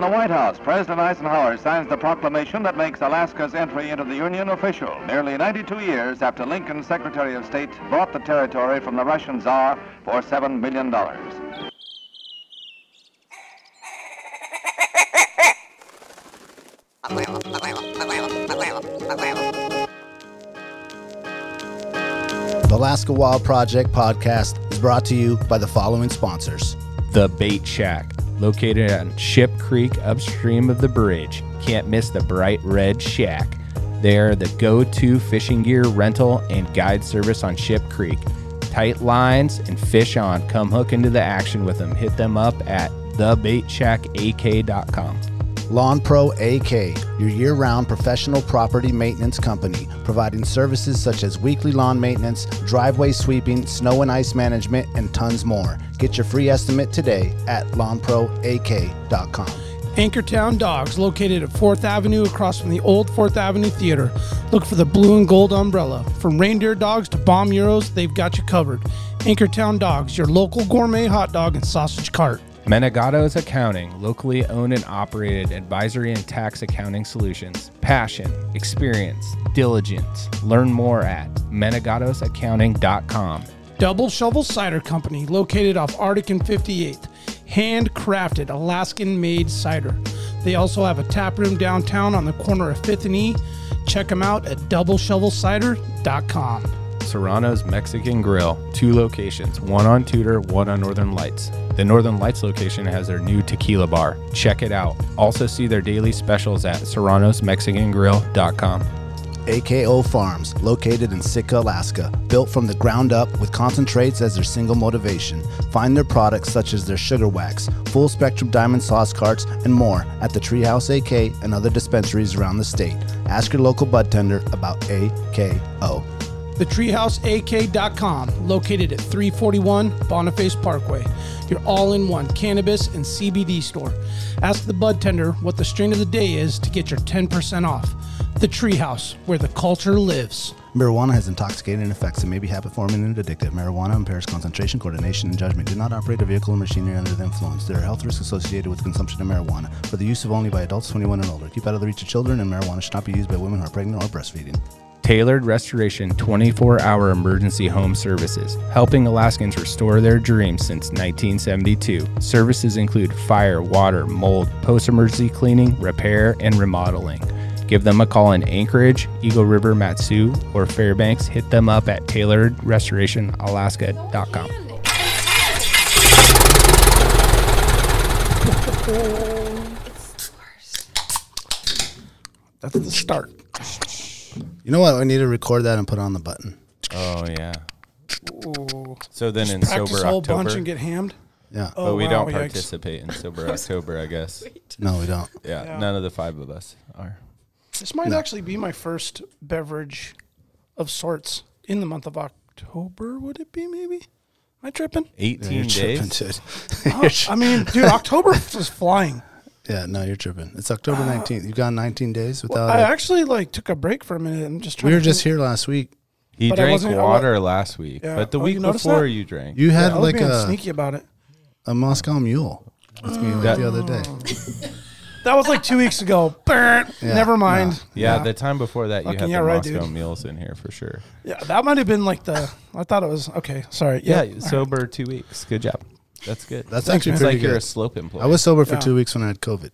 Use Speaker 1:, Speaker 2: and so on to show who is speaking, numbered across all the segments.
Speaker 1: the White House, President Eisenhower signs the proclamation that makes Alaska's entry into the Union official, nearly 92 years after Lincoln's Secretary of State bought the territory from the Russian Tsar for $7 million.
Speaker 2: The Alaska Wild Project podcast is brought to you by the following sponsors.
Speaker 3: The Bait Shack, located on Ship Creek upstream of the bridge. Can't miss the bright red shack. They are the go to fishing gear rental and guide service on Ship Creek. Tight lines and fish on. Come hook into the action with them. Hit them up at thebaitshackak.com.
Speaker 2: Lawn Pro AK, your year round professional property maintenance company, providing services such as weekly lawn maintenance, driveway sweeping, snow and ice management, and tons more. Get your free estimate today at lawnproak.com.
Speaker 4: Anchortown Dogs, located at 4th Avenue across from the old 4th Avenue Theater. Look for the blue and gold umbrella. From reindeer dogs to bomb euros, they've got you covered. Anchortown Dogs, your local gourmet hot dog and sausage cart.
Speaker 3: Menegato's Accounting, locally owned and operated advisory and tax accounting solutions. Passion, experience, diligence. Learn more at menegatosaccounting.com.
Speaker 4: Double Shovel Cider Company, located off Arctic and 58th. Handcrafted Alaskan made cider. They also have a tap room downtown on the corner of 5th and E. Check them out at doubleshovelcider.com.
Speaker 3: Serrano's Mexican Grill, two locations, one on Tudor, one on Northern Lights. The Northern Lights location has their new tequila bar. Check it out. Also see their daily specials at serranosmexicangrill.com.
Speaker 2: AKO Farms, located in Sitka, Alaska, built from the ground up with concentrates as their single motivation. Find their products such as their sugar wax, full spectrum diamond sauce carts, and more at the Treehouse AK and other dispensaries around the state. Ask your local bud tender about AKO.
Speaker 4: TheTreehouseAK.com, located at 341 Boniface Parkway, your all in one cannabis and CBD store. Ask the bud tender what the strain of the day is to get your 10% off. The Treehouse, where the culture lives.
Speaker 2: Marijuana has intoxicating effects and may be habit forming and addictive. Marijuana impairs concentration, coordination, and judgment. Do not operate a vehicle or machinery under the influence. There are health risks associated with consumption of marijuana for the use of only by adults 21 and older. Keep out of the reach of children, and marijuana should not be used by women who are pregnant or breastfeeding.
Speaker 3: Tailored Restoration 24 hour emergency home services, helping Alaskans restore their dreams since 1972. Services include fire, water, mold, post emergency cleaning, repair, and remodeling. Give them a call in Anchorage, Eagle River, Matsu, or Fairbanks. Hit them up at tailoredrestorationalaska.com.
Speaker 4: That's the start.
Speaker 2: You know what? I need to record that and put it on the button.
Speaker 3: Oh, yeah. So then in
Speaker 4: Practice a whole bunch and get hammed.
Speaker 2: Yeah.
Speaker 4: Oh, wow, yikes.
Speaker 3: in Sober October, I guess.
Speaker 2: No, we don't.
Speaker 3: yeah, none of the five of us are.
Speaker 4: This might actually be my first beverage of sorts in the month of October, would it be maybe? Am I tripping?
Speaker 3: 18
Speaker 2: Tripping,
Speaker 3: days.
Speaker 2: dude.
Speaker 4: Oh, I mean, dude, October is flying.
Speaker 2: Yeah, no, you're tripping. It's October 19th. You've gone 19 days without
Speaker 4: I
Speaker 2: it.
Speaker 4: actually like took a break for a minute. I'm just trying
Speaker 2: We were
Speaker 4: to
Speaker 2: just
Speaker 4: think.
Speaker 2: here last week.
Speaker 3: He
Speaker 4: But I
Speaker 3: drank
Speaker 4: wasn't- I wa-
Speaker 3: water last week,
Speaker 4: Yeah.
Speaker 3: but the
Speaker 4: Oh,
Speaker 3: week
Speaker 4: you noticed
Speaker 3: before
Speaker 4: that?
Speaker 3: you drank.
Speaker 2: You
Speaker 4: Yeah,
Speaker 2: had
Speaker 4: I was
Speaker 2: like
Speaker 4: being
Speaker 2: a,
Speaker 4: sneaky about it.
Speaker 2: a Moscow mule with me
Speaker 3: That-
Speaker 2: the other day.
Speaker 4: That was like two weeks ago. Burn. Never mind.
Speaker 3: yeah, the time before that, you
Speaker 4: Fucking
Speaker 3: had
Speaker 4: yeah,
Speaker 3: the
Speaker 4: right,
Speaker 3: Moscow
Speaker 4: dude.
Speaker 3: meals in here for sure.
Speaker 4: Yeah, that might have been like the. I thought it was okay. Sorry.
Speaker 3: Yeah,
Speaker 4: Yeah.
Speaker 3: sober two weeks. Good job. That's good.
Speaker 2: That's
Speaker 3: Thanks,
Speaker 2: actually
Speaker 3: man. It's
Speaker 2: pretty
Speaker 3: like you're a
Speaker 2: good.
Speaker 3: slope employee.
Speaker 2: I was sober for
Speaker 4: Yeah.
Speaker 2: two weeks when I had COVID.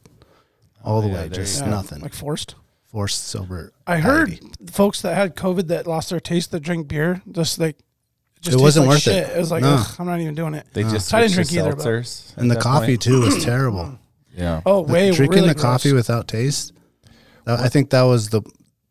Speaker 2: All the
Speaker 3: Yeah,
Speaker 2: way,
Speaker 3: there
Speaker 2: just
Speaker 3: you
Speaker 4: Yeah,
Speaker 2: nothing.
Speaker 4: Like forced.
Speaker 2: Forced sober.
Speaker 4: I heard
Speaker 2: ID.
Speaker 4: folks that had COVID that lost their taste that drink beer just like. Just
Speaker 2: It
Speaker 4: tastes
Speaker 2: wasn't
Speaker 4: like
Speaker 2: worth it.
Speaker 4: shit. It was like,
Speaker 2: No.
Speaker 4: ugh, I'm not even doing it.
Speaker 3: They just
Speaker 4: I didn't
Speaker 3: switched
Speaker 4: drink
Speaker 3: to
Speaker 4: either, but-
Speaker 3: seltzers at
Speaker 2: And the
Speaker 3: that
Speaker 2: coffee
Speaker 3: point.
Speaker 2: too was terrible.
Speaker 3: Yeah,
Speaker 4: Oh, way
Speaker 2: Drinking
Speaker 4: really
Speaker 2: the coffee
Speaker 4: gross.
Speaker 2: without taste. that- I think that was the the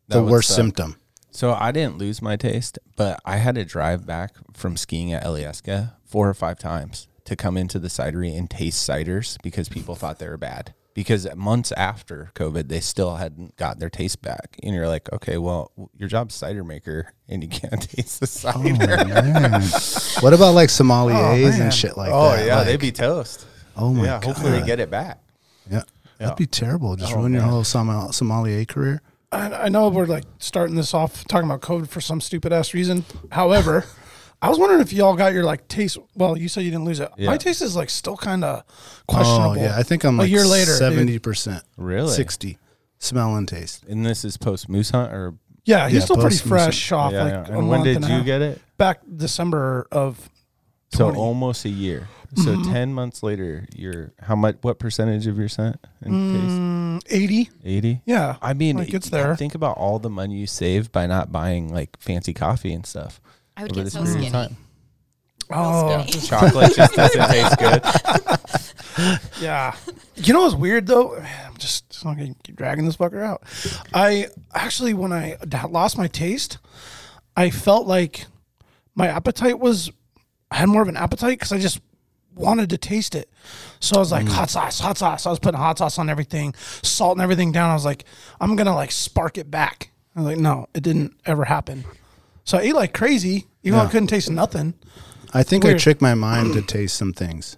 Speaker 3: That would
Speaker 2: worst
Speaker 3: suck.
Speaker 2: symptom.
Speaker 3: So I didn't lose my taste, but I had to drive back from skiing at Elieska four or five times to come into the cidery and taste ciders because people thought they were bad. Because months after COVID, they still hadn't got their taste back, and you're like, okay, well, your job's cider maker, and you can't taste the
Speaker 4: Oh
Speaker 3: cider.
Speaker 2: What about like sommeliers and shit like
Speaker 3: Oh
Speaker 2: that?
Speaker 3: yeah,
Speaker 2: Like,
Speaker 3: they'd be toast.
Speaker 2: oh my
Speaker 3: yeah,
Speaker 2: god.
Speaker 3: hopefully they get it back.
Speaker 2: Yeah.
Speaker 3: Yeah.
Speaker 2: That'd be terrible. Just ruin your whole sommal- sommelier career.
Speaker 4: I, I know we're like starting this off talking about COVID for some stupid ass reason. However, I was wondering if y'all got your like taste. Well, you said you didn't lose it.
Speaker 3: Yeah.
Speaker 4: My taste is like still kind of
Speaker 2: Oh
Speaker 4: questionable.
Speaker 2: yeah, I think I'm like
Speaker 4: a year later. dude.
Speaker 2: seventy percent,
Speaker 3: Really?
Speaker 2: sixty, smell and taste.
Speaker 3: And this is post Moose Hunt or
Speaker 4: Yeah, he's
Speaker 2: Yeah,
Speaker 4: still pretty
Speaker 2: post recent.
Speaker 4: fresh off
Speaker 3: yeah,
Speaker 4: like
Speaker 3: yeah.
Speaker 4: a
Speaker 3: and when
Speaker 4: month
Speaker 3: did
Speaker 4: and a
Speaker 3: you
Speaker 4: half.
Speaker 3: get it?
Speaker 4: back December of
Speaker 3: So
Speaker 4: 20.
Speaker 3: almost a year. So
Speaker 4: Mm-hmm.
Speaker 3: ten months later, you're how much? What percentage of your scent in
Speaker 4: eighty.
Speaker 3: taste? Eighty.
Speaker 4: Yeah,
Speaker 3: I mean,
Speaker 4: Mm. like it's
Speaker 3: y-
Speaker 4: there.
Speaker 3: Think about all the money you saved by not buying like fancy coffee and stuff.
Speaker 5: I would
Speaker 3: over
Speaker 5: get
Speaker 3: this
Speaker 5: so
Speaker 3: period of
Speaker 5: skinny.
Speaker 3: time.
Speaker 4: Oh,
Speaker 5: skinny.
Speaker 3: Chocolate just doesn't taste good.
Speaker 4: yeah. You know what's weird though? Man, I'm just, just not gonna keep dragging this fucker out. I actually, when I d- lost my taste, I felt like my appetite was. I had more of an appetite because I just wanted to taste it. So I was
Speaker 2: Mm.
Speaker 4: like, hot sauce, hot sauce. I was putting hot sauce on everything, salt and everything down. I was like, I'm gonna like spark it back. I was like, no, it didn't ever happen. So I ate like crazy, even though I
Speaker 2: Yeah.
Speaker 4: couldn't taste nothing.
Speaker 2: I think I
Speaker 4: Weird.
Speaker 2: tricked my mind to taste some things.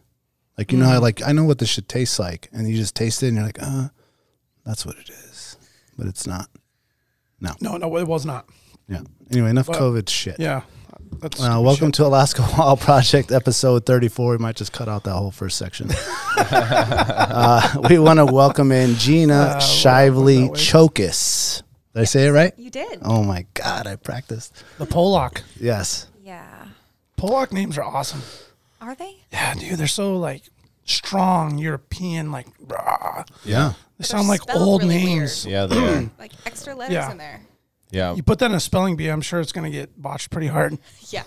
Speaker 2: Like you know how like I know what this should taste like, and you just taste it, and you're like, uh, that's what it is, but it's not.
Speaker 4: No, no, it was not.
Speaker 2: Yeah. Anyway, enough
Speaker 4: But-
Speaker 2: COVID shit.
Speaker 4: Yeah, that's
Speaker 2: Uh, welcome to Alaska Wild Project, episode 34. We might just cut out that whole first section. uh, we want to welcome in Gina Shively Chokas. Did I say it right?
Speaker 5: You did.
Speaker 2: Oh my God, I practiced.
Speaker 4: the Pollock.
Speaker 2: Yes.
Speaker 5: Yeah.
Speaker 4: Pollock names are awesome.
Speaker 5: Are they?
Speaker 4: Yeah, dude, they're so like strong European, like rah.
Speaker 2: Yeah.
Speaker 4: They sound like
Speaker 5: spelled
Speaker 4: old
Speaker 5: really
Speaker 4: names.
Speaker 3: Yeah, they are.
Speaker 5: Like extra letters
Speaker 4: Yeah.
Speaker 5: in there.
Speaker 3: Yeah,
Speaker 4: You put that in a spelling bee, I'm sure it's gonna get botched pretty hard.
Speaker 5: Yeah.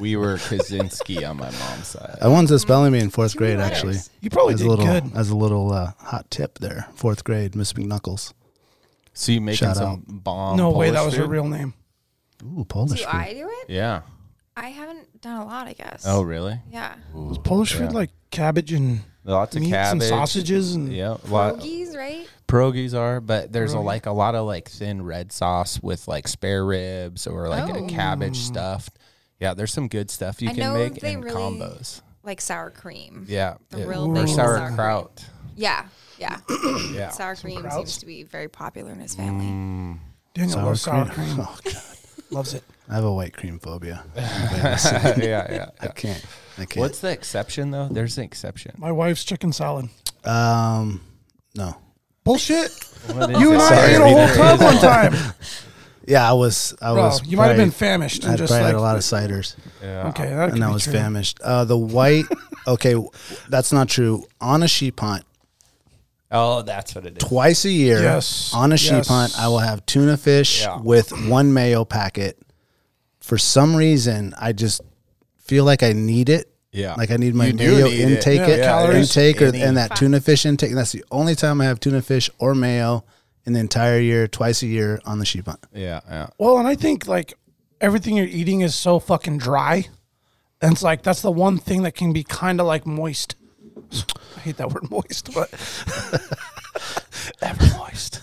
Speaker 3: we were Kaczynski on my mom's side.
Speaker 2: I won the spelling bee in fourth grade,
Speaker 5: letters.
Speaker 2: actually.
Speaker 4: You probably
Speaker 2: As a
Speaker 4: did
Speaker 2: little,
Speaker 4: good.
Speaker 2: as a little uh, hot tip there, fourth grade, Miss McNuckles.
Speaker 3: So you making
Speaker 2: Shout
Speaker 3: some
Speaker 2: out.
Speaker 3: bomb?
Speaker 4: No way, that
Speaker 3: um, Polish
Speaker 4: was her
Speaker 3: food?
Speaker 4: real name.
Speaker 2: Ooh, Polish
Speaker 5: Do
Speaker 2: food.
Speaker 5: I do it?
Speaker 3: Yeah.
Speaker 5: I haven't done a lot, I guess.
Speaker 3: Oh, really?
Speaker 5: Yeah.
Speaker 4: Was Polish food like cabbage and
Speaker 3: Lots of
Speaker 4: meats and
Speaker 3: cabbage.
Speaker 4: sausages and
Speaker 3: Yeah, a lot,
Speaker 5: Boogies, right?
Speaker 3: pierogies are, but there's a, like a lot of like thin red sauce with like spare ribs or like a
Speaker 5: Oh.
Speaker 3: cabbage stuffed. Yeah, there's some good stuff you
Speaker 5: I
Speaker 3: can
Speaker 5: know
Speaker 3: make
Speaker 5: they
Speaker 3: in
Speaker 5: really-
Speaker 3: combos.
Speaker 5: Like sour cream.
Speaker 3: Yeah,
Speaker 5: The
Speaker 3: it-
Speaker 5: real
Speaker 3: or
Speaker 5: thing is sour cream.
Speaker 3: sauerkraut.
Speaker 5: Yeah. Yeah.
Speaker 3: Yeah,
Speaker 5: sour cream seems to be very popular in his family.
Speaker 3: Mm.
Speaker 4: Daniel
Speaker 2: Sour
Speaker 4: loves sour
Speaker 2: cream.
Speaker 4: cream.
Speaker 2: Oh, God.
Speaker 4: Loves it.
Speaker 2: I have a white cream phobia.
Speaker 3: yeah, yeah.
Speaker 2: I can't. I can't.
Speaker 3: What's the exception though? There's an exception.
Speaker 4: My wife's chicken salad.
Speaker 2: Um, no.
Speaker 4: Bullshit.
Speaker 3: What is
Speaker 4: You
Speaker 3: it?
Speaker 4: and I
Speaker 2: Sorry,
Speaker 4: ate a
Speaker 2: we
Speaker 4: whole
Speaker 2: didn't-
Speaker 4: tub one time.
Speaker 2: Yeah, I was. I
Speaker 4: Bro,
Speaker 2: was.
Speaker 4: you might have been
Speaker 2: probably-
Speaker 4: famished
Speaker 2: I
Speaker 4: and
Speaker 2: probably
Speaker 4: just like
Speaker 2: had a lot of ciders,
Speaker 4: okay, that
Speaker 2: and I was famished. Uh, the white. Okay, w- that's not true. On a sheep hunt,
Speaker 3: Oh, that's what it is.
Speaker 2: twice a year.
Speaker 4: Yes,
Speaker 2: On a sheep
Speaker 4: yes.
Speaker 2: hunt, I will have tuna fish
Speaker 3: Yeah.
Speaker 2: with one mayo packet. For some reason, I just feel like I need it.
Speaker 3: Yeah.
Speaker 2: Like I need my
Speaker 3: You do
Speaker 2: mayo
Speaker 3: need it.
Speaker 2: intake,
Speaker 4: Yeah,
Speaker 2: it,
Speaker 4: calories.
Speaker 2: intake, or,
Speaker 3: You
Speaker 2: and
Speaker 3: need-
Speaker 2: that tuna fish intake. And that's the only time I have tuna fish or mayo in the entire year, twice a year on the sheep hunt.
Speaker 3: Yeah, yeah.
Speaker 4: Well, and I think like everything you're eating is so fucking dry. And it's like that's the one thing that can be kind of like moist. I hate that word moist, but ever moist.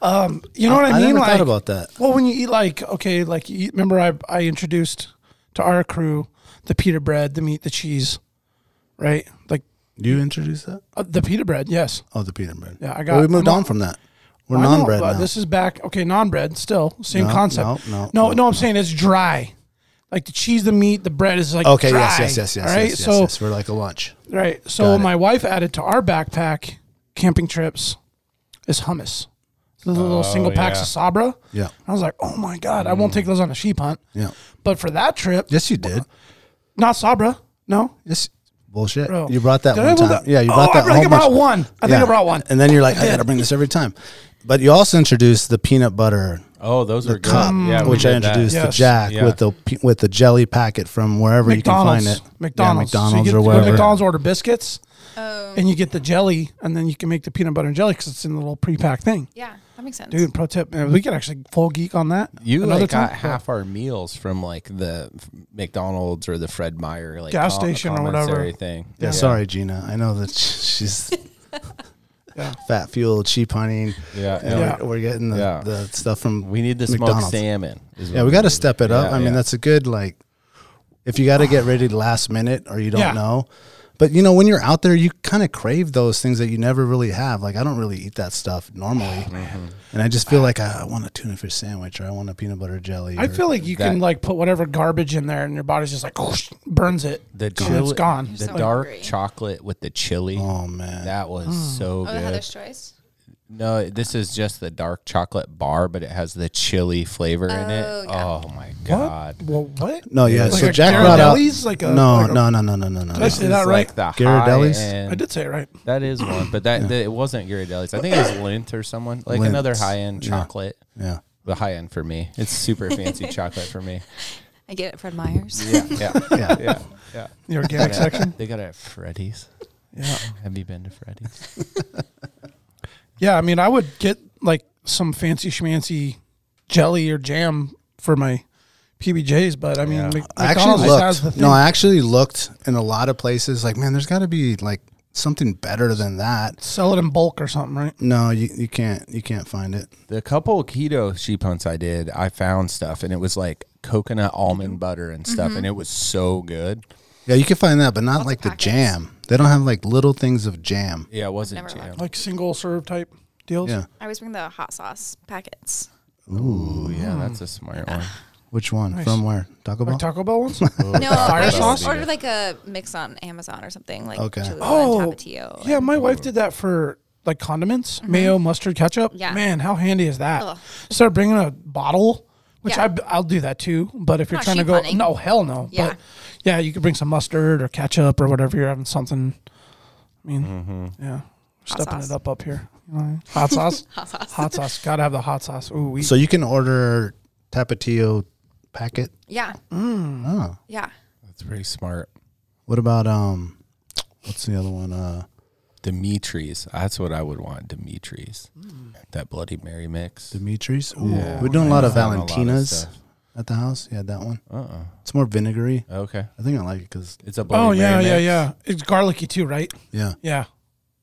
Speaker 4: Um, you know what I,
Speaker 2: I
Speaker 4: mean?
Speaker 2: never
Speaker 4: like,
Speaker 2: thought about that.
Speaker 4: Well, when you eat like okay, like you eat, remember I I introduced to our crew the pita bread, the meat, the cheese, right? Like
Speaker 2: You introduced that?
Speaker 4: uh, the pita bread, yes.
Speaker 2: Oh, the peanut bread.
Speaker 4: Yeah, I
Speaker 2: Well, we
Speaker 4: got-
Speaker 2: moved
Speaker 4: I'm
Speaker 2: on
Speaker 4: not-
Speaker 2: from that. We're
Speaker 4: I know,
Speaker 2: non bread
Speaker 4: but
Speaker 2: now.
Speaker 4: This is back. Okay, non bread still same
Speaker 2: No,
Speaker 4: concept.
Speaker 2: no, no,
Speaker 4: no,
Speaker 2: no,
Speaker 4: I'm saying it's dry. Like the cheese, the meat, the bread is like
Speaker 2: okay.
Speaker 4: Dry,
Speaker 2: Yes. Yes. Yes. Yes.
Speaker 4: all right?
Speaker 2: yes, yes,
Speaker 4: so
Speaker 2: yes. We're like a lunch.
Speaker 4: right. So my wife added to our backpack camping trips is hummus. The little single packs
Speaker 3: yeah.
Speaker 4: of Sabra.
Speaker 2: Yeah.
Speaker 4: I was like, oh my god, I won't take those on a sheep hunt.
Speaker 2: Yeah.
Speaker 4: But for that trip,
Speaker 2: Yes, you did.
Speaker 4: not Sabra. No,
Speaker 2: Yes. Bullshit.
Speaker 4: bro.
Speaker 2: You brought that
Speaker 4: Did I
Speaker 2: one
Speaker 4: bring
Speaker 2: time. yeah. You brought
Speaker 4: oh,
Speaker 2: that.
Speaker 4: I think
Speaker 2: whole
Speaker 4: I brought
Speaker 2: bunch.
Speaker 4: one. I think
Speaker 2: Yeah.
Speaker 4: I brought one.
Speaker 2: And then you're like, I,
Speaker 4: did.
Speaker 2: gotta bring this every time. But you also introduced the peanut butter
Speaker 3: Oh, those are good.
Speaker 2: cup,
Speaker 3: yeah, we
Speaker 2: which I
Speaker 3: did that.
Speaker 2: introduced to
Speaker 4: Mm. Yes.
Speaker 2: Jack
Speaker 3: Yeah.
Speaker 2: with the pe- with the jelly packet from wherever
Speaker 4: McDonald's.
Speaker 2: you can find it.
Speaker 4: McDonald's.
Speaker 2: yeah,
Speaker 4: So you
Speaker 2: McDonald's
Speaker 4: get-
Speaker 2: or
Speaker 4: go to
Speaker 2: wherever.
Speaker 4: McDonald's order biscuits.
Speaker 5: Oh,
Speaker 4: and you get the jelly, and then you can make the peanut butter and jelly because it's in the little pre-packed thing.
Speaker 5: yeah. That makes sense.
Speaker 4: Dude, pro tip, man, we could actually full geek on that.
Speaker 3: You
Speaker 4: another
Speaker 3: like
Speaker 4: time.
Speaker 3: got half our meals from like the f- McDonald's or the Fred Meyer like
Speaker 4: Gas
Speaker 3: com-
Speaker 4: station or whatever.
Speaker 3: commissary thing.
Speaker 2: Yeah, sorry, Gina. I know that she's
Speaker 4: Yeah.
Speaker 2: fat fueled, cheap hunting.
Speaker 3: Yeah,
Speaker 2: And
Speaker 4: Yeah.
Speaker 2: We're, we're getting the,
Speaker 3: Yeah.
Speaker 2: the stuff from
Speaker 3: We need the smoked
Speaker 2: McDonald's.
Speaker 3: salmon. is
Speaker 2: Yeah,
Speaker 3: what
Speaker 2: we got to
Speaker 3: need.
Speaker 2: step it up.
Speaker 3: Yeah,
Speaker 2: I mean,
Speaker 3: yeah.
Speaker 2: that's a good like. If you got to get ready last minute or you don't
Speaker 4: Yeah.
Speaker 2: know, But you know, when you're out there, you kind of crave those things that you never really have. Like I don't really eat that stuff normally, and I just feel like "Ah, I, I want a tuna fish sandwich or I want a peanut butter jelly.
Speaker 4: I
Speaker 2: or-
Speaker 4: feel like you
Speaker 3: That-
Speaker 4: can like put whatever garbage in there, and your body's just like burns it.
Speaker 3: The
Speaker 4: Gone.
Speaker 3: chili,
Speaker 4: It's gone.
Speaker 3: The
Speaker 5: so
Speaker 3: dark
Speaker 5: hungry.
Speaker 3: chocolate with the chili.
Speaker 2: Oh man,
Speaker 3: That was so
Speaker 5: Oh, the
Speaker 3: good.
Speaker 5: Heather's Choice.
Speaker 3: No, this is just the dark chocolate bar, but it has the chili flavor in it.
Speaker 5: Oh, yeah.
Speaker 3: Oh my god.
Speaker 4: Well, what?
Speaker 2: no, yeah.
Speaker 3: Like
Speaker 2: so
Speaker 4: a
Speaker 2: Jack brought up.
Speaker 4: Ghirardelli's? Like a-
Speaker 2: no,
Speaker 4: like a-
Speaker 2: no, no, no, no, no, no.
Speaker 4: I
Speaker 3: This
Speaker 4: say that
Speaker 3: is
Speaker 4: right?
Speaker 3: Like the
Speaker 2: Ghirardelli's?
Speaker 3: high end.
Speaker 4: I did say it right.
Speaker 3: That is one, but that, that- it wasn't Ghirardelli's. I think it was Lint or someone like
Speaker 2: Lindt.
Speaker 3: another high end chocolate.
Speaker 2: Yeah.
Speaker 3: The high end for me. It's super fancy chocolate for me.
Speaker 5: I get it, Fred Meyers.
Speaker 3: Yeah, yeah,
Speaker 2: Yeah.
Speaker 3: yeah, yeah. yeah.
Speaker 4: The organic section.
Speaker 3: They got it at Freddy's.
Speaker 4: Yeah.
Speaker 3: Have you been to Freddy's?
Speaker 4: Yeah, I mean, I would get like some fancy schmancy jelly or jam for my PBJs, but I mean,
Speaker 3: Yeah.
Speaker 4: Mc-
Speaker 2: I
Speaker 4: McDonald's
Speaker 2: actually
Speaker 4: has the
Speaker 2: looked.
Speaker 4: thing.
Speaker 2: No, I actually looked in a lot of places. Like, man, there's got to be like something better than that.
Speaker 4: sell it in bulk or something, right?
Speaker 2: No, you, you can't you can't find it.
Speaker 3: The couple keto sheep hunts I did, I found stuff and it was like coconut almond butter and stuff,
Speaker 4: Mm-hmm.
Speaker 3: and it was so good.
Speaker 2: Yeah, you can find that, but not
Speaker 5: of
Speaker 2: like the
Speaker 5: packets.
Speaker 2: jam. They don't have like little things of jam.
Speaker 3: Yeah, it wasn't
Speaker 5: Never
Speaker 3: jam.
Speaker 5: mind.
Speaker 4: Like single serve type deals.
Speaker 2: Yeah.
Speaker 5: I always bring the hot sauce packets.
Speaker 3: Ooh, yeah,
Speaker 4: Mm-hmm.
Speaker 3: that's a smart one.
Speaker 2: Which one? From where? Taco Bell.
Speaker 4: Like Taco Bell ones?
Speaker 5: No, I
Speaker 4: sauce?
Speaker 5: just ordered like a mix on Amazon or something, like
Speaker 2: Okay.
Speaker 5: chili
Speaker 4: Oh,
Speaker 5: oh, and tapatio.
Speaker 4: yeah, my wife did that for like condiments, mayo, mustard, ketchup.
Speaker 5: Mm-hmm. Yeah.
Speaker 4: Man, how handy is that?
Speaker 5: Ugh.
Speaker 4: Start bringing a bottle, which
Speaker 5: Yeah.
Speaker 4: I, I'll do that too. But if you're
Speaker 5: Not
Speaker 4: trying to
Speaker 5: sheep
Speaker 4: go,
Speaker 5: hunting.
Speaker 4: no, hell no.
Speaker 5: Yeah.
Speaker 4: But yeah, you could bring some mustard or ketchup or whatever you're having something. I mean, yeah, stepping
Speaker 5: sauce.
Speaker 4: it up up here. You know what I mean? Hot sauce.
Speaker 5: Hot sauce.
Speaker 4: Hot sauce. Gotta have the hot sauce. Ooh, we.
Speaker 2: So you can order tapatio packet.
Speaker 5: Yeah.
Speaker 3: Mm.
Speaker 2: Oh,
Speaker 5: Yeah.
Speaker 3: That's pretty smart.
Speaker 2: what about um, what's the other one? Uh,
Speaker 3: Dimitri's. That's what I would want. Dimitri's.
Speaker 4: Mm.
Speaker 3: That Bloody Mary mix.
Speaker 2: Dimitri's. Ooh, We're doing a lot of
Speaker 3: I found a lot of
Speaker 2: Valentinas
Speaker 3: stuff.
Speaker 2: at the house. Yeah, that one.
Speaker 3: Uh-uh.
Speaker 2: It's more vinegary.
Speaker 3: Okay.
Speaker 2: I think I like it because
Speaker 3: It's a Bloody
Speaker 4: oh yeah,
Speaker 3: Mary
Speaker 4: yeah,
Speaker 3: mix.
Speaker 4: yeah. It's garlicky too, right?
Speaker 2: yeah,
Speaker 4: Yeah,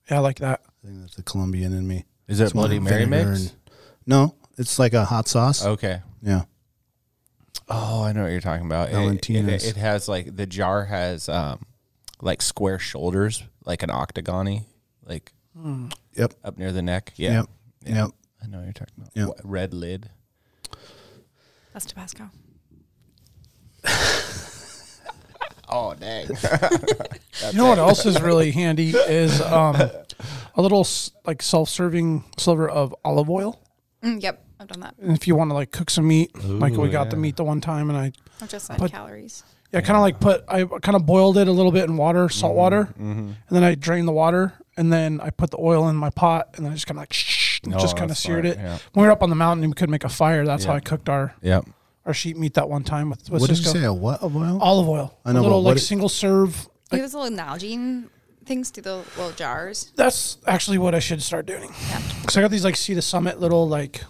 Speaker 4: yeah. I like that.
Speaker 2: I think that's the Colombian in me.
Speaker 3: Is it
Speaker 2: It's more
Speaker 3: Bloody Mary
Speaker 2: vinegar
Speaker 3: mix?
Speaker 2: and- no, it's like a hot sauce.
Speaker 3: Okay.
Speaker 2: Yeah,
Speaker 3: Oh, I know what you're talking about. It- It,
Speaker 2: Valentinas.
Speaker 3: it, has like the jar has um like square shoulders, like an octagony, like
Speaker 2: Hmm. Yep.
Speaker 3: up near the neck. Yeah.
Speaker 2: Yep.
Speaker 3: Yeah.
Speaker 2: yep.
Speaker 3: I know what you're talking about.
Speaker 2: Yep.
Speaker 3: What, red lid.
Speaker 5: That's Tabasco.
Speaker 3: Oh dang.
Speaker 4: you know what else is really handy is um, a little s- like self-serving sliver of olive oil.
Speaker 5: Mm, yep. I've done that.
Speaker 4: And if you want to like cook some meat, like we got the
Speaker 3: yeah.
Speaker 4: meat the one time, and I
Speaker 5: I've just
Speaker 4: But-
Speaker 5: like calories.
Speaker 4: yeah, kind of like put I kind of boiled it a little bit in water, salt
Speaker 2: Mm-hmm,
Speaker 4: water, and then I drained the water, and then I put the oil in my pot, and then I just kind of like shh, and
Speaker 2: Oh,
Speaker 3: No,
Speaker 4: just kind of
Speaker 3: that's
Speaker 4: seared
Speaker 3: smart,
Speaker 4: it.
Speaker 3: yeah.
Speaker 4: When we were up on the mountain and we couldn't make a fire, that's how
Speaker 3: Yeah.
Speaker 4: I cooked our
Speaker 3: yep.
Speaker 4: our sheep meat that one time with, with
Speaker 2: What did you
Speaker 4: Cisco.
Speaker 2: say? A what? Oh, A oil?
Speaker 4: Olive oil,
Speaker 2: I know,
Speaker 4: a
Speaker 2: but
Speaker 4: little
Speaker 2: what
Speaker 4: like
Speaker 2: it-
Speaker 4: single serve.
Speaker 5: Do those little Nalgene things to the little jars?
Speaker 4: That's actually what I should start doing.
Speaker 5: Yeah.
Speaker 4: So I got these like see the summit little like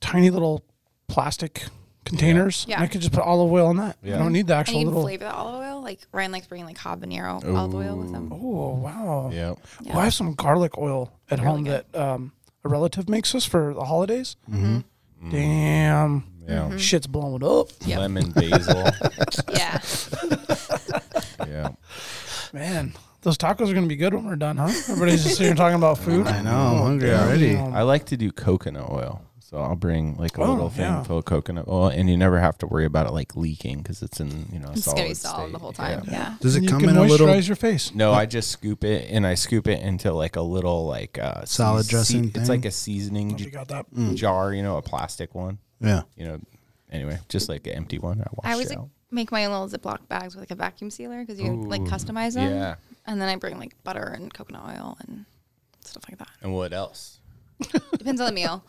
Speaker 4: tiny little plastic containers.
Speaker 5: Yeah.
Speaker 4: And I could just put olive oil in that. I
Speaker 3: Yeah.
Speaker 4: don't need the
Speaker 5: And
Speaker 4: actual
Speaker 5: you can
Speaker 4: little.
Speaker 5: flavor the olive oil. Like Ryan likes bringing like habanero olive oil with him.
Speaker 4: Oh wow!
Speaker 3: Yep.
Speaker 4: Well, I have some garlic oil at home that um, a relative makes us for the holidays. Mm-hmm. Damn,
Speaker 3: Yeah.
Speaker 4: shit's blowing up,
Speaker 5: Mm-hmm. Yep.
Speaker 3: Lemon basil.
Speaker 5: Yeah.
Speaker 3: yeah.
Speaker 4: man. Those tacos are gonna be good when we're done, huh? Everybody's just sitting here talking about food.
Speaker 2: I know. I'm hungry already.
Speaker 4: Damn.
Speaker 3: I like to do coconut oil. So I'll bring like a
Speaker 4: Oh,
Speaker 3: little thing
Speaker 4: yeah.
Speaker 3: full of coconut oil, and you never have to worry about it like leaking because it's in you know a
Speaker 5: It's
Speaker 3: solid
Speaker 5: gonna be solid the
Speaker 3: state.
Speaker 5: whole time.
Speaker 3: Yeah.
Speaker 5: Yeah.
Speaker 2: Does it
Speaker 4: you
Speaker 2: come
Speaker 4: can
Speaker 2: in a
Speaker 4: moisturize
Speaker 2: little?
Speaker 4: your face.
Speaker 3: No, I just scoop it and I scoop it into like a little like uh,
Speaker 2: Salad dressing
Speaker 3: It's
Speaker 2: thing? Mm.
Speaker 3: like a seasoning
Speaker 2: Mm-hmm.
Speaker 4: You
Speaker 3: j-
Speaker 4: got that.
Speaker 3: jar, you know, a plastic one.
Speaker 2: Yeah.
Speaker 3: You know, anyway, just like an empty one. I washed
Speaker 5: I always
Speaker 3: it
Speaker 5: like
Speaker 3: out.
Speaker 5: make my own little Ziploc bags with like a vacuum sealer because you can like customize them.
Speaker 3: yeah.
Speaker 5: And then I bring like butter and coconut oil and stuff like that.
Speaker 3: And what else?
Speaker 5: Depends on the meal.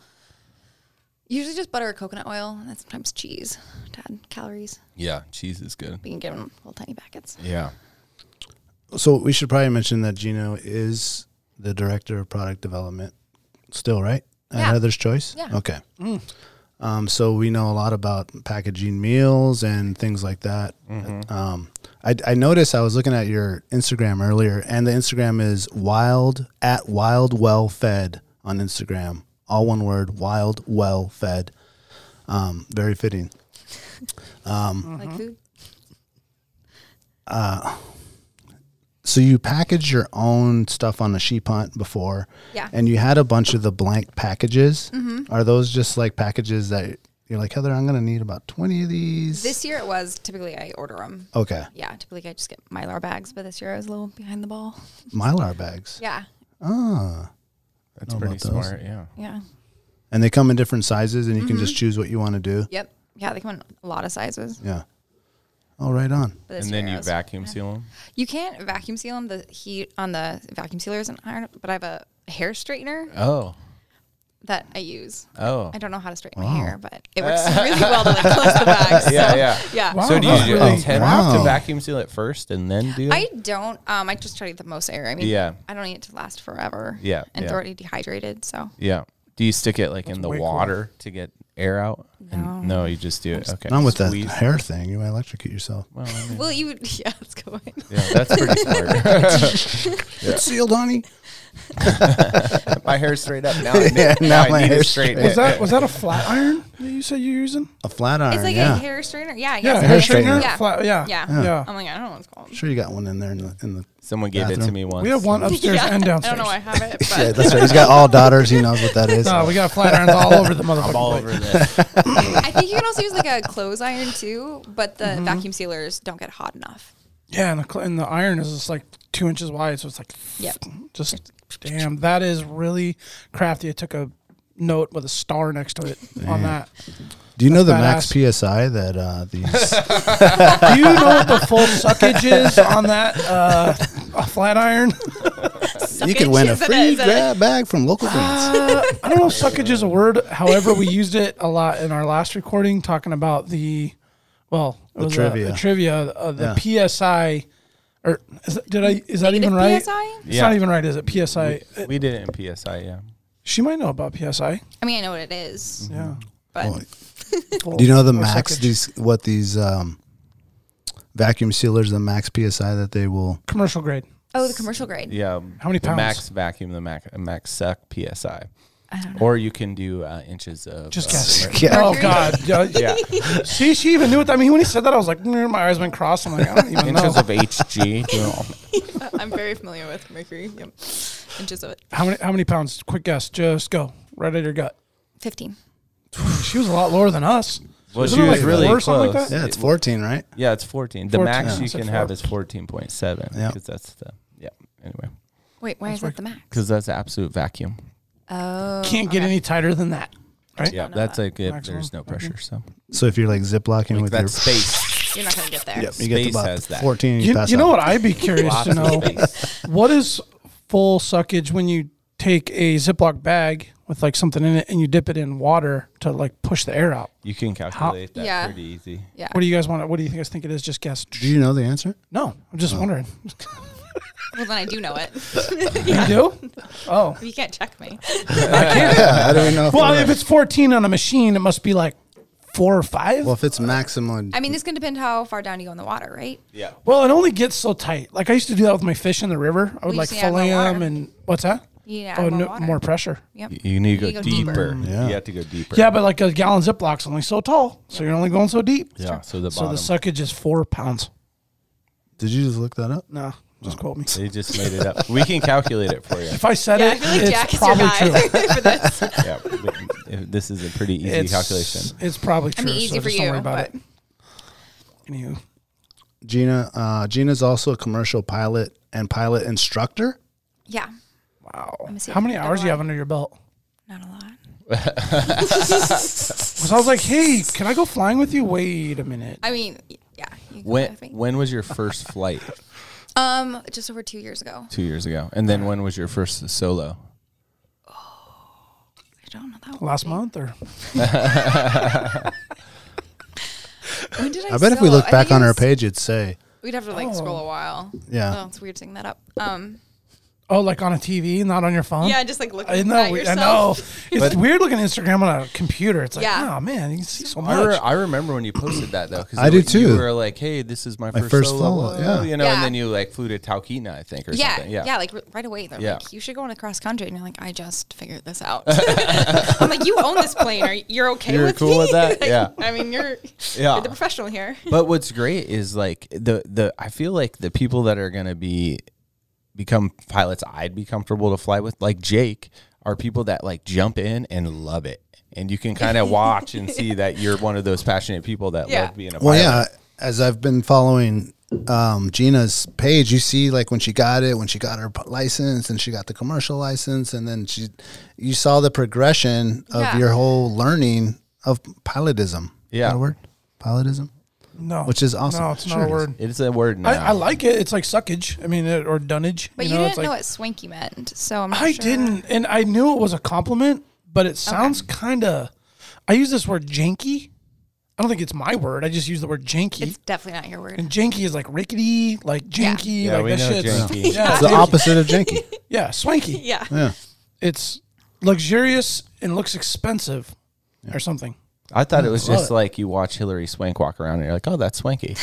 Speaker 5: Usually just butter or coconut oil, and then sometimes cheese to add calories.
Speaker 3: Yeah, cheese is good.
Speaker 5: We can give them little tiny packets.
Speaker 3: Yeah.
Speaker 2: So we should probably mention that Gino is the director of product development still, right? At
Speaker 5: Yeah.
Speaker 2: Heather's Choice?
Speaker 5: Yeah.
Speaker 2: Okay. Um, so we know a lot about packaging meals and things like that. Um, I, I noticed I was looking at your Instagram earlier, and the Instagram is wild at wild well fed on Instagram. All one word, wild well fed. Um, very fitting.
Speaker 4: Mm-hmm.
Speaker 5: Like food.
Speaker 2: So you packaged your own stuff on a sheep hunt before.
Speaker 5: Yeah. Mm-hmm.
Speaker 2: And you had a bunch of the blank packages. Are those just like packages that you're like, Heather, I'm going to need about 20 of these?
Speaker 5: This year it was typically I order them.
Speaker 2: okay.
Speaker 5: Yeah, typically I just get Mylar bags, but this year I was a little behind the ball.
Speaker 2: Mylar bags.
Speaker 5: Yeah,
Speaker 2: Ah.
Speaker 3: That's
Speaker 2: Know
Speaker 3: pretty
Speaker 2: about those.
Speaker 3: smart. Yeah.
Speaker 5: yeah,
Speaker 2: And they come in different sizes and you can
Speaker 5: Mm-hmm.
Speaker 2: just choose what you want to do.
Speaker 5: yep, yeah. They come in a lot of sizes.
Speaker 2: Yeah. Oh, right on.
Speaker 5: But this
Speaker 3: and then
Speaker 5: year I
Speaker 3: you
Speaker 5: was-
Speaker 3: vacuum seal them.
Speaker 5: You can't vacuum seal them. The heat on the vacuum sealer isn't iron, but I have a hair straightener
Speaker 3: Oh.
Speaker 5: that I use.
Speaker 3: Oh.
Speaker 5: I don't know how to straighten my hair, but it works really well to like close the bags.
Speaker 3: Yeah,
Speaker 5: so,
Speaker 3: yeah.
Speaker 5: yeah.
Speaker 4: Wow,
Speaker 3: so do you
Speaker 4: that's really-
Speaker 3: intend
Speaker 2: Wow.
Speaker 3: to vacuum seal it first and then do?
Speaker 5: I
Speaker 3: it?
Speaker 5: don't. Um, I just try to get the most air. I mean,
Speaker 3: Yeah.
Speaker 5: I don't need it to last forever.
Speaker 3: Yeah,
Speaker 5: and it's
Speaker 3: yeah.
Speaker 5: already dehydrated, so
Speaker 3: Yeah. Do you stick it like in the
Speaker 4: way cool.
Speaker 3: water to get air out? And-
Speaker 5: No.
Speaker 3: no, you just do it. Okay.
Speaker 2: Not with that
Speaker 3: Squeeze.
Speaker 2: hair thing. You might electrocute yourself.
Speaker 3: Well, I mean,
Speaker 5: Well, you would, yeah, it's going.
Speaker 3: yeah, that's pretty smart.
Speaker 2: It's sealed, honey.
Speaker 3: my hair's straight up now.
Speaker 2: Yeah, now my
Speaker 3: hair
Speaker 2: hair's
Speaker 3: straight.
Speaker 4: Was that was that a flat iron that you said you're using?
Speaker 2: A flat iron.
Speaker 5: It's like
Speaker 2: yeah.
Speaker 5: a hair straightener. Yeah, I
Speaker 4: Yeah,
Speaker 5: guess.
Speaker 4: hair
Speaker 2: straightener.
Speaker 4: straightener.
Speaker 5: Yeah.
Speaker 4: Flat, yeah.
Speaker 5: Yeah.
Speaker 4: Yeah.
Speaker 5: I'm like, I don't know what it's called.
Speaker 2: Sure, you got one in there in the in the.
Speaker 3: Someone gave it to
Speaker 2: Bathroom.
Speaker 3: me once.
Speaker 4: We have one upstairs
Speaker 5: Yeah,
Speaker 4: and downstairs.
Speaker 5: I don't know why I have it, but
Speaker 2: Yeah, that's right. He's got all daughters. He knows what that is.
Speaker 4: No, we got flat irons all over the motherfucker.
Speaker 3: I'm all over this.
Speaker 5: I think you can also use like a clothes iron too, but the
Speaker 4: Mm-hmm.
Speaker 5: vacuum sealers don't get hot enough.
Speaker 4: Yeah, and the, cl- and the iron is just like two inches wide, so it's like,
Speaker 5: Yep.
Speaker 4: just damn, that is really crafty. I took a note with a star next to it on that.
Speaker 2: Do you know the
Speaker 4: That's
Speaker 2: max psi that uh, these?
Speaker 4: Do you know what the full suckage is on that uh, a flat iron?
Speaker 2: you could win a
Speaker 5: Suckage, is it-
Speaker 2: free
Speaker 5: is it-
Speaker 2: grab bag from local brands.
Speaker 4: Uh, I don't know if suckage is a word. However, we used it a lot in our last recording talking about the, well, it was a- a
Speaker 2: trivia.
Speaker 4: trivia, uh, the PSI, or is it, did I, is that
Speaker 5: Negative
Speaker 4: even right?
Speaker 5: PSI?
Speaker 4: It's
Speaker 3: Yeah.
Speaker 4: not even right, is it? PSI.
Speaker 3: We did it in PSI. Yeah.
Speaker 4: She might know about PSI.
Speaker 5: I mean, I know what it is,
Speaker 4: Yeah.
Speaker 5: but
Speaker 4: Oh,
Speaker 2: Oh, Do you know the
Speaker 4: Or
Speaker 2: max
Speaker 4: suckage.
Speaker 2: these what these um, vacuum sealers the max psi that they will?
Speaker 4: commercial grade.
Speaker 5: oh, the commercial grade.
Speaker 3: Yeah. um,
Speaker 4: How many
Speaker 3: the
Speaker 4: pounds?
Speaker 3: Max vacuum, the max, uh, max suck PSI. Or you can do uh, inches of.
Speaker 4: Just
Speaker 3: uh,
Speaker 4: guess.
Speaker 2: Yeah.
Speaker 4: Oh God! Yeah, yeah. See, she even knew it. I mean, when he said that, I was like, "Mm," my eyes went cross. I'm like, I don't even know.
Speaker 3: Inches of HG. you know.
Speaker 5: Uh, I'm very familiar with mercury. Yep. Inches of it.
Speaker 4: How many? How many pounds? Quick guess. Just go right at your gut.
Speaker 5: 15.
Speaker 4: She was a lot lower than us.
Speaker 3: Well,
Speaker 4: Wasn't
Speaker 3: she
Speaker 4: it
Speaker 3: was
Speaker 4: like
Speaker 3: really
Speaker 4: four or
Speaker 3: close.
Speaker 4: something like that?
Speaker 2: Yeah, it's fourteen, right?
Speaker 3: Yeah, it's 14. The
Speaker 4: 14,
Speaker 3: max
Speaker 4: yeah.
Speaker 3: you
Speaker 4: Said
Speaker 3: can
Speaker 4: four.
Speaker 3: have is 14.7
Speaker 2: Yeah.
Speaker 3: because that's the, yeah, anyway,
Speaker 5: Wait, why is that the max?
Speaker 3: because that's absolute vacuum.
Speaker 5: Oh,
Speaker 4: Can't get any tighter than that. Right?
Speaker 3: Yeah, that's like it,
Speaker 4: Maximum
Speaker 3: there's no pressure. So
Speaker 2: So if you're like ziplocking
Speaker 3: like
Speaker 2: with your
Speaker 3: that space.
Speaker 5: you're not going to get there.
Speaker 2: yep, you get to
Speaker 3: space
Speaker 2: about
Speaker 3: has that.
Speaker 2: fourteen. You,
Speaker 4: You,
Speaker 2: pass
Speaker 4: you know
Speaker 2: out.
Speaker 4: what? I'd be curious
Speaker 3: Lots
Speaker 4: to
Speaker 3: of
Speaker 4: know
Speaker 3: space.
Speaker 4: what is full suckage when you take a Ziploc bag with like something in it and you dip it in water to like push the air out.
Speaker 3: You can calculate that
Speaker 5: Yeah.
Speaker 3: pretty easy.
Speaker 5: Yeah.
Speaker 4: What do you guys want? What do you guys think it is? Just guess.
Speaker 2: Do you know the answer?
Speaker 4: No, I'm just wondering.
Speaker 5: Well, then I do know it.
Speaker 4: You do? Oh.
Speaker 5: you can't check me.
Speaker 2: yeah, I don't even know. If
Speaker 4: Well,
Speaker 2: we're
Speaker 4: if
Speaker 2: right.
Speaker 4: it's 14 on a machine, it must be like four or five.
Speaker 2: well,
Speaker 4: Well,
Speaker 2: if it's maximum,
Speaker 5: I mean, it's going to depend how far down you go in the water, right?
Speaker 3: Yeah.
Speaker 4: it only gets so tight. Like I used to do that with my fish in the river. I would
Speaker 5: We
Speaker 4: like
Speaker 5: used to add more
Speaker 4: fillet them
Speaker 5: water.
Speaker 4: and what's that?
Speaker 5: You need to add
Speaker 4: Oh,
Speaker 5: more
Speaker 4: no,
Speaker 5: water.
Speaker 4: more pressure.
Speaker 5: Yep.
Speaker 3: You need to
Speaker 5: You
Speaker 3: go,
Speaker 5: go
Speaker 3: deeper.
Speaker 5: deeper.
Speaker 2: Yeah.
Speaker 3: Mm-hmm. You have to go deeper.
Speaker 4: Yeah, but like a gallon Ziplocs only so tall, so you're only going so deep.
Speaker 3: Yeah, so the
Speaker 4: So
Speaker 3: bottom.
Speaker 4: the suckage is four pounds.
Speaker 2: did you just look that up?
Speaker 4: No, just quote me.
Speaker 3: they just made it up. We can calculate it for you.
Speaker 4: If I said
Speaker 5: Yeah, I
Speaker 4: it,
Speaker 5: feel like
Speaker 4: it's
Speaker 5: Jack is your
Speaker 4: probably
Speaker 5: guy
Speaker 4: true.
Speaker 5: for this.
Speaker 3: Yeah. but This is a pretty easy
Speaker 4: It's,
Speaker 3: calculation.
Speaker 4: it's probably true.
Speaker 5: I mean, easy
Speaker 4: so
Speaker 5: for
Speaker 4: just don't
Speaker 5: you,
Speaker 4: worry about
Speaker 5: but
Speaker 4: it. Anywho,
Speaker 2: Gina, uh, Gina's also a commercial pilot and pilot instructor.
Speaker 5: yeah,
Speaker 4: wow.
Speaker 5: see
Speaker 4: How
Speaker 5: if
Speaker 4: many
Speaker 5: I
Speaker 4: hours do you
Speaker 5: have
Speaker 4: have under your belt?
Speaker 5: not a lot.
Speaker 4: 'Cause I was like, hey, can I go flying with you? Wait a minute.
Speaker 5: I mean, y- yeah. You can go
Speaker 3: When
Speaker 5: with me.
Speaker 3: when was your first flight?
Speaker 5: Um, just over two years ago.
Speaker 3: Two years ago, and then when was your first solo?
Speaker 5: I don't know that.
Speaker 4: Last
Speaker 5: one.
Speaker 4: month or
Speaker 5: When did I?
Speaker 2: I bet if we
Speaker 5: solo?
Speaker 2: look
Speaker 5: I
Speaker 2: back
Speaker 5: think it
Speaker 2: on her
Speaker 5: was-
Speaker 2: page, it'd say
Speaker 5: we'd have to like scroll a while.
Speaker 2: Yeah.
Speaker 5: Oh, it's weird seeing that up. Um,
Speaker 4: Oh, like on a TV, not on your phone.
Speaker 5: yeah, just like looking
Speaker 4: I know.
Speaker 5: at
Speaker 4: we- I know.
Speaker 5: yourself.
Speaker 4: It's weird looking Instagram on a computer. It's like,
Speaker 5: Yeah.
Speaker 4: oh man, you can see so
Speaker 3: I,
Speaker 4: much.
Speaker 3: re- I remember when you posted that though. 'cause
Speaker 2: I
Speaker 3: it
Speaker 2: do
Speaker 3: was-
Speaker 2: too.
Speaker 3: You were like, "Hey, this is my, first,
Speaker 2: first
Speaker 3: solo."
Speaker 2: solo,
Speaker 3: Whoa,
Speaker 2: yeah.
Speaker 3: you know,
Speaker 5: Yeah.
Speaker 3: and then you like flew to Taukina, I think, or
Speaker 5: Yeah,
Speaker 3: something.
Speaker 5: yeah,
Speaker 3: Yeah,
Speaker 5: like r- right away. They're
Speaker 3: Yeah.
Speaker 5: like, "You should go on a cross country," and you're like, "I just figured this out." I'm like, "You own this plane. Are you, you're okay
Speaker 3: You're
Speaker 5: with
Speaker 3: cool
Speaker 5: me?"
Speaker 3: with that?
Speaker 5: Like,
Speaker 3: Yeah.
Speaker 5: I mean, you're
Speaker 3: Yeah.
Speaker 5: you're the professional here.
Speaker 3: But what's great is like the the I feel like the people that are gonna be become pilots I'd be comfortable to fly with, like Jake, are people that like jump in and love it. And you can kind of watch and see that you're one of those passionate people that
Speaker 5: Yeah.
Speaker 3: love being a pilot.
Speaker 2: Well, yeah, as I've been following um, Gina's page, you see like when she got it, when she got her p- license, and she got the commercial license, and then she, you saw the progression of
Speaker 5: Yeah.
Speaker 2: your whole learning of pilotism.
Speaker 3: Yeah.
Speaker 2: Is that a word, pilotism.
Speaker 4: No,
Speaker 2: Which is awesome.
Speaker 4: No, it's
Speaker 2: Sure it
Speaker 4: not a
Speaker 2: is.
Speaker 4: word.
Speaker 3: It's a word now.
Speaker 4: I, I like it. It's like suckage. I mean, or dunnage.
Speaker 5: But you,
Speaker 4: know, it's
Speaker 5: didn't know
Speaker 4: like-
Speaker 5: what swanky meant, so I'm not
Speaker 4: I
Speaker 5: sure.
Speaker 4: didn't, and I knew it was a compliment, but it sounds kind of. I use this word janky. I don't think it's my word. I just use the word janky.
Speaker 5: It's definitely not your word.
Speaker 4: and janky is like rickety, like
Speaker 5: Yeah.
Speaker 4: janky,
Speaker 3: Yeah,
Speaker 4: like
Speaker 3: we
Speaker 4: that
Speaker 3: know
Speaker 4: shit's
Speaker 3: janky.
Speaker 4: Yeah,
Speaker 2: It's the
Speaker 4: dude.
Speaker 2: opposite of janky.
Speaker 4: yeah, swanky.
Speaker 5: Yeah.
Speaker 2: Yeah.
Speaker 4: It's luxurious and looks expensive, or something.
Speaker 3: I thought it was
Speaker 4: Love
Speaker 3: just
Speaker 4: it.
Speaker 3: like you watch Hillary Swank walk around and you're like, oh, that's swanky.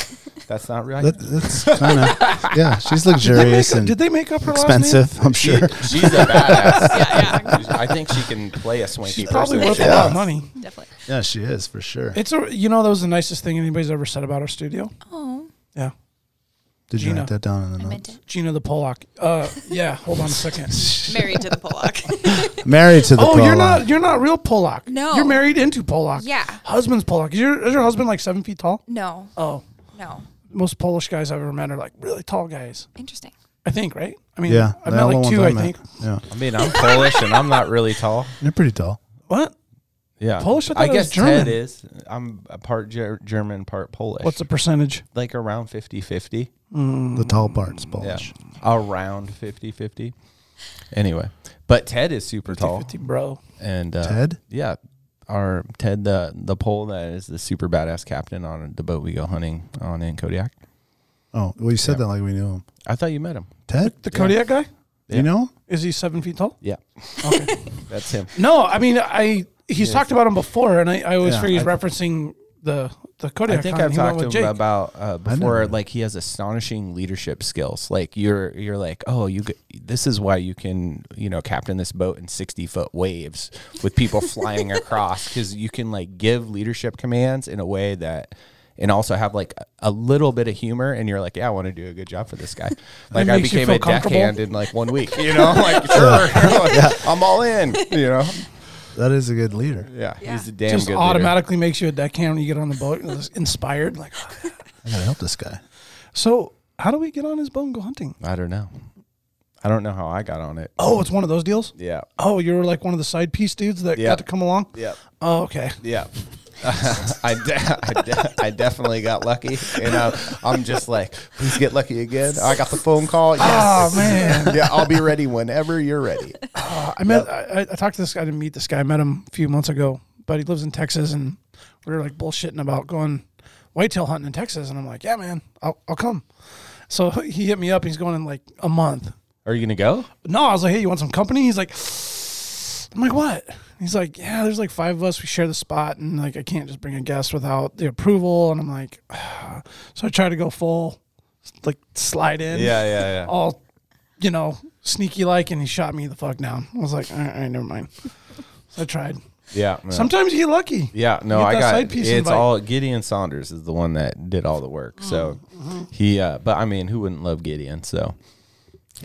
Speaker 3: That's not right.
Speaker 2: That, that's kind of yeah. She's
Speaker 4: Did they, make
Speaker 2: luxurious
Speaker 4: up,
Speaker 2: and
Speaker 4: did they make up her last
Speaker 2: expensive. I'm
Speaker 3: She-
Speaker 2: sure.
Speaker 3: she's a badass. I think she can play a swanky
Speaker 4: name? Probably
Speaker 3: person.
Speaker 4: worth a lot of money.
Speaker 5: Definitely.
Speaker 2: Yeah, she is for sure.
Speaker 4: It's a you know that was the nicest thing anybody's ever said about our studio.
Speaker 5: Oh,
Speaker 4: Yeah,
Speaker 2: Did you
Speaker 4: Gina.
Speaker 2: write that down in the
Speaker 5: I
Speaker 2: notes?
Speaker 5: meant it.
Speaker 4: Gina the Pollock. Uh, yeah. Hold on a second.
Speaker 5: Married to the Pollock.
Speaker 2: Married to the
Speaker 4: Oh, you're
Speaker 2: prologue.
Speaker 4: not you're not real Pollock.
Speaker 5: No.
Speaker 4: you're married into Pollock.
Speaker 5: Yeah.
Speaker 4: husband's Pollock. Is your, is your husband like seven feet tall?
Speaker 5: no,
Speaker 4: Oh,
Speaker 5: no.
Speaker 4: most Polish guys I've ever met are like really tall guys.
Speaker 5: Interesting.
Speaker 4: I think, right? I mean,
Speaker 2: Yeah,
Speaker 4: I
Speaker 2: the
Speaker 4: met
Speaker 2: only
Speaker 4: like
Speaker 2: ones
Speaker 4: two. I,
Speaker 2: met.
Speaker 4: think.
Speaker 2: Yeah,
Speaker 3: I mean, I'm Polish and I'm not really tall.
Speaker 2: you're pretty tall.
Speaker 4: What?
Speaker 3: Yeah,
Speaker 4: Polish? I
Speaker 3: I,
Speaker 4: thought it was
Speaker 3: guess
Speaker 4: German.
Speaker 3: Ted is. I'm a part ger- German, part Polish.
Speaker 4: What's the percentage? Mm,
Speaker 3: like around 50-50?
Speaker 2: The tall part's
Speaker 3: Yeah,
Speaker 2: Polish.
Speaker 3: around 50-50. Anyway, but Ted is super tall,
Speaker 4: 50, bro.
Speaker 3: and uh,
Speaker 2: Ted?
Speaker 3: yeah, our Ted the the pole that is the super badass captain on the boat we go hunting on in Kodiak.
Speaker 2: Oh, well, you said that like we knew him.
Speaker 3: I thought you met him.
Speaker 2: Ted,
Speaker 4: The Kodiak guy
Speaker 3: Yeah.
Speaker 2: you know him?
Speaker 4: is he seven feet tall?
Speaker 3: Yeah, that's him.
Speaker 4: No, I mean I. He's talked about him before, and I, I always
Speaker 2: Yeah,
Speaker 4: figure he's
Speaker 2: I-
Speaker 4: referencing the the
Speaker 3: I
Speaker 4: Kodiak.
Speaker 3: think
Speaker 4: con.
Speaker 3: I've
Speaker 4: He went
Speaker 3: talked to
Speaker 4: with
Speaker 3: him
Speaker 4: Jake.
Speaker 3: about uh,
Speaker 2: I know.
Speaker 3: before. Like he has astonishing leadership skills. Like you're you're like oh you g- this is why you can you know captain this boat in sixty foot waves with people flying across because you can like give leadership commands in a way that. And also have like a- a little bit of humor, and you're like, yeah, I want to do a good job for this guy. Like I
Speaker 4: makes you
Speaker 3: became
Speaker 4: feel
Speaker 3: a
Speaker 4: comfortable?
Speaker 3: deckhand in like one week, you know? Like sure, I'm all in, you know?
Speaker 2: That is a good leader.
Speaker 3: Yeah,
Speaker 5: Yeah.
Speaker 3: he's a damn
Speaker 4: Just
Speaker 3: good. leader.
Speaker 4: automatically makes you a deckhand when you get on the boat. You're just inspired, like. "Oh, yeah."
Speaker 2: I gotta help this guy.
Speaker 4: So how do we get on his boat and go hunting?
Speaker 3: I don't know. I don't know how I got on it.
Speaker 4: Oh, it's one of those deals.
Speaker 3: Yeah.
Speaker 4: Oh, you were like one of the side piece dudes that
Speaker 3: Yeah.
Speaker 4: got to come along.
Speaker 3: Yeah.
Speaker 4: Oh, okay.
Speaker 3: Yeah. I, de- I, de- I definitely got lucky. And uh, I'm just like, please get lucky again. I got the phone call. Yes.
Speaker 4: Oh man,
Speaker 3: yeah, I'll be ready whenever you're ready.
Speaker 4: I met. I, I I talked to this guy. I didn't meet this guy. I met him a few months ago, but he lives in Texas, and we were like bullshitting about going whitetail hunting in Texas. And I'm like, yeah, man, I'll, I'll come. So he hit me up. He's going in like a month.
Speaker 3: Are you going to go?
Speaker 4: No, I was like, hey, you want some company? He's like, I'm like, what? He's like, yeah, there's like five of us. We share the spot, and like, I can't just bring a guest without the approval. And I'm like, so I try to go full, like, slide in.
Speaker 3: yeah,
Speaker 4: all you know sneaky like and he shot me the fuck down i was like all right, all right, never mind so i tried
Speaker 3: Yeah. Yeah.
Speaker 4: sometimes you get lucky
Speaker 3: yeah, no,
Speaker 4: You get
Speaker 3: I
Speaker 4: that
Speaker 3: got
Speaker 4: side piece
Speaker 3: it's
Speaker 4: invite.
Speaker 3: all Gideon Saunders is the one that did all the work. So
Speaker 4: Mm-hmm.
Speaker 3: he, uh, but I mean, who wouldn't love Gideon? So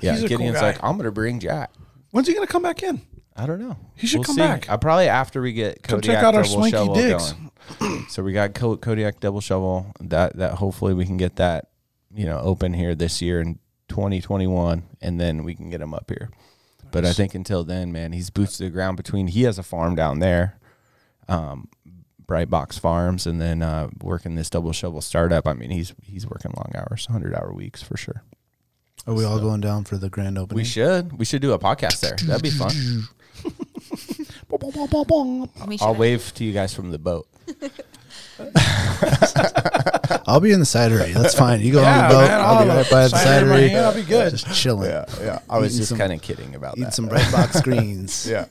Speaker 3: yeah,
Speaker 4: He's a cool
Speaker 3: Gideon's
Speaker 4: guy.
Speaker 3: like, I'm gonna bring Jack.
Speaker 4: when's he gonna come back in
Speaker 3: I don't know.
Speaker 4: He should come
Speaker 3: see.
Speaker 4: back.
Speaker 3: Uh, probably after we get
Speaker 4: Come
Speaker 3: Kodiak
Speaker 4: check out our
Speaker 3: double
Speaker 4: swanky
Speaker 3: shovel
Speaker 4: dicks.
Speaker 3: going. so we got Co- Kodiak double shovel. That that hopefully we can get that you know open here this year in 2021, and then we can get him up here. But I think until then, man, he's boots to the ground. Between he has a farm down there, um, Bright Box Farms, and then uh, working this double shovel startup. I mean, he's he's working long hours, 100 hour weeks for sure.
Speaker 2: Are we all going down for the grand opening?
Speaker 3: We should we should do a podcast there. That'd be fun.
Speaker 4: Bong, bong, bong, bong, bong.
Speaker 5: We should.
Speaker 3: I'll wave to you guys from the boat.
Speaker 2: I'll be in the cidery. That's fine. You go
Speaker 4: Yeah,
Speaker 2: on the boat.
Speaker 4: man,
Speaker 2: I'll be
Speaker 4: I'll
Speaker 2: right by the
Speaker 4: cider in my
Speaker 2: cidery.
Speaker 4: hand, I'll be good.
Speaker 2: Just chilling.
Speaker 3: yeah. I was
Speaker 2: Eating
Speaker 3: just
Speaker 2: some-
Speaker 3: kind of kidding about
Speaker 2: Eat
Speaker 3: that.
Speaker 2: some red box greens.
Speaker 3: yeah.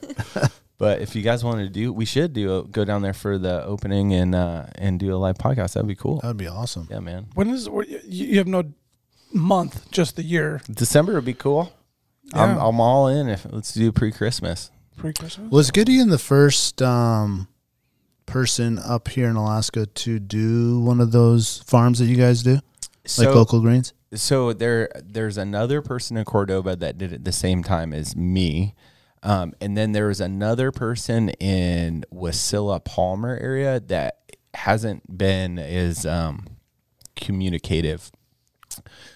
Speaker 3: but if you guys want to do, we should do a, go down there for the opening and uh and do a live podcast. That'd be cool.
Speaker 2: That would be awesome.
Speaker 3: yeah, man.
Speaker 4: when is where- you, you have no month just the year
Speaker 3: December would be cool. I'm
Speaker 4: Yeah.
Speaker 3: I'm all in. If let's do pre Christmas.
Speaker 4: pre-christmas
Speaker 2: Was Gideon the first um, person up here in Alaska to do one of those farms that you guys do, like
Speaker 3: So
Speaker 2: local greens?
Speaker 3: so there there's another person in Cordoba that did it the same time as me. Um, and then there was another person in Wasilla Palmer area that hasn't been as um, communicative.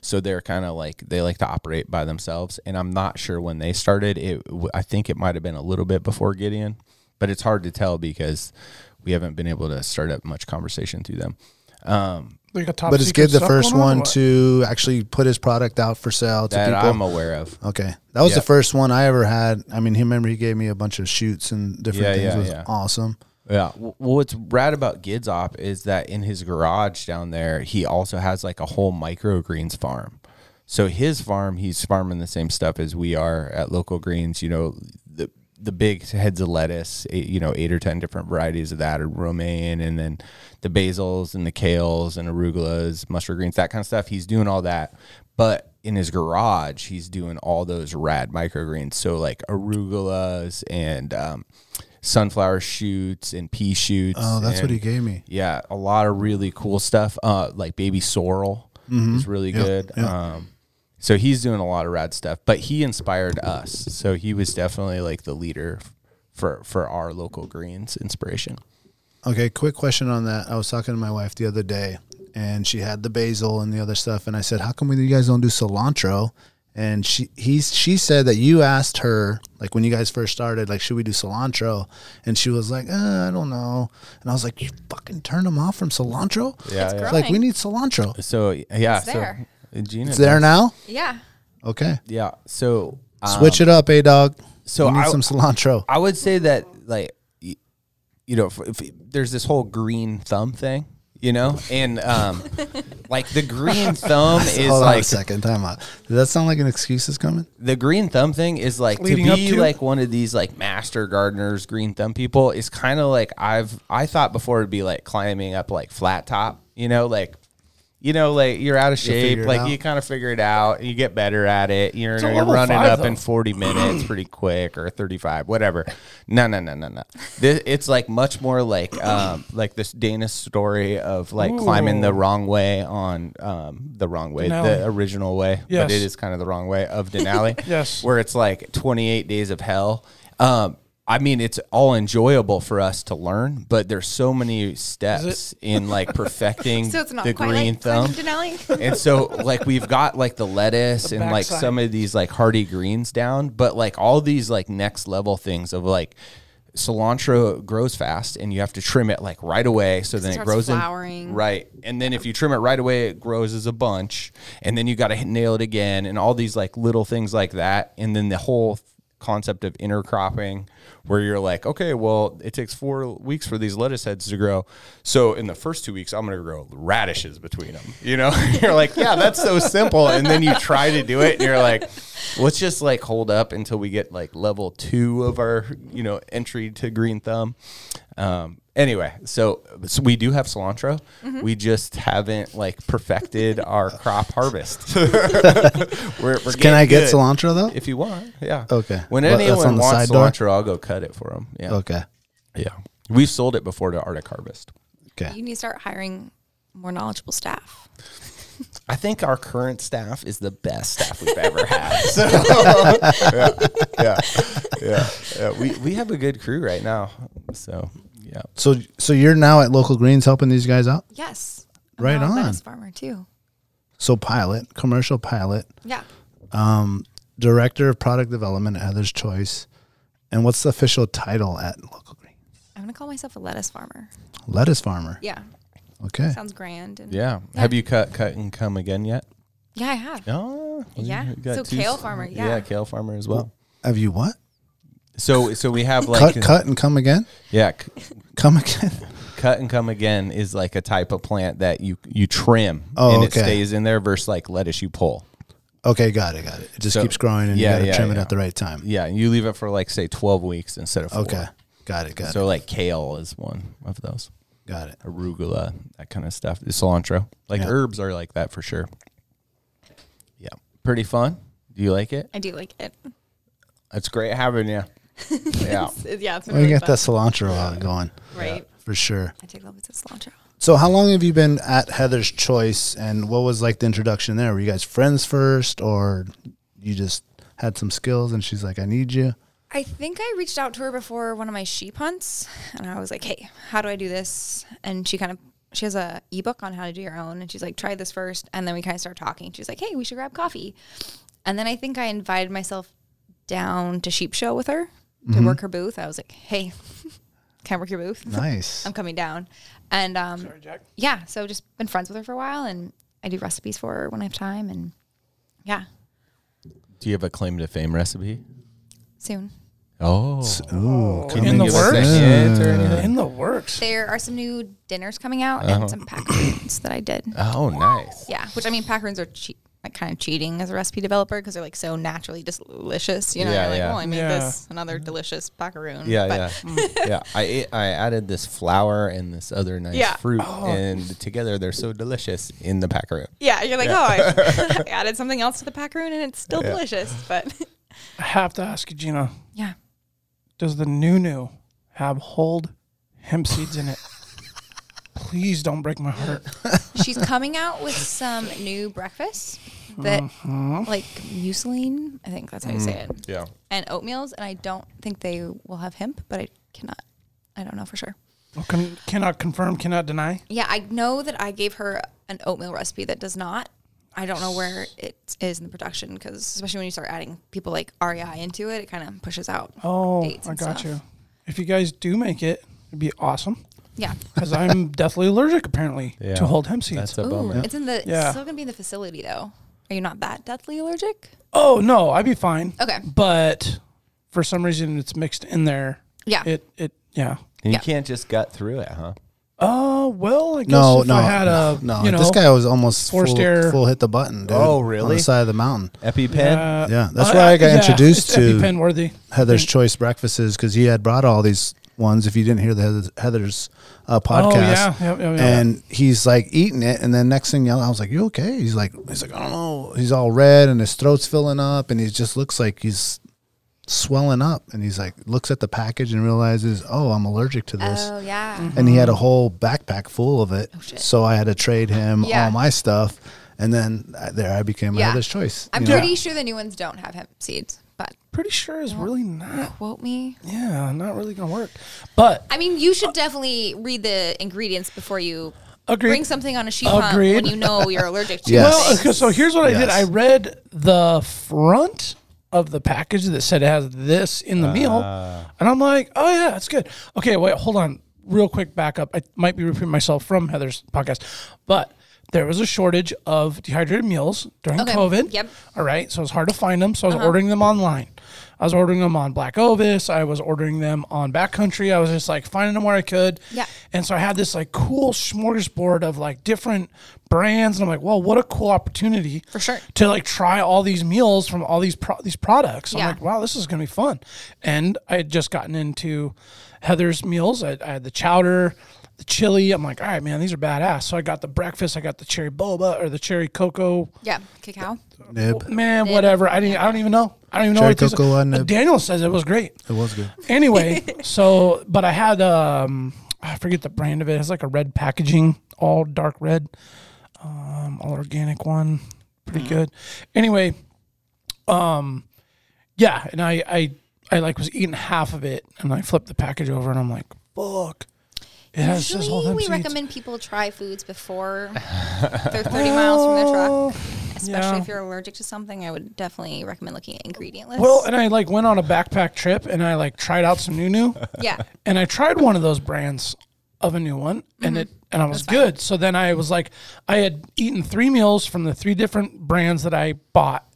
Speaker 3: So they're kind of like they like to operate by themselves, and I'm not sure when they started. It w- I think it might have been a little bit before Gideon, but it's hard to tell because we haven't been able to start up much conversation through them.
Speaker 4: Like a top
Speaker 2: But it's
Speaker 4: secret
Speaker 2: good the
Speaker 4: stuff
Speaker 2: first
Speaker 4: going on or
Speaker 2: one
Speaker 4: what?
Speaker 2: to actually put his product out for sale to
Speaker 3: That
Speaker 2: people.
Speaker 3: I'm aware of.
Speaker 2: Okay, that was the
Speaker 3: Yeah.
Speaker 2: first one I ever had. I mean, he remember he gave me a bunch of shoots and different
Speaker 3: Yeah,
Speaker 2: things.
Speaker 3: yeah,
Speaker 2: It was
Speaker 3: yeah.
Speaker 2: awesome.
Speaker 3: Yeah. W- Well, what's rad about Gidzop is that in his garage down there, he also has like a whole microgreens farm. So his farm, he's farming the same stuff as we are at local greens. You know, the the big heads of lettuce, eight, you know, eight or ten different varieties of that, or romaine, and then the basils and the kales and arugulas, mustard greens, that kind of stuff. He's doing all that, but in his garage, he's doing all those rad microgreens. So like arugulas and um, sunflower shoots and pea shoots.
Speaker 2: Oh, that's what he
Speaker 3: and-
Speaker 2: gave me.
Speaker 3: Yeah, a lot of really cool stuff. Uh, like baby sorrel
Speaker 2: Mm-hmm.
Speaker 3: is really good. Um, so he's doing a lot of rad stuff, but he inspired us. So he was definitely like the leader f- for for our local greens inspiration.
Speaker 2: Okay, quick question on that. I was talking to my wife the other day, and she had the basil and the other stuff, and I said, "How come we, you guys don't do cilantro?" And she he's she said that you asked her like when you guys first started, like, "Should we do cilantro?" And she was like, uh, "I don't know." And I was like, "You fucking turned them off from cilantro?
Speaker 3: Yeah,
Speaker 5: It's yeah.
Speaker 2: like we
Speaker 5: growing.
Speaker 2: need cilantro.
Speaker 3: So yeah,
Speaker 5: It's there.
Speaker 3: so Gina,
Speaker 2: It's there now.
Speaker 5: Yeah.
Speaker 2: Okay,
Speaker 3: Yeah, so um,
Speaker 2: switch it up, a dog.
Speaker 3: so
Speaker 2: we need
Speaker 3: I-
Speaker 2: some cilantro.
Speaker 3: I would say that like y- you know, if, if, there's this whole green thumb thing, you know, and um, like the green thumb is
Speaker 2: Hold on a
Speaker 3: like
Speaker 2: second, time out. Does that sound like an excuse is coming?
Speaker 3: the green thumb thing is like
Speaker 4: Leading
Speaker 3: to
Speaker 4: up
Speaker 3: be
Speaker 4: to?
Speaker 3: like one of these like master gardeners, green thumb people is kind of like I've I thought before it'd be like climbing up like flat top, you know, like. You know, like you're out of shape,
Speaker 2: figure it
Speaker 3: like
Speaker 2: out.
Speaker 3: you kind of figure it out, you get better at it, you're,
Speaker 4: a
Speaker 3: you're
Speaker 4: level
Speaker 3: running
Speaker 4: five,
Speaker 3: up in
Speaker 4: though.
Speaker 3: 40 minutes pretty quick or 35 whatever no no no no no this, it's like much more like um like this dana story of like climbing the wrong way on um the wrong way
Speaker 4: Denali.
Speaker 3: the original way
Speaker 4: Yes.
Speaker 3: but it is kind of the wrong way of denali
Speaker 4: Yes.
Speaker 3: where it's like 28 days of hell um I mean, it's all enjoyable for us to learn, but there's so many steps in like perfecting
Speaker 5: So it's not
Speaker 3: the
Speaker 5: quite
Speaker 3: green
Speaker 5: like
Speaker 3: thumb
Speaker 5: Climbing Denali.
Speaker 3: and so like we've got like the lettuce and like
Speaker 4: backside.
Speaker 3: some of these like hardy greens down but like all these like next level things of like cilantro grows fast and you have to trim it like right away so then it,
Speaker 5: starts
Speaker 3: grows in
Speaker 5: flowering.
Speaker 3: right and then if you trim it right away it grows as a bunch and then you got to nail it again and all these like little things like that and then the whole concept of intercropping where you're like okay well it takes four weeks for these lettuce heads to grow so in the first two weeks i'm going to grow radishes between them you know you're like yeah that's so simple and then you try to do it and you're like let's just like hold up until we get like level two of our you know entry to green thumb um, anyway, so, so we do have cilantro. We just haven't like perfected our crop harvest. we're, we're
Speaker 2: Can I get cilantro
Speaker 3: cilantro?
Speaker 2: though?
Speaker 3: If you want, yeah.
Speaker 2: Okay.
Speaker 3: When
Speaker 2: Well, that's on
Speaker 3: anyone
Speaker 2: the
Speaker 3: wants
Speaker 2: side door?
Speaker 3: cilantro, I'll go cut it for them. Yeah.
Speaker 2: okay,
Speaker 3: Yeah. We've sold it before to Arctic Harvest.
Speaker 2: okay.
Speaker 5: You need to start hiring more knowledgeable staff.
Speaker 3: I think our current staff is the best staff we've ever had. So, yeah, yeah, yeah, yeah. We we have a good crew right now. So yeah.
Speaker 2: So so you're now at local greens helping these guys out.
Speaker 5: Yes.
Speaker 2: Right
Speaker 5: now a
Speaker 2: on.
Speaker 5: lettuce farmer too.
Speaker 2: So pilot, commercial pilot, um,
Speaker 5: Yeah.
Speaker 2: director of product development at Heather's Choice, and what's the official title at local green?
Speaker 5: I'm gonna call myself a lettuce farmer.
Speaker 2: Lettuce farmer.
Speaker 5: Yeah.
Speaker 2: Okay.
Speaker 5: Sounds grand. And
Speaker 3: Yeah. Have you cut, cut, and come again yet?
Speaker 5: Yeah, I have.
Speaker 3: Oh, well,
Speaker 5: Yeah.
Speaker 3: you got
Speaker 5: So
Speaker 3: two
Speaker 5: kale
Speaker 3: s-
Speaker 5: farmer,
Speaker 3: yeah,
Speaker 5: yeah.
Speaker 3: kale farmer as well.
Speaker 2: Have you what?
Speaker 3: So, so we have like,
Speaker 2: cut, cut, and come again.
Speaker 3: yeah, c-
Speaker 2: Come again.
Speaker 3: cut and come again is like a type of plant that you you trim
Speaker 2: Oh,
Speaker 3: and it
Speaker 2: okay.
Speaker 3: stays in there versus like lettuce you pull.
Speaker 2: okay, got it, got it. It just
Speaker 3: So-
Speaker 2: keeps growing, and
Speaker 3: yeah,
Speaker 2: you got to
Speaker 3: yeah,
Speaker 2: trim it
Speaker 3: yeah.
Speaker 2: at the right time.
Speaker 3: Yeah, and you leave it for like say twelve weeks instead of four.
Speaker 2: Okay, got it, got
Speaker 3: So like kale is one of those,
Speaker 2: it, got it.
Speaker 3: arugula, that kind of stuff. The cilantro, like
Speaker 2: Yeah.
Speaker 3: herbs are like that for sure. Yeah, pretty fun. Do you like it?
Speaker 5: I do like it.
Speaker 3: It's great having you. Yeah.
Speaker 5: It's- yeah, it's been
Speaker 2: We
Speaker 5: really
Speaker 2: got
Speaker 5: fun.
Speaker 2: that cilantro out going
Speaker 5: Right.
Speaker 2: for sure.
Speaker 5: I take little bits of cilantro.
Speaker 2: So, how long have you been at Heather's Choice, and what was like the introduction there? Were you guys friends first, or you just had some skills and she's like, "I need you"?
Speaker 5: I think I reached out to her before one of my sheep hunts, and I was like, "Hey, how do I do this?" And she kind of she has a ebook on how to do your own, and she's like, "Try this first. and then we kind of start talking. She's like, "Hey, we should grab coffee," and then I think I invited myself down to sheep show with her to work her booth. I was like, "Hey, can I work your booth?
Speaker 2: Nice.
Speaker 5: I'm coming down," and um, yeah, so just been friends with her for a while, and I do recipes for her when I have time, and yeah,
Speaker 3: Do you have a claim to fame recipe?
Speaker 5: soon.
Speaker 3: Oh,
Speaker 2: Ooh,
Speaker 3: Can
Speaker 4: in
Speaker 3: you
Speaker 4: the
Speaker 3: give us
Speaker 4: works.
Speaker 3: any hints or
Speaker 2: Uh,
Speaker 3: anything?
Speaker 4: In the works.
Speaker 5: There are some new dinners coming out
Speaker 3: Uh-huh.
Speaker 5: and some packaroons that I did.
Speaker 3: Oh, nice.
Speaker 5: Yeah, which I mean, packaroons are cheat, like kind of cheating as a recipe developer because they're like so naturally just delicious. You know,
Speaker 3: Yeah,
Speaker 5: you're like,
Speaker 3: yeah.
Speaker 5: oh, I made
Speaker 4: Yeah.
Speaker 5: this another delicious packaroon.
Speaker 3: Yeah,
Speaker 5: but
Speaker 3: yeah, yeah. I ate, I added this flour and this other nice
Speaker 5: Yeah.
Speaker 3: fruit,
Speaker 4: Oh.
Speaker 3: and together they're so delicious in the packaroon.
Speaker 5: yeah. You're like, oh, I, I added something else to the packaroon and it's still delicious. But
Speaker 4: I have to ask you, Gina,
Speaker 5: yeah,
Speaker 4: does the new new have hold hemp seeds in it? Please don't break my heart.
Speaker 5: she's coming out with some new breakfast that like muesline. I think that's how you say it,
Speaker 3: Yeah.
Speaker 5: and oatmeals. And I don't think they will have hemp, but I cannot. I don't know for sure.
Speaker 4: Can, cannot confirm, cannot deny.
Speaker 5: Yeah, I know that I gave her an oatmeal recipe that does not. I don't know where it is in the production because, especially when you start adding people like REI into it, it kind of pushes out.
Speaker 4: Oh,
Speaker 5: dates
Speaker 4: I
Speaker 5: and
Speaker 4: got
Speaker 5: stuff.
Speaker 4: you. If you guys do make it, it'd be awesome.
Speaker 5: Yeah.
Speaker 4: Because I'm deathly allergic, apparently,
Speaker 3: Yeah.
Speaker 4: to hold hemp seeds.
Speaker 3: That's a
Speaker 5: Ooh,
Speaker 3: bummer.
Speaker 5: it's in the.
Speaker 4: Yeah.
Speaker 5: It's still gonna be in the facility though. Are you not that deathly allergic?
Speaker 4: oh, no, I'd be fine.
Speaker 5: Okay.
Speaker 4: But for some reason, it's mixed in there.
Speaker 5: Yeah.
Speaker 4: It, it, yeah.
Speaker 3: And you
Speaker 5: Yeah.
Speaker 3: can't just gut through it, huh?
Speaker 4: Oh, well, I guess
Speaker 2: No,
Speaker 4: if
Speaker 2: no,
Speaker 4: I had a,
Speaker 2: no, no.
Speaker 4: you know,
Speaker 2: this guy was almost
Speaker 4: forced
Speaker 2: full,
Speaker 4: air-
Speaker 2: full hit the button. Dude,
Speaker 3: Oh,
Speaker 2: On the
Speaker 3: really?
Speaker 2: side of the mountain.
Speaker 3: EpiPen.
Speaker 4: uh,
Speaker 2: Yeah, that's where I got introduced
Speaker 4: it's
Speaker 2: to-
Speaker 4: EpiPen worthy.
Speaker 2: Heather's Choice breakfasts because he had brought all these ones. If you didn't hear the Heather's, Heather's uh, podcast,
Speaker 4: Oh, yeah. Yep, yep,
Speaker 5: Oh,
Speaker 4: yep.
Speaker 2: and he's like eating it, and then next thing you know, I was like, "You okay?" He's like, "He's like, I don't know." He's all red, and his throat's filling up, and he just looks like he's swelling up. And he's like, looks at the package and realizes, "Oh, I'm allergic to this."
Speaker 5: Oh yeah.
Speaker 2: and he had a whole backpack full of it.
Speaker 5: shit.
Speaker 2: so I had to trade him
Speaker 5: Yeah.
Speaker 2: all my stuff, and then uh, there I became
Speaker 5: Yeah.
Speaker 2: Heather's Choice.
Speaker 5: I'm
Speaker 2: you know?
Speaker 5: pretty sure the new ones don't have hemp seeds, but
Speaker 4: Pretty sure it's really not.
Speaker 5: quote me.
Speaker 4: Yeah, not really going to work. But
Speaker 5: I mean, you should definitely read the ingredients before you
Speaker 4: Agreed.
Speaker 5: bring something on a sheep hunt when
Speaker 4: Agreed.
Speaker 5: you know you're allergic to.
Speaker 2: Yes.
Speaker 4: Well, okay, so here's what I did.
Speaker 2: Yes.
Speaker 4: I read the front of the package that said it has this in the meal,
Speaker 2: Uh.
Speaker 4: and I'm like, oh yeah, that's good. Okay, wait, hold on, real quick, back up. I might be repeating myself from Heather's podcast, but there was a shortage of dehydrated meals during
Speaker 5: Okay,
Speaker 4: COVID.
Speaker 5: yep.
Speaker 4: All right, so it's hard to find them, so I
Speaker 5: Uh-huh.
Speaker 4: was ordering them online. I was ordering them on Black Ovis. I was ordering them on Backcountry. I was just like finding them where I could.
Speaker 5: Yeah.
Speaker 4: And so I had this like cool smorgasbord of like different brands, and I'm like, well, what a cool opportunity for
Speaker 5: sure.
Speaker 4: to like try all these meals from all these pro- these products. I'm
Speaker 5: Yeah.
Speaker 4: like, wow, this is gonna be fun. And I had just gotten into Heather's meals. I, I had the chowder, the chili. I'm like, all right, man, these are badass. So I got the breakfast. I got the cherry boba or the cherry cocoa.
Speaker 5: Yeah, cacao.
Speaker 2: Nib.
Speaker 4: Man, whatever. I didn't. I don't even know. I don't even know
Speaker 2: Cherry
Speaker 4: what these
Speaker 2: cocoa
Speaker 4: are. Uh,
Speaker 2: on the-
Speaker 4: Daniel says it was great.
Speaker 2: It was good.
Speaker 4: Anyway, so but I had um I forget the brand of it. It has like a red packaging, all dark red, um, all organic one,
Speaker 5: Mm-hmm.
Speaker 4: pretty good. Anyway, um, yeah, and I I I like was eating half of it, and I flipped the package over, and I'm like, fuck. It has this whole
Speaker 5: Usually,
Speaker 4: hemp
Speaker 5: we
Speaker 4: seeds.
Speaker 5: recommend people try foods before they're 30 miles from their truck, especially
Speaker 4: yeah.
Speaker 5: if you're allergic to something. I would definitely recommend looking at ingredient lists.
Speaker 4: Well, and I like went on a backpack trip, and I like tried out some new new.
Speaker 5: yeah,
Speaker 4: and I tried one of those brands of a new one, and it and I was good. So then I was like, I had eaten three meals from the three different brands that I bought,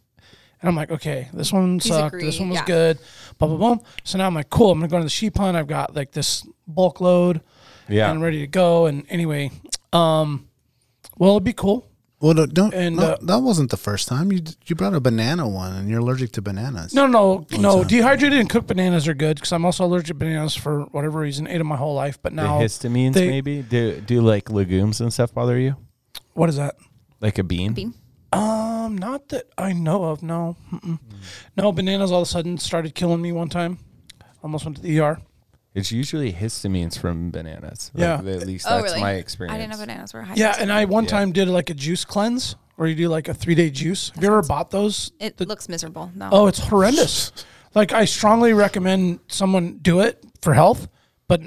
Speaker 4: and I'm like, okay, this one sucked, this
Speaker 5: agree,
Speaker 4: one was
Speaker 5: yeah.
Speaker 4: good, blah blah blah. So now I'm like, cool, I'm gonna go to the sheep hunt. I've got like this bulk load,
Speaker 3: Yeah.
Speaker 4: and I'm ready to go. And anyway, um, well, it'd be cool.
Speaker 2: Well, no, don't.
Speaker 4: And,
Speaker 2: no,
Speaker 4: uh,
Speaker 2: that wasn't the first time you you brought a banana one, and you're allergic to bananas.
Speaker 4: No, no, no. Dehydrated and cooked bananas are good because I'm also allergic to bananas for whatever reason. Ate them my whole life, but
Speaker 3: the
Speaker 4: now
Speaker 3: histamines,
Speaker 4: they-
Speaker 3: maybe. Do do like legumes and stuff bother you?
Speaker 4: What is that?
Speaker 3: Like a bean?
Speaker 5: bean.
Speaker 4: Um, not that I know of. No, Mm-mm. no. Bananas all of a sudden started killing me one time. Almost went to the ER.
Speaker 3: It's usually histamines from bananas. Like,
Speaker 4: Yeah.
Speaker 3: At least
Speaker 5: oh,
Speaker 3: that's
Speaker 5: really?
Speaker 3: my experience.
Speaker 5: I didn't know bananas were high.
Speaker 4: Yeah,
Speaker 5: risk.
Speaker 4: and I one
Speaker 3: Yeah.
Speaker 4: time did like a juice cleanse where you do like a three day juice. Have you ever bought those?
Speaker 5: it looks miserable. No.
Speaker 4: Oh, it's horrendous. like I strongly recommend someone do it for health, but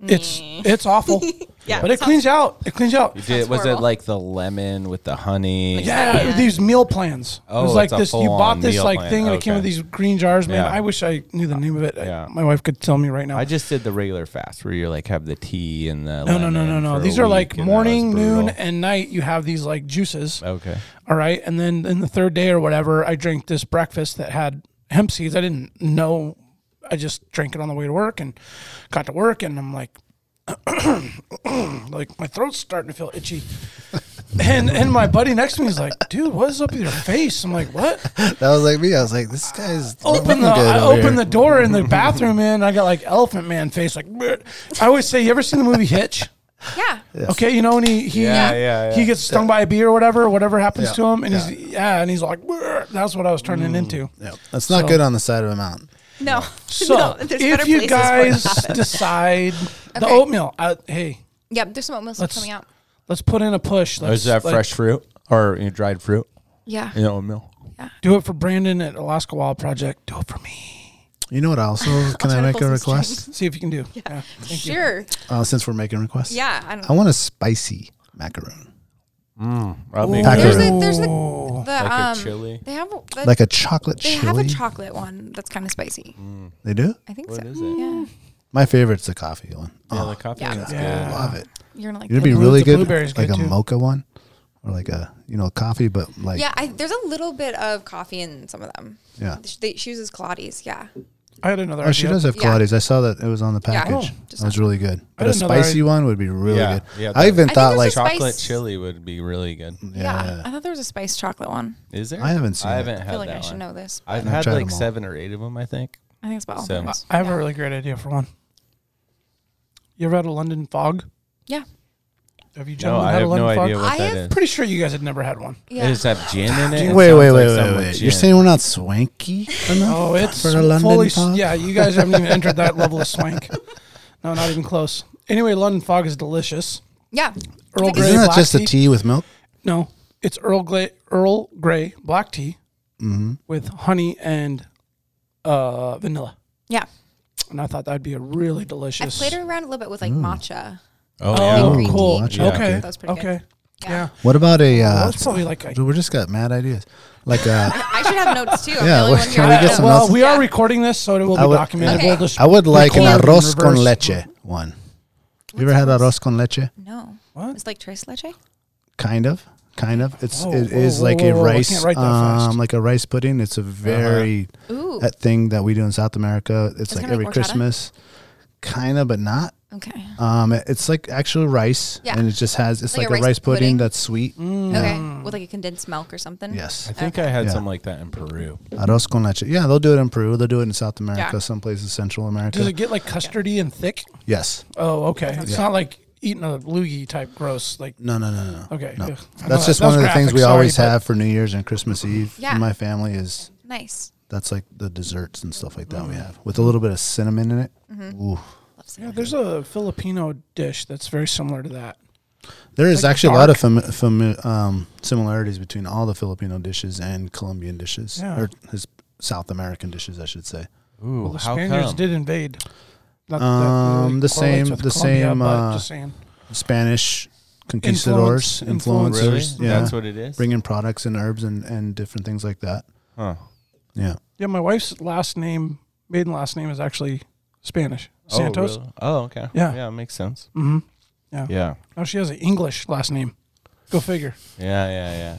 Speaker 4: it's
Speaker 3: Mm.
Speaker 4: it's awful.
Speaker 5: Yeah,
Speaker 4: but it
Speaker 5: sounds-
Speaker 4: cleans you out. It cleans you out.
Speaker 3: Did, was it
Speaker 5: horrible.
Speaker 3: like the lemon with the honey?
Speaker 4: Yeah,
Speaker 5: Yeah.
Speaker 4: these meal plans.
Speaker 3: Oh,
Speaker 4: it was like
Speaker 3: it's a
Speaker 4: this. You
Speaker 3: full-on
Speaker 4: bought this
Speaker 3: meal
Speaker 4: like
Speaker 3: plan. Oh,
Speaker 4: thing, and it came
Speaker 3: Okay.
Speaker 4: with these green jars. Man,
Speaker 3: Yeah.
Speaker 4: I wish I knew the name of it. I-
Speaker 3: Yeah.
Speaker 4: my wife could tell me right now.
Speaker 3: I just did the regular fast where you're like have the tea and the
Speaker 4: no, no, no, no,
Speaker 3: lemon
Speaker 4: no.
Speaker 3: for a
Speaker 4: These are
Speaker 3: week,
Speaker 4: like
Speaker 3: and that was
Speaker 4: morning, noon,
Speaker 3: brutal.
Speaker 4: and night. You have these like juices.
Speaker 3: okay.
Speaker 4: All right. And then in the third day or whatever, I drank this breakfast that had hemp seeds. I didn't know. I just drank it on the way to work and got to work and I'm like, like my throat's starting to feel itchy. And and my buddy next to me is like, dude, what is up with your face? I'm like, what?
Speaker 2: That was like me. I was like, this guy's
Speaker 4: Open
Speaker 2: looking
Speaker 4: the
Speaker 2: good
Speaker 4: I
Speaker 2: over
Speaker 4: open
Speaker 2: here.
Speaker 4: the door in the bathroom and I got like elephant man face. Like, bleh. I always say, you ever seen the movie Hitch?
Speaker 5: yeah.
Speaker 4: Okay, you know, when he he,
Speaker 3: Yeah, yeah, yeah.
Speaker 4: he gets stung by a bee or whatever, whatever happens
Speaker 2: Yeah,
Speaker 4: to him, and
Speaker 2: yeah.
Speaker 4: he's yeah, and he's like, "Brr," that's what I was turning
Speaker 3: Mm,
Speaker 4: into.
Speaker 2: Yeah, that's not
Speaker 4: So-
Speaker 2: good on the side of a mountain.
Speaker 5: No.
Speaker 4: So
Speaker 5: no, there's better
Speaker 4: if you
Speaker 5: places for it.
Speaker 4: guys decide the
Speaker 5: Okay.
Speaker 4: oatmeal, I, hey,
Speaker 5: yeah, there's some oatmeal stuff
Speaker 4: let's
Speaker 5: coming out.
Speaker 4: let's put in a push. Let's
Speaker 3: Oh, Is that
Speaker 4: like,
Speaker 3: fresh fruit or you know, dried fruit?
Speaker 5: Yeah.
Speaker 3: You know, milk.
Speaker 4: Do it for Brandon at Alaska Wild Project. Do it for me.
Speaker 2: You know what? Also, can
Speaker 5: try
Speaker 2: I
Speaker 5: to
Speaker 2: make
Speaker 5: pull
Speaker 2: a
Speaker 5: some
Speaker 2: request?
Speaker 4: See if you can do. Yeah.
Speaker 5: Sure.
Speaker 2: Uh, since we're making requests,
Speaker 5: Yeah. I don't
Speaker 2: I want a spicy macaroon,
Speaker 3: I'll make
Speaker 2: Packer.
Speaker 3: it
Speaker 5: There's a, there's
Speaker 4: Oh.
Speaker 5: the, the
Speaker 3: like
Speaker 5: um
Speaker 3: a chili.
Speaker 5: they have the,
Speaker 2: like a chocolate
Speaker 5: Uh, they
Speaker 2: chili.
Speaker 5: have a chocolate one that's kind of spicy.
Speaker 2: they do.
Speaker 5: I think
Speaker 3: Mm. What
Speaker 5: so.
Speaker 3: is it?
Speaker 5: Yeah.
Speaker 2: My favorite's the coffee one.
Speaker 3: Yeah,
Speaker 2: Oh,
Speaker 3: the coffee
Speaker 5: Yeah.
Speaker 3: one's
Speaker 4: Yeah.
Speaker 3: good.
Speaker 2: love it.
Speaker 5: You're gonna like.
Speaker 2: It'd
Speaker 5: that.
Speaker 2: be
Speaker 4: blue-
Speaker 2: really
Speaker 4: the
Speaker 2: good,
Speaker 4: blueberry's
Speaker 2: like
Speaker 4: good
Speaker 2: a
Speaker 4: too.
Speaker 2: mocha one, or like a you know coffee, but like
Speaker 5: yeah, I, there's a little bit of coffee in some of them.
Speaker 2: Yeah.
Speaker 5: Sh- They, she uses Pilates. Yeah.
Speaker 4: I had another.
Speaker 2: Oh, she
Speaker 4: idea.
Speaker 2: does have
Speaker 5: Yeah.
Speaker 2: Pilates. I saw that it was on the
Speaker 5: Yeah.
Speaker 2: package.
Speaker 5: Oh, just
Speaker 2: that was really good. But a
Speaker 4: didn't know that.
Speaker 2: spicy one would be really
Speaker 3: Yeah,
Speaker 2: good.
Speaker 3: yeah,
Speaker 2: I
Speaker 3: the-
Speaker 2: even
Speaker 5: I
Speaker 2: thought
Speaker 5: think
Speaker 2: like
Speaker 5: there's a
Speaker 3: Chocolate
Speaker 5: Spice.
Speaker 3: chili would be really good.
Speaker 5: yeah. I thought there was a spice chocolate one.
Speaker 3: Is there?
Speaker 2: I haven't seen
Speaker 3: I
Speaker 2: it.
Speaker 3: haven't
Speaker 5: I
Speaker 3: had
Speaker 5: feel like
Speaker 3: that
Speaker 5: I should
Speaker 3: one.
Speaker 5: know this.
Speaker 3: I've
Speaker 2: I've
Speaker 3: had
Speaker 2: tried
Speaker 3: like
Speaker 2: them all.
Speaker 3: seven or eight of them, I think.
Speaker 5: I think it's about all
Speaker 3: So-
Speaker 5: of us.
Speaker 4: I have a
Speaker 5: Yeah.
Speaker 4: really great idea for one. You ever had a London fog?
Speaker 5: Yeah.
Speaker 4: Have you
Speaker 3: No,
Speaker 4: gentlemen
Speaker 3: I
Speaker 4: had
Speaker 3: have
Speaker 4: a London
Speaker 3: no
Speaker 4: fog?
Speaker 3: idea
Speaker 5: I
Speaker 3: what that
Speaker 5: have
Speaker 3: is.
Speaker 4: Pretty sure you guys had never had one.
Speaker 5: Yeah.
Speaker 3: Does it have gin in it? It
Speaker 2: wait, wait,
Speaker 3: sounds like
Speaker 2: wait,
Speaker 3: something
Speaker 2: wait,
Speaker 3: with
Speaker 2: wait. You're
Speaker 3: gin.
Speaker 2: saying we're not swanky enough?
Speaker 4: Oh, it's
Speaker 2: For a London
Speaker 4: fully.
Speaker 2: fog?
Speaker 4: Yeah, you guys haven't even entered that level of swank. No, not even close. Anyway, London Fog is delicious.
Speaker 5: Yeah.
Speaker 4: Earl
Speaker 5: It's like-
Speaker 4: Grey
Speaker 2: Isn't that
Speaker 4: black
Speaker 2: just a
Speaker 4: tea?
Speaker 2: tea with milk?
Speaker 4: No, it's Earl Grey, Earl Grey black tea
Speaker 2: Mm-hmm.
Speaker 4: with honey and uh, vanilla.
Speaker 5: Yeah.
Speaker 4: And I thought that'd be a really
Speaker 5: I
Speaker 4: delicious.
Speaker 5: played around a little bit with like matcha.
Speaker 3: Oh,
Speaker 4: Oh,
Speaker 5: green
Speaker 4: cool.
Speaker 2: Matcha.
Speaker 5: tea.
Speaker 3: Yeah.
Speaker 4: Okay.
Speaker 5: That was pretty
Speaker 4: okay.
Speaker 5: good.
Speaker 4: Yeah.
Speaker 5: Yeah.
Speaker 2: What about a?
Speaker 4: Well,
Speaker 2: Uh,
Speaker 4: that's probably like a.
Speaker 2: dude, we just got mad ideas. Like uh,
Speaker 5: I should have notes too.
Speaker 2: Yeah,
Speaker 5: I'm the only
Speaker 2: well,
Speaker 5: one here.
Speaker 2: can we
Speaker 5: that
Speaker 2: get
Speaker 5: knows.
Speaker 2: some
Speaker 4: Uh, well,
Speaker 2: else?
Speaker 4: we are recording this, so it will be
Speaker 2: I would-
Speaker 4: documented.
Speaker 5: Okay.
Speaker 4: We'll just
Speaker 2: I would like an
Speaker 4: record in
Speaker 2: arroz con
Speaker 4: reverse.
Speaker 2: leche one. You ever had arroz con leche?
Speaker 5: No.
Speaker 4: What?
Speaker 5: It's like tres leche?
Speaker 2: Kind of, kind of. It's
Speaker 4: Whoa,
Speaker 2: it
Speaker 4: Oh, whoa,
Speaker 2: is
Speaker 4: whoa,
Speaker 2: like
Speaker 4: whoa,
Speaker 2: a
Speaker 4: whoa, I
Speaker 2: rice,
Speaker 4: can't write that fast. Uh-huh.
Speaker 2: um, like a rice pudding. It's a very
Speaker 5: Ooh.
Speaker 2: that thing that we do in South America. It's
Speaker 5: Isn't
Speaker 2: like
Speaker 5: it
Speaker 2: every
Speaker 5: like horchata?
Speaker 2: Christmas, kind of, but not.
Speaker 5: Okay.
Speaker 2: Um, it- it's like actual rice,
Speaker 5: Yeah.
Speaker 2: and it just has it's like, a, rice pudding, that's sweet.
Speaker 4: Mm.
Speaker 5: Okay. With like a condensed milk or something?
Speaker 2: Yes,
Speaker 3: I think I had
Speaker 2: Yeah.
Speaker 3: some like that in Peru.
Speaker 2: arroz con leche. Yeah, they'll do it in Peru. They'll do it in South America,
Speaker 5: Yeah.
Speaker 2: some places Central America.
Speaker 4: Does it get like custardy and thick?
Speaker 2: yes.
Speaker 4: Oh, okay. It's not like eating a loogie type gross. Like
Speaker 2: No, no, no, no. no.
Speaker 4: okay,
Speaker 2: No.
Speaker 4: ugh. I know
Speaker 2: That's just
Speaker 4: that-
Speaker 2: one of the
Speaker 4: that was
Speaker 2: things we
Speaker 4: graphic,
Speaker 2: always
Speaker 4: sorry, but
Speaker 2: have for New Year's and Christmas Eve.
Speaker 5: Yeah.
Speaker 2: In my family is
Speaker 5: Nice.
Speaker 2: that's like the desserts and stuff like that we
Speaker 4: Mm.
Speaker 2: have with a little bit of cinnamon in it.
Speaker 4: Mm-hmm.
Speaker 2: Ooh.
Speaker 5: Love cinnamon.
Speaker 4: There's a Filipino dish that's very similar to that.
Speaker 2: There is
Speaker 4: like
Speaker 2: actually a lot of
Speaker 4: dark.
Speaker 2: fami- fami- um, similarities between all the Filipino dishes and Colombian dishes,
Speaker 4: Yeah.
Speaker 2: or his South American dishes, I should say.
Speaker 3: Ooh,
Speaker 4: Well, the
Speaker 3: how
Speaker 4: Spaniards
Speaker 3: come?
Speaker 4: did invade. Not that that
Speaker 2: Um,
Speaker 4: really
Speaker 2: the
Speaker 4: correlates
Speaker 2: same-
Speaker 4: with
Speaker 2: the same,
Speaker 4: but
Speaker 2: uh,
Speaker 4: just saying.
Speaker 2: Spanish conquistadors,
Speaker 4: Influence-
Speaker 3: really?
Speaker 2: influencers, yeah,
Speaker 3: That's what it is.
Speaker 2: bringing products and herbs and, and different things like that.
Speaker 3: huh.
Speaker 2: Yeah,
Speaker 4: Yeah, my wife's last name, maiden last name, is actually Spanish.
Speaker 3: Oh,
Speaker 4: Santos.
Speaker 3: really? Oh, okay.
Speaker 4: Yeah.
Speaker 3: Yeah, it makes sense.
Speaker 4: Mm-hmm. Yeah.
Speaker 3: Yeah.
Speaker 4: Now she has an English last name. Go figure.
Speaker 3: Yeah, yeah, yeah.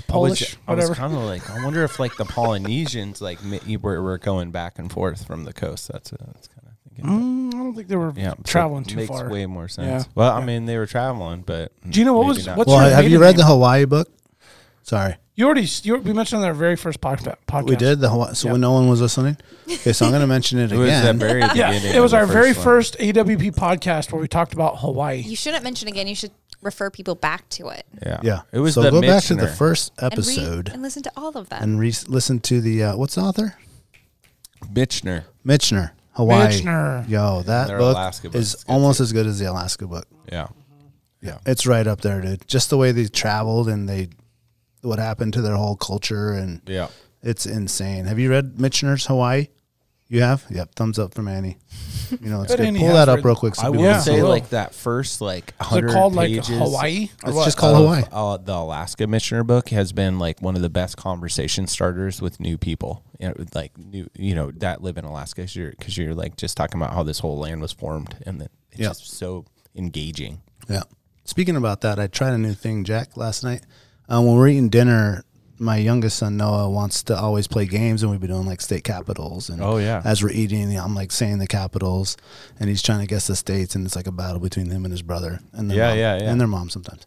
Speaker 3: Uh, I was-
Speaker 4: Polish,
Speaker 3: I was,
Speaker 4: whatever.
Speaker 3: kind of like, I wonder if like the Polynesians like ma- were, were going back and forth from the coast. That's what I was kind of thinking.
Speaker 4: Mm, I don't think they were
Speaker 3: Yeah, so it
Speaker 4: traveling too
Speaker 3: makes
Speaker 4: far.
Speaker 3: way more sense.
Speaker 4: Yeah.
Speaker 3: Well, I
Speaker 4: Yeah.
Speaker 3: mean, they were traveling, but
Speaker 4: Do you know what
Speaker 3: maybe
Speaker 4: was-
Speaker 3: not.
Speaker 4: what's-
Speaker 2: well,
Speaker 4: your
Speaker 2: have you
Speaker 4: maiden
Speaker 2: read the
Speaker 4: name?
Speaker 2: Hawaii book? Sorry,
Speaker 4: You already you, we mentioned on our very first podca- podcast.
Speaker 2: we did the Hawaii, so when no one was listening. Okay, so I'm going to mention it
Speaker 3: It was that
Speaker 2: again.
Speaker 3: very
Speaker 4: Yeah,
Speaker 3: beginning
Speaker 4: it was
Speaker 3: of
Speaker 4: our
Speaker 3: the
Speaker 4: very
Speaker 3: one.
Speaker 4: first AWP podcast where we talked about Hawaii.
Speaker 5: You shouldn't mention again. You should refer people back to it.
Speaker 3: Yeah.
Speaker 2: yeah,
Speaker 3: It was
Speaker 2: so
Speaker 3: the
Speaker 2: go back to the
Speaker 3: Michener.
Speaker 2: first
Speaker 5: And, read-
Speaker 2: episode
Speaker 5: and listen to all of them.
Speaker 2: and re- listen to the uh, what's the author
Speaker 3: Michener.
Speaker 2: Mitchner. Hawaii.
Speaker 4: Bitchner.
Speaker 2: Yo, that
Speaker 3: Their
Speaker 2: book
Speaker 3: Alaska book
Speaker 2: is
Speaker 3: is good,
Speaker 2: almost as good as the Alaska book.
Speaker 3: Yeah.
Speaker 2: It's right up there, dude. Just the way they traveled and they what happened to their whole culture and
Speaker 3: Yeah.
Speaker 2: it's insane. Have you read Mitchner's Hawaii? You have? Yep. Thumbs up for Manny. You know, it's
Speaker 4: But
Speaker 2: good.
Speaker 4: Annie
Speaker 2: Pull
Speaker 4: has
Speaker 2: that up
Speaker 4: read-
Speaker 2: real quick.
Speaker 3: I
Speaker 2: people
Speaker 3: would
Speaker 2: can
Speaker 4: Yeah.
Speaker 2: see
Speaker 3: say
Speaker 2: it.
Speaker 4: Hello.
Speaker 3: like that first like
Speaker 4: Is
Speaker 3: hundred
Speaker 4: it called like
Speaker 3: pages.
Speaker 4: Hawaii? or
Speaker 2: It's
Speaker 4: what?
Speaker 2: just called
Speaker 3: of,
Speaker 2: Hawaii.
Speaker 3: Uh, the Alaska Missioner book has been like one of the best conversation starters with new people, you know, with, like new you know that live in Alaska because you're, 'cause you're like just talking about how this whole land was formed and then it's
Speaker 2: Yeah.
Speaker 3: just so engaging.
Speaker 2: Yeah. Speaking about that, I tried a new thing, Jack, last night. Uh, when we're eating dinner, my youngest son Noah wants to always play games, and we've been doing like state capitals. And
Speaker 3: Oh, yeah.
Speaker 2: as we're eating, I'm like saying the capitals, and he's trying to guess the states, and it's like a battle between him and his brother, and their
Speaker 3: Yeah,
Speaker 2: mom,
Speaker 3: yeah, yeah.
Speaker 2: and their mom sometimes.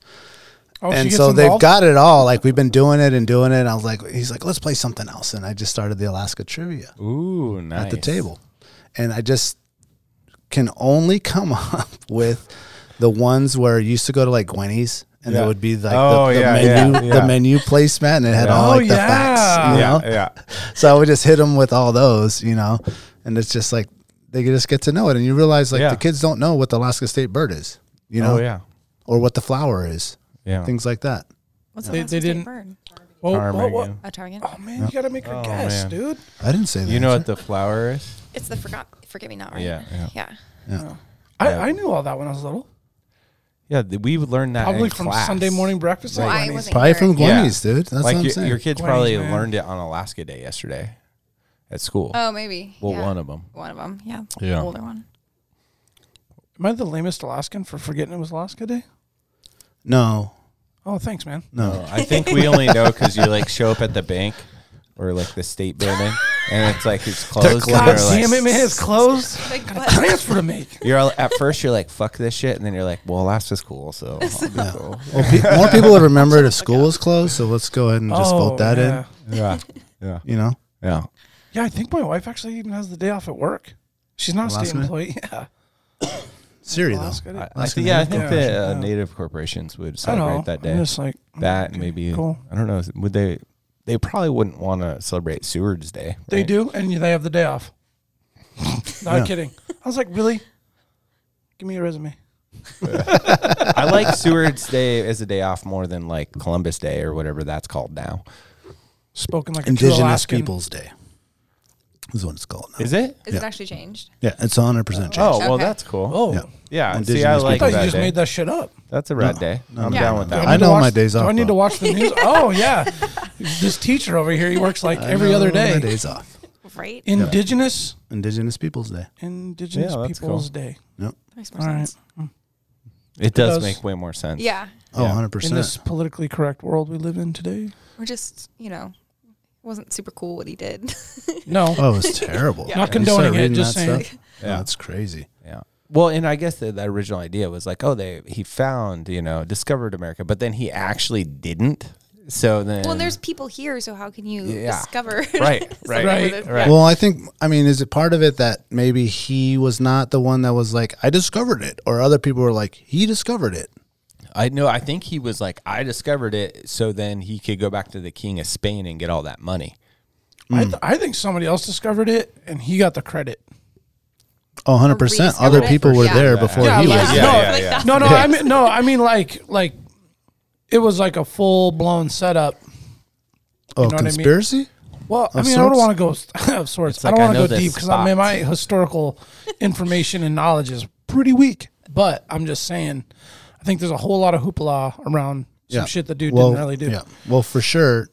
Speaker 4: Oh, she
Speaker 2: and
Speaker 4: gets
Speaker 2: so they've
Speaker 4: involved?
Speaker 2: got it all. Like we've been doing it and doing it. And I was like, he's like, let's play something else, and I just started the Alaska trivia
Speaker 3: Ooh, nice.
Speaker 2: at the table. And I just can only come up with the ones where I used to go to like Gwenny's and
Speaker 3: Yeah.
Speaker 2: there would be like
Speaker 3: Oh,
Speaker 2: the, the
Speaker 3: yeah,
Speaker 2: menu
Speaker 3: yeah, yeah.
Speaker 2: the menu placemat and it had all
Speaker 4: Oh,
Speaker 2: like the facts. You
Speaker 3: Yeah,
Speaker 2: know?
Speaker 3: yeah.
Speaker 2: So I would just hit them with all those, you know. And it's just like they just get to know it and you realize like
Speaker 3: Yeah.
Speaker 2: the kids don't know what the Alaska State bird is, you know,
Speaker 3: Oh yeah,
Speaker 2: or what the flower is.
Speaker 3: yeah.
Speaker 2: Things like that.
Speaker 5: What's the
Speaker 4: They-
Speaker 5: last
Speaker 4: they
Speaker 5: state
Speaker 4: didn't-
Speaker 5: bird?
Speaker 4: Whoa, whoa,
Speaker 3: Ptarmigan.
Speaker 4: whoa.
Speaker 5: A target.
Speaker 4: Oh man, you gotta make her
Speaker 3: Oh,
Speaker 4: guess,
Speaker 3: man.
Speaker 4: dude.
Speaker 2: I didn't say that.
Speaker 3: You know what the flower is?
Speaker 5: It's the forgot, forgive me not, right?
Speaker 3: Yeah, yeah.
Speaker 4: I,
Speaker 3: Yeah.
Speaker 4: I knew all that when I was little.
Speaker 3: Yeah, th- we would learn that
Speaker 4: Probably
Speaker 3: in
Speaker 4: from
Speaker 3: class.
Speaker 4: Sunday morning breakfast.
Speaker 5: Well,
Speaker 4: at
Speaker 5: I
Speaker 4: Gwenny's.
Speaker 5: wasn't
Speaker 2: Probably
Speaker 5: here.
Speaker 2: from Gwenny's, dude. That's
Speaker 3: like
Speaker 2: what I'm
Speaker 3: your,
Speaker 2: saying.
Speaker 3: your kids
Speaker 4: Gwenny's,
Speaker 3: probably
Speaker 4: man.
Speaker 3: learned it on Alaska Day yesterday at school.
Speaker 5: Oh, maybe.
Speaker 3: well,
Speaker 5: yeah.
Speaker 3: one of them.
Speaker 5: One of them, yeah.
Speaker 3: Yeah.
Speaker 5: Older one.
Speaker 4: Am I the lamest Alaskan for forgetting it was Alaska Day?
Speaker 2: no,
Speaker 4: Oh, thanks, man.
Speaker 3: No, I think we only know because you like show up at the bank or like the state building, and it's like it's closed. and
Speaker 4: God
Speaker 3: they're like-
Speaker 4: damn it, man! It's closed.
Speaker 5: Like,
Speaker 4: Got a transfer to make.
Speaker 3: You're all, at first you're like fuck this shit, and then you're like, well, Alaska's cool, so I'll be cool.
Speaker 2: Well, pe- more people would remember it if school was closed, so let's go ahead and just vote that
Speaker 4: Oh, yeah.
Speaker 3: yeah, yeah,
Speaker 2: in. You know,
Speaker 3: yeah.
Speaker 4: Yeah, I think my wife actually even has the day off at work. She's not a
Speaker 2: Alaska
Speaker 4: state
Speaker 2: Day?
Speaker 4: employee. Yeah,
Speaker 2: Siri though.
Speaker 4: Alaska Day.
Speaker 3: I, I
Speaker 2: Alaska
Speaker 3: think, yeah,
Speaker 2: Native
Speaker 3: I think
Speaker 4: Corporation,
Speaker 3: that uh,
Speaker 4: yeah.
Speaker 3: native corporations would
Speaker 4: I
Speaker 3: celebrate
Speaker 4: don't know.
Speaker 3: that
Speaker 4: I'm
Speaker 3: day.
Speaker 4: just like mm,
Speaker 3: That and maybe
Speaker 4: cool.
Speaker 3: I don't know. Would they? They probably wouldn't want to celebrate Seward's Day.
Speaker 4: They
Speaker 3: right?
Speaker 4: do, and they have the day off. not
Speaker 2: Yeah.
Speaker 4: kidding. I was like, really? Give me your resume.
Speaker 3: I like Seward's Day as a day off more than like Columbus Day or whatever that's called now.
Speaker 4: Spoken like a true
Speaker 2: Indigenous
Speaker 4: Alaskan.
Speaker 2: Peoples Day is what it's called. Now.
Speaker 3: Is it?
Speaker 5: Is it
Speaker 2: Yeah.
Speaker 5: actually changed?
Speaker 2: Yeah, it's 100 percent changed.
Speaker 3: Oh well,
Speaker 5: Okay.
Speaker 3: that's cool.
Speaker 4: Oh,
Speaker 2: Yeah.
Speaker 3: yeah. See,
Speaker 2: Indigenous
Speaker 3: I
Speaker 2: people.
Speaker 4: I
Speaker 3: like
Speaker 4: thought you
Speaker 3: that
Speaker 4: just
Speaker 3: day.
Speaker 4: made that shit up.
Speaker 3: That's a rad day. I'm
Speaker 5: no,
Speaker 3: down
Speaker 5: no,
Speaker 3: with
Speaker 4: Do
Speaker 3: that.
Speaker 2: I
Speaker 4: need to
Speaker 2: know
Speaker 4: watch-
Speaker 2: my days
Speaker 4: Do I
Speaker 2: off,
Speaker 4: need to
Speaker 2: though.
Speaker 4: watch the news? oh yeah, this teacher over here, he works like
Speaker 2: I
Speaker 4: every
Speaker 2: know
Speaker 4: other
Speaker 2: my
Speaker 4: day.
Speaker 2: days off.
Speaker 5: Right?
Speaker 4: Indigenous,
Speaker 2: Indigenous Peoples Day.
Speaker 4: Indigenous
Speaker 3: Yeah, that's
Speaker 4: Peoples
Speaker 3: cool.
Speaker 4: Day.
Speaker 5: That makes more
Speaker 4: All right.
Speaker 5: sense.
Speaker 3: It does
Speaker 4: does.
Speaker 3: make way more sense.
Speaker 5: Yeah.
Speaker 2: Oh,
Speaker 3: Yeah.
Speaker 2: 100
Speaker 4: In this
Speaker 2: percent.
Speaker 4: politically correct world we live in today,
Speaker 5: We're just, you know, wasn't super cool what he did.
Speaker 4: no,
Speaker 2: Oh, it's terrible. When
Speaker 4: Not
Speaker 2: you start
Speaker 4: condoning it,
Speaker 2: reading
Speaker 4: just
Speaker 2: that
Speaker 4: saying.
Speaker 2: stuff,
Speaker 3: Yeah.
Speaker 2: no, it's crazy.
Speaker 3: Yeah. Well, and I guess the, the original idea was like, oh, they he found, you know, discovered America, but then he actually didn't. So then,
Speaker 5: well, and there's people here, so how can you
Speaker 3: Yeah.
Speaker 5: discover?
Speaker 3: right, right,
Speaker 4: Right,
Speaker 3: right,
Speaker 2: Well, I think I mean, is it part of it that maybe he was not the one that was like, I discovered it, or other people were like, he discovered it.
Speaker 3: I know. I think he was like, I discovered it, so then he could go back to the king of Spain and get all that money.
Speaker 4: I, th- I think somebody else discovered it and he got the credit.
Speaker 2: Oh, 100 percent. Other
Speaker 5: rediscovered it.
Speaker 2: people were
Speaker 5: Yeah.
Speaker 2: there before
Speaker 4: Yeah,
Speaker 2: he
Speaker 4: like-
Speaker 2: was.
Speaker 4: Yeah.
Speaker 2: there.
Speaker 4: No, No, no, I mean no, I mean like like it was like a full blown setup.
Speaker 2: Oh,
Speaker 4: know what I mean?
Speaker 2: conspiracy.
Speaker 4: Well, I
Speaker 2: Of
Speaker 4: mean, I don't
Speaker 2: sorts?
Speaker 4: want to go st- of sorts.
Speaker 3: It's like
Speaker 4: I
Speaker 3: I
Speaker 4: don't
Speaker 3: know
Speaker 4: want to go
Speaker 3: this
Speaker 4: deep because I mean
Speaker 3: spot.
Speaker 4: my historical information and knowledge is pretty weak. But I'm just saying, I think there's a whole lot of hoopla around some shit the dude
Speaker 2: Well,
Speaker 4: didn't really do.
Speaker 2: Yeah. Well, for sure.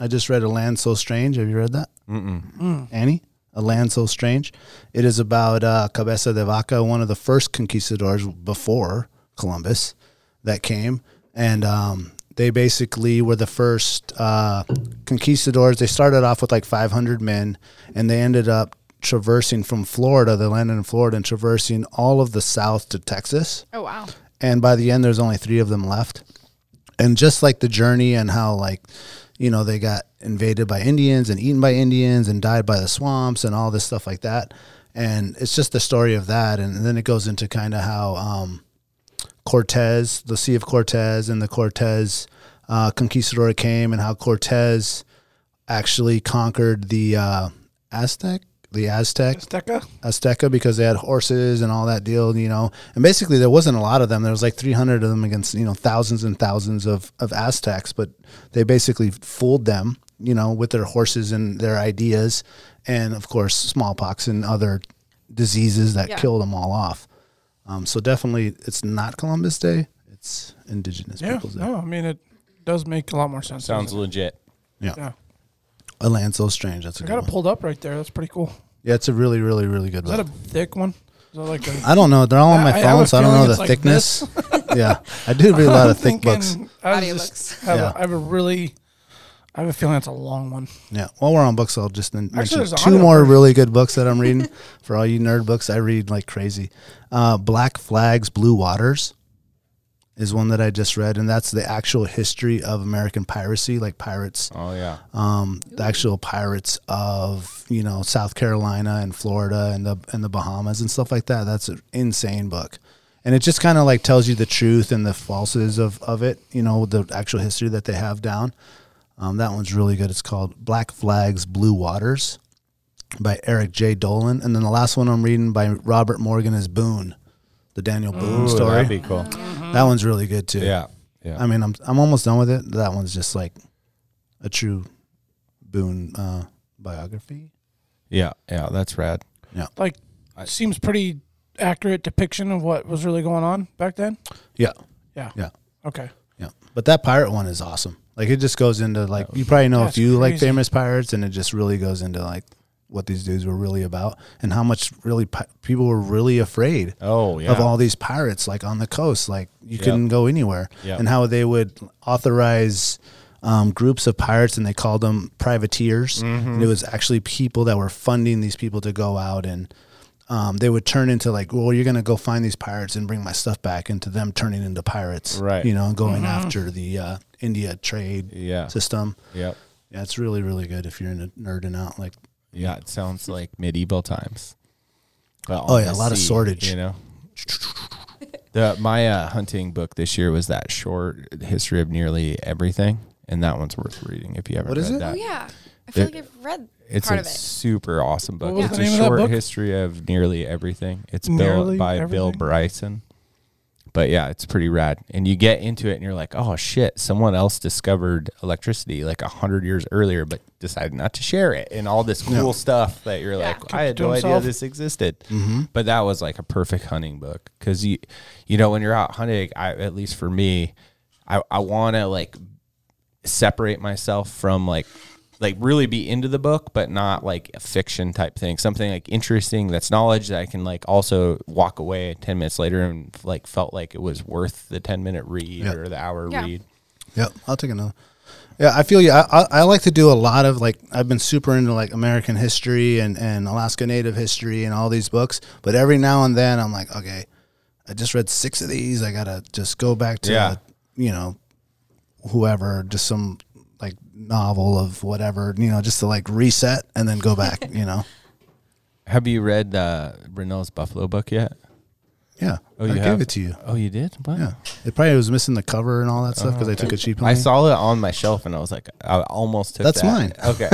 Speaker 2: I just read A Land So Strange. Have you read that? Mm-mm.
Speaker 4: Mm.
Speaker 2: Annie? A Land So Strange. It is about uh, Cabeza de Vaca, one of the first conquistadors before Columbus that came. And um, they basically were the first uh, conquistadors. They started off with like 500 men and they ended up traversing from Florida. They landed in Florida and traversing all of the South to Texas
Speaker 5: Oh, wow.
Speaker 2: and by the end there's only three of them left and just like the journey and how like you know they got invaded by indians and eaten by indians and died by the swamps and all this stuff like that and it's just the story of that and then it goes into kind of how um, cortez the sea of cortez and the cortez uh, conquistador came and how cortez actually conquered the uh, aztec the Aztec.
Speaker 4: Azteca?
Speaker 2: Azteca because they had horses and all that deal, you know. And basically, there wasn't a lot of them. There was like 300 of them against, you know, thousands and thousands of, of Aztecs, but they basically fooled them, you know, with their horses and their ideas. And of course, smallpox and other diseases that
Speaker 5: Yeah.
Speaker 2: killed them all off. Um, so definitely, it's not Columbus Day, it's Indigenous
Speaker 4: Yeah.
Speaker 2: Peoples Day.
Speaker 4: No, I mean, it does make a lot more sense.
Speaker 3: Sounds
Speaker 4: doesn't it?
Speaker 3: legit.
Speaker 2: Yeah.
Speaker 4: Yeah.
Speaker 2: A land so strange. That's a
Speaker 4: I
Speaker 2: good
Speaker 4: got it
Speaker 2: one.
Speaker 4: pulled up right there. That's pretty cool.
Speaker 2: Yeah, it's a really, really, really good
Speaker 4: Is that a
Speaker 2: one.
Speaker 4: thick one? Is that like a.
Speaker 2: I don't know. They're all on
Speaker 4: I-
Speaker 2: my
Speaker 4: I have
Speaker 2: phone,
Speaker 4: a
Speaker 2: so I don't
Speaker 4: feeling
Speaker 2: know the
Speaker 4: it's like
Speaker 2: thickness. yeah, I do read a lot
Speaker 4: I'm
Speaker 2: of thick books.
Speaker 4: thinking I was just
Speaker 5: Audiobooks.
Speaker 4: have,
Speaker 2: Yeah.
Speaker 4: a, I have a really, I have a feeling it's a long one.
Speaker 2: Yeah. While we're on books, I'll just then mention
Speaker 4: there's an
Speaker 2: two
Speaker 4: audio
Speaker 2: more
Speaker 4: version.
Speaker 2: really good books that I'm reading. For all you nerd books, I read like crazy. Uh, Black Flags, Blue Waters is one that I just read, and that's the actual history of American piracy, like pirates,
Speaker 3: Oh yeah.
Speaker 2: um, the actual pirates of you know South Carolina and Florida and the and the Bahamas and stuff like that. That's an insane book. And it just kind of like tells you the truth and the falses of, of it, you know, the actual history that they have down. Um, that one's really good. It's called Black Flags, Blue Waters by Eric J. Dolan. And then the last one I'm reading by Robert Morgan is Boone, the Daniel Boone
Speaker 3: Ooh,
Speaker 2: story.
Speaker 3: That'd be cool.
Speaker 2: that one's really good too.
Speaker 3: Yeah. Yeah.
Speaker 2: I mean, I'm I'm almost done with it. That one's just like a true Boone uh, biography.
Speaker 3: Yeah. Yeah. That's rad.
Speaker 4: Like, seems pretty accurate depiction of what was really going on back then.
Speaker 2: Yeah,
Speaker 4: Yeah.
Speaker 2: yeah,
Speaker 4: Okay.
Speaker 2: yeah. But that pirate one is awesome. Like it just goes into like you probably know a
Speaker 4: That's
Speaker 2: few like
Speaker 4: crazy.
Speaker 2: famous pirates, and it just really goes into like what these dudes were really about and how much really pi- people were really afraid.
Speaker 3: Oh yeah.
Speaker 2: of all these pirates like on the coast like you
Speaker 3: Yep.
Speaker 2: couldn't go anywhere
Speaker 3: Yep.
Speaker 2: and how they would authorize um, groups of pirates and they called them privateers
Speaker 3: Mm-hmm.
Speaker 2: and it was actually people that were funding these people to go out and um, they would turn into like well you're going to go find these pirates and bring my stuff back into them turning into pirates
Speaker 3: Right.
Speaker 2: you know and going after the uh, india trade
Speaker 3: Yeah.
Speaker 2: system
Speaker 3: Yep.
Speaker 2: yeah it's really really good if you're into nerding out like
Speaker 3: Yeah. It sounds like medieval times. But
Speaker 2: Oh,
Speaker 3: on
Speaker 2: yeah,
Speaker 3: the
Speaker 2: a lot of swordage.
Speaker 3: You know. The, my uh, hunting book this year was that short history of nearly everything, and that one's worth reading if you haven't
Speaker 2: What
Speaker 3: read
Speaker 2: is it?
Speaker 3: that.
Speaker 5: Oh yeah, I feel
Speaker 3: Uh, It-
Speaker 5: like I've read
Speaker 3: It's
Speaker 5: part
Speaker 3: a
Speaker 5: of it.
Speaker 3: super awesome book.
Speaker 4: was
Speaker 3: It's
Speaker 4: the
Speaker 3: a
Speaker 4: name of that
Speaker 3: short
Speaker 4: book?
Speaker 3: history of nearly everything. It's
Speaker 4: Nearly
Speaker 3: built by Bill
Speaker 4: everything?
Speaker 3: Bryson. But yeah, it's pretty rad. And you get into it and you're like, oh shit, someone else discovered electricity like a hundred years earlier, but decided not to share it and all this cool stuff that you're like, I had
Speaker 4: to
Speaker 3: no idea
Speaker 4: himself. Mm-hmm.
Speaker 3: this existed. But that was like a perfect hunting book. Cause you, you know, when you're out hunting, I, at least for me, I, I want to like separate myself from like like really be into the book but not like a fiction type thing something like interesting that's knowledge that i can like also walk away 10 minutes later and like felt like it was worth the 10 minute read
Speaker 2: Yeah.
Speaker 3: or the hour
Speaker 5: Yeah.
Speaker 3: read
Speaker 2: Yep, I'll take another. Yeah, I feel you. I, I, I like to do a lot of like I've been super into like American history and and Alaska Native history and all these books, but every now and then I'm like, okay, I just read six of these. I gotta just go back to
Speaker 3: Yeah.
Speaker 2: you know whoever, just some like novel of whatever, you know, just to like reset and then go back. you know,
Speaker 3: have you read uh Renault's buffalo book yet
Speaker 2: yeah.
Speaker 3: Oh,
Speaker 2: I
Speaker 3: you
Speaker 2: gave
Speaker 3: have?
Speaker 2: it to you.
Speaker 3: oh you did Wow.
Speaker 2: Yeah, it probably was missing the cover and all that stuff because I took a cheap.
Speaker 3: Oh, I
Speaker 2: one.
Speaker 3: saw it on my shelf and I was like, I almost took
Speaker 2: That's
Speaker 3: that.
Speaker 2: mine.
Speaker 3: Okay.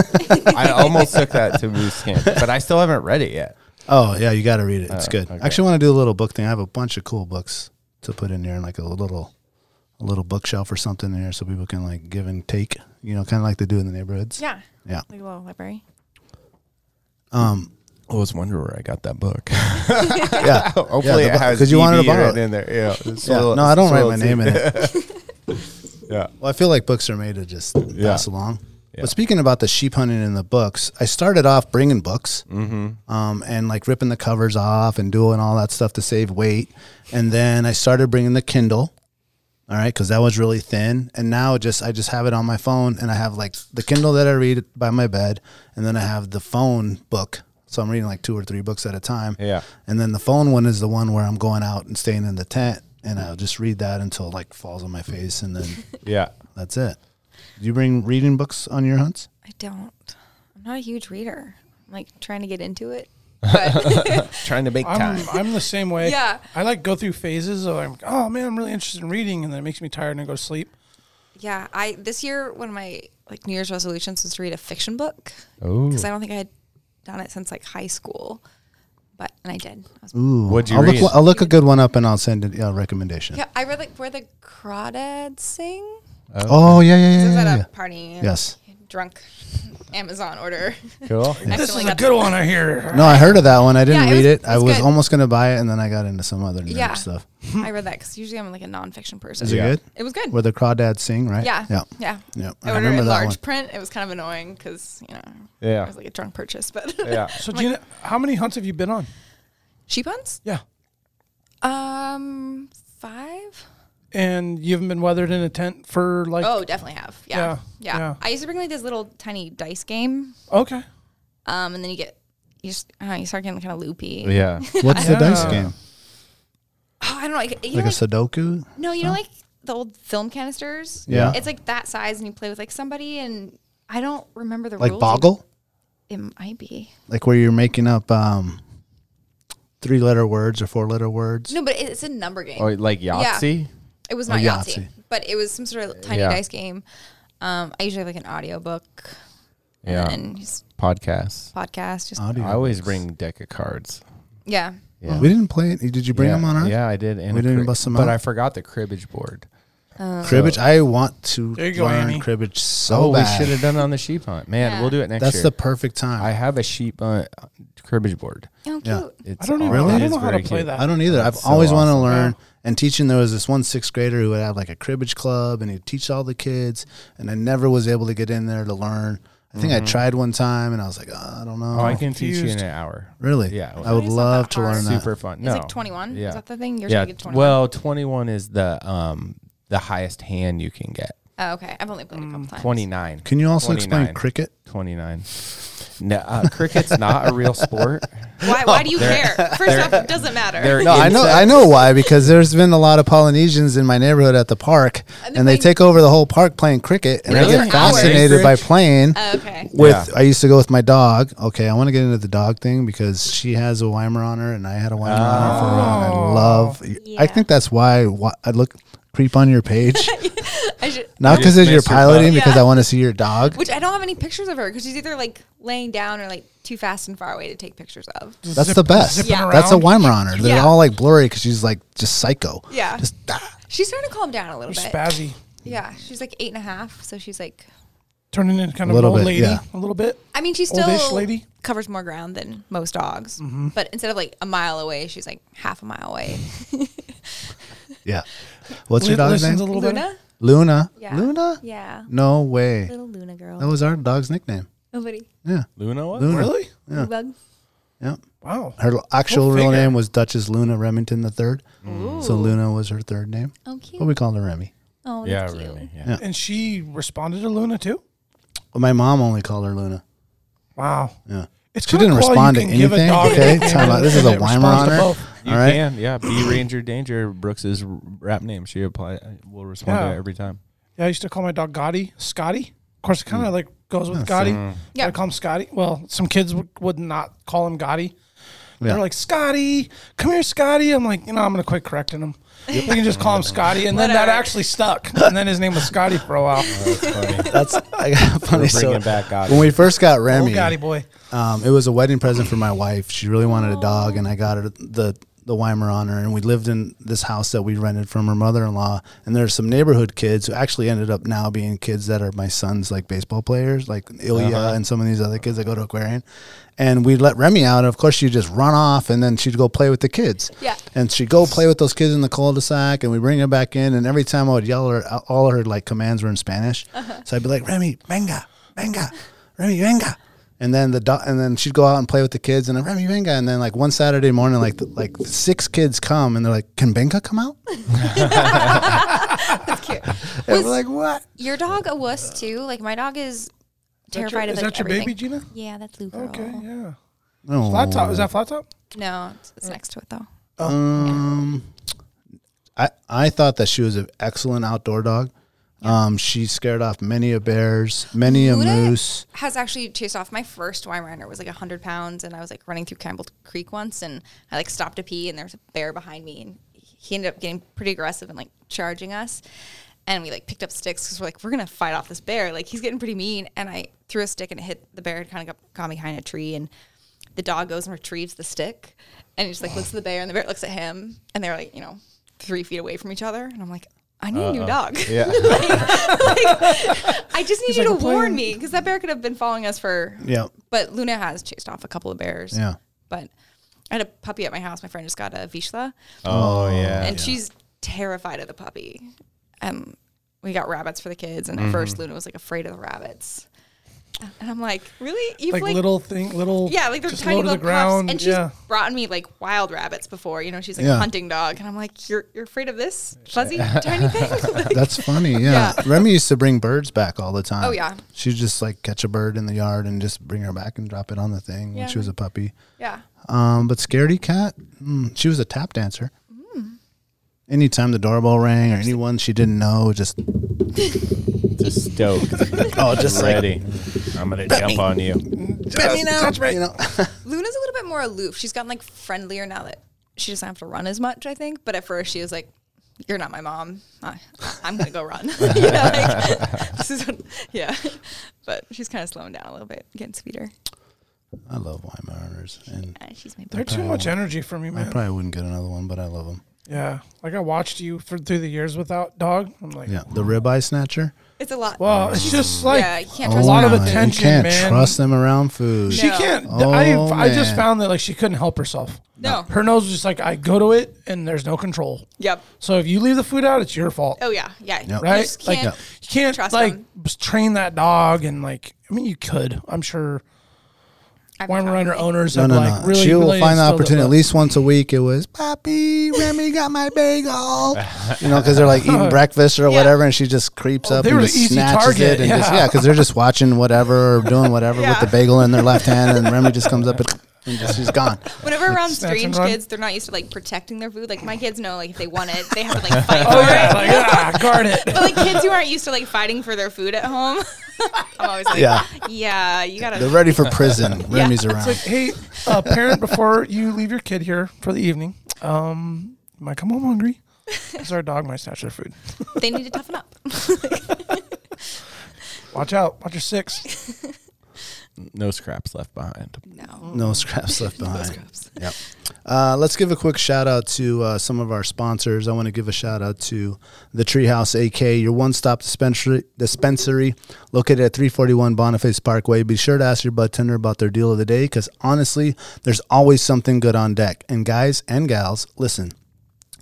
Speaker 3: I almost took that to Moose Camp, but I still haven't read it yet.
Speaker 2: Oh yeah, you got to read it. It's good. I actually want to do a little book thing. I have a bunch of cool books to put in there, and like a little, a little bookshelf or something there, so people can like give and take. You know, kind of like they do in the neighborhoods.
Speaker 5: Yeah,
Speaker 2: Yeah.
Speaker 5: like a little library.
Speaker 3: I always wonder where I got that book.
Speaker 2: Yeah.
Speaker 3: Hopefully
Speaker 2: the
Speaker 3: it
Speaker 2: bu-
Speaker 3: has
Speaker 2: 'cause you wanted to
Speaker 3: DB
Speaker 2: borrow
Speaker 3: written
Speaker 2: it.
Speaker 3: in there. Yeah. It's
Speaker 2: Yeah.
Speaker 3: little-
Speaker 2: No, I don't
Speaker 3: it's
Speaker 2: write
Speaker 3: little
Speaker 2: my
Speaker 3: too-
Speaker 2: name in it.
Speaker 3: Yeah.
Speaker 2: Well, I feel like books are made to just pass along.
Speaker 3: Yeah.
Speaker 2: But speaking about the sheep hunting and the books, I started off bringing books mm-hmm. um, and like ripping the covers off and doing all that stuff to save weight. And then I started bringing the Kindle. All right, because that was really thin, and now it just I just have it on my phone, and I have like the Kindle that I read by my bed, and then I have the phone book, so I'm reading like two or three books at a time.
Speaker 3: Yeah.
Speaker 2: and then the phone one is the one where I'm going out and staying in the tent, and I'll just read that until it, like falls on my face, and then
Speaker 3: Yeah.
Speaker 2: that's it. Do you bring reading books on your hunts?
Speaker 5: I don't. I'm not a huge reader. I'm like trying to get into it. But
Speaker 3: Trying to make time.
Speaker 4: I'm, I'm the same way.
Speaker 5: Yeah.
Speaker 4: I like go through phases of like, oh man, I'm really interested in reading, and then it makes me tired and I go to sleep.
Speaker 5: yeah, I this year one of my like New Year's resolutions was to read a fiction book
Speaker 3: Oh.
Speaker 5: because I don't think I had done it since like high school, but and I did. I was,
Speaker 2: Ooh,
Speaker 3: What'd you
Speaker 2: I'll
Speaker 3: read?
Speaker 2: Look, I'll look a good one up and I'll send it a recommendation.
Speaker 5: yeah, I read like where the crawdads sing.
Speaker 2: Oh yeah, yeah,
Speaker 5: I
Speaker 2: yeah,
Speaker 5: was
Speaker 2: yeah,
Speaker 5: at
Speaker 2: yeah.
Speaker 5: a party. and
Speaker 2: Yes.
Speaker 5: Drunk Amazon order.
Speaker 3: Cool.
Speaker 4: This is
Speaker 5: Accidentally
Speaker 4: a
Speaker 5: got
Speaker 4: good one, I hear.
Speaker 2: No, I heard of that one. I didn't
Speaker 5: Yeah, it
Speaker 2: read
Speaker 5: was-
Speaker 2: it.
Speaker 5: it's
Speaker 2: I was
Speaker 5: good.
Speaker 2: almost gonna buy it, and then I got into some other nerd
Speaker 5: Yeah.
Speaker 2: stuff.
Speaker 5: I read that because usually I'm like a nonfiction person.
Speaker 2: Is it good?
Speaker 5: It was good.
Speaker 2: Where the crawdads sing, right?
Speaker 5: yeah.
Speaker 2: yeah,
Speaker 5: Yeah.
Speaker 2: yeah.
Speaker 5: I
Speaker 2: I
Speaker 5: ordered
Speaker 2: remember
Speaker 5: it
Speaker 2: that
Speaker 5: large
Speaker 2: one.
Speaker 5: print. It was kind of annoying because you know
Speaker 3: Yeah.
Speaker 5: it was like a drunk purchase, but
Speaker 3: Yeah.
Speaker 4: So, Gina, how many hunts have you been on?
Speaker 5: sheep hunts.
Speaker 4: Yeah.
Speaker 5: Um, five.
Speaker 4: And you haven't been weathered in a tent for like.
Speaker 5: Oh, definitely have. Yeah.
Speaker 4: Yeah,
Speaker 5: Yeah.
Speaker 4: yeah.
Speaker 5: I used to bring like this little tiny dice game.
Speaker 4: Okay.
Speaker 5: Um, and then you get you just I don't know, you start getting kind of loopy.
Speaker 3: Yeah.
Speaker 2: What's the dice
Speaker 4: Yeah.
Speaker 2: game?
Speaker 5: Oh, I don't know. Like, you
Speaker 2: Like
Speaker 5: know,
Speaker 2: a
Speaker 5: like-
Speaker 2: Sudoku?
Speaker 5: no, you know, like the old film canisters.
Speaker 2: Yeah.
Speaker 5: It's like that size, and you play with like somebody, and I don't remember the
Speaker 2: Like
Speaker 5: rules.
Speaker 2: Boggle?
Speaker 5: It might be.
Speaker 2: Like where you're making up um, three letter words or four letter words?
Speaker 5: No, but it- it's a number game.
Speaker 3: Or Oh, like Yahtzee.
Speaker 5: It was not Yahtzee,
Speaker 2: Yahtzee.
Speaker 5: but it was some sort of tiny
Speaker 3: Yeah.
Speaker 5: dice game. Um, I usually have like an audiobook
Speaker 3: Yeah.
Speaker 5: and just
Speaker 3: Podcasts.
Speaker 5: podcast. Just
Speaker 2: Audio.
Speaker 3: I always bring deck of cards.
Speaker 5: yeah,
Speaker 3: Yeah.
Speaker 2: Oh, We didn't play it. Did you bring
Speaker 3: yeah.
Speaker 2: them on our
Speaker 3: Yeah, I did. And
Speaker 2: We
Speaker 3: a
Speaker 2: didn't
Speaker 3: crib-
Speaker 2: bust 'em
Speaker 3: But
Speaker 2: out?
Speaker 3: I forgot the cribbage board.
Speaker 5: Uh,
Speaker 2: cribbage? I want to
Speaker 4: There you go,
Speaker 2: learn
Speaker 4: Amy.
Speaker 2: cribbage so
Speaker 3: Oh,
Speaker 2: bad.
Speaker 3: we should have done it on the sheep hunt. Man,
Speaker 5: Yeah.
Speaker 3: we'll do it next
Speaker 2: That's
Speaker 3: year.
Speaker 2: the perfect time.
Speaker 3: I
Speaker 2: I,
Speaker 3: have a sheep hunt uh, cribbage board.
Speaker 5: oh cute.
Speaker 2: Yeah.
Speaker 3: It's
Speaker 4: I don't even.
Speaker 3: awesome.
Speaker 4: I
Speaker 3: It
Speaker 4: don't
Speaker 3: is
Speaker 4: know how to
Speaker 3: very
Speaker 4: play
Speaker 3: cute.
Speaker 4: that.
Speaker 2: don't either. I've
Speaker 3: That's so
Speaker 2: always wanted to
Speaker 3: awesome.
Speaker 2: learn and teaching. There was this one sixth grader who would have like a cribbage club and he'd teach all the kids, and I never was able to get in there to learn. I think I tried one time and I was like, "Uh, I don't know.
Speaker 3: Mm-hmm. Oh, I can teach you in
Speaker 4: confused.
Speaker 3: an hour.
Speaker 2: really?
Speaker 3: Yeah,
Speaker 2: I would
Speaker 5: It's not
Speaker 2: love
Speaker 5: that
Speaker 2: to
Speaker 5: hard.
Speaker 2: learn that.
Speaker 3: Super fun.
Speaker 5: It's
Speaker 3: No.
Speaker 5: like 21.
Speaker 3: Yeah.
Speaker 5: Is that the thing? You're
Speaker 3: yeah.
Speaker 5: trying to get 21.
Speaker 3: Well, 21 is the um the highest hand you can get.
Speaker 5: oh, okay. I've only played a
Speaker 3: Mm,
Speaker 5: couple times.
Speaker 3: 29.
Speaker 2: Can you also explain
Speaker 3: 29.
Speaker 2: cricket?
Speaker 3: 29. No, uh, cricket's not a real sport.
Speaker 5: Why, why
Speaker 4: Oh,
Speaker 5: do you care? First off, it doesn't matter.
Speaker 3: They're
Speaker 2: No, I know, I know why. Because there's been a lot of Polynesians in my neighborhood at the park, and, they
Speaker 5: they're playing-
Speaker 2: take over the whole park playing cricket, and I
Speaker 3: Really?
Speaker 2: get
Speaker 5: For hours.
Speaker 2: fascinated by playing.
Speaker 5: Uh, Okay.
Speaker 2: with
Speaker 3: Yeah.
Speaker 2: I used to go with my dog. Okay, I want to get into the dog thing because she has a Weimer on her, and I had a Weimer on her for a while. and I love. I
Speaker 5: Yeah.
Speaker 2: think that's why, why I look creep on your page,
Speaker 5: I should,
Speaker 2: not
Speaker 3: You
Speaker 2: because
Speaker 3: just
Speaker 2: you're
Speaker 3: messed your
Speaker 2: piloting,
Speaker 3: butt.
Speaker 2: because
Speaker 5: Yeah.
Speaker 2: I want to see your dog.
Speaker 5: which I don't have any pictures of her because she's either like laying down or like too fast and far away to take pictures of.
Speaker 2: That's the best.
Speaker 4: zipping
Speaker 5: Yeah.
Speaker 2: That's a
Speaker 4: around.
Speaker 2: Weimer on her. They're
Speaker 5: Yeah.
Speaker 2: all like blurry because she's like just psycho.
Speaker 5: Yeah.
Speaker 2: Just ah.
Speaker 5: She's starting to calm down a little
Speaker 4: You're
Speaker 5: bit.
Speaker 4: spazzy.
Speaker 5: Yeah. She's like eight and a half. So she's like,
Speaker 4: Turning into kind
Speaker 2: A
Speaker 4: of an
Speaker 2: little
Speaker 4: old
Speaker 2: bit,
Speaker 4: lady.
Speaker 2: yeah.
Speaker 4: A little bit.
Speaker 5: I mean, she
Speaker 4: Oldish
Speaker 5: still
Speaker 4: lady? Mm-hmm.
Speaker 5: covers more ground than most dogs. But instead of like a mile away, she's like half a mile away.
Speaker 2: yeah. What's your
Speaker 4: Li-
Speaker 2: dog's
Speaker 4: listens
Speaker 2: name?
Speaker 4: a little bit.
Speaker 5: Luna?
Speaker 2: Luna.
Speaker 5: Yeah.
Speaker 2: Luna.
Speaker 5: Yeah.
Speaker 2: No way.
Speaker 5: Little Luna girl.
Speaker 2: That was our dog's nickname.
Speaker 5: Nobody.
Speaker 2: Yeah.
Speaker 3: Luna what?
Speaker 2: Luna.
Speaker 4: Really?
Speaker 2: Yeah.
Speaker 5: Bug.
Speaker 2: Yeah.
Speaker 4: Wow.
Speaker 2: Her l- actual real
Speaker 4: figure.
Speaker 2: name was Duchess Luna Remington the Third.
Speaker 5: Ooh.
Speaker 2: So Luna was her third name,
Speaker 5: Oh, cute.
Speaker 2: but we called her Remy.
Speaker 5: Oh,
Speaker 3: Yeah,
Speaker 5: that's cute.
Speaker 3: really. Yeah.
Speaker 2: Yeah.
Speaker 4: And she responded to Luna too.
Speaker 2: Well, my mom only called her Luna.
Speaker 4: Wow.
Speaker 2: Yeah,
Speaker 4: It's
Speaker 2: she didn't respond to anything. Okay, time out. This is a Weimer on her. All
Speaker 3: You
Speaker 2: right,
Speaker 3: can, yeah. Be Ranger Danger Brooks's r- rap name. She apply will respond to
Speaker 4: Yeah.
Speaker 3: it every time.
Speaker 4: Yeah, I used to call my dog Gotti, Scotty. Of course, it
Speaker 2: Hmm.
Speaker 4: kind of like goes with Gotti. Yeah,
Speaker 5: Yeah.
Speaker 4: I call him Scotty. Well, some kids w- would not call him Gotti.
Speaker 2: Yeah.
Speaker 4: They're like Scotty, come here, Scotty. I'm like, you know, I'm gonna quit correcting him. We can just call him Scotty, and then that
Speaker 5: Whatever.
Speaker 4: actually stuck. And then his name was Scotty for a while.
Speaker 3: That's funny.
Speaker 2: that's I got a funny.
Speaker 3: We're
Speaker 2: So
Speaker 3: bringing back God.
Speaker 2: when we first got
Speaker 4: Old
Speaker 2: Remy,
Speaker 4: Gotti boy.
Speaker 2: um, it was a wedding present for my wife. She really wanted a dog, and I got her the the Weimer on her. And we lived in this house that we rented from her mother in law. And there's some neighborhood kids who actually ended up now being kids that are my son's like baseball players, like Ilya and some of these other kids that go to Aquarian. And we'd let Remy out, and of course she'd just run off, and then she'd go play with the kids.
Speaker 5: Yeah.
Speaker 2: And she'd go play with those kids in the cul-de-sac, and we bring her back in. And every time I would yell at her, all her like commands were in Spanish. So I'd be like, Remy, venga, venga, Remy, venga. And then the do- and then she'd go out and play with the kids, and then, Remy, venga. And then like one Saturday morning, like th- like six kids come, and they're like, Can Benga come out?
Speaker 5: That's cute.
Speaker 2: And
Speaker 5: Was
Speaker 2: we're like, What?
Speaker 5: your dog a wuss too? Like my dog is terrified
Speaker 4: Is
Speaker 5: of like
Speaker 4: that your
Speaker 5: everything.
Speaker 4: baby, Gina?
Speaker 5: Yeah, that's Lou. Girl.
Speaker 4: Okay, yeah.
Speaker 2: No.
Speaker 4: Flat top. Is that flat top?
Speaker 5: No, it's, it's next to it though.
Speaker 2: Um, I I thought that she was an excellent outdoor dog. Um, she scared off many a bears, many a
Speaker 5: Luna
Speaker 2: moose.
Speaker 5: has actually chased off my first Weimaraner was like hundred pounds, and I was like running through Campbell Creek once, and I like stopped to pee, and there was a bear behind me, and he ended up getting pretty aggressive and like charging us, and we like picked up sticks because we're like we're gonna fight off this bear, like he's getting pretty mean, and I threw a stick and it hit the bear, kind of got, got behind a tree, and the dog goes and retrieves the stick, and he just like looks at the bear, and the bear looks at him, and they're like, you know, three feet away from each other, and I'm like. I need a new dog.
Speaker 3: Yeah.
Speaker 5: I just need you to warn me because that bear could have been following us for.
Speaker 2: Yeah.
Speaker 5: But Luna has chased off a couple of bears.
Speaker 2: Yeah.
Speaker 5: But I had a puppy at my house. My friend just got a Vishla,
Speaker 3: oh yeah.
Speaker 5: and she's terrified of the puppy. Um, we got rabbits for the kids,
Speaker 4: Mm-hmm.
Speaker 5: and at first Luna was like afraid of the rabbits, and I'm like, really? You've
Speaker 4: like, little thing, little
Speaker 5: yeah, like they're
Speaker 4: just low
Speaker 5: tiny
Speaker 4: to
Speaker 5: little
Speaker 4: the ground.
Speaker 5: pups, and she's
Speaker 4: yeah,
Speaker 5: brought me like wild rabbits before. You know, she's like
Speaker 2: Yeah.
Speaker 5: a hunting dog, and I'm like, you're you're afraid of this fuzzy tiny thing? Like,
Speaker 2: That's funny. Yeah. Remy used to bring birds back all the time.
Speaker 5: Oh, yeah.
Speaker 2: She'd just like catch a bird in the yard and just bring her back and drop it on the thing when she was a puppy.
Speaker 5: yeah.
Speaker 2: Um, but Scaredy Cat, mm, she was a tap dancer.
Speaker 4: Mm.
Speaker 2: Anytime the doorbell rang or anyone she didn't know, just
Speaker 3: just stoked.
Speaker 2: oh, just like
Speaker 3: Ready. I'm gonna jump on you.
Speaker 2: let me know.
Speaker 5: um,
Speaker 2: You know?
Speaker 5: Luna's a little bit more aloof. She's gotten like friendlier now that she doesn't have to run as much, I think. But at first she was like, You're not my mom. I, I'm going to go run. You know, like, this is what- yeah. But she's kind of slowing down a little bit, getting sweeter.
Speaker 2: I love Weimaraners, and
Speaker 5: Uh, she's my
Speaker 4: they're
Speaker 5: bird.
Speaker 4: too much energy for me,
Speaker 2: I
Speaker 4: man.
Speaker 2: probably wouldn't get another one, but I love them.
Speaker 4: Yeah, like I watched you for, through the years without dog. I'm like,
Speaker 2: Yeah, the ribeye snatcher. Oh
Speaker 5: It's a lot.
Speaker 4: well, it's just like
Speaker 5: yeah, you can't
Speaker 4: a
Speaker 5: trust
Speaker 4: lot
Speaker 5: her.
Speaker 4: of
Speaker 2: my- You
Speaker 4: attention,
Speaker 2: can't
Speaker 4: man.
Speaker 2: trust them around food.
Speaker 4: she
Speaker 5: No.
Speaker 4: can't. I
Speaker 2: Oh,
Speaker 4: I just
Speaker 2: man.
Speaker 4: found that like she couldn't help herself.
Speaker 5: No.
Speaker 4: her nose was just like I go to it, and there's no control.
Speaker 5: Yep.
Speaker 4: So if you leave the food out, it's your fault.
Speaker 5: Oh, yeah. Yeah. You
Speaker 4: right?
Speaker 5: just can't.
Speaker 4: like you can't
Speaker 5: trust
Speaker 4: like
Speaker 5: them.
Speaker 4: s- train that dog and like I mean you could. I'm sure
Speaker 5: I've
Speaker 4: one
Speaker 5: tried.
Speaker 4: runner owners
Speaker 2: No,
Speaker 4: have
Speaker 2: no,
Speaker 4: like
Speaker 2: no.
Speaker 4: really
Speaker 2: she will
Speaker 4: really
Speaker 2: find the
Speaker 4: instilled it,
Speaker 2: opportunity
Speaker 4: but-
Speaker 2: at least once a week. It was Poppy, Remy got my bagel, you know, because they're like eating breakfast or whatever, and she just creeps up
Speaker 4: Oh, they
Speaker 2: and
Speaker 4: were
Speaker 2: just
Speaker 4: an easy
Speaker 2: snatches
Speaker 4: target,
Speaker 2: it, and just
Speaker 4: yeah.
Speaker 2: yeah, because they're just watching whatever or doing whatever with the bagel in their left hand, and Remy just comes up and, and just she's gone.
Speaker 5: Whenever around
Speaker 4: snatch and
Speaker 5: strange
Speaker 4: run.
Speaker 5: kids, they're not used to like protecting their food. Like my kids know, like if they want it, they have to like fight
Speaker 4: Oh
Speaker 5: for
Speaker 4: yeah,
Speaker 5: it.
Speaker 4: like ah, guard it.
Speaker 5: But like kids who aren't used to like fighting for their food at home, I'm always like,
Speaker 2: Yeah.
Speaker 5: yeah, you gotta.
Speaker 2: They're ready for prison. Remy's around.
Speaker 4: Hey, uh, parent, before you leave your kid here for the evening, um, you might come home hungry. Because our dog might snatch their food.
Speaker 5: they need to toughen up.
Speaker 4: Watch out. Watch your six.
Speaker 3: No scraps left behind.
Speaker 5: No.
Speaker 2: No scraps left behind. Yep. Uh, let's give a quick shout out to uh, some of our sponsors. I want to give a shout out to the Treehouse AK, your one stop dispensary, dispensary located at 341 Boniface Parkway. Be sure to ask your bartender about their deal of the day because honestly, there's always something good on deck. And guys and gals, listen.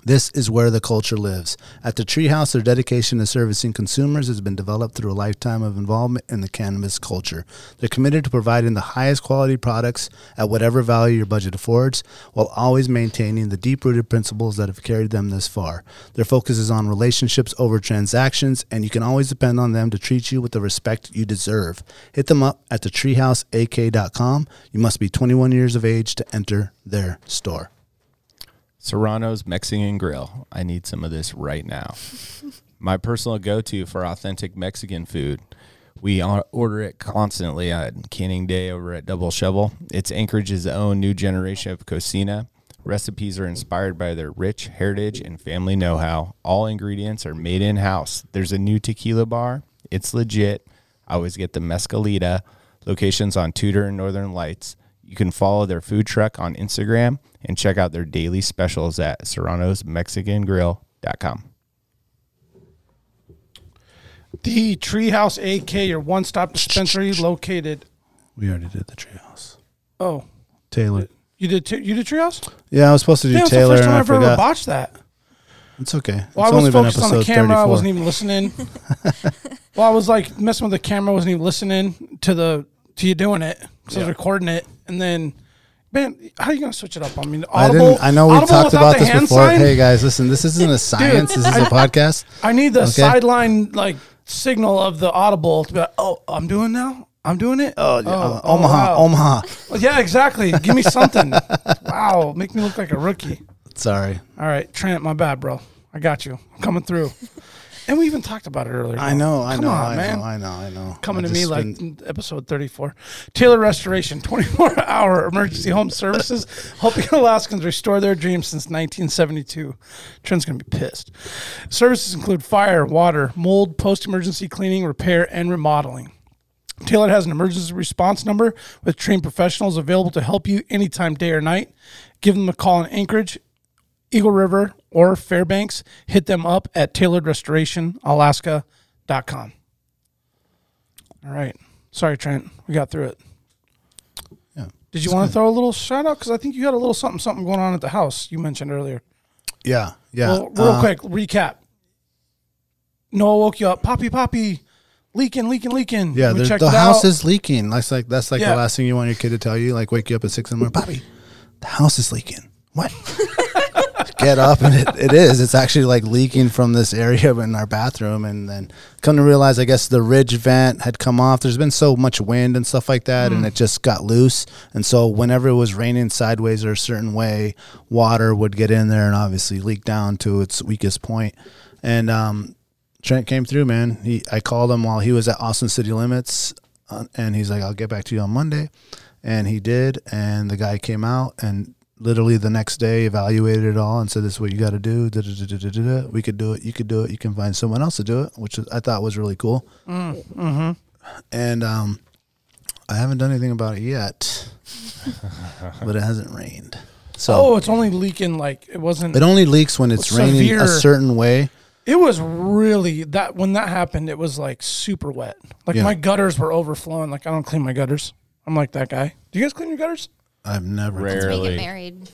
Speaker 2: This is where the culture lives. At the Treehouse, their dedication to servicing consumers has been developed through a lifetime of involvement in the cannabis culture. They're committed to providing the highest quality products at whatever value your budget affords, while always maintaining the deep rooted principles that have carried them this far. Their focus is on relationships over transactions, and you can always depend on them to treat you with the respect you deserve. Hit them up at thetreehouseak.com. You must be 21 years of age to enter their store.
Speaker 3: Serrano's Mexican Grill. I need some of this right now. My personal go to for authentic Mexican food. We o- order it constantly on Canning Day over at Double Shovel. It's Anchorage's own new generation of cocina. Recipes are inspired by their rich heritage and family know how. All ingredients are made in house. There's a new tequila bar. It's legit. I always get the Mescalita. Locations on Tudor and Northern Lights. You can follow their food truck on Instagram and check out their daily specials at serranosmexicangrill.com.
Speaker 4: The Treehouse AK, your one stop dispensary located.
Speaker 2: We already did the Treehouse.
Speaker 4: Oh,
Speaker 2: Taylor.
Speaker 4: you did t- you did Treehouse?
Speaker 2: Yeah, I was supposed to do
Speaker 4: Damn, it's the
Speaker 2: Taylor,
Speaker 4: first
Speaker 2: and
Speaker 4: time
Speaker 2: I
Speaker 4: I've ever
Speaker 2: forgot.
Speaker 4: botched that.
Speaker 2: it's okay.
Speaker 4: Well,
Speaker 2: it's
Speaker 4: I was
Speaker 2: only been
Speaker 4: focused on
Speaker 2: episode
Speaker 4: the camera. I
Speaker 2: 34.
Speaker 4: wasn't even listening. well, I was like messing with the camera. I wasn't even listening to the to you doing it. So I was recording it, and then, man, how are you gonna switch it up? I mean,
Speaker 2: I
Speaker 4: audible.
Speaker 2: didn't. I know we
Speaker 4: Audible
Speaker 2: talked
Speaker 4: without
Speaker 2: about
Speaker 4: the
Speaker 2: this
Speaker 4: hand
Speaker 2: before.
Speaker 4: sign?
Speaker 2: Hey guys, listen. This isn't a science. this is a podcast.
Speaker 4: I need the
Speaker 2: Okay.
Speaker 4: sideline like signal of the audible to be like, oh, I'm doing now. I'm doing it. Oh, yeah.
Speaker 2: Uh, Omaha, Omaha.
Speaker 4: Oh, yeah, exactly. Give me something. wow, make me look like a rookie.
Speaker 2: Sorry,
Speaker 4: All right, Trent, my bad, bro. I got you. I'm coming through. And we even talked about it earlier.
Speaker 2: I
Speaker 4: bro.
Speaker 2: know. I
Speaker 4: Come
Speaker 2: know.
Speaker 4: on,
Speaker 2: I
Speaker 4: man.
Speaker 2: know. I know. I know.
Speaker 4: coming
Speaker 2: I've
Speaker 4: to me
Speaker 2: just
Speaker 4: like
Speaker 2: been-
Speaker 4: in episode 34 taylor restoration 24 hour emergency home services helping alaskans restore their dreams since 1972 trent's going to be pissed services include fire water mold post-emergency cleaning repair and remodeling Taylor has an emergency response number with trained professionals available to help you anytime, day or night. Give them a call in Anchorage, Eagle River, or Fairbanks. Hit them up at tailoredrestorationalaska.com. All right. Sorry, Trent. We got through it.
Speaker 2: Yeah.
Speaker 4: Did you want to throw a little shout out? Because I think you got a little something something going on at the house you mentioned earlier.
Speaker 2: Yeah. Yeah.
Speaker 4: Well, real
Speaker 2: Uh,
Speaker 4: quick recap. Noah woke you up. Poppy, poppy, leaking, leaking, leaking.
Speaker 2: Yeah,
Speaker 4: Mm-hmm. We
Speaker 2: there-
Speaker 4: checked
Speaker 2: the
Speaker 4: it
Speaker 2: house
Speaker 4: out.
Speaker 2: is leaking. That's like that's like
Speaker 4: Yeah.
Speaker 2: the last thing you want your kid to tell you. Like wake you up at six in the morning, Bobby, the house is leaking. What? Get up and it, it is. It's actually like leaking from this area in our bathroom, and then come to realize, I guess the ridge vent had come off. There's been so much wind and stuff like that,
Speaker 4: Mm.
Speaker 2: and it just got loose. And so whenever it was raining sideways or a certain way, water would get in there and obviously leak down to its weakest point. And um, Trent came through, man. He, I called him while he was at Austin City Limits, uh, and he's like, "I'll get back to you on Monday," and he did. And the guy came out and literally the next day evaluated it all and said, "This is what you got to do. da, da, da, da, da, da, da. We could do it. You could do it. You can find someone else to do it," which I thought was really cool.
Speaker 4: Mm, mm-hmm.
Speaker 2: And um, I haven't done anything about it yet, but it hasn't rained. So
Speaker 4: Oh, it's only leaking like it wasn't.
Speaker 2: it only leaks when it's raining a
Speaker 4: Severe.
Speaker 2: certain way.
Speaker 4: It was really that when that happened, it was like super wet. Like
Speaker 2: Yeah.
Speaker 4: my gutters were overflowing. Like I don't clean my gutters. I'm like that guy. Do you guys clean your gutters?
Speaker 2: I've never
Speaker 5: We get
Speaker 3: Rarely.
Speaker 5: married.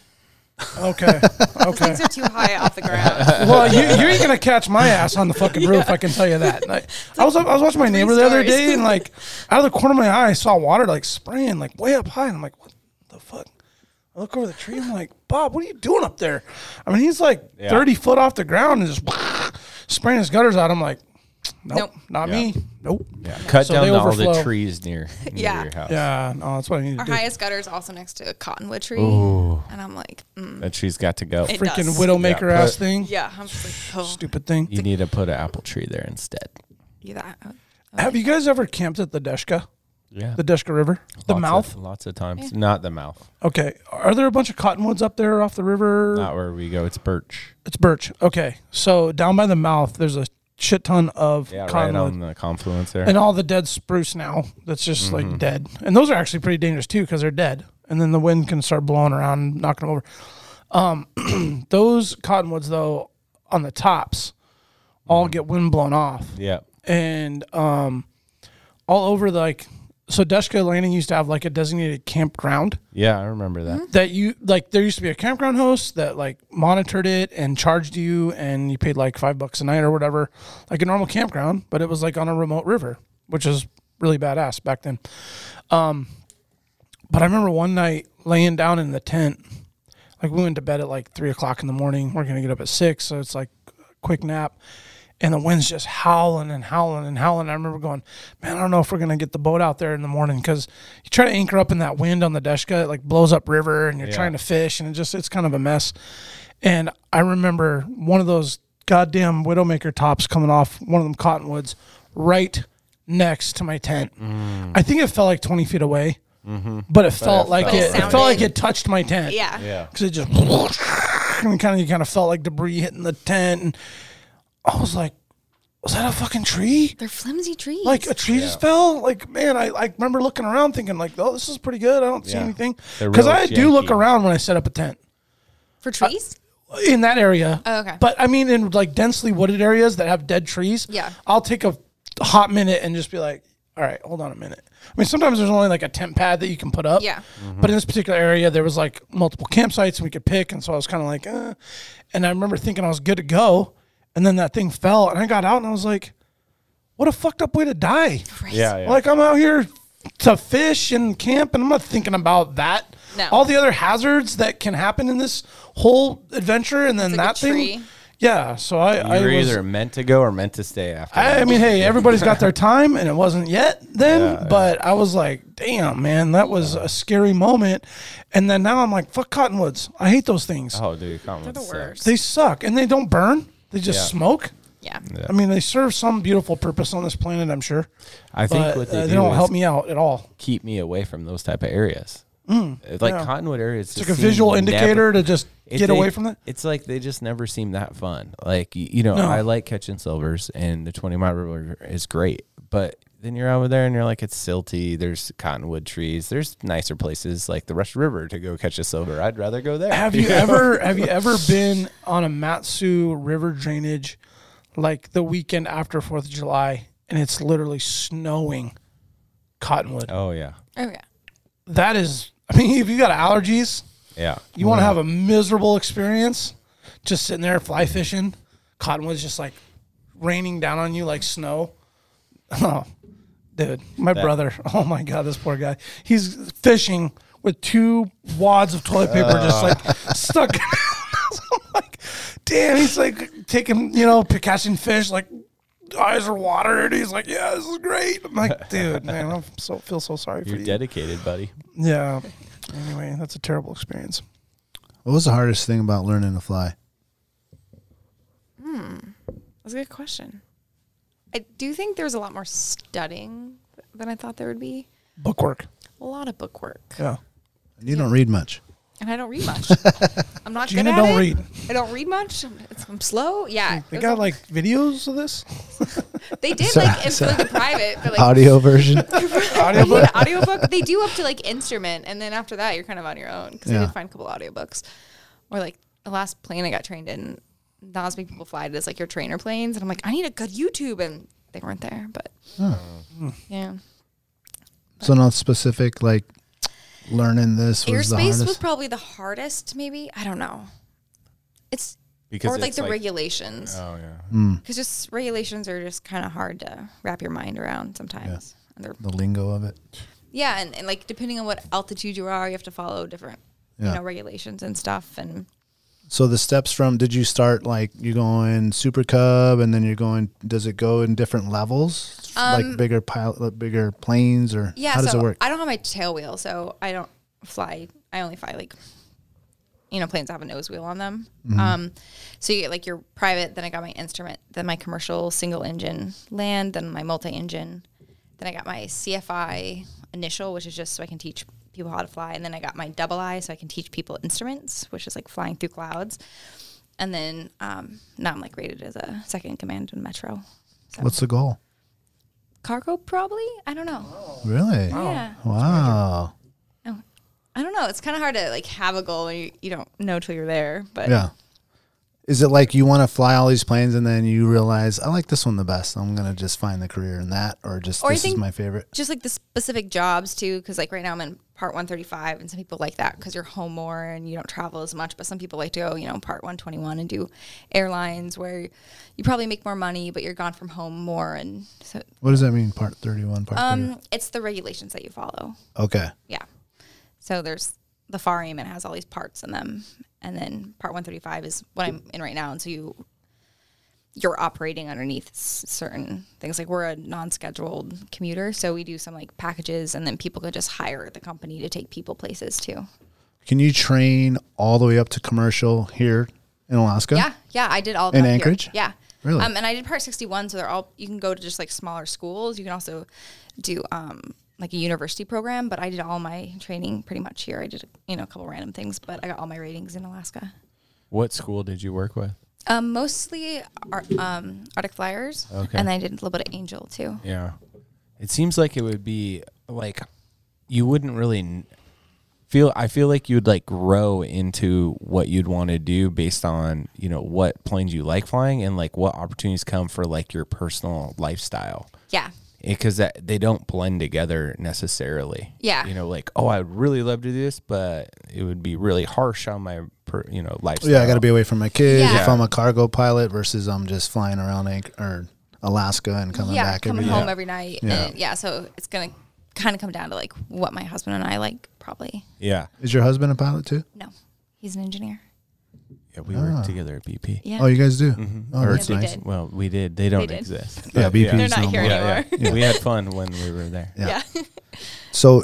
Speaker 4: Okay. okay.
Speaker 5: Things are too high off the ground.
Speaker 4: Well, you, you ain't gonna catch my ass on the fucking roof. I can tell you that. Like, I was I was watching my neighbor the other
Speaker 5: stories.
Speaker 4: day, and like out of the corner of my eye, I saw water like spraying like way up high, and I'm like, what the fuck? I look over the tree. I'm like, Bob, what are you doing up there? I mean, he's like
Speaker 3: Yeah.
Speaker 4: 30 foot off the ground and just spraying his gutters out. I'm like, nope,
Speaker 5: Nope.
Speaker 4: not
Speaker 3: Yeah.
Speaker 4: me. Nope.
Speaker 3: Yeah. Cut
Speaker 4: So
Speaker 3: down
Speaker 4: they
Speaker 3: all
Speaker 4: overflow.
Speaker 3: the trees near, near
Speaker 5: Yeah.
Speaker 3: your house.
Speaker 4: Yeah, no, that's what I need to
Speaker 5: Our
Speaker 4: do.
Speaker 5: highest gutter is also next to a cottonwood tree, and I'm like, mm,
Speaker 3: That tree's got to go.
Speaker 5: It-
Speaker 4: Freaking
Speaker 5: does.
Speaker 4: widowmaker
Speaker 3: Yeah,
Speaker 4: ass
Speaker 3: but-
Speaker 4: thing.
Speaker 5: yeah. I'm just like, oh,
Speaker 4: Stupid thing.
Speaker 3: You need to put an apple tree there instead.
Speaker 5: you that.
Speaker 4: Have you guys ever camped at the Deshka,
Speaker 3: Yeah.
Speaker 4: the Deshka River, the
Speaker 3: Lots
Speaker 4: mouth?
Speaker 3: Of, lots of times. Not the mouth.
Speaker 4: Okay. Are there a bunch of cottonwoods up there off the river?
Speaker 3: Not where we go. It's birch.
Speaker 4: It's birch. Okay. So down by the mouth, there's a shit ton of
Speaker 3: Yeah, right
Speaker 4: cottonwood.
Speaker 3: on the confluence there.
Speaker 4: and all the dead spruce now that's just
Speaker 3: Mm-hmm.
Speaker 4: like dead. And those are actually pretty dangerous too because they're dead. And then the wind can start blowing around and knocking them over. Um, those cottonwoods, though, on the tops all
Speaker 3: Mm-hmm.
Speaker 4: get wind blown off.
Speaker 3: yeah.
Speaker 4: And um, all over, the, like, so Deshka Landing used to have like a designated campground
Speaker 3: Yeah, I remember that.
Speaker 4: that you like there used to be a campground host that like monitored it and charged you and you paid like five bucks a night or whatever like a normal campground but it was like on a remote river which is really badass back then um but i remember one night laying down in the tent like we went to bed at like three o'clock in the morning we're gonna get up at six so it's like a quick nap and the wind's just howling and howling and howling. I remember going, man, I don't know if we're gonna get the boat out there in the morning because you try to anchor up in that wind on the Deshka, it like blows up river, and you're trying to fish, and it just it's kind of a mess. And I remember one of those goddamn Widowmaker tops coming off one of them cottonwoods right next to my tent. I think it felt like 20 feet away, Mm. Mm-hmm. but it felt like
Speaker 5: felt
Speaker 4: it, it,
Speaker 5: like-
Speaker 4: felt like it touched my tent
Speaker 5: Yeah. yeah.
Speaker 4: because it just and kind of you kind of felt like debris hitting the tent. And I was like, was that a fucking tree?
Speaker 5: They're flimsy trees.
Speaker 4: Like a tree just fell. Like man, I like remember looking around thinking like, oh, this is pretty good. I don't see
Speaker 3: Yeah.
Speaker 4: anything
Speaker 3: They're
Speaker 4: because
Speaker 3: real
Speaker 4: I do look
Speaker 3: janky.
Speaker 4: around when I set up a tent
Speaker 5: for trees?
Speaker 4: in that area.
Speaker 5: Oh, okay.
Speaker 4: But I mean, in like densely wooded areas that have dead trees.
Speaker 5: Yeah.
Speaker 4: I'll take a hot minute and just be like, all right, hold on a minute. I mean, sometimes there's only like a tent pad that you can put up. Mm-hmm.
Speaker 5: Yeah.
Speaker 4: But in this particular area, there was like multiple campsites we could pick, and so I was kind of like, eh. and I remember thinking I was good to go, and then that thing fell, and I got out, and I was like, what a fucked up way to die.
Speaker 5: Right.
Speaker 3: Yeah, yeah.
Speaker 4: Like I'm out here to fish and camp, and I'm not thinking about that.
Speaker 5: No.
Speaker 4: All the other hazards that can happen in this whole adventure, and then
Speaker 5: It's like
Speaker 4: that
Speaker 5: a
Speaker 4: thing.
Speaker 5: tree.
Speaker 4: Yeah. So I, I
Speaker 3: You're
Speaker 4: was.
Speaker 3: either meant to go or meant to stay after.
Speaker 4: I, I
Speaker 3: that.
Speaker 4: mean, hey, everybody's got their time, and it wasn't yet then.
Speaker 3: Yeah,
Speaker 4: but I was like, damn, man, that was a scary moment. And then now I'm like, fuck cottonwoods. I hate those things.
Speaker 3: oh, dude, they're
Speaker 5: The worst.
Speaker 4: They suck, and they don't burn. They just
Speaker 3: Yeah.
Speaker 4: smoke.
Speaker 5: yeah.
Speaker 4: I mean, they serve some beautiful purpose on this planet, I'm sure.
Speaker 3: I think
Speaker 4: But
Speaker 3: what
Speaker 4: uh,
Speaker 3: they,
Speaker 4: they
Speaker 3: do
Speaker 4: don't
Speaker 3: is
Speaker 4: help me out at all.
Speaker 3: keep me away from those type of areas. It's like
Speaker 4: Mm. yeah.
Speaker 3: Cottonwood areas,
Speaker 4: It's like a visual indicator to just get away from that.
Speaker 3: It's like they just never seem that fun. Like y- you know,
Speaker 4: No.
Speaker 3: I like catching silvers, and the twenty mile river is great, but then you're over there and you're like, it's silty. There's cottonwood trees. There's nicer places like the Rush River to go catch a silver. I'd rather go there.
Speaker 4: Have you
Speaker 3: know?
Speaker 4: ever have you ever been on a Matsu River drainage like the weekend after Fourth of July and it's literally snowing cottonwood?
Speaker 3: Oh yeah,
Speaker 5: Oh yeah.
Speaker 4: That is I mean, if you got allergies,
Speaker 3: yeah.
Speaker 4: you want to have a miserable experience, just sitting there fly fishing, cottonwood's just like raining down on you like snow. Oh, dude, my brother. Oh my god, this poor guy. He's fishing with two wads of toilet paper just like stuck. I'm like, damn, he's like taking you know catching fish like. Eyes are watered. He's like, "Yeah, this is great." I'm like, "Dude, man, I so feel so sorry for
Speaker 3: You're
Speaker 4: you."
Speaker 3: dedicated, buddy.
Speaker 4: Yeah. Anyway, that's a terrible experience.
Speaker 2: What was the hardest thing about learning to fly?
Speaker 5: That's a good question. I do think there's a lot more studying than I thought there would be.
Speaker 4: Bookwork.
Speaker 5: A lot of book work,
Speaker 4: Yeah.
Speaker 2: You don't read much.
Speaker 5: and I don't read much. I'm not
Speaker 4: Gina
Speaker 5: good at
Speaker 4: don't
Speaker 5: it.
Speaker 4: read.
Speaker 5: I don't read much. I'm, it's, I'm slow. Yeah,
Speaker 4: They
Speaker 5: it was
Speaker 4: got
Speaker 5: a-
Speaker 4: like videos of this.
Speaker 5: they did like it's like a private, but like
Speaker 2: Audio version.
Speaker 5: audiobook. yeah, audiobook. They do up to like instrument, and then after that, you're kind of on your own. Because I
Speaker 2: Yeah.
Speaker 5: did find a couple audiobooks, or like the last plane I got trained in. Not as many people fly it as like your trainer planes, and I'm like, I need a good YouTube, and they weren't there. But yeah,
Speaker 2: so not specific. Like learning this was the
Speaker 5: airspace
Speaker 2: hardest.
Speaker 5: was probably the hardest. Maybe I don't know. It's
Speaker 3: Because
Speaker 5: or like
Speaker 3: it's
Speaker 5: the regulations.
Speaker 3: Oh yeah.
Speaker 5: because just regulations are just kind of hard to wrap your mind around sometimes. And they're,
Speaker 2: the lingo of it.
Speaker 5: yeah, and, and like depending on what altitude you are, you have to follow different
Speaker 2: Yeah.
Speaker 5: you know regulations and stuff. And
Speaker 2: So the steps from did you start like you're going super cub and then you're going does it go in different levels like bigger pilot bigger planes or
Speaker 5: Um, yeah,
Speaker 2: how does
Speaker 5: so
Speaker 2: it work?
Speaker 5: I don't have my tail wheel, so I don't fly. I only fly like you know planes that have a nose wheel on them.
Speaker 2: Mm-hmm.
Speaker 5: Um, so you get like your private. Then I got my instrument. Then my commercial single engine land. Then my multi engine. Then I got my CFI initial, which is just so I can teach people how to fly. And then I got my double I, so I can teach people instruments, which is like flying through clouds. And then um, now I'm like rated as a second in command in Metro. So
Speaker 2: What's the goal?
Speaker 5: cargo probably? I don't know.
Speaker 2: Really?
Speaker 5: Yeah.
Speaker 2: Wow.
Speaker 5: I don't know. It's kind of hard to like have a goal when you, you don't know till you're there. But
Speaker 2: Yeah. Is it like you want to fly all these planes and then you realize I like this one the best. I'm gonna just find the career in that or just
Speaker 5: Or I
Speaker 2: this is
Speaker 5: think-
Speaker 2: my favorite.
Speaker 5: just like the specific jobs too, because like right now I'm in part 135, and some people like that because you're home more and you don't travel as much. But some people like to go, you know, part 121 and do airlines where you probably make more money, but you're gone from home more. And so
Speaker 2: What does that mean? Part thirty one, part thirty.
Speaker 5: um, it's the regulations that you follow.
Speaker 2: Okay.
Speaker 5: Yeah. So there's the FAR aim, it has all these parts in them. And then part 135 is what I'm in right now. And so you, you're operating underneath s- certain things. Like we're a non-scheduled commuter, so we do some like packages, and then people could just hire the company to take people places too.
Speaker 2: Can you train all the way up to commercial here in Alaska?
Speaker 5: Yeah, yeah, I did all of
Speaker 2: In
Speaker 5: that here.
Speaker 2: Anchorage?
Speaker 5: Yeah,
Speaker 2: Really?
Speaker 5: Um, and I did part sixty one, so they're all you can go to just like smaller schools. You can also do um, like a university program, but I did all my training pretty much here. I did you know a couple random things, but I got all my ratings in Alaska.
Speaker 3: What school did you work with?
Speaker 5: Um, mostly ar- um, Arctic Flyers,
Speaker 3: Okay.
Speaker 5: and I did a little bit of Angel too.
Speaker 3: Yeah. It seems like it would be like you wouldn't really n- feel I feel like you'd like grow into what you'd want to do based on, you know, what planes you like flying and like what opportunities come for like your personal lifestyle.
Speaker 5: Yeah,
Speaker 3: Because that they don't blend together necessarily.
Speaker 5: Yeah.
Speaker 3: You know, like, oh, I would really love to do this, but it would be really harsh on my, per, you know, lifestyle.
Speaker 2: Oh, Yeah, I got to be away from my kids
Speaker 5: Yeah.
Speaker 2: if I'm a cargo pilot versus I'm just flying around Anch- or Alaska and coming
Speaker 5: yeah,
Speaker 2: back
Speaker 5: coming
Speaker 2: every
Speaker 5: home
Speaker 2: day.
Speaker 5: every night,
Speaker 2: Yeah.
Speaker 5: and yeah, so it's gonna kind of come down to like what my husband and I like. Probably
Speaker 3: Yeah.
Speaker 2: Is your husband a pilot too?
Speaker 5: no, he's an engineer.
Speaker 3: Yeah. We worked together at BP.
Speaker 5: Yeah,
Speaker 2: Oh, you guys do. Oh,
Speaker 3: Or-
Speaker 2: that's
Speaker 5: we
Speaker 2: Ah. nice.
Speaker 5: did.
Speaker 3: Well, we did. They don't
Speaker 5: did.
Speaker 3: exist.
Speaker 2: Yeah,
Speaker 3: But
Speaker 2: BP 's
Speaker 5: they're not
Speaker 2: no
Speaker 5: here
Speaker 2: more.
Speaker 5: anymore.
Speaker 3: we had fun when we were there.
Speaker 2: Yeah.
Speaker 5: yeah.
Speaker 2: So,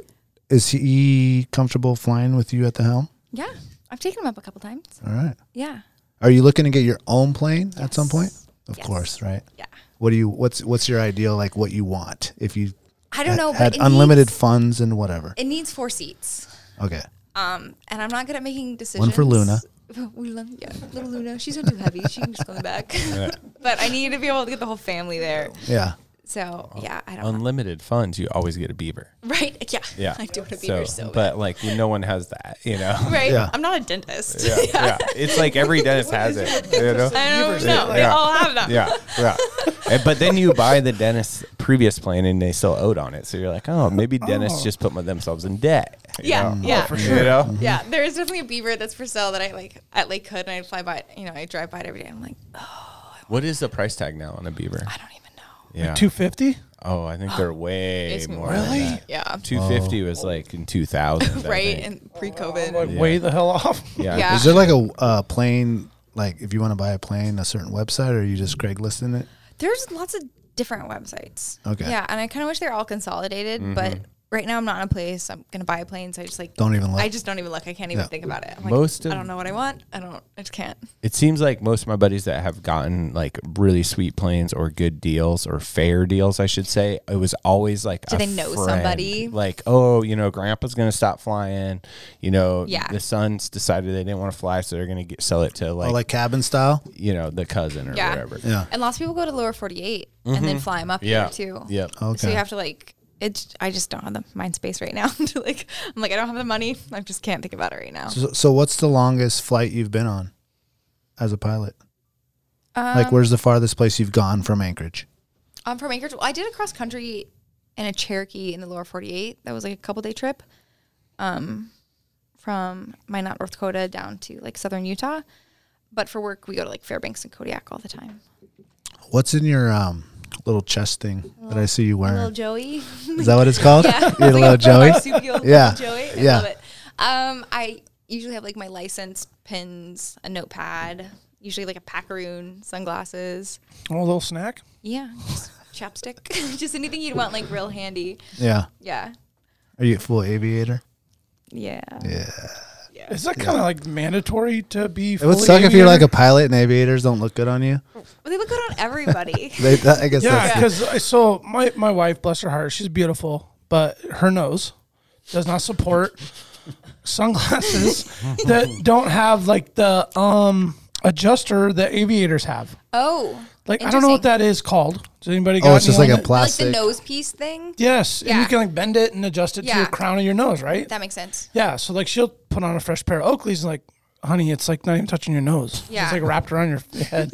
Speaker 2: is he comfortable flying with you at the helm?
Speaker 5: Yeah, I've taken him up a couple times.
Speaker 2: All right.
Speaker 5: Yeah,
Speaker 2: Are you looking to get your own plane at some point? Of
Speaker 5: Yes.
Speaker 2: course, right?
Speaker 5: yeah.
Speaker 2: What do you? What's What's your ideal? Like what you want if you
Speaker 5: I don't
Speaker 2: had-
Speaker 5: know. but
Speaker 2: had
Speaker 5: it
Speaker 2: unlimited
Speaker 5: Needs,
Speaker 2: funds and whatever.
Speaker 5: it needs four seats,
Speaker 2: Okay.
Speaker 5: um, and I'm not good at making decisions.
Speaker 2: One for Luna.
Speaker 5: We love, yeah, little Luna. She's not too heavy. She can just go in the back. but I need to be able to get the whole family there.
Speaker 2: Yeah.
Speaker 5: So yeah, I don't know.
Speaker 3: Unlimited funds, you always get a beaver.
Speaker 5: Right? Yeah.
Speaker 3: Yeah.
Speaker 5: I do want to be here so bad.
Speaker 3: But like no one has that, you know.
Speaker 5: Right?
Speaker 2: Yeah.
Speaker 5: I'm not a dentist.
Speaker 3: yeah, yeah. It's like every dentist has it. You know?
Speaker 5: I don't
Speaker 3: Yeah,
Speaker 5: know. They
Speaker 3: yeah.
Speaker 5: all have that.
Speaker 3: Yeah, yeah. And- but then you buy the dentist's previous plan and they still owed on it. So you're like, oh, maybe dentists just put my- themselves in debt. you
Speaker 5: Yeah,
Speaker 3: know?
Speaker 5: yeah. Oh, for
Speaker 3: You
Speaker 5: sure.
Speaker 3: know?
Speaker 5: Yeah, there is definitely a beaver that's for sale that I like at Lake Hood, and I fly by. it, You know, I drive by it every day. I'm like, oh,
Speaker 3: What is the price tag now on a beaver?
Speaker 5: I don't even know.
Speaker 3: Yeah.
Speaker 4: Two fifty?
Speaker 3: oh, I think they're way
Speaker 5: It's
Speaker 3: more.
Speaker 5: Really? Yeah.
Speaker 3: Two fifty was like in two thousand.
Speaker 5: Right, and pre-COVID.
Speaker 4: Like way the hell off.
Speaker 3: yeah.
Speaker 5: yeah.
Speaker 2: Is there like a uh, plane, like if you want to buy a plane, a certain website, or are you just
Speaker 5: Mm.
Speaker 2: Craiglisting it?
Speaker 5: There's lots of different websites.
Speaker 2: Okay. Mm-hmm.
Speaker 5: Yeah, and I kind of wish they're all consolidated, but right now I'm not in a place. I'm gonna buy a plane, so I just like
Speaker 2: Don't even look.
Speaker 5: I just don't even look. I can't even
Speaker 2: Yeah.
Speaker 5: think about it. I'm like,
Speaker 3: Most
Speaker 5: I
Speaker 3: of-
Speaker 5: don't know what I want. I don't. I just can't.
Speaker 3: It seems like most of my buddies that have gotten like really sweet planes or good deals or fair deals, I should say, it was always like,
Speaker 5: Do they know somebody?
Speaker 3: Like, oh, you know, grandpa's going to stop flying. You know,
Speaker 5: Yeah.
Speaker 3: the sons decided they didn't want to fly, so they're going to sell it to like,
Speaker 2: Oh, like cabin style?
Speaker 3: you know, the cousin or
Speaker 5: Yeah.
Speaker 3: whatever.
Speaker 2: Yeah.
Speaker 5: And lots of people go to Lower 48 and then fly them up
Speaker 3: Mm-hmm. Yeah.
Speaker 5: here too.
Speaker 3: Yep.
Speaker 5: So
Speaker 4: Oh.
Speaker 2: Okay.
Speaker 5: you have to like it. I just don't have the mind space right now. to like, I'm like, I don't have the money. I just can't think about it right now.
Speaker 2: So, so what's the longest flight you've been on as a pilot? like, where's
Speaker 5: Um,
Speaker 2: the farthest place you've gone from Anchorage?
Speaker 5: I'm from Anchorage. Well, I did a cross country and a Cherokee in the lower 48. That was like a couple day trip um, from my not North Dakota down to like southern Utah. But for work, we go to like Fairbanks and Kodiak all the time.
Speaker 2: What's in your um, little chest thing that I see you
Speaker 5: Little
Speaker 2: wearing?
Speaker 5: Joey.
Speaker 2: Is that what it's called?
Speaker 5: Yeah.
Speaker 2: Your little Joey?
Speaker 5: Marsupial
Speaker 2: Yeah.
Speaker 5: little Joey. I
Speaker 2: Yeah.
Speaker 5: love it. Um, I usually have like my license pins, a notepad, usually like a packaroon, sunglasses.
Speaker 4: Oh, a little snack.
Speaker 5: Yeah. Just chapstick. just anything you'd want like real handy.
Speaker 2: Yeah.
Speaker 5: Yeah.
Speaker 2: Are you a full aviator?
Speaker 5: Yeah.
Speaker 4: Is that kind of like mandatory to be?
Speaker 2: It would suck if you're like a pilot and aviators don't look good on you.
Speaker 5: Well, they look good on everybody.
Speaker 2: They, that, I guess
Speaker 4: Yeah,
Speaker 2: that's
Speaker 4: because so my my wife, bless her heart, she's beautiful, but her nose does not support sunglasses that don't have like the um adjuster that aviators have.
Speaker 5: oh.
Speaker 4: Like I don't know what
Speaker 5: interesting.
Speaker 4: that is called. Does anybody?
Speaker 2: Oh,
Speaker 4: got
Speaker 2: it's just
Speaker 4: any
Speaker 2: like a
Speaker 4: on it?
Speaker 5: Like the
Speaker 2: plastic.
Speaker 5: nose piece thing.
Speaker 4: Yes, and
Speaker 5: Yeah.
Speaker 4: you can like bend it and adjust it to
Speaker 5: Yeah.
Speaker 4: your crown of your nose, right?
Speaker 5: That makes sense.
Speaker 4: yeah, so like she'll put on a fresh pair of Oakleys and like, honey, it's like not even touching your nose.
Speaker 5: Yeah.
Speaker 4: it's like wrapped around your head.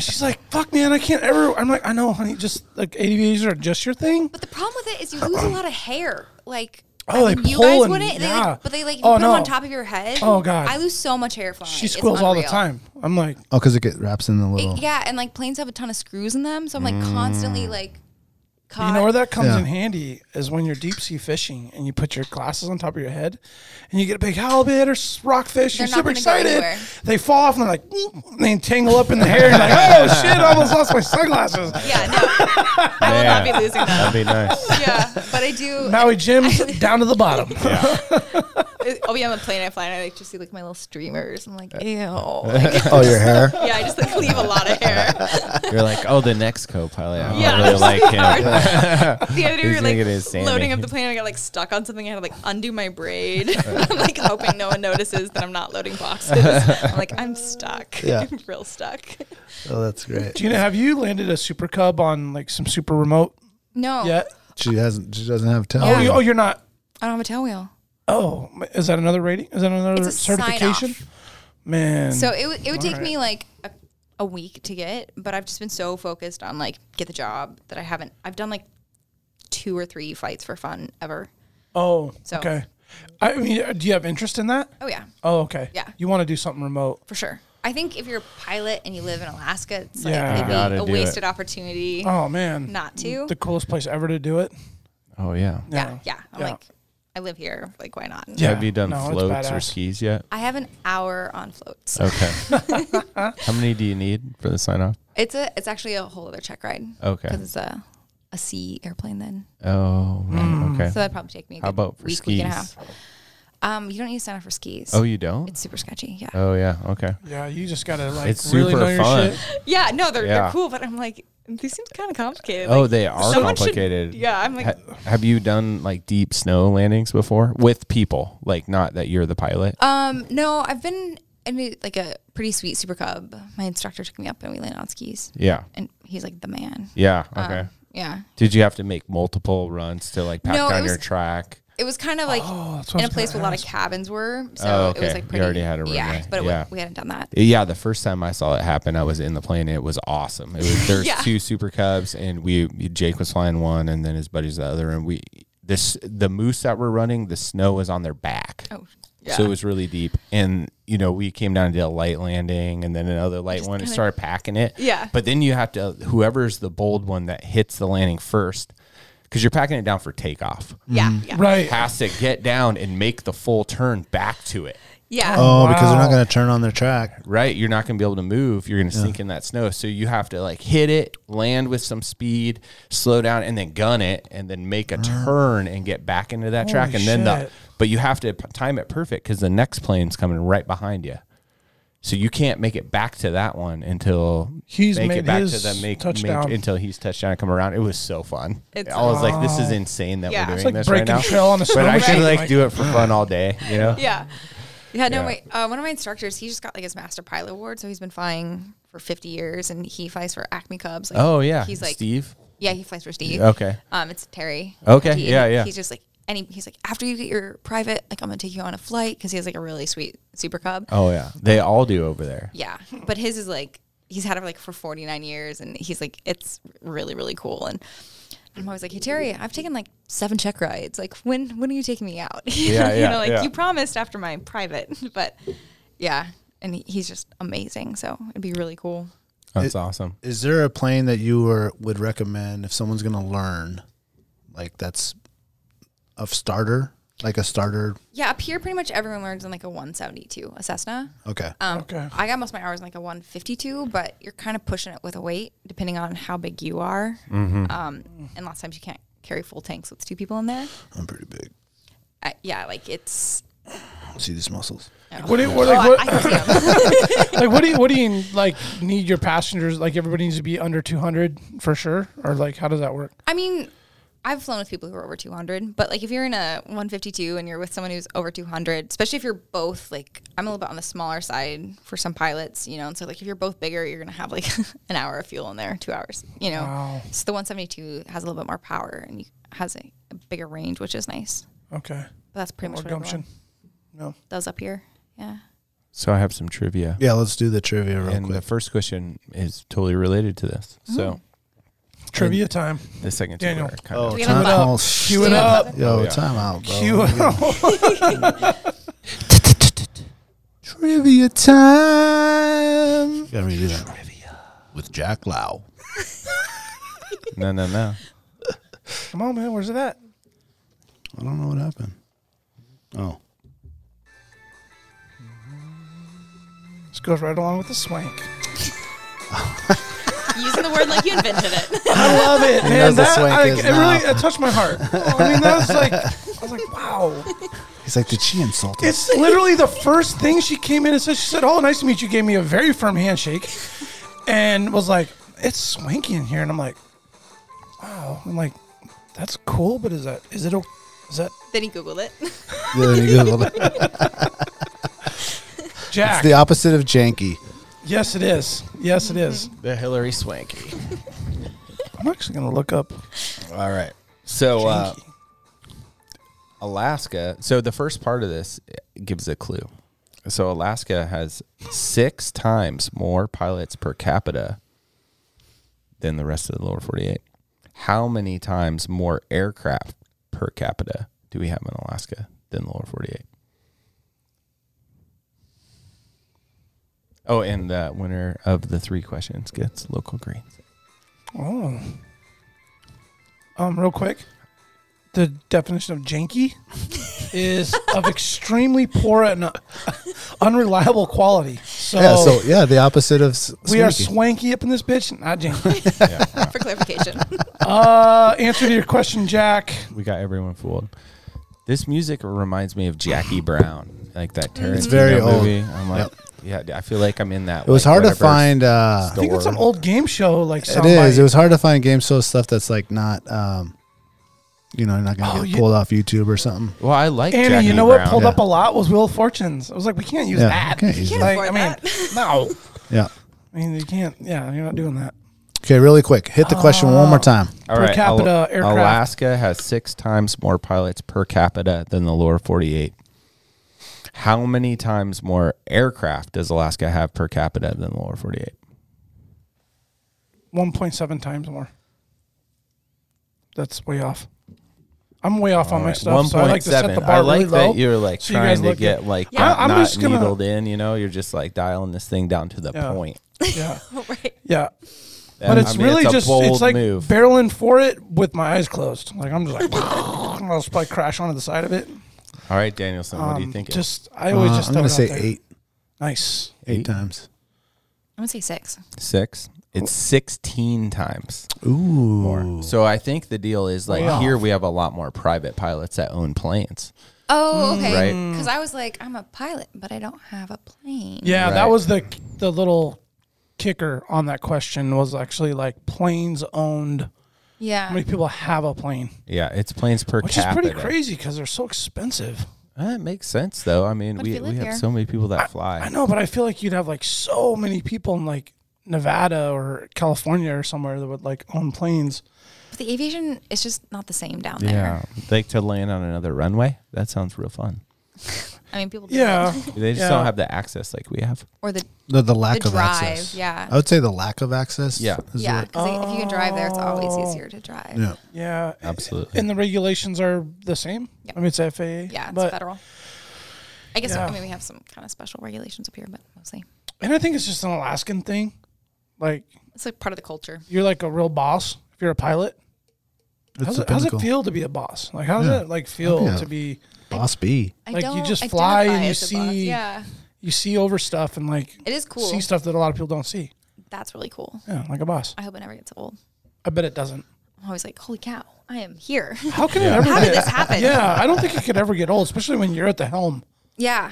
Speaker 4: She's like, fuck, man, I can't ever. I'm like, I know, honey, just like aviators are just your thing.
Speaker 5: But the problem with it is you lose a lot of hair. Like
Speaker 4: Oh, they
Speaker 5: I mean, you
Speaker 4: pull
Speaker 5: guys
Speaker 4: and-
Speaker 5: wouldn't. They
Speaker 4: yeah.
Speaker 5: like, but they like if
Speaker 4: Oh,
Speaker 5: you put
Speaker 4: no.
Speaker 5: them on top of your head.
Speaker 4: Oh, God.
Speaker 5: I lose so much hair flying.
Speaker 4: She
Speaker 5: It's
Speaker 4: squeals all the
Speaker 5: unreal.
Speaker 4: time. I'm like,
Speaker 2: Oh, because it get, wraps in the
Speaker 5: It-
Speaker 2: little.
Speaker 5: yeah, and like planes have a ton of screws in them, so I'm like constantly like. Caught.
Speaker 4: Mm. you know where that comes
Speaker 2: Yeah.
Speaker 4: in handy is when you're deep sea fishing and you put your glasses on top of your head and you get a big halibut or s- rockfish.
Speaker 5: They're
Speaker 4: you're
Speaker 5: not
Speaker 4: super
Speaker 5: gonna go
Speaker 4: excited.
Speaker 5: anywhere.
Speaker 4: They fall off and they're like, "Mm," and they tangle up in the hair. You're like, oh shit, I almost lost my sunglasses.
Speaker 5: Yeah, no, I will not be
Speaker 3: Man,
Speaker 5: losing that.
Speaker 3: That'd be nice.
Speaker 5: Yeah, but I do.
Speaker 4: Maui Jim's down to the bottom.
Speaker 5: I'll be on the plane. I fly, and I like just see like my little streamers. I'm like, ew. Like,
Speaker 2: Oh, your hair.
Speaker 5: yeah, I just like leave a lot of hair.
Speaker 3: You're like, oh, the next co-pilot. I
Speaker 5: Yeah.
Speaker 3: don't really like him.
Speaker 5: The other day, we
Speaker 3: He's
Speaker 5: were
Speaker 3: gonna get his
Speaker 5: like
Speaker 3: Sammy.
Speaker 5: loading up the plane. I got like stuck on something. I had to like undo my braid. I'm like hoping no one notices that I'm not loading boxes. I'm like, I'm stuck.
Speaker 2: Yeah.
Speaker 5: I'm real stuck.
Speaker 2: Oh, that's great.
Speaker 4: Gina, have you landed a Super Cub on like some super remote
Speaker 5: No,
Speaker 4: yet?
Speaker 2: She hasn't. She doesn't have tail.
Speaker 4: Oh, you, oh, you're not.
Speaker 5: I don't have a tail wheel.
Speaker 4: Oh, is that another rating? Is that another
Speaker 5: It's a
Speaker 4: certification?
Speaker 5: sign-off.
Speaker 4: Man,
Speaker 5: So it would it would take
Speaker 4: Alright.
Speaker 5: me like a, a week to get, but I've just been so focused on like get the job that I haven't. I've done like two or three flights for fun ever.
Speaker 4: oh,
Speaker 5: So-
Speaker 4: okay. I mean, uh, do you have interest in that?
Speaker 5: Oh yeah,
Speaker 4: Oh, okay.
Speaker 5: Yeah.
Speaker 4: You want to do something remote?
Speaker 5: for sure. I think if you're a pilot and you live in Alaska, it's like
Speaker 4: Yeah.
Speaker 5: it'd be
Speaker 3: Gotta
Speaker 5: a
Speaker 3: do it.
Speaker 5: wasted opportunity
Speaker 4: Oh man,
Speaker 5: not to.
Speaker 4: the coolest place ever to do it.
Speaker 3: Oh yeah.
Speaker 5: yeah, yeah. I'm
Speaker 4: Yeah.
Speaker 5: like, I live here. Like, why not?
Speaker 4: Yeah.
Speaker 3: Have you done
Speaker 4: No, it's
Speaker 3: floats or
Speaker 4: badass.
Speaker 3: skis yet?
Speaker 5: I have an hour on floats.
Speaker 3: Okay. How many do you need for the sign off?
Speaker 5: It's a it's actually a whole other check ride.
Speaker 3: Okay.
Speaker 5: Because it's a a sea airplane then.
Speaker 3: Oh, right, okay.
Speaker 5: So that'd probably take me a
Speaker 3: How
Speaker 5: good
Speaker 3: about for
Speaker 5: week,
Speaker 3: skis?
Speaker 5: week and a half. Um, you don't need to sign up for skis.
Speaker 3: Oh, you don't?
Speaker 5: It's super sketchy. Yeah.
Speaker 3: oh yeah. Okay.
Speaker 4: Yeah, you just gotta like
Speaker 3: It's
Speaker 4: really
Speaker 3: super
Speaker 4: know your
Speaker 3: fun.
Speaker 4: shit.
Speaker 5: Yeah, no, they're
Speaker 3: Yeah.
Speaker 5: they're cool, but I'm like, these seem kind of complicated.
Speaker 3: oh,
Speaker 5: Like,
Speaker 3: they are
Speaker 5: someone should-
Speaker 3: complicated.
Speaker 5: yeah, I'm like,
Speaker 3: Ha- have you done like deep snow landings before with people? Like not that you're the pilot.
Speaker 5: um, no, I've been in a, like a pretty sweet super cub. My instructor took me up and we landed on skis,
Speaker 3: yeah.
Speaker 5: and he's like the man.
Speaker 3: Yeah. Okay.
Speaker 5: Um, Yeah.
Speaker 3: Did you have to make multiple runs to like pack
Speaker 5: No, it
Speaker 3: down your
Speaker 5: was-
Speaker 3: track?
Speaker 5: It was kind of like
Speaker 4: that's what
Speaker 5: in
Speaker 4: I
Speaker 5: a
Speaker 4: was
Speaker 5: place
Speaker 4: gonna
Speaker 5: where a lot of
Speaker 4: ask.
Speaker 5: cabins were. So
Speaker 3: Oh,
Speaker 5: it
Speaker 3: okay.
Speaker 5: was like
Speaker 3: You
Speaker 5: pretty.
Speaker 3: already had a room,
Speaker 5: Yeah,
Speaker 3: right?
Speaker 5: but it wa-
Speaker 3: Yeah.
Speaker 5: we hadn't done that.
Speaker 3: Yeah, the first time I saw it happen, I was in the plane. And it was awesome. It was there's
Speaker 5: Yeah.
Speaker 3: two Super Cubs, and we Jake was flying one, and then his buddies the other, and we this the moose that were running, the snow was on their back.
Speaker 5: Oh, yeah.
Speaker 3: So it was really deep, and you know we came down and did a light landing, and then another light one, and started packing it.
Speaker 5: Yeah.
Speaker 3: But then you have to whoever's the bold one that hits the landing first, because you're packing it down for takeoff.
Speaker 5: yeah, yeah,
Speaker 4: Right.
Speaker 3: Has to get down and make the full turn back to it.
Speaker 5: yeah.
Speaker 2: Oh, because they're not going to turn on their track.
Speaker 3: right? You're not going to be able to move. You're going to sink in that snow. So you have to like hit it, land with some speed, slow down, and then gun it, and then make a turn and get back into that track. And
Speaker 4: Mm.
Speaker 3: then
Speaker 4: Holy
Speaker 3: the
Speaker 4: shit.
Speaker 3: but you have to p- time it perfect because the next plane's coming right behind you. So you can't make it back to that one until
Speaker 4: He's
Speaker 3: make
Speaker 4: made
Speaker 3: it back
Speaker 4: his
Speaker 3: to the make,
Speaker 4: touchdown.
Speaker 3: make until he's touchdown and come around. It was so fun.
Speaker 5: It's
Speaker 3: I was like, this is insane that
Speaker 5: Yeah.
Speaker 3: we're doing
Speaker 5: It's
Speaker 4: like
Speaker 3: this right
Speaker 4: breaking
Speaker 3: now.
Speaker 4: trail on a snow
Speaker 3: but I could
Speaker 4: machine,
Speaker 3: like,
Speaker 4: like-
Speaker 3: do it for fun all day, you know?
Speaker 5: yeah. Yeah, no,
Speaker 3: Yeah.
Speaker 5: wait. Uh, one of my instructors, he just got like his master pilot award, so he's been flying for 50 years, and he flies for Acme Cubs. Like,
Speaker 3: Oh yeah,
Speaker 5: he's like
Speaker 3: Steve.
Speaker 5: yeah, he flies for Steve.
Speaker 3: Okay.
Speaker 5: um, it's Terry.
Speaker 3: Okay,
Speaker 5: And he-
Speaker 3: yeah,
Speaker 5: and
Speaker 3: yeah.
Speaker 5: He's just like, and he, he's like, after you get your private, like I'm gonna take you on a flight because he has like a really sweet Super Cub.
Speaker 3: Oh yeah, they all do over there.
Speaker 5: Yeah, but his is like he's had it like for 49 years, and he's like it's really really cool. And I'm always like, hey Terry, I've taken like seven check rides. Like when when are you taking me out? You
Speaker 3: Yeah,
Speaker 5: know, you
Speaker 3: yeah,
Speaker 5: know, like
Speaker 3: yeah.
Speaker 5: you promised after my private, but yeah, and he, he's just amazing. So it'd be really cool.
Speaker 3: That's awesome.
Speaker 2: Is there a plane that you were, would recommend if someone's going to learn, like that's a starter, like a starter?
Speaker 5: Yeah, up here pretty much everyone learns in like a 172, a Cessna.
Speaker 2: Okay.
Speaker 5: Um,
Speaker 4: Okay.
Speaker 5: I got most of my hours in like a 152, but you're kind of pushing it with a weight depending on how big you are.
Speaker 3: Mm-hmm.
Speaker 5: Um, and lots of times you can't carry full tanks with two people in there.
Speaker 2: I'm pretty big.
Speaker 5: Uh, yeah, like it's.
Speaker 2: See these muscles.
Speaker 4: What do you, what,
Speaker 5: Oh,
Speaker 4: like,
Speaker 5: I, I
Speaker 4: what,
Speaker 5: can see 'em.
Speaker 4: like what do you what do you like need your passengers like everybody needs to be under 200 for sure or like how does that work?
Speaker 5: I mean, I've flown with people who are over 200, but like if you're in a 152 and you're with someone who's over 200, especially if you're both like, I'm a little bit on the smaller side for some pilots, you know, and so like if you're both bigger, you're going to have like an hour of fuel in there, two hours, you know.
Speaker 4: Oh,
Speaker 5: So the 172 has a little bit more power and you, has a, a bigger range, which is nice.
Speaker 4: Okay.
Speaker 5: But that's pretty
Speaker 4: More
Speaker 5: much what everyone
Speaker 4: gumption. No.
Speaker 5: does up here. Yeah.
Speaker 3: So I have some trivia.
Speaker 2: Yeah, let's do the trivia real
Speaker 3: and
Speaker 2: quick.
Speaker 3: the first question is totally related to this. So
Speaker 4: Trivia time.
Speaker 3: the second two
Speaker 4: Daniel.
Speaker 3: are kind of
Speaker 5: we have
Speaker 2: time-
Speaker 5: a button?
Speaker 2: oh,
Speaker 4: Cue it
Speaker 2: shit.
Speaker 4: up.
Speaker 2: Yo,
Speaker 3: Oh, yeah.
Speaker 2: time out, bro.
Speaker 4: Cue it up.
Speaker 2: Trivia time. You gotta redo that. Trivia with Jack Lau.
Speaker 3: no, no, no.
Speaker 4: Come on, man. Where's it at?
Speaker 2: I don't know what happened. Oh,
Speaker 4: This goes right along with the swank.
Speaker 5: Using the word like you invented it.
Speaker 4: I love it, man.
Speaker 2: knows the
Speaker 4: That,
Speaker 2: swank
Speaker 4: I,
Speaker 2: is
Speaker 4: it really
Speaker 2: now.
Speaker 4: it touched my heart. I mean, that was like I was like, wow.
Speaker 2: he's like, did she insult us?
Speaker 4: It's literally the first thing she came in and said. She said, "Oh, nice to meet you." Gave me a very firm handshake, and was like, "It's swanky in here," and I'm like, "Wow." I'm like, "That's cool, but is that is it o- is that
Speaker 5: then he Googled it.
Speaker 2: Yeah, you go. it's
Speaker 4: Jack?"
Speaker 2: the opposite of janky.
Speaker 4: yes, it is. Yes, it is.
Speaker 3: The Hillary Swanky.
Speaker 4: I'm actually gonna look up.
Speaker 3: All right. So uh,
Speaker 4: Janky.
Speaker 3: Alaska. So the first part of this gives a clue. So Alaska has six times more pilots per capita than the rest of the lower 48. How many times more aircraft per capita do we have in Alaska than the lower 48? Oh, and the winner of the three questions gets local greens.
Speaker 4: Oh. Um, real quick, the definition of janky is of extremely poor and uh, unreliable quality. So,
Speaker 2: Yeah, so Oh, yeah, the opposite of s-
Speaker 4: we are
Speaker 2: swanky.
Speaker 4: swanky up in this bitch, not janky.
Speaker 5: For clarification.
Speaker 4: uh, answer to your question, Jack.
Speaker 3: We got everyone fooled. This music reminds me of Jackie Brown, like that Tarantino
Speaker 2: very old.
Speaker 3: movie. I'm like, yeah, I feel like I'm in that.
Speaker 2: it was
Speaker 3: like,
Speaker 2: hard to
Speaker 3: whatever
Speaker 2: find. Uh,
Speaker 4: I think it's an
Speaker 3: store.
Speaker 4: old game show like
Speaker 2: it
Speaker 4: soundbite.
Speaker 2: is. It was hard to find game show stuff that's like not, um, you know, not gonna
Speaker 4: Oh,
Speaker 2: get
Speaker 4: you-
Speaker 2: pulled off YouTube or something.
Speaker 3: Well, I like
Speaker 4: Annie,
Speaker 3: Jackie
Speaker 4: you know
Speaker 3: Brown.
Speaker 4: what pulled
Speaker 2: Yeah.
Speaker 4: up a lot was Wheel of Fortunes. I was like, we can't use
Speaker 2: Yeah,
Speaker 4: that.
Speaker 2: we can't use
Speaker 5: Can't
Speaker 2: that.
Speaker 5: afford
Speaker 4: I mean, no.
Speaker 2: Yeah.
Speaker 4: I mean, you can't. Yeah, you're not doing that.
Speaker 2: Okay, really quick. Hit the question one
Speaker 4: Oh.
Speaker 2: more time.
Speaker 3: All
Speaker 4: Per
Speaker 3: right, Al-
Speaker 4: capita aircraft.
Speaker 3: Alaska has six times more pilots per capita than the lower 48. How many times more aircraft does Alaska have per capita than the lower 48?
Speaker 4: 1.7 times more. That's way off. I'm way off on my
Speaker 3: Right,
Speaker 4: stuff. so I like to set the
Speaker 3: 1.7.
Speaker 4: bar
Speaker 3: I like
Speaker 4: really low.
Speaker 3: that you're like
Speaker 4: so you guys
Speaker 3: trying to
Speaker 4: look
Speaker 3: get
Speaker 4: at-
Speaker 3: like
Speaker 4: Yeah,
Speaker 3: not,
Speaker 4: I'm
Speaker 3: not
Speaker 4: just gonna-
Speaker 3: needled in, you know, you're just like dialing this thing down to the
Speaker 4: Yeah.
Speaker 3: point.
Speaker 4: Yeah.
Speaker 5: right.
Speaker 4: Yeah.
Speaker 3: And,
Speaker 4: But it's
Speaker 3: I mean,
Speaker 4: really
Speaker 3: a
Speaker 4: just
Speaker 3: bold
Speaker 4: it's like
Speaker 3: move.
Speaker 4: barreling for it with my eyes closed. Like I'm just like and I'll just probably crash onto the side of it.
Speaker 3: All right, Danielson, what do you
Speaker 4: Um,
Speaker 3: think?
Speaker 4: Just I always
Speaker 2: Uh,
Speaker 4: just
Speaker 2: I'm going to
Speaker 4: throw
Speaker 2: say
Speaker 4: it out there.
Speaker 2: eight.
Speaker 4: Nice.
Speaker 2: Eight times.
Speaker 5: I'm gonna say six.
Speaker 3: Six. It's 16 times.
Speaker 2: Ooh.
Speaker 3: more. So I think the deal is like here we have a lot more private pilots that own planes.
Speaker 4: Mm.
Speaker 5: Oh, okay.
Speaker 3: Right.
Speaker 5: Because I was like, I'm a pilot, but I don't have a plane.
Speaker 4: Yeah, that
Speaker 3: Right.
Speaker 4: was the the little kicker on that question was actually like planes owned. How
Speaker 5: Yeah.
Speaker 4: many people have a plane?
Speaker 3: Yeah, it's planes per
Speaker 4: Which
Speaker 3: capita.
Speaker 4: is pretty crazy because they're so expensive.
Speaker 3: That makes sense though. I mean,
Speaker 5: But if
Speaker 3: we,
Speaker 5: you live
Speaker 3: we have
Speaker 5: here-
Speaker 3: so many people that fly.
Speaker 4: I know, but I feel like you'd have like so many people in like Nevada or California or somewhere that would like own planes.
Speaker 5: But the aviation is just not the same down
Speaker 3: Yeah,
Speaker 5: there.
Speaker 3: like to land on another runway. That sounds real fun.
Speaker 5: I mean, people. Do
Speaker 4: Yeah.
Speaker 5: that.
Speaker 3: They just
Speaker 4: Yeah.
Speaker 3: don't have the access like we have.
Speaker 5: Or the
Speaker 2: The, the lack
Speaker 5: the
Speaker 2: of
Speaker 5: drive.
Speaker 2: access.
Speaker 5: Yeah.
Speaker 2: I
Speaker 4: Oh.
Speaker 2: would say the lack of access.
Speaker 3: Yeah.
Speaker 2: is
Speaker 5: yeah.
Speaker 2: what-
Speaker 5: Because if you can drive there, it's always
Speaker 4: Oh.
Speaker 5: easier to drive.
Speaker 2: yeah.
Speaker 4: Yeah.
Speaker 3: Absolutely.
Speaker 4: And the regulations are the same.
Speaker 5: Yeah.
Speaker 4: I mean, it's FAA.
Speaker 5: Yeah, it's
Speaker 4: but-
Speaker 5: federal. I guess
Speaker 4: Yeah.
Speaker 5: I mean we have some kind of special regulations up here, but mostly
Speaker 4: And I think it's just an Alaskan thing. Like
Speaker 5: it's like part of the culture.
Speaker 4: you're like a real boss if you're a pilot.
Speaker 2: It's
Speaker 4: How's
Speaker 2: the
Speaker 4: it, how's it
Speaker 2: pinnacle.
Speaker 4: feel to be a boss? Like how does
Speaker 2: Yeah.
Speaker 4: it like feel
Speaker 2: yeah.
Speaker 4: to be
Speaker 2: Boss B.
Speaker 5: I
Speaker 4: Like, you
Speaker 5: don't
Speaker 4: just fly and
Speaker 5: identify
Speaker 4: you
Speaker 5: as a boss.
Speaker 4: see-
Speaker 5: Yeah,
Speaker 4: you see over stuff and like
Speaker 5: it is cool.
Speaker 4: see stuff that a lot of people don't see.
Speaker 5: That's really cool.
Speaker 4: Yeah, like a boss.
Speaker 5: I hope it never gets old.
Speaker 4: I bet it doesn't.
Speaker 5: I'm always like, holy cow, I am here.
Speaker 4: How can it ever
Speaker 5: How did
Speaker 4: get-
Speaker 5: this happen?
Speaker 4: Yeah, I don't think it could ever get old, especially when you're at the helm.
Speaker 5: yeah,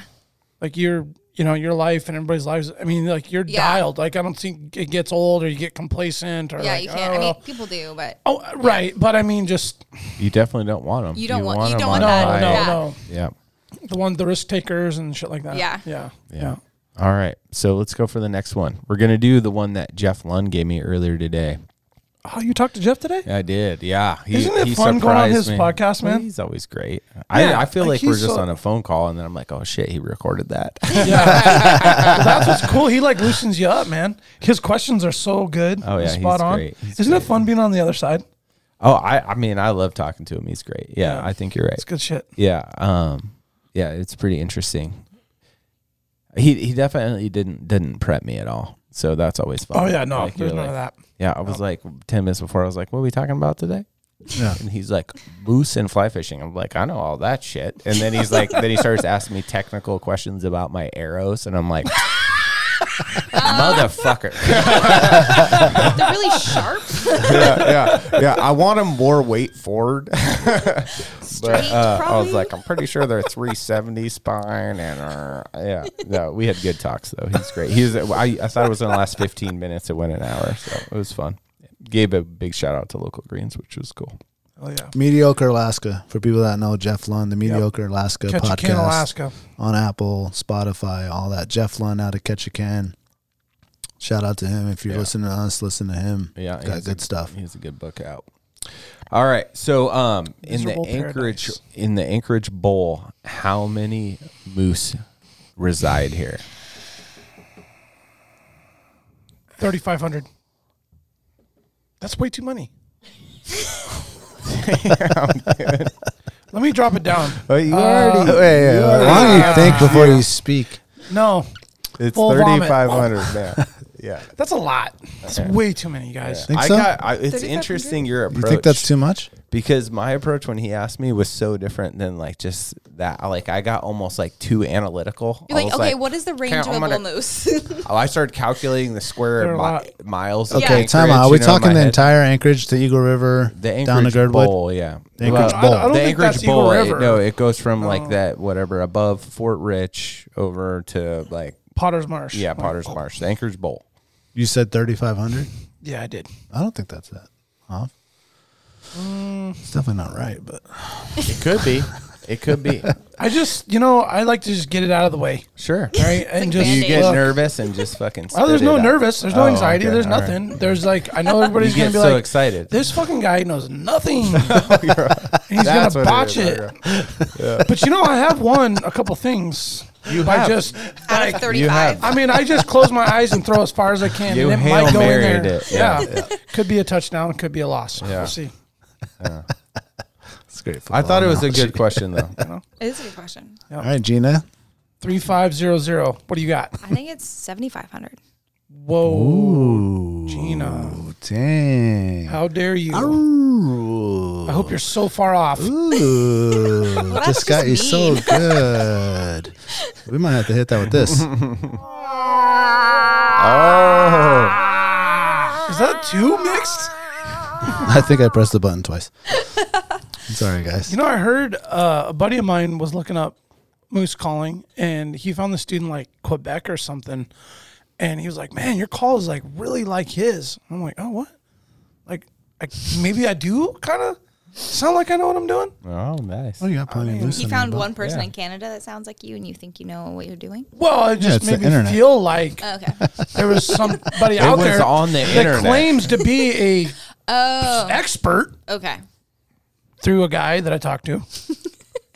Speaker 4: Like you're you know, your life and everybody's lives I mean, like you're
Speaker 5: Yeah.
Speaker 4: dialed. Like I don't think it gets old or you get complacent or
Speaker 5: yeah.
Speaker 4: like,
Speaker 5: you can't. I
Speaker 4: oh,
Speaker 5: mean, people do, but
Speaker 4: Oh, right. But I mean, just
Speaker 3: You definitely don't want them.
Speaker 5: You don't want- you don't want
Speaker 4: no,
Speaker 5: that.
Speaker 4: no,
Speaker 5: Yeah.
Speaker 4: no.
Speaker 3: Yeah.
Speaker 4: The one, the risk takers and shit like that.
Speaker 5: Yeah.
Speaker 4: Yeah. Yeah.
Speaker 3: Yeah. All right. So let's go for the next one. We're gonna do the one that Jeff Lund gave me earlier today.
Speaker 4: Oh, you talked to Jeff today?
Speaker 3: I did. Yeah. He,
Speaker 4: Isn't it
Speaker 3: he
Speaker 4: fun going on
Speaker 3: surprised
Speaker 4: his
Speaker 3: me.
Speaker 4: podcast, man?
Speaker 3: He's always great.
Speaker 4: Yeah,
Speaker 3: I, I feel
Speaker 4: like,
Speaker 3: like, we're
Speaker 4: he's
Speaker 3: just
Speaker 4: so-
Speaker 3: on a phone call and then I'm like, oh shit, he recorded that.
Speaker 4: Well, that's what's cool. He like loosens you up, man. His questions are so good.
Speaker 3: Oh, yeah,
Speaker 4: Spot
Speaker 3: he's
Speaker 4: on.
Speaker 3: great. He's
Speaker 4: Isn't it fun being on the other side?
Speaker 3: oh, I, I mean, I love talking to him. He's great. Yeah,
Speaker 4: Yeah.
Speaker 3: I think you're right.
Speaker 4: It's good shit.
Speaker 3: Yeah. Um, yeah, it's pretty interesting. He he definitely didn't didn't prep me at all. So that's always fun.
Speaker 4: Oh yeah, no,
Speaker 3: Like,
Speaker 4: there's
Speaker 3: you're like-
Speaker 4: none of that.
Speaker 3: Yeah, I was like ten minutes before I was like, What are we talking about today?
Speaker 2: Yeah.
Speaker 3: And he's like, moose and fly fishing. I'm like, I know all that shit. And then he's like, then he starts asking me technical questions about my arrows, and I'm like, motherfucker.
Speaker 5: they're really sharp,
Speaker 3: yeah, yeah, yeah. I want them more weight forward.
Speaker 5: straight.
Speaker 3: Uh, I
Speaker 5: probably.
Speaker 3: was like, I'm pretty sure they're 370 spine, and uh, yeah, no, we had good talks though. He's great. He's. I, I thought it was in the last 15 minutes. It went an hour, so it was fun. Gave a big shout out to local greens, which was cool.
Speaker 4: Oh yeah.
Speaker 2: Mediocre Alaska. For people that know Jeff Lund, the Mediocre Alaska
Speaker 4: Catch a
Speaker 2: podcast
Speaker 4: can Alaska.
Speaker 2: on Apple, Spotify, all that. Jeff Lund out of Ketchikan. Shout out to him. If you're listening to us, listen to him.
Speaker 3: Yeah,
Speaker 2: He's got
Speaker 3: he's
Speaker 2: good stuff.
Speaker 3: He has a good book out. All right, so um, in the
Speaker 4: Miserable
Speaker 3: Anchorage
Speaker 4: paradise.
Speaker 3: in the Anchorage Bowl, how many moose reside here?
Speaker 4: Thirty five hundred. That's way too money. Let me drop it down.
Speaker 2: Oh, Wait,
Speaker 3: you
Speaker 2: wait, wait. Why don't you think before you speak?
Speaker 4: No,
Speaker 3: It's
Speaker 4: Full vomit.
Speaker 3: 3,500, man. Yeah.
Speaker 4: that's a lot. That's way too many, you guys.
Speaker 2: Think
Speaker 3: I
Speaker 2: so?
Speaker 3: got. I, it's
Speaker 5: 3,500?
Speaker 3: interesting your
Speaker 2: you
Speaker 3: approach.
Speaker 2: think that's too much?
Speaker 3: because my approach when he asked me was so different than like just that. Like I got almost like too analytical.
Speaker 5: You're
Speaker 3: I
Speaker 5: like,
Speaker 3: was
Speaker 5: okay, what is the range
Speaker 3: "Okay,
Speaker 5: of
Speaker 3: I'm
Speaker 5: a
Speaker 3: gonna-
Speaker 5: bull moose? yeah,
Speaker 3: Oh, I started calculating the
Speaker 4: There
Speaker 3: square
Speaker 4: are a lot.
Speaker 3: mi- miles. of
Speaker 5: Okay,
Speaker 2: Hey,
Speaker 3: Anchorage,
Speaker 2: time out. Are we
Speaker 3: you know, in
Speaker 2: talking
Speaker 3: my
Speaker 2: the
Speaker 3: head.
Speaker 2: entire Anchorage to Eagle River,
Speaker 3: the
Speaker 2: down to
Speaker 3: Anchorage
Speaker 2: Girdwood?
Speaker 3: Bowl? Yeah,
Speaker 2: The Anchorage
Speaker 3: Well,
Speaker 2: Bowl.
Speaker 4: I don't
Speaker 3: the
Speaker 4: think
Speaker 3: Anchorage
Speaker 4: that's Eagle
Speaker 3: Bowl. It,
Speaker 4: River.
Speaker 3: no, it goes from like that whatever above Fort Rich over to like
Speaker 4: Potter's Marsh.
Speaker 3: yeah
Speaker 4: Like,
Speaker 3: Potter's Marsh, the Anchorage Bowl.
Speaker 2: You said 3,500?
Speaker 4: Yeah, I did.
Speaker 2: I don't think that's that off.
Speaker 3: Mm.
Speaker 2: It's definitely not right, but
Speaker 3: It could be. It could be.
Speaker 4: I just, you know, I like to just get it out of the way.
Speaker 3: Sure.
Speaker 4: All right.
Speaker 5: like
Speaker 4: and just
Speaker 3: You
Speaker 5: Band-Aid.
Speaker 3: get
Speaker 4: look.
Speaker 3: nervous and just fucking.
Speaker 4: Oh, there's
Speaker 3: spit
Speaker 4: no
Speaker 3: it out.
Speaker 4: nervous. There's no
Speaker 3: Oh,
Speaker 4: anxiety.
Speaker 3: okay,
Speaker 4: There's
Speaker 3: all right.
Speaker 4: nothing. There's like I know everybody's
Speaker 3: You
Speaker 4: gonna
Speaker 3: get
Speaker 4: be
Speaker 3: so
Speaker 4: like
Speaker 3: excited.
Speaker 4: This fucking guy knows nothing. He's
Speaker 3: That's
Speaker 4: gonna
Speaker 3: what it
Speaker 4: botch
Speaker 3: is,
Speaker 4: it. But you know, I have won a couple things. You I
Speaker 3: have.
Speaker 4: just
Speaker 5: Out of
Speaker 3: You have.
Speaker 5: 35.
Speaker 4: I mean, I just close my eyes and throw as far as I can.
Speaker 3: You
Speaker 4: and it
Speaker 3: Hail
Speaker 4: might go in
Speaker 3: Mary'd
Speaker 4: there.
Speaker 3: it. Yeah,
Speaker 4: Could be a touchdown, could be a loss.
Speaker 3: Yeah.
Speaker 4: We'll see.
Speaker 2: It's great.
Speaker 3: I thought it
Speaker 2: football
Speaker 3: was a
Speaker 2: analogy.
Speaker 3: good question though.
Speaker 5: It is a good question.
Speaker 2: All right, Gina.
Speaker 4: Three five zero zero. What do you got?
Speaker 5: I think it's 7,500.
Speaker 4: Whoa.
Speaker 2: Ooh,
Speaker 4: Gina.
Speaker 2: dang.
Speaker 4: How dare you?
Speaker 2: Ooh.
Speaker 4: I hope you're so far off.
Speaker 2: Ooh, this
Speaker 5: that's
Speaker 2: got you
Speaker 5: just
Speaker 2: so good. We might have to hit that with this.
Speaker 3: Oh,
Speaker 4: Is that two mixed?
Speaker 2: I think I pressed the button twice. Sorry, guys.
Speaker 4: You know, I heard uh, a buddy of mine was looking up moose calling, and he found this student like Quebec or something, and he was like, "Man, your call is like really like his." I'm like, "Oh, what? Like, I, maybe I do kind of sound like I know what I'm doing."
Speaker 3: oh, nice.
Speaker 2: oh, you got plenty of loose
Speaker 5: You
Speaker 2: in there,
Speaker 5: found
Speaker 2: bud.
Speaker 5: one person
Speaker 3: yeah.
Speaker 5: in Canada that sounds like you and you think you know what you're doing?
Speaker 4: Well, it just
Speaker 2: it's the
Speaker 4: made me
Speaker 2: internet.
Speaker 4: feel like
Speaker 5: Okay.
Speaker 4: there was somebody out
Speaker 3: was
Speaker 4: there
Speaker 3: on the
Speaker 4: that
Speaker 3: internet.
Speaker 4: claims to be a
Speaker 5: oh,
Speaker 4: expert
Speaker 5: okay.
Speaker 4: through a guy that I talked to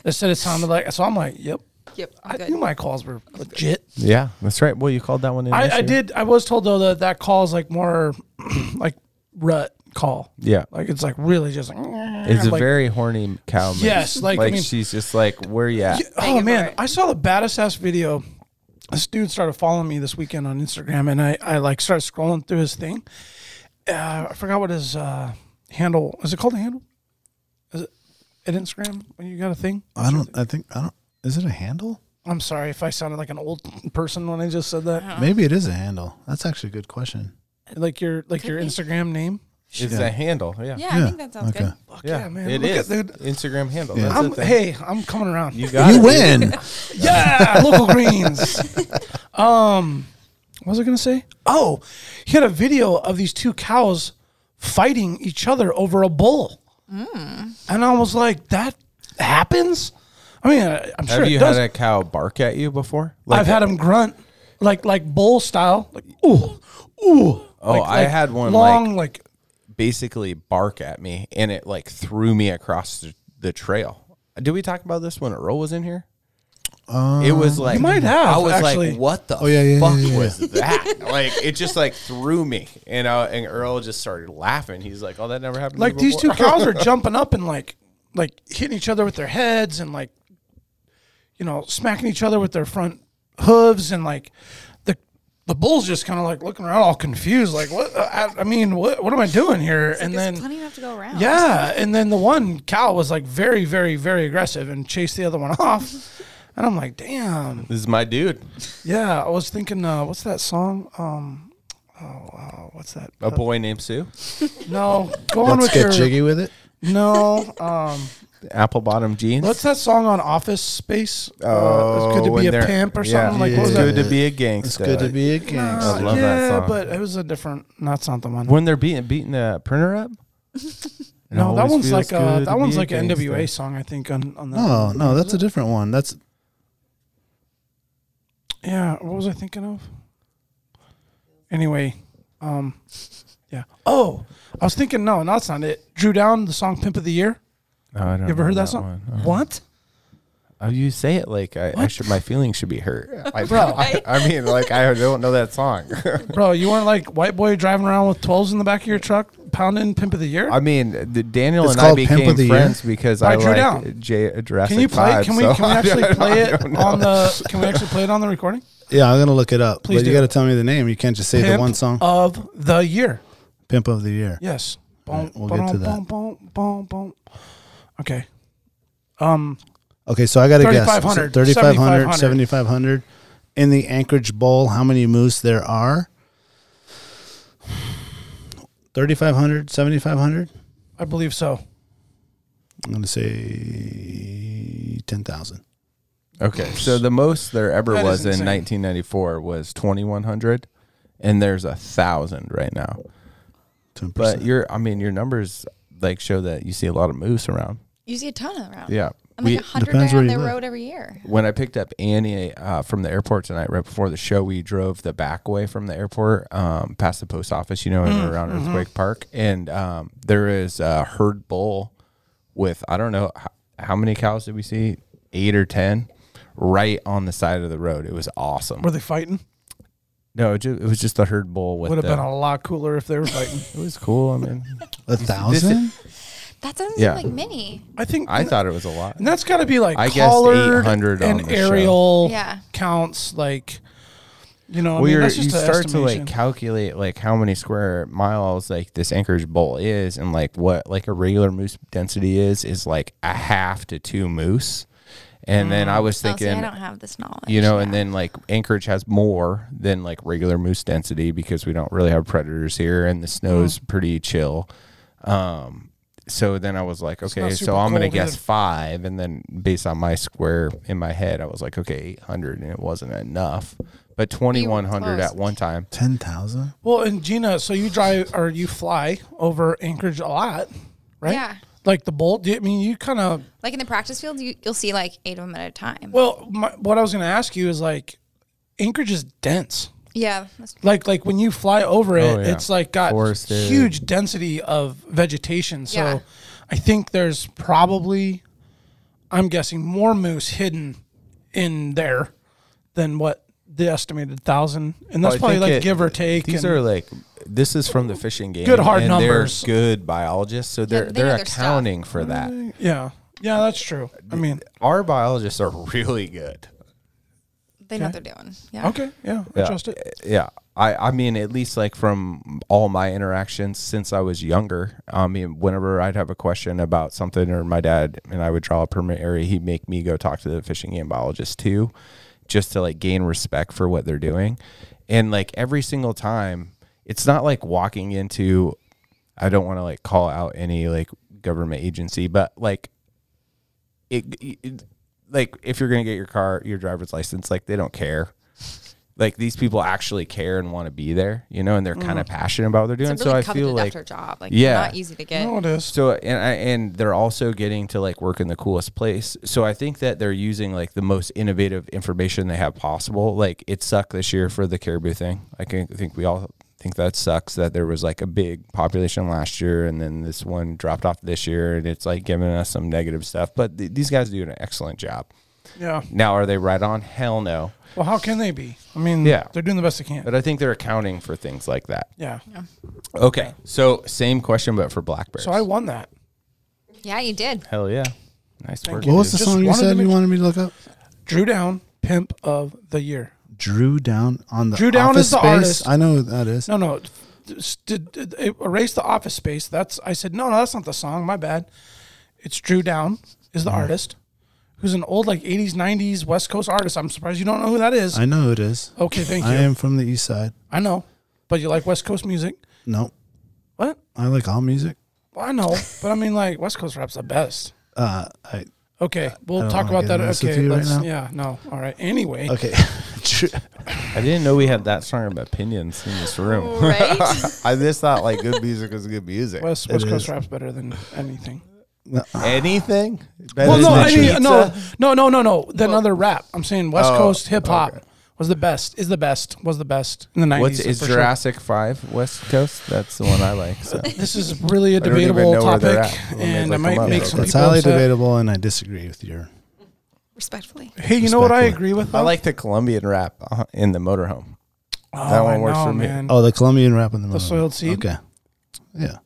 Speaker 4: that said it sounded like. So I'm like, "Yep."
Speaker 5: Yep. I'm
Speaker 4: I
Speaker 5: good.
Speaker 4: knew my calls were legit.
Speaker 3: Yeah, that's right. Well, you called that one in. this
Speaker 4: I, I
Speaker 3: year.
Speaker 4: did. I was told though that that call is like more like rut call.
Speaker 3: Yeah,
Speaker 4: Like it's like really just. Like,
Speaker 3: it's a
Speaker 4: like,
Speaker 3: very horny cow. moose.
Speaker 4: Yes, like, I mean-
Speaker 3: she's just like, where you at?
Speaker 5: Thank
Speaker 4: Oh
Speaker 5: you for
Speaker 4: man,
Speaker 5: it.
Speaker 4: I saw the baddest ass video. This dude started following me this weekend on Instagram, and I I like started scrolling through his thing. Uh, I forgot what his uh, handle is. It called a handle? Is it at Instagram when you got a thing?
Speaker 2: I don't. I think I don't. Is it a handle?
Speaker 4: I'm sorry if I sounded like an old person when I just said that.
Speaker 2: Maybe it is a handle. That's actually a good question.
Speaker 4: Like your like your Instagram name.
Speaker 3: It's a handle. Yeah,
Speaker 5: yeah, I think that sounds
Speaker 2: okay.
Speaker 5: good.
Speaker 4: Fuck yeah, man.
Speaker 3: It
Speaker 4: Look
Speaker 3: is
Speaker 4: at dude.
Speaker 3: Instagram handle.
Speaker 2: Yeah.
Speaker 3: That's
Speaker 4: I'm,
Speaker 3: the thing.
Speaker 4: hey, I'm coming around.
Speaker 3: you got
Speaker 2: you
Speaker 3: it.
Speaker 2: win.
Speaker 4: Yeah, local greens. Um, what was I gonna say? Oh, he had a video of these two cows fighting each other over a bull, and I was like, that happens. I mean, I- I'm sure
Speaker 3: Have
Speaker 4: it
Speaker 3: you
Speaker 4: does.
Speaker 3: had a cow bark at you before?
Speaker 4: I've had him grunt, like like bull style, like ooh, ooh.
Speaker 3: Oh,
Speaker 4: Like-
Speaker 3: I
Speaker 4: like
Speaker 3: had one,
Speaker 4: long, like,
Speaker 3: basically bark at me, and it like threw me across the, the trail. Did we talk about this when Earl was in here? it was like
Speaker 4: Uh, You might have,
Speaker 3: I was
Speaker 4: actually. Oh,
Speaker 3: like, "What the
Speaker 2: yeah, yeah,
Speaker 3: fuck
Speaker 2: yeah, yeah,
Speaker 3: was that?" like it just like threw me, and uh, and Earl just started laughing. He's like, "Oh, that never happened." to
Speaker 4: like
Speaker 3: you
Speaker 4: these two
Speaker 3: before."
Speaker 4: cows are jumping up and like like hitting each other with their heads and like you know smacking each other with their front hooves and like the the bull's just kind of like looking around all confused like what uh, I, I mean what what am I doing here and
Speaker 5: There's
Speaker 4: then
Speaker 5: plenty enough to go around.
Speaker 4: yeah and then the one cow was like very very very aggressive and chased the other one off and I'm like damn
Speaker 3: This is my dude,
Speaker 4: yeah I was thinking uh, what's that song um oh wow what's that
Speaker 3: a boy named Sue,
Speaker 4: no go on
Speaker 2: Let's
Speaker 4: with
Speaker 2: get
Speaker 4: your
Speaker 2: jiggy with it.
Speaker 4: no um
Speaker 3: apple bottom jeans.
Speaker 4: What's that song on Office Space? Uh, it's good to
Speaker 3: when
Speaker 4: be a
Speaker 3: Oh, they're-
Speaker 4: pimp or
Speaker 3: yeah,
Speaker 4: something. Like, what
Speaker 3: it's
Speaker 4: was
Speaker 3: good
Speaker 4: that?
Speaker 3: to be a
Speaker 2: It's
Speaker 3: gangster.
Speaker 2: good to be a gangster.
Speaker 3: I love
Speaker 4: yeah,
Speaker 3: that song.
Speaker 4: but it was a different. That's not the one.
Speaker 3: when they're beating beating the printer up.
Speaker 4: no, that
Speaker 3: always
Speaker 4: one's
Speaker 3: feels
Speaker 4: like a,
Speaker 3: good to
Speaker 4: that one's
Speaker 3: be a
Speaker 4: like an NWA
Speaker 3: gangster. Oh.
Speaker 4: song. I think on on that.
Speaker 2: No, Oh, no, that's a different one. That's
Speaker 4: Yeah. What was I thinking of? Anyway, um, yeah. Oh, I was thinking. No, no, that's not it. Drew down the song "Pimp of the Year."
Speaker 3: No, I don't
Speaker 4: You ever
Speaker 3: know
Speaker 4: heard that, song?
Speaker 3: one. uh-huh.
Speaker 4: What?
Speaker 3: Oh, you say it like I, I should. My feelings should be hurt. Like,
Speaker 4: Bro.
Speaker 3: I, I mean, like I don't know that song.
Speaker 4: Bro, you weren't like white boy driving around with twelves in the back of your truck, pounding "Pimp of the Year."
Speaker 3: I mean, the, Daniel
Speaker 2: It's
Speaker 3: and I
Speaker 2: called Pimp of
Speaker 3: became
Speaker 2: the Year.
Speaker 3: friends because
Speaker 4: By
Speaker 3: I
Speaker 4: Drew
Speaker 3: like
Speaker 4: Down.
Speaker 3: J Jurassic
Speaker 4: can you play?
Speaker 3: Five,
Speaker 4: it? Can we?
Speaker 3: so
Speaker 4: Can we
Speaker 3: I
Speaker 4: actually
Speaker 3: don't-
Speaker 4: play
Speaker 3: I
Speaker 4: it
Speaker 3: don't
Speaker 4: on
Speaker 3: know.
Speaker 4: the? Can we actually play it on the recording?
Speaker 2: yeah. I'm gonna look it up,
Speaker 4: Please
Speaker 2: but
Speaker 4: do.
Speaker 2: you got to tell me the name. You can't just say the
Speaker 4: Pimp
Speaker 2: one song.
Speaker 4: of the year.
Speaker 2: Pimp of the year.
Speaker 4: Yes.
Speaker 2: right, we'll get to that.
Speaker 4: Boom, boom, boom. Okay.
Speaker 2: Okay, so I got to guess
Speaker 4: 3,500,
Speaker 2: 3,500,
Speaker 4: 7,500.
Speaker 2: 7,500. In the Anchorage Bowl, how many moose there are? 3,500, 7,500?
Speaker 4: I believe so.
Speaker 2: I'm going to say 10,000.
Speaker 3: Okay, so the most there ever
Speaker 4: That is
Speaker 3: was in
Speaker 4: insane.
Speaker 3: 1994 was 2100, and there's a thousand right now.
Speaker 2: 10%.
Speaker 3: But your, I mean, your numbers like show that you see a lot of moose around.
Speaker 5: You see a ton around.
Speaker 3: Yeah.
Speaker 5: I'm like
Speaker 3: We-
Speaker 5: a hundred
Speaker 6: depends
Speaker 5: guy
Speaker 6: where
Speaker 5: on
Speaker 6: you
Speaker 5: the
Speaker 6: live.
Speaker 5: road every year.
Speaker 3: when I picked up Annie uh, from the airport tonight, right before the show, we drove the back way from the airport um, past the post office, you know,
Speaker 5: Mm,
Speaker 3: and around
Speaker 5: mm-hmm.
Speaker 3: Earthquake Park. And um, there is a herd bull with, I don't know, how, how many cows did we see? Eight or 10 right on the side of the road. It was awesome.
Speaker 4: Were they fighting?
Speaker 3: No, it, ju- it was just the herd bull with
Speaker 4: Would have
Speaker 3: the,
Speaker 4: been a lot cooler if they were fighting.
Speaker 3: It was cool. I mean,
Speaker 2: A thousand?
Speaker 5: That doesn't
Speaker 3: Yeah.
Speaker 5: seem like many.
Speaker 4: I think
Speaker 3: I thought it was a lot.
Speaker 4: And that's got to be like
Speaker 3: I guessed
Speaker 4: collared
Speaker 3: 800 on
Speaker 4: and
Speaker 3: the show.
Speaker 4: aerial
Speaker 5: Yeah.
Speaker 4: counts, like you know. I
Speaker 3: Well,
Speaker 4: mean,
Speaker 3: you're,
Speaker 4: that's just
Speaker 3: you
Speaker 4: an
Speaker 3: start to
Speaker 4: estimation.
Speaker 3: like calculate like how many square miles like this Anchorage Bowl is, and like what like a regular moose density is is like a half to two moose. And then I was
Speaker 5: Oh, see,
Speaker 3: thinking,
Speaker 5: I don't have this knowledge.
Speaker 3: you know, and
Speaker 5: yeah.
Speaker 3: then like Anchorage has more than like regular moose density because we don't really have predators here, and the snow's
Speaker 4: Mm.
Speaker 3: pretty chill. Um, so then I was like,
Speaker 4: not
Speaker 3: okay,
Speaker 4: super
Speaker 3: so I'm gonna
Speaker 4: cold
Speaker 3: guess
Speaker 4: either.
Speaker 3: five, and then based on my square in my head, I was like, okay, 800, and it wasn't enough. But 2100 at
Speaker 5: close.
Speaker 3: one time,
Speaker 2: Ten thousand?
Speaker 4: well, and Gina, so you drive or you fly over Anchorage a lot, right?
Speaker 5: Yeah.
Speaker 4: Like the bolt. I mean, you kind of.
Speaker 5: like in the practice field, you, you'll see like eight of them at a time.
Speaker 4: Well, my, what I was going to ask you is like, Anchorage is dense.
Speaker 5: yeah, that's-
Speaker 4: Like like when you fly over it,
Speaker 3: Oh, yeah.
Speaker 4: it's like got
Speaker 3: Forested.
Speaker 4: huge density of vegetation. So
Speaker 5: Yeah.
Speaker 4: I think there's probably I'm guessing more moose hidden in there than what the estimated thousand. And that's
Speaker 3: I
Speaker 4: probably
Speaker 3: think
Speaker 4: like
Speaker 3: it-
Speaker 4: give or take.
Speaker 3: These
Speaker 4: and-
Speaker 3: are like this is from the fishing game.
Speaker 4: Good hard
Speaker 3: and
Speaker 4: numbers.
Speaker 3: They're good biologists, so they're
Speaker 5: they know
Speaker 3: they're
Speaker 5: their stuff.
Speaker 3: accounting for that.
Speaker 4: yeah. Yeah, that's true. I mean
Speaker 3: Our biologists are really good.
Speaker 5: they know what they're doing. Yeah.
Speaker 4: okay, yeah, I
Speaker 3: Yeah.
Speaker 4: trust it.
Speaker 3: Yeah, I I mean at least like from all my interactions since I was younger. I mean, whenever I'd have a question about something, or my dad and I would draw a permit area, he'd make me go talk to the fishing game biologist too, just to like gain respect for what they're doing. And like every single time, it's not like walking into I don't want to like call out any like government agency, but like it, it like if you're gonna get your car, your driver's license, like they don't care. Like these people actually care and want to be there, you know, and they're kind of passionate about what they're doing.
Speaker 5: Mm. It's a really
Speaker 3: so I
Speaker 5: coveted
Speaker 3: feel like
Speaker 5: after job. Like
Speaker 3: Yeah.
Speaker 5: yeah, not easy to get.
Speaker 4: No, it is.
Speaker 3: so and I, and they're also getting to like work in the coolest place. So I think that they're using like the most innovative information they have possible. Like it sucked this year for the caribou thing. I can, think we all think that sucks that there was like a big population last year and then this one dropped off this year and it's like giving us some negative stuff. But th- these guys do an excellent job.
Speaker 4: Yeah.
Speaker 3: Now are they right on? Hell no.
Speaker 4: Well, how can they be? I mean,
Speaker 3: Yeah.
Speaker 4: they're doing the best they can.
Speaker 3: But I think they're accounting for things like that.
Speaker 4: yeah.
Speaker 3: Okay, so same question but for black bears.
Speaker 4: So I won that.
Speaker 5: Yeah, you did.
Speaker 3: Hell yeah. Nice work.
Speaker 2: What was the
Speaker 4: Just
Speaker 2: song you
Speaker 4: wanted to
Speaker 2: said you
Speaker 4: make-
Speaker 2: wanted me to look up?
Speaker 4: Drew down pimp of the year.
Speaker 2: Drew Down on the
Speaker 4: Drew Down
Speaker 2: Office
Speaker 4: is the
Speaker 2: Space?
Speaker 4: artist.
Speaker 2: I know who that is.
Speaker 4: No, no. Just did- did- Erase the office space. That's I said no, no. That's not the song. My bad. It's Drew Down is
Speaker 2: Mm-hmm.
Speaker 4: the artist, who's an old like '80s, '90s West Coast artist. I'm surprised you don't know who that is.
Speaker 2: I know who it is.
Speaker 4: okay, Oh, thank you.
Speaker 2: I
Speaker 4: I,
Speaker 2: am from the East Side.
Speaker 4: know, but you like West Coast music.
Speaker 2: No,
Speaker 4: What?
Speaker 2: I like all music.
Speaker 4: Well, I know, but I mean like West Coast rap's the best.
Speaker 2: Uh, I
Speaker 4: Okay,
Speaker 2: I
Speaker 4: we'll
Speaker 2: don't
Speaker 4: talk
Speaker 2: wanna get
Speaker 4: about that.
Speaker 2: into this with
Speaker 4: Okay,
Speaker 2: you right
Speaker 4: let's,
Speaker 2: now.
Speaker 4: yeah, no, all right. Anyway,
Speaker 2: okay. Drew-
Speaker 3: I didn't know we had that strong of opinions in this room.
Speaker 5: Right?
Speaker 3: I just thought like good music was good music.
Speaker 4: West West Coast rap's better than anything.
Speaker 3: Anything? Better
Speaker 4: Well,
Speaker 3: than
Speaker 4: no, I mean,
Speaker 3: pizza? Oh,
Speaker 4: no, no, no, no, no. That other rap. I'm saying West Coast hip hop was the best. Is the best. Was the best in the nineties.
Speaker 3: What's is Jurassic Five West Coast? That's the one I like. So
Speaker 4: This is really a
Speaker 3: don't even
Speaker 4: debatable
Speaker 3: know where they're
Speaker 4: topic,
Speaker 3: at when they
Speaker 4: and I
Speaker 3: look them
Speaker 4: might
Speaker 3: up.
Speaker 4: make
Speaker 3: Yeah,
Speaker 4: some
Speaker 2: That's
Speaker 4: people
Speaker 2: highly
Speaker 4: upset.
Speaker 2: debatable, and I disagree with your.
Speaker 5: Respectfully.
Speaker 4: Hey, you know what I
Speaker 2: Respectfully.
Speaker 4: agree with?
Speaker 3: I
Speaker 4: though?
Speaker 3: like the Colombian rap uh, in the motorhome.
Speaker 4: oh,
Speaker 3: that one
Speaker 4: I
Speaker 3: works
Speaker 4: know,
Speaker 3: for me.
Speaker 4: Man.
Speaker 2: Oh, the Colombian rap in the, the
Speaker 4: Soiled Seed?
Speaker 2: Okay, yeah,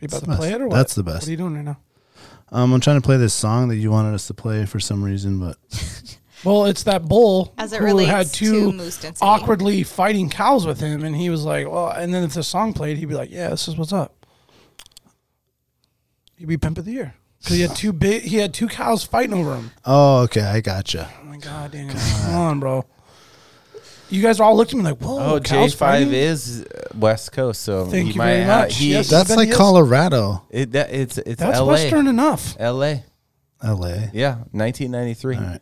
Speaker 4: you about to
Speaker 2: best.
Speaker 4: play it or what?
Speaker 2: That's the
Speaker 4: What
Speaker 2: best.
Speaker 4: are you doing right now?
Speaker 2: Um, I'm trying to play this song that you wanted us to play for some reason, but
Speaker 4: Well, it's that bull
Speaker 5: As it
Speaker 4: who
Speaker 5: relates
Speaker 4: had two
Speaker 5: to moose density.
Speaker 4: awkwardly fighting cows with him, and he was like, "Well," and then if the song played, he'd be like, "Yeah, this is what's up." He'd be pimp of the year because he had two big, he had two cows fighting over him.
Speaker 2: oh, okay, I gotcha.
Speaker 4: Oh my god, Daniel, come on, bro! You guys all looked at me like, "Whoa,
Speaker 3: Oh, J
Speaker 4: cows
Speaker 3: Five
Speaker 4: fighting?
Speaker 3: is uh, West Coast, so
Speaker 4: Thank
Speaker 3: he
Speaker 4: you
Speaker 3: might
Speaker 4: very
Speaker 3: have-
Speaker 4: much.
Speaker 3: he-
Speaker 4: Yes.
Speaker 2: That's
Speaker 4: Then
Speaker 2: like
Speaker 4: yes.
Speaker 2: Colorado,
Speaker 3: it, that, it's it's
Speaker 4: That's
Speaker 3: LA.
Speaker 4: Western enough."
Speaker 3: LA.
Speaker 2: L.A.
Speaker 3: Yeah, 1993.
Speaker 2: All right.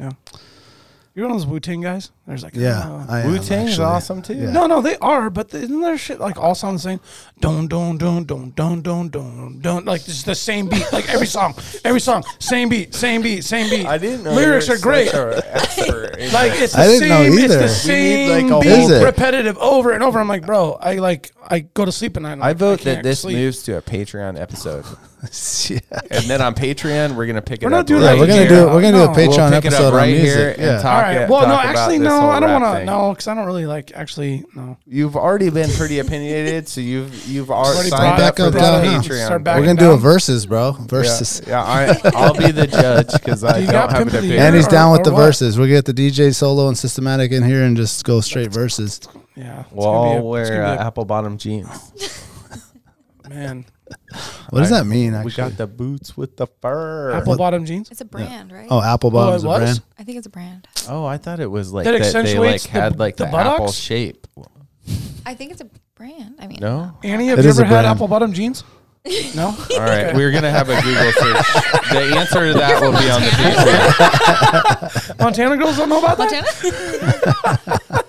Speaker 4: Yeah, You're one of those Wu Tang guys. There's like
Speaker 2: Yeah,
Speaker 4: uh,
Speaker 2: I am,
Speaker 3: Wu Tang Oh, is
Speaker 2: actually.
Speaker 3: awesome too.
Speaker 2: Yeah.
Speaker 4: no, no, they are, but the, isn't their shit like all sound the same? Don't, don't, don't, don't, don't, don't, don't, don't. Like it's the same beat, like every song, every song, same beat, same beat, same beat.
Speaker 3: I didn't know.
Speaker 4: lyrics
Speaker 3: you were
Speaker 4: are great.
Speaker 3: such a expert in
Speaker 4: Like
Speaker 3: that.
Speaker 4: it's the
Speaker 2: I didn't know
Speaker 4: same. It's
Speaker 2: either. We
Speaker 4: the
Speaker 3: need, like,
Speaker 4: same
Speaker 3: a
Speaker 4: beat,
Speaker 2: Is it?
Speaker 4: repetitive over and over. I'm like, bro, I like, I go to sleep at night. I'm
Speaker 3: I
Speaker 4: like,
Speaker 3: vote that
Speaker 4: can't
Speaker 3: this
Speaker 4: sleep.
Speaker 3: moves to a Patreon episode,
Speaker 2: yeah.
Speaker 3: and then on Patreon we're gonna pick it.
Speaker 4: We're not
Speaker 3: up
Speaker 4: doing
Speaker 3: right
Speaker 4: that.
Speaker 2: We're gonna
Speaker 3: here.
Speaker 2: do we're gonna do a
Speaker 4: No.
Speaker 2: Patreon
Speaker 3: We'll pick it up
Speaker 2: episode
Speaker 3: right
Speaker 2: on music.
Speaker 3: here and
Speaker 2: yeah.
Speaker 3: talk-
Speaker 4: All right.
Speaker 3: it-
Speaker 4: Well,
Speaker 3: talk
Speaker 4: no,
Speaker 3: about
Speaker 4: actually,
Speaker 3: this
Speaker 4: no.
Speaker 3: whole
Speaker 4: I don't
Speaker 3: rap
Speaker 4: want to.
Speaker 3: thing.
Speaker 4: No, because I don't really like. Actually, no.
Speaker 3: You've already been pretty opinionated, so you've you've already
Speaker 4: Already
Speaker 3: signed
Speaker 4: brought
Speaker 3: up
Speaker 4: it
Speaker 3: for
Speaker 4: up,
Speaker 3: the
Speaker 4: brought it up.
Speaker 3: Patreon.
Speaker 4: Start
Speaker 3: thing.
Speaker 4: back
Speaker 2: We're
Speaker 4: it
Speaker 2: gonna do a
Speaker 4: down.
Speaker 2: verses, bro. Verses.
Speaker 3: Yeah, I, I'll be the judge because I
Speaker 4: You
Speaker 3: don't
Speaker 4: got
Speaker 3: have an
Speaker 4: pimped in the
Speaker 3: opinion.
Speaker 4: air
Speaker 2: And he's
Speaker 4: or-
Speaker 2: down with the
Speaker 4: or what?
Speaker 2: verses. We'll get the DJ solo and systematic in here and just go straight verses.
Speaker 4: Yeah. it's
Speaker 3: we'll
Speaker 4: gonna be
Speaker 3: all
Speaker 4: a- it's
Speaker 3: wear
Speaker 4: gonna
Speaker 3: uh,
Speaker 4: be a-
Speaker 3: apple bottom jeans.
Speaker 4: Man,
Speaker 2: What does
Speaker 3: I-
Speaker 2: that mean?
Speaker 3: We
Speaker 2: Actually?
Speaker 3: got the boots with the fur.
Speaker 4: apple bottom jeans.
Speaker 5: It's a brand, right?
Speaker 2: Oh, apple bottoms,
Speaker 4: was?
Speaker 2: a brand.
Speaker 5: I think it's a brand.
Speaker 3: Oh, I thought it was like
Speaker 4: That
Speaker 3: that, they like
Speaker 4: accentuates the-
Speaker 3: had like the,
Speaker 4: the
Speaker 3: apple
Speaker 4: buttocks?
Speaker 3: shape.
Speaker 5: I think it's a brand. I mean, uh,
Speaker 3: No.
Speaker 4: Annie, have
Speaker 2: It
Speaker 4: you
Speaker 2: is a
Speaker 4: ever had
Speaker 2: brand.
Speaker 4: apple bottom jeans? No.
Speaker 3: All right, we're gonna have a Google search. the answer to that will be on the Patreon.
Speaker 4: Montana girls don't know about that.
Speaker 5: Montana?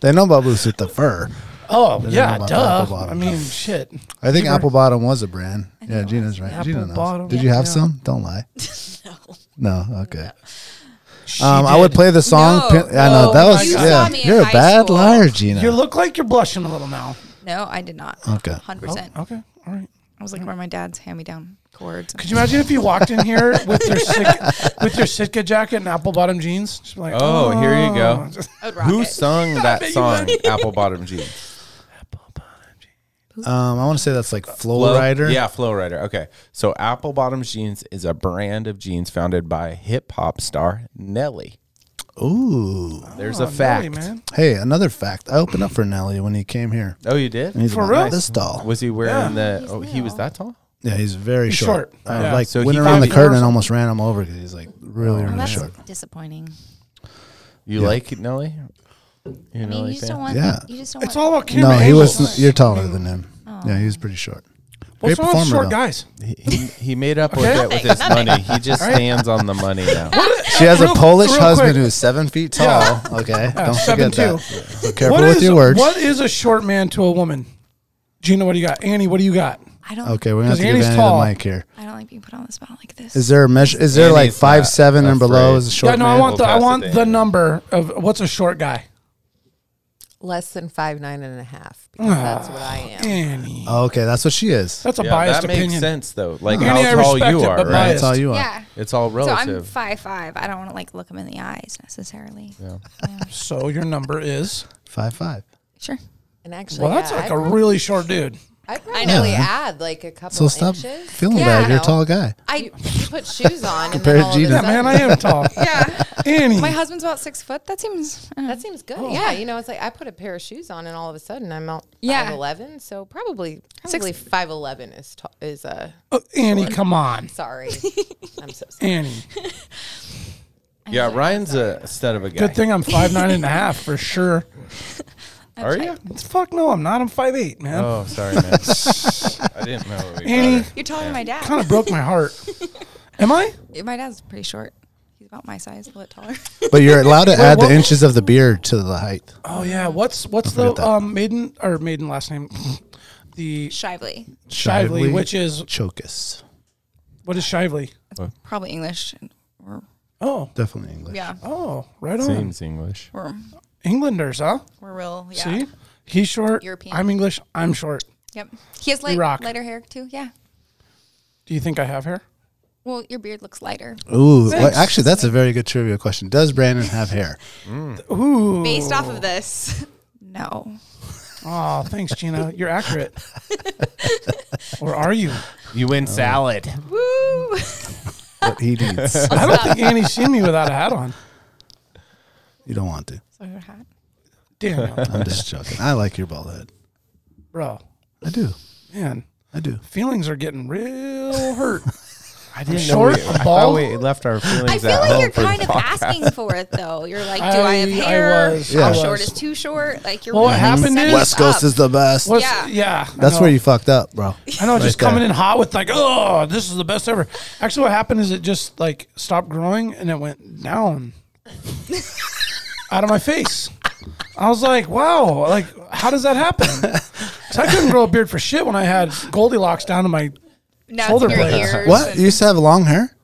Speaker 2: They know about boots with the fur.
Speaker 4: Oh
Speaker 2: know
Speaker 4: yeah,
Speaker 2: about
Speaker 4: duh.
Speaker 2: apple
Speaker 4: I
Speaker 2: bottom. Um,
Speaker 4: mean, shit.
Speaker 2: I think
Speaker 4: Cheaper.
Speaker 2: Apple Bottom was a brand. Yeah, Gina's right.
Speaker 4: Apple
Speaker 2: Gina knows.
Speaker 4: Bottom.
Speaker 2: Did you have
Speaker 4: Yeah.
Speaker 2: some? Don't lie. no. No. Okay.
Speaker 4: She
Speaker 2: Um, I would
Speaker 4: did.
Speaker 2: play the song.
Speaker 5: No.
Speaker 2: Pin- I know
Speaker 5: No,
Speaker 2: that was
Speaker 5: you
Speaker 2: yeah.
Speaker 5: saw me in
Speaker 2: You're a
Speaker 5: high
Speaker 2: bad
Speaker 5: school.
Speaker 2: liar, Gina.
Speaker 4: You look like you're blushing a little now.
Speaker 5: no, I did not.
Speaker 2: Okay.
Speaker 5: 100%.
Speaker 4: Okay, Oh, all right.
Speaker 5: I was looking for my dad's hand me down cords.
Speaker 4: Could you imagine if you walked in here with your Sitka, with your Sitka jacket and apple bottom jeans? Just be like,
Speaker 3: Oh, here you go.
Speaker 5: I would rock
Speaker 3: Who
Speaker 5: it.
Speaker 3: sung that song? Apple bottom jeans.
Speaker 2: um, I want to say that's like Flow
Speaker 3: Flow-
Speaker 2: Rider.
Speaker 3: Yeah, Flow Rider. Okay. So Apple Bottom Jeans is a brand of jeans founded by hip hop star Nelly.
Speaker 2: Ooh.
Speaker 3: There's a
Speaker 4: Nelly,
Speaker 3: fact.
Speaker 4: man.
Speaker 2: Hey, another fact. I opened up for Nelly when he came here.
Speaker 3: Oh, you did?
Speaker 2: And he's
Speaker 4: For
Speaker 2: like,
Speaker 4: real?
Speaker 2: "Not This doll.
Speaker 3: Was he wearing the Oh, he was that tall?
Speaker 2: Yeah, he's very
Speaker 4: He's
Speaker 2: short.
Speaker 4: short.
Speaker 2: I
Speaker 4: Yeah.
Speaker 2: like
Speaker 3: So
Speaker 2: went
Speaker 3: he
Speaker 2: around
Speaker 3: could
Speaker 2: the
Speaker 3: be-
Speaker 2: curtain and almost ran him over because he's like really, really
Speaker 6: That's
Speaker 2: short.
Speaker 6: disappointing.
Speaker 3: You like Nelly? You
Speaker 6: I mean,
Speaker 3: Nelly
Speaker 6: you just
Speaker 3: fan?
Speaker 6: don't want.
Speaker 2: Yeah.
Speaker 6: You just don't
Speaker 4: It's
Speaker 6: want.
Speaker 4: all about camera.
Speaker 2: No, he
Speaker 4: angles.
Speaker 2: was. You're taller than him. Yeah, he was pretty short.
Speaker 4: What's
Speaker 2: great
Speaker 4: wrong with
Speaker 2: performer,
Speaker 4: short
Speaker 2: though.
Speaker 4: guys?
Speaker 3: He, he- he made up with it with his money. He just stands on the money now.
Speaker 2: She has a
Speaker 4: Real-
Speaker 2: Polish
Speaker 4: real
Speaker 2: husband
Speaker 4: quick.
Speaker 2: who's seven feet tall. Okay, don't
Speaker 4: seven
Speaker 2: forget that. So careful
Speaker 4: What
Speaker 2: with
Speaker 4: is-
Speaker 2: your words.
Speaker 4: What is a short man to a woman? Gina, what do you got? Annie, what do you got?
Speaker 5: I don't,
Speaker 2: Okay, we're gonna have to
Speaker 4: Because
Speaker 2: give
Speaker 4: Annie's
Speaker 2: Annie
Speaker 4: tall.
Speaker 2: the mic here.
Speaker 5: I don't like being put on the spot like this.
Speaker 2: Is there a measure? Is there like
Speaker 3: Annie's
Speaker 2: five
Speaker 3: not
Speaker 2: seven and below
Speaker 3: afraid.
Speaker 2: is a short
Speaker 4: yeah, no, I
Speaker 2: man?
Speaker 4: want the
Speaker 3: We'll
Speaker 4: I
Speaker 3: pass it
Speaker 4: want
Speaker 3: to
Speaker 4: the
Speaker 3: Annie.
Speaker 4: number of what's a short guy?
Speaker 7: Less than five nine and a half because
Speaker 4: Ah.
Speaker 7: that's what I am.
Speaker 4: Annie.
Speaker 2: Oh, okay, that's what she is.
Speaker 4: That's a
Speaker 3: Yeah,
Speaker 4: biased
Speaker 3: that
Speaker 4: opinion.
Speaker 3: makes sense though. Like
Speaker 4: Annie, I
Speaker 3: how tall
Speaker 4: respect
Speaker 3: you
Speaker 4: it,
Speaker 3: are,
Speaker 4: but
Speaker 3: right?
Speaker 2: That's all you are.
Speaker 5: yeah.
Speaker 3: It's all
Speaker 5: So I'm
Speaker 3: relative.
Speaker 5: five five. I don't want to like look him in the eyes necessarily.
Speaker 4: So your number is
Speaker 2: Five five.
Speaker 5: Sure.
Speaker 7: And actually,
Speaker 4: well. That's
Speaker 7: yeah,
Speaker 4: like
Speaker 7: I
Speaker 4: a really short dude.
Speaker 7: I'd probably
Speaker 2: Yeah.
Speaker 7: add like a couple
Speaker 2: So stop
Speaker 7: inches.
Speaker 2: feeling
Speaker 7: Yeah.
Speaker 2: bad. You're a
Speaker 7: No.
Speaker 2: tall guy.
Speaker 7: I you put shoes on.
Speaker 2: Compared to
Speaker 7: and then all
Speaker 2: Gina.
Speaker 7: Of
Speaker 4: Yeah,
Speaker 7: a sudden,
Speaker 4: man, I am tall.
Speaker 5: Yeah.
Speaker 4: Annie.
Speaker 5: My husband's about six foot. That seems. uh,
Speaker 7: That seems
Speaker 4: Oh.
Speaker 7: good. Yeah, you know, it's like I put a pair of shoes on, and all of a sudden I'm out
Speaker 5: Yeah.
Speaker 7: five eleven. So probably
Speaker 5: Six-
Speaker 7: probably five eleven is t- is uh
Speaker 4: Oh, Annie, come on.
Speaker 7: sorry. I'm so sorry.
Speaker 4: Annie.
Speaker 3: yeah, Ryan's a stud of a guy.
Speaker 4: Good thing I'm five nine and a half for sure.
Speaker 3: Are you?
Speaker 4: Fuck no, I'm not. I'm five eight, man.
Speaker 3: Oh, sorry, man. I didn't know. We
Speaker 4: Annie.
Speaker 3: got her.
Speaker 5: You're taller than my dad.
Speaker 4: Kind of broke my heart. Am I?
Speaker 5: My dad's pretty short. He's about my size, a little bit taller.
Speaker 2: But you're allowed to add the
Speaker 4: what-
Speaker 2: inches of the beard to the height.
Speaker 4: Oh yeah. What's what's
Speaker 2: forget
Speaker 4: the
Speaker 2: that.
Speaker 4: um, maiden or maiden last name? The
Speaker 5: Shively.
Speaker 4: Shively, which is
Speaker 2: Chokus.
Speaker 4: what is Shively?
Speaker 5: Probably English. and- Or,
Speaker 4: Oh,
Speaker 2: Definitely English.
Speaker 5: yeah.
Speaker 4: oh, right on.
Speaker 3: Seems English.
Speaker 5: We're,
Speaker 4: Englanders, huh?
Speaker 5: we're real. Yeah.
Speaker 4: See, he's short.
Speaker 5: European.
Speaker 4: I'm English. I'm short.
Speaker 5: Yep. He has light,
Speaker 4: rock.
Speaker 5: lighter hair too. Yeah.
Speaker 4: Do you think I have hair?
Speaker 5: Well, your beard looks lighter.
Speaker 2: Ooh, well, actually, that's a very good trivia question. Does Brandon have hair?
Speaker 4: Ooh.
Speaker 5: Based off of this. No.
Speaker 4: Oh, thanks, Gina. You're accurate. or are you?
Speaker 3: You win salad.
Speaker 5: Woo.
Speaker 2: What he needs.
Speaker 4: I don't think Annie's seen me without a hat on.
Speaker 2: you don't want to.
Speaker 5: So you're hot.
Speaker 4: Damn,
Speaker 2: I'm just joking. I like your bald head.
Speaker 4: bro,
Speaker 2: I do.
Speaker 4: man.
Speaker 2: I do.
Speaker 4: feelings are getting real hurt.
Speaker 3: I didn't
Speaker 4: Short,
Speaker 3: know. We, I thought
Speaker 4: bald.
Speaker 3: we left our feelings
Speaker 5: I feel
Speaker 3: at home
Speaker 5: like you're
Speaker 3: for the
Speaker 5: kind of
Speaker 3: podcast.
Speaker 5: asking for it though. You're like, do I, have
Speaker 4: I- I
Speaker 5: hair?
Speaker 4: was,
Speaker 2: Yeah.
Speaker 5: How
Speaker 2: I
Speaker 5: short
Speaker 4: was.
Speaker 5: is too short? Like you're
Speaker 4: Well, what
Speaker 5: really
Speaker 4: happened
Speaker 5: setting
Speaker 4: is-
Speaker 5: it
Speaker 2: West Coast
Speaker 5: up.
Speaker 2: is the best.
Speaker 4: What's-
Speaker 5: Yeah.
Speaker 4: yeah. I
Speaker 2: That's
Speaker 4: know.
Speaker 2: where you fucked up, bro.
Speaker 4: I know, just
Speaker 2: there.
Speaker 4: coming in hot with like, oh, this is the best ever. Actually, what happened is it just like stopped growing and it went down. out of my face. I was like, wow, like how does that happen? 'Cause I couldn't grow a beard for shit when I had Goldilocks down to my.
Speaker 5: Now
Speaker 4: Shoulder
Speaker 5: it's in your
Speaker 4: blades.
Speaker 5: ears.
Speaker 2: What?
Speaker 5: and-
Speaker 2: You used to have long hair?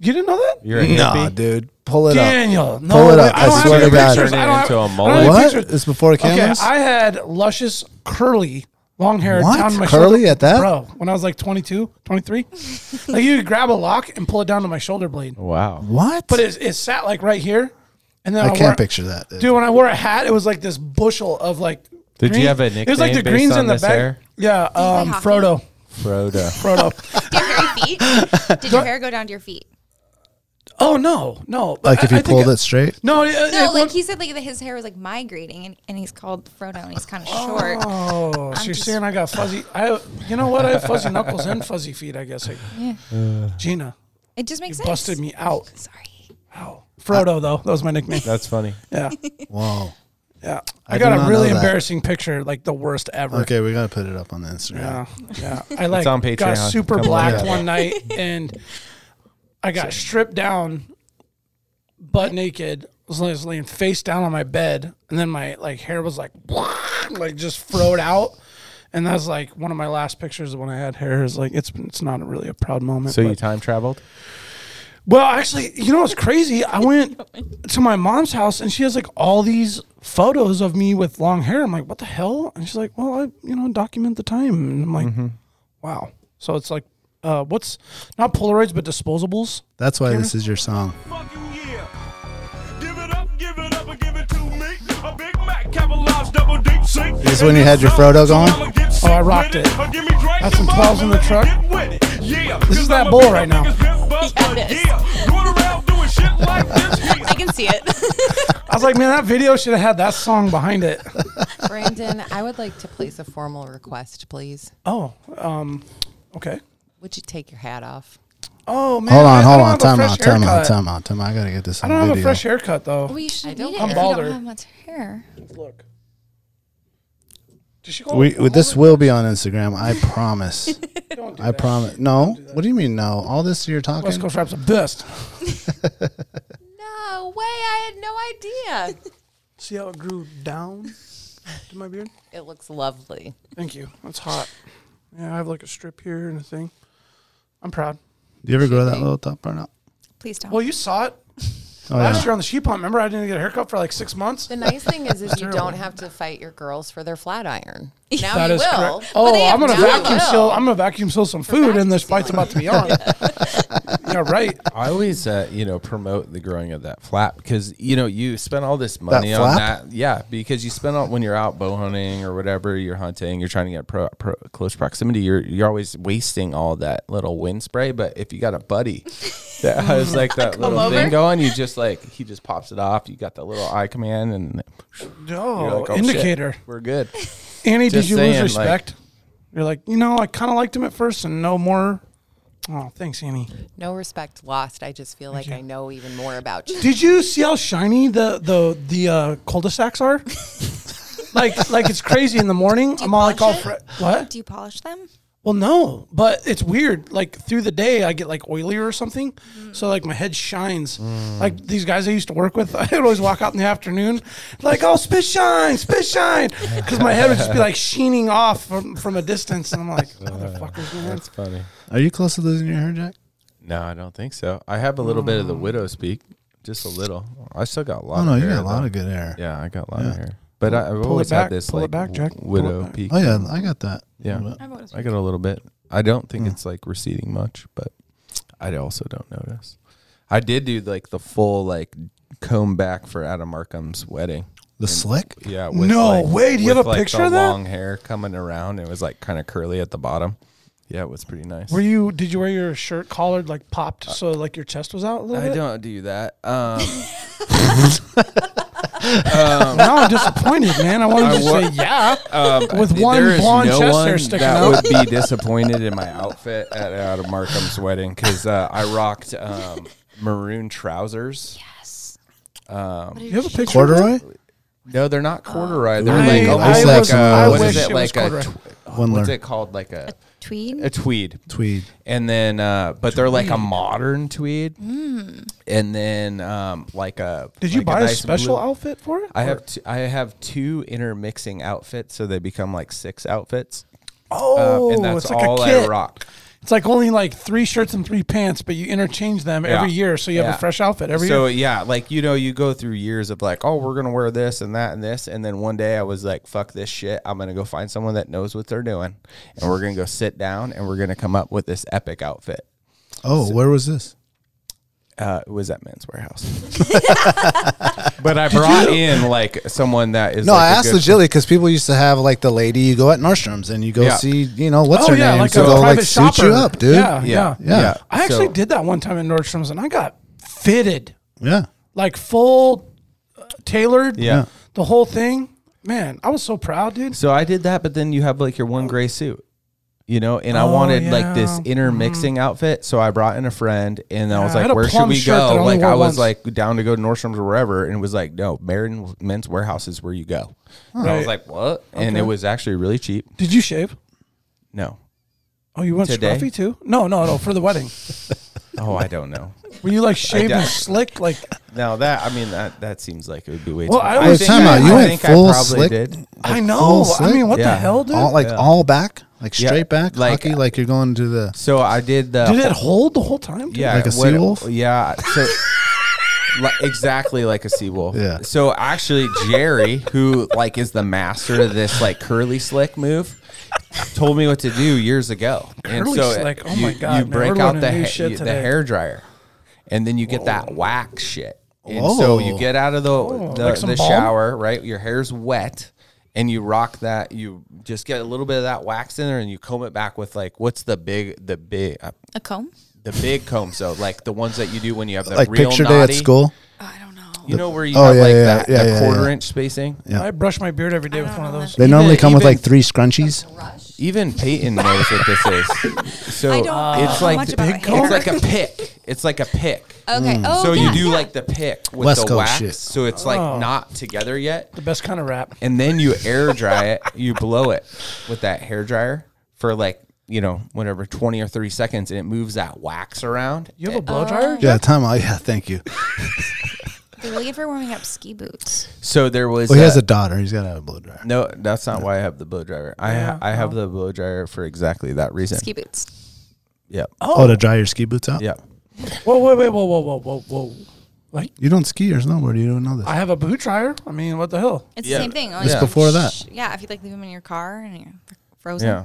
Speaker 4: You didn't know that?
Speaker 3: You're a
Speaker 2: Nah,
Speaker 3: hippie.
Speaker 2: dude. Pull it
Speaker 4: Daniel,
Speaker 2: up.
Speaker 4: no,
Speaker 2: Pull it
Speaker 4: way.
Speaker 2: up.
Speaker 4: I,
Speaker 2: I,
Speaker 4: don't
Speaker 2: swear
Speaker 4: have
Speaker 2: to
Speaker 4: any
Speaker 2: God.
Speaker 4: pictures. I
Speaker 3: Turn it
Speaker 4: don't have,
Speaker 3: into a
Speaker 4: I don't
Speaker 3: mullet.
Speaker 4: have any
Speaker 2: What?
Speaker 4: pictures.
Speaker 2: It's before cameras?
Speaker 4: Okay, I had luscious, curly, long hair
Speaker 2: What?
Speaker 4: down to my
Speaker 2: Curly
Speaker 4: shoulder.
Speaker 2: at that?
Speaker 4: Bro, when I was like 22, 23. like you could grab a lock and pull it down to my shoulder blade.
Speaker 3: Wow.
Speaker 2: What?
Speaker 4: But it, it sat like right here. And then I,
Speaker 2: I
Speaker 4: wore-
Speaker 2: can't picture that.
Speaker 4: Dude, when I wore a hat, it was like this bushel of like.
Speaker 3: Did you have a
Speaker 4: It was like the
Speaker 3: nickname based
Speaker 4: greens
Speaker 3: on
Speaker 4: in the
Speaker 3: this
Speaker 4: back.
Speaker 3: hair?
Speaker 4: Yeah, um,
Speaker 5: hockey?
Speaker 4: Frodo.
Speaker 3: Frodo.
Speaker 4: Frodo.
Speaker 5: Did your hair feet? Did your hair go down to your feet?
Speaker 4: oh no, no.
Speaker 2: like if
Speaker 4: I-
Speaker 2: you
Speaker 4: I think
Speaker 2: pulled
Speaker 4: I-
Speaker 2: it straight?
Speaker 4: No, it, it-
Speaker 5: No,
Speaker 4: it-
Speaker 5: like he said, like that his hair was like migrating, and, and he's called Frodo, and he's kind of short.
Speaker 4: Oh, so you're saying I got fuzzy? I, you know what? I have fuzzy knuckles and fuzzy feet. I guess. Like, Gina,
Speaker 5: It just makes sense.
Speaker 4: busted me out.
Speaker 5: Sorry.
Speaker 4: Frodo, though, that was my nickname.
Speaker 3: That's funny.
Speaker 4: Yeah,
Speaker 2: Whoa.
Speaker 4: yeah.
Speaker 2: I
Speaker 4: I,
Speaker 2: did
Speaker 4: got
Speaker 2: not
Speaker 4: a really
Speaker 2: know that.
Speaker 4: embarrassing picture, like the worst ever.
Speaker 2: Okay, we got to put it up on the Instagram.
Speaker 4: Yeah, yeah. I like
Speaker 3: on
Speaker 4: got
Speaker 3: Patreon.
Speaker 4: super
Speaker 3: Come look
Speaker 4: blacked
Speaker 3: it up.
Speaker 4: one night, and I got stripped down, butt naked. Was lay- was laying face down on my bed, and then my like hair was like like just throwed out. And that was like one of my last pictures of when I had hair. Is like it's it's not really a proud moment.
Speaker 3: So
Speaker 4: but-
Speaker 3: you time traveled?
Speaker 4: Well, actually, you know what's crazy? I went to my mom's house and she has like all these photos of me with long hair. I'm like, what the hell? And she's like, well, I you know document the time. And I'm like,
Speaker 2: Mm-hmm.
Speaker 4: wow. So it's like, uh, what's not Polaroids but disposables?
Speaker 2: That's why this is your song.
Speaker 6: fucking year. Give it up, give it up, and give it to me. A Big Mac, capitalized, double deep sink.
Speaker 2: This when you had your Frodo going?
Speaker 4: Oh, I rocked it. Had
Speaker 6: That's
Speaker 4: some 12s in the truck.
Speaker 6: This
Speaker 4: is that bull right now.
Speaker 5: I can see it.
Speaker 4: I was like, man, that video should have had that song behind it.
Speaker 7: Brandon, I would like to place a formal request, please.
Speaker 4: Oh, um, okay.
Speaker 7: Would you take your hat off?
Speaker 4: Oh man,
Speaker 2: Hold on,
Speaker 4: I- I
Speaker 2: hold
Speaker 4: don't
Speaker 2: on.
Speaker 4: have a
Speaker 2: Time
Speaker 4: fresh
Speaker 2: out, time out,
Speaker 4: haircut.
Speaker 2: time out, time out. I got to get this
Speaker 4: I
Speaker 2: on
Speaker 4: don't have
Speaker 2: video.
Speaker 4: a fresh haircut though.
Speaker 5: Well, you should
Speaker 7: don't
Speaker 5: need it
Speaker 7: I'm
Speaker 5: if you
Speaker 4: balder.
Speaker 5: don't have much hair.
Speaker 4: Look, did she go?
Speaker 2: we, we- this will be on Instagram, I promise. I promise. No, what do you mean no? All this you're
Speaker 4: West
Speaker 2: talking.
Speaker 4: Coast Rap's the best.
Speaker 7: No way. I had no idea.
Speaker 4: See how it grew down to my beard?
Speaker 7: it looks lovely.
Speaker 4: Thank you. That's hot. Yeah, I have like a strip here and a thing. I'm proud.
Speaker 2: Do you ever grow that little top part out?
Speaker 5: Please don't.
Speaker 4: Well, you saw it
Speaker 2: Oh
Speaker 4: last
Speaker 2: yeah.
Speaker 4: year on the sheep hunt. Remember, I didn't get a haircut for like six months.
Speaker 7: The nice thing is, is you
Speaker 4: terrible.
Speaker 7: don't have to fight your girls for their flat iron. Now
Speaker 4: That
Speaker 7: you
Speaker 4: is
Speaker 7: will.
Speaker 4: correct.
Speaker 7: but
Speaker 4: Oh,
Speaker 7: they have
Speaker 4: I'm gonna
Speaker 7: now
Speaker 4: vacuum
Speaker 7: will.
Speaker 4: seal. I'm gonna vacuum seal some food, and this fight's about to be on. yeah, right.
Speaker 3: I always, uh, you know, promote the growing of that flap because you know you spend all this money on
Speaker 2: flap?
Speaker 3: that. Yeah, because you spend all when you're out bow hunting or whatever you're hunting, you're trying to get pro, pro, close proximity. You're you're always wasting all that little wind spray. But if you got a buddy that has like that little thing
Speaker 5: over.
Speaker 3: going, you just like he just pops it off. You got that little eye command, and you're
Speaker 4: No
Speaker 3: like, oh, shit,
Speaker 4: indicator.
Speaker 3: we're good.
Speaker 4: Annie, did
Speaker 3: Just
Speaker 4: you lose
Speaker 3: saying, like-
Speaker 4: respect? You're like, you know, I kind of liked him at first, and no more. Oh, thanks, Annie.
Speaker 7: No respect lost. I just feel like I know even more about you.
Speaker 4: Did you see how shiny the the the uh, cul-de-sacs are? like like it's crazy in the morning. I'm all like all
Speaker 5: polish
Speaker 4: fre-
Speaker 5: it?
Speaker 4: what?
Speaker 5: Do you polish them?
Speaker 4: Well, no, but it's weird. Like through the day, I get like oilier or something, so like my head shines.
Speaker 3: Mm.
Speaker 4: Like these guys I used to work with, I would always walk out in the afternoon, like oh spit shine, spit shine, because my head would just be like sheening off from, from a distance, and I'm like motherfuckers, man.
Speaker 3: That's funny.
Speaker 2: Are you close to losing your hair, Jack?
Speaker 3: No, I don't think so. I have a little bit of the widow's peak, just a little. I still got a lot.
Speaker 2: Mm. Oh
Speaker 3: of
Speaker 2: no, you
Speaker 3: hair,
Speaker 2: got a lot
Speaker 3: though.
Speaker 2: of good hair.
Speaker 3: Yeah, I got a lot of hair. But I, I've
Speaker 4: pull it
Speaker 3: always
Speaker 4: back,
Speaker 3: had this
Speaker 4: pull it
Speaker 3: like
Speaker 4: back, Jack, pull it
Speaker 3: widow
Speaker 4: back.
Speaker 3: peak.
Speaker 2: Oh yeah, I got that.
Speaker 3: Yeah.
Speaker 2: But
Speaker 3: I got a little bit. I don't think it's like receding much, but I also don't notice. I did do like the full like comb back for Adam Markham's wedding.
Speaker 2: The slick.
Speaker 3: Yeah.
Speaker 4: No way, do you have
Speaker 3: with,
Speaker 4: a
Speaker 3: like,
Speaker 4: picture
Speaker 3: the
Speaker 4: of that?
Speaker 3: Long hair coming around. It was like kind of curly at the bottom. Yeah, it was pretty nice.
Speaker 4: Were you? Did you wear your shirt collared like popped so like your chest was out a little
Speaker 3: Uh, I
Speaker 4: bit?
Speaker 3: don't do that. Um,
Speaker 4: Now I'm disappointed, man. I wanted
Speaker 3: I
Speaker 4: to
Speaker 3: wa-
Speaker 4: say yeah.
Speaker 3: um,
Speaker 4: With
Speaker 3: th-
Speaker 4: one
Speaker 3: there is
Speaker 4: blonde
Speaker 3: no
Speaker 4: chest hair
Speaker 3: one
Speaker 4: sticking
Speaker 3: that
Speaker 4: out.
Speaker 3: would be disappointed in my outfit at Adam Markham's wedding because uh, I rocked um, maroon trousers.
Speaker 5: Yes.
Speaker 4: You have a picture.
Speaker 2: Corduroy?
Speaker 3: No, they're not corduroy. They're
Speaker 4: I-
Speaker 3: like
Speaker 4: I
Speaker 3: almost
Speaker 2: was-
Speaker 3: like
Speaker 2: I
Speaker 3: a, what
Speaker 2: wish
Speaker 3: is it
Speaker 4: it
Speaker 3: like
Speaker 4: was
Speaker 3: a
Speaker 4: corduroy.
Speaker 3: tw- what's
Speaker 2: Windler.
Speaker 3: it called like a
Speaker 5: Tweed.
Speaker 3: a tweed.
Speaker 2: Tweed.
Speaker 3: And then uh but they're like a modern tweed. Hmm. And then um like a
Speaker 4: Did you
Speaker 3: like
Speaker 4: buy a,
Speaker 3: nice
Speaker 4: special
Speaker 3: blue-
Speaker 4: outfit for it?
Speaker 3: I have t- I have two intermixing outfits so they become like six outfits.
Speaker 4: Oh,
Speaker 3: Um, and that's
Speaker 4: it's like
Speaker 3: all
Speaker 4: a kit.
Speaker 3: I rock.
Speaker 4: It's like only like three shirts and three pants, but you interchange them every
Speaker 3: Yeah.
Speaker 4: year, so you have
Speaker 3: Yeah.
Speaker 4: a fresh outfit every
Speaker 3: so
Speaker 4: year.
Speaker 3: yeah, like you know, you go through years of like, oh, we're gonna wear this and that and this, and then one day I was like, fuck this shit, I'm gonna go find someone that knows what they're doing, and we're gonna go sit down and we're gonna come up with this epic outfit.
Speaker 2: Oh, where was this?
Speaker 3: Uh, it was at Men's Warehouse, but I brought in like someone that is
Speaker 2: No,
Speaker 3: like,
Speaker 2: I
Speaker 3: a
Speaker 2: asked
Speaker 3: good-
Speaker 2: legitly because people used to have like the lady you go at Nordstrom's and you go
Speaker 3: Yeah.
Speaker 2: see, you know, what's
Speaker 4: Oh
Speaker 2: her
Speaker 4: yeah,
Speaker 2: name
Speaker 4: like
Speaker 2: to
Speaker 4: a
Speaker 2: go
Speaker 4: private
Speaker 2: like
Speaker 4: shopper.
Speaker 2: suit you up, dude.
Speaker 4: Yeah,
Speaker 3: Yeah.
Speaker 4: yeah.
Speaker 2: Yeah.
Speaker 3: Yeah.
Speaker 4: I actually
Speaker 3: So-
Speaker 4: did that one time at Nordstrom's, and I got fitted
Speaker 2: Yeah.
Speaker 4: like full uh, tailored.
Speaker 3: Yeah.
Speaker 4: the whole thing. Man, I was so proud, dude.
Speaker 3: So I did that, but then you have like your one gray suit, you know, and I
Speaker 4: Oh,
Speaker 3: wanted like this
Speaker 4: yeah. Mm-hmm.
Speaker 3: intermixing outfit. So I brought in a friend and I was
Speaker 4: Yeah, I
Speaker 3: like,
Speaker 4: had a
Speaker 3: where should
Speaker 4: plum
Speaker 3: we
Speaker 4: shirt that I
Speaker 3: go?
Speaker 4: only
Speaker 3: Like
Speaker 4: wore
Speaker 3: I was
Speaker 4: once.
Speaker 3: like down to go to Nordstrom's or wherever. And it was like, no, Marin men's warehouse is where you go. And I was like, what? And it was actually really cheap.
Speaker 4: Did you shave?
Speaker 3: No.
Speaker 4: Oh, you went
Speaker 3: Today?
Speaker 4: scruffy too? No, no, no. For the wedding,
Speaker 3: Oh, I don't know.
Speaker 4: were you like shaved and
Speaker 3: doubt-
Speaker 4: slick? Like,
Speaker 3: Now that, I mean, that, that seems like it would be way
Speaker 4: Well,
Speaker 3: too
Speaker 4: I
Speaker 3: much.
Speaker 4: was- time out, you
Speaker 2: went full slick?
Speaker 4: I know. I
Speaker 2: slick?
Speaker 4: mean, what
Speaker 3: Yeah.
Speaker 4: the hell, dude?
Speaker 2: All, like all back, like
Speaker 3: Yeah.
Speaker 2: straight back,
Speaker 3: Like- uh,
Speaker 2: hockey, like you're going to the.
Speaker 3: So I did the
Speaker 4: did it hold the whole time? Dude?
Speaker 3: yeah,
Speaker 2: Like a
Speaker 3: what-
Speaker 2: seawolf?
Speaker 3: Yeah, so, li- exactly like a seawolf.
Speaker 2: Yeah.
Speaker 3: So actually, Jerry, who like is the master of this like curly slick move, told me what to do years ago. and
Speaker 4: Curly
Speaker 3: so
Speaker 4: slick? Oh
Speaker 3: you,
Speaker 4: my God,
Speaker 3: you
Speaker 4: man,
Speaker 3: break
Speaker 4: we're
Speaker 3: out
Speaker 4: learning
Speaker 3: the
Speaker 4: new
Speaker 3: ha-
Speaker 4: shit
Speaker 3: you- the
Speaker 4: today.
Speaker 3: hair dryer, and then you get that wax shit. And
Speaker 2: Whoa.
Speaker 3: so you get out of the the,
Speaker 4: like some
Speaker 3: the
Speaker 4: balm?
Speaker 3: shower, right? Your hair's wet. And you rock that. You just get a little bit of that wax in there, and you comb it back with like what's the big, the big, uh,
Speaker 5: a comb?
Speaker 3: the big comb, so like the ones that you do when you have the
Speaker 2: Like
Speaker 3: real
Speaker 2: picture day
Speaker 3: naughty.
Speaker 2: at school.
Speaker 5: Oh, I don't know.
Speaker 3: You know where you
Speaker 2: Oh,
Speaker 3: have
Speaker 2: yeah,
Speaker 3: like
Speaker 2: yeah,
Speaker 3: that,
Speaker 2: yeah,
Speaker 3: the
Speaker 2: yeah, yeah.
Speaker 3: quarter inch spacing.
Speaker 4: I brush my beard every day with one of those.
Speaker 2: They normally
Speaker 3: Even-
Speaker 2: come with
Speaker 3: even-
Speaker 2: like three scrunchies.
Speaker 3: Even Peyton knows what this is. So
Speaker 5: I don't
Speaker 3: it's
Speaker 5: know
Speaker 3: like
Speaker 5: much
Speaker 3: the-
Speaker 5: about
Speaker 3: it's
Speaker 5: hair.
Speaker 3: like a pick. It's like a pick.
Speaker 5: Okay.
Speaker 4: Mm.
Speaker 5: Oh,
Speaker 3: so
Speaker 5: yeah, Oh.
Speaker 3: you do
Speaker 5: yeah.
Speaker 3: like the pick with
Speaker 2: West
Speaker 3: the
Speaker 2: Coast
Speaker 3: wax,
Speaker 2: shit.
Speaker 3: so it's like not together yet,
Speaker 4: The best kind of rap.
Speaker 3: and then you air dry it. You blow it with that hair dryer for like you know whatever twenty or thirty seconds, and it moves that wax around.
Speaker 4: You have a
Speaker 7: Uh,
Speaker 4: blow dryer?
Speaker 2: Yeah, time out. Yeah, thank you.
Speaker 5: They're really good for warming up ski boots.
Speaker 3: So there was.
Speaker 2: Well, Oh, he has
Speaker 3: uh,
Speaker 2: a daughter. He's got to have a blow dryer.
Speaker 3: No, that's not why I have the blow dryer. I ha- I have the blow dryer for exactly that reason.
Speaker 5: Ski boots.
Speaker 3: Yep.
Speaker 2: Oh. to dry your ski boots out.
Speaker 3: Yep.
Speaker 4: Whoa, wait, wait, whoa, whoa, whoa, whoa, whoa.
Speaker 2: You don't ski or snowboard. You don't know this.
Speaker 4: I have a boot dryer. I mean, what the hell?
Speaker 5: It's
Speaker 3: Yeah.
Speaker 5: the same thing.
Speaker 2: Just
Speaker 5: Like,
Speaker 2: before that.
Speaker 5: sh- Yeah, if you like leave them in your car and you're frozen.
Speaker 3: Yeah.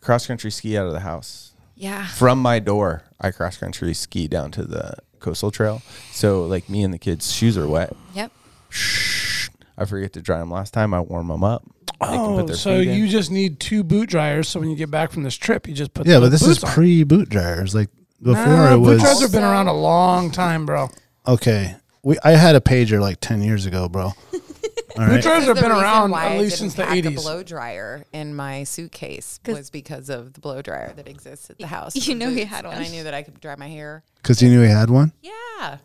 Speaker 3: Cross country ski out of the house.
Speaker 5: Yeah.
Speaker 3: From my door, I cross country ski down to the coastal trail. So like me and the kids' shoes are wet.
Speaker 5: Yep.
Speaker 3: I forget to dry them last time. I warm them up. They can put
Speaker 4: Oh,
Speaker 3: their
Speaker 4: so
Speaker 3: feet in.
Speaker 4: you just need two boot dryers. So when you get back from this trip, you just put
Speaker 2: yeah,
Speaker 4: the
Speaker 2: but this is
Speaker 4: boots on.
Speaker 2: pre boot dryers. Like before
Speaker 4: Nah,
Speaker 2: it
Speaker 4: boot
Speaker 2: was.
Speaker 4: dryers have been around a long time, bro.
Speaker 2: okay. We, I had a pager like 10 years ago, bro. All
Speaker 4: Boot
Speaker 2: right.
Speaker 4: dryers have
Speaker 7: The
Speaker 4: been
Speaker 7: reason
Speaker 4: around
Speaker 7: why
Speaker 4: at
Speaker 7: I
Speaker 4: least
Speaker 7: didn't
Speaker 4: since the
Speaker 7: pack a
Speaker 4: eighties.
Speaker 7: blow dryer in my suitcase was because of the blow dryer that exists at the house.
Speaker 5: You
Speaker 7: and
Speaker 5: knew he
Speaker 7: boots,
Speaker 5: had
Speaker 7: And I
Speaker 5: one.
Speaker 7: knew that I could dry my hair.
Speaker 2: Because you knew he had one?
Speaker 7: Yeah.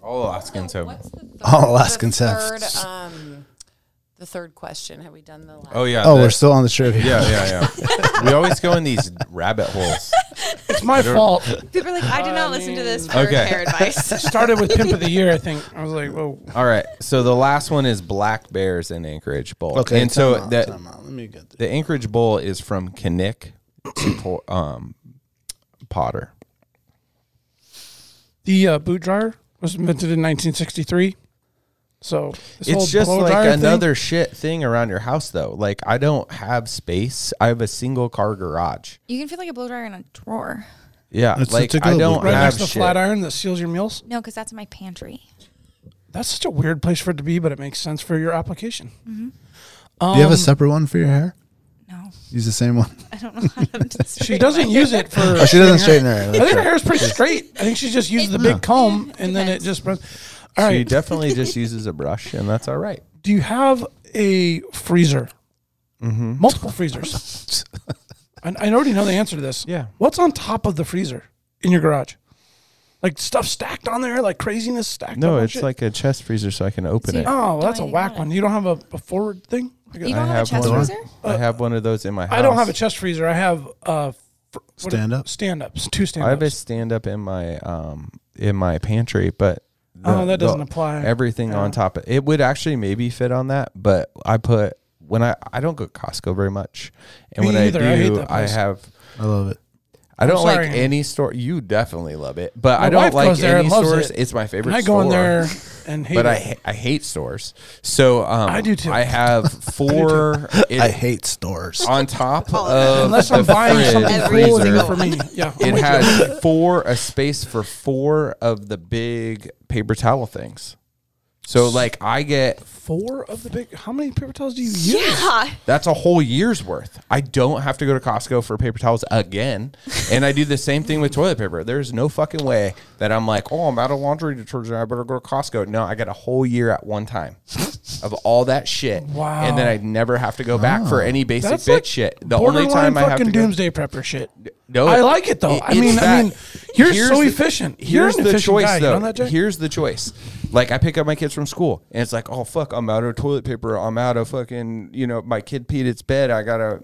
Speaker 3: all Alaskan so.
Speaker 2: All Alaskans have.
Speaker 7: third,
Speaker 4: uh,
Speaker 7: um, the third question. Have we done the last?
Speaker 3: Oh yeah.
Speaker 2: Oh,
Speaker 3: the-
Speaker 2: we're still on the trivia.
Speaker 3: yeah, yeah, yeah. we always go in these rabbit holes.
Speaker 4: It's my fault.
Speaker 5: People are like, I did not listen to this for
Speaker 3: Okay.
Speaker 5: hair advice.
Speaker 4: Started with pimp of the year, I think. I was like, whoa.
Speaker 3: All right. So the last one is black bears in Anchorage Bowl.
Speaker 2: Okay.
Speaker 3: And so
Speaker 2: time out,
Speaker 3: that
Speaker 2: time out. Let me get this.
Speaker 3: The Anchorage Bowl is from Kinnick to Po- um, Potter.
Speaker 4: The uh, boot dryer was invented in 1963. So this whole
Speaker 3: it's just
Speaker 4: blow
Speaker 3: like
Speaker 4: dryer thing-
Speaker 3: another shit thing around your house, though. Like I don't have space. I have a single car garage.
Speaker 5: you can feel like a blow dryer in a drawer.
Speaker 3: Yeah,
Speaker 2: It's a
Speaker 3: like
Speaker 2: to-go
Speaker 3: I don't
Speaker 2: book.
Speaker 4: right
Speaker 3: have
Speaker 4: next to the
Speaker 3: shit.
Speaker 4: flat iron that seals your meals.
Speaker 5: No, because that's my pantry.
Speaker 4: That's such a weird place for it to be, but it makes sense for your application.
Speaker 2: Do you
Speaker 4: Um,
Speaker 2: have a separate one for your hair?
Speaker 5: No,
Speaker 2: Use the same one.
Speaker 5: I don't know how to.
Speaker 4: She doesn't use it for.
Speaker 2: Oh, she doesn't straighten her hair.
Speaker 4: I
Speaker 2: That's
Speaker 4: think her
Speaker 2: right.
Speaker 4: hair is pretty straight. I think she just used the big comb and then it
Speaker 5: depends.
Speaker 4: just. runs. All
Speaker 3: She
Speaker 4: right.
Speaker 3: definitely just uses a brush, and that's all right.
Speaker 4: Do you have a freezer?
Speaker 3: Mm-hmm.
Speaker 4: Multiple freezers. and I already know the answer to this.
Speaker 3: Yeah.
Speaker 4: What's on top of the freezer in your garage? Like stuff stacked on there, like craziness stacked. up
Speaker 3: No,
Speaker 4: on
Speaker 3: it's
Speaker 4: shit?
Speaker 3: like a chest freezer, so I can open
Speaker 5: See,
Speaker 3: it.
Speaker 4: oh,
Speaker 5: the
Speaker 4: that's a
Speaker 5: way you
Speaker 4: whack
Speaker 5: got it.
Speaker 4: one. You don't have a, a forward thing. Like a-
Speaker 5: You
Speaker 3: I
Speaker 5: don't have,
Speaker 3: have
Speaker 5: a chest
Speaker 3: one.
Speaker 5: freezer?
Speaker 3: I have one of those in my house.
Speaker 4: I don't have a chest freezer. I have uh, fr- what-
Speaker 2: Stand-up?
Speaker 4: stand-ups, two
Speaker 3: I have a
Speaker 4: stand-ups.
Speaker 3: stand up in my um in my pantry, but
Speaker 4: Oh, that doesn't apply.
Speaker 3: Everything on top of it would actually maybe fit on that, but I put when I I don't go to Costco very much, and
Speaker 4: Me
Speaker 3: when
Speaker 4: either. I
Speaker 3: I
Speaker 4: hate
Speaker 3: do,
Speaker 4: that
Speaker 3: I,
Speaker 4: place.
Speaker 3: have.
Speaker 2: I love it.
Speaker 3: I don't like
Speaker 4: sorry.
Speaker 3: any store. You definitely love it, but
Speaker 4: My
Speaker 3: I don't
Speaker 4: wife
Speaker 3: like
Speaker 4: goes there
Speaker 3: any
Speaker 4: and loves
Speaker 3: stores.
Speaker 4: it.
Speaker 3: It's my favorite.
Speaker 4: I go in
Speaker 3: store,
Speaker 4: there and hate
Speaker 3: but I
Speaker 4: it.
Speaker 3: ha- I hate stores. So um,
Speaker 4: I do too.
Speaker 3: I have four. it-
Speaker 2: I hate stores.
Speaker 3: on top of
Speaker 4: Unless
Speaker 3: the
Speaker 4: I'm buying
Speaker 3: fridge,
Speaker 4: something
Speaker 3: freezer,
Speaker 4: cool there for me. Yeah.
Speaker 3: it has four a space for four of the big paper towel things. So like I get
Speaker 4: four of the big. How many paper towels do you use?
Speaker 5: Yeah.
Speaker 3: that's a whole year's worth. I don't have to go to Costco for paper towels again. And I do the same thing with toilet paper. There's no fucking way that I'm like, oh, I'm out of laundry detergent. I better go to Costco. No, I get a whole year at one time of all that shit.
Speaker 4: Wow.
Speaker 3: And then I never have to go back for any basic
Speaker 4: That's
Speaker 3: bitch
Speaker 4: like
Speaker 3: shit. The only
Speaker 4: borderline
Speaker 3: time I have to
Speaker 4: fucking
Speaker 3: go-
Speaker 4: doomsday prepper shit.
Speaker 3: No,
Speaker 4: I like it though. I
Speaker 3: it's
Speaker 4: mean, I
Speaker 3: that-
Speaker 4: mean, you're
Speaker 3: here's
Speaker 4: so
Speaker 3: the-
Speaker 4: efficient. You're
Speaker 3: Here's
Speaker 4: an
Speaker 3: the
Speaker 4: efficient
Speaker 3: choice,
Speaker 4: guy. You
Speaker 3: though.
Speaker 4: know that, Jay?
Speaker 3: here's the choice. Like I pick up my kids from school, and it's like, oh fuck, I'm out of toilet paper. I'm out of fucking, you know, my kid peed its bed. I gotta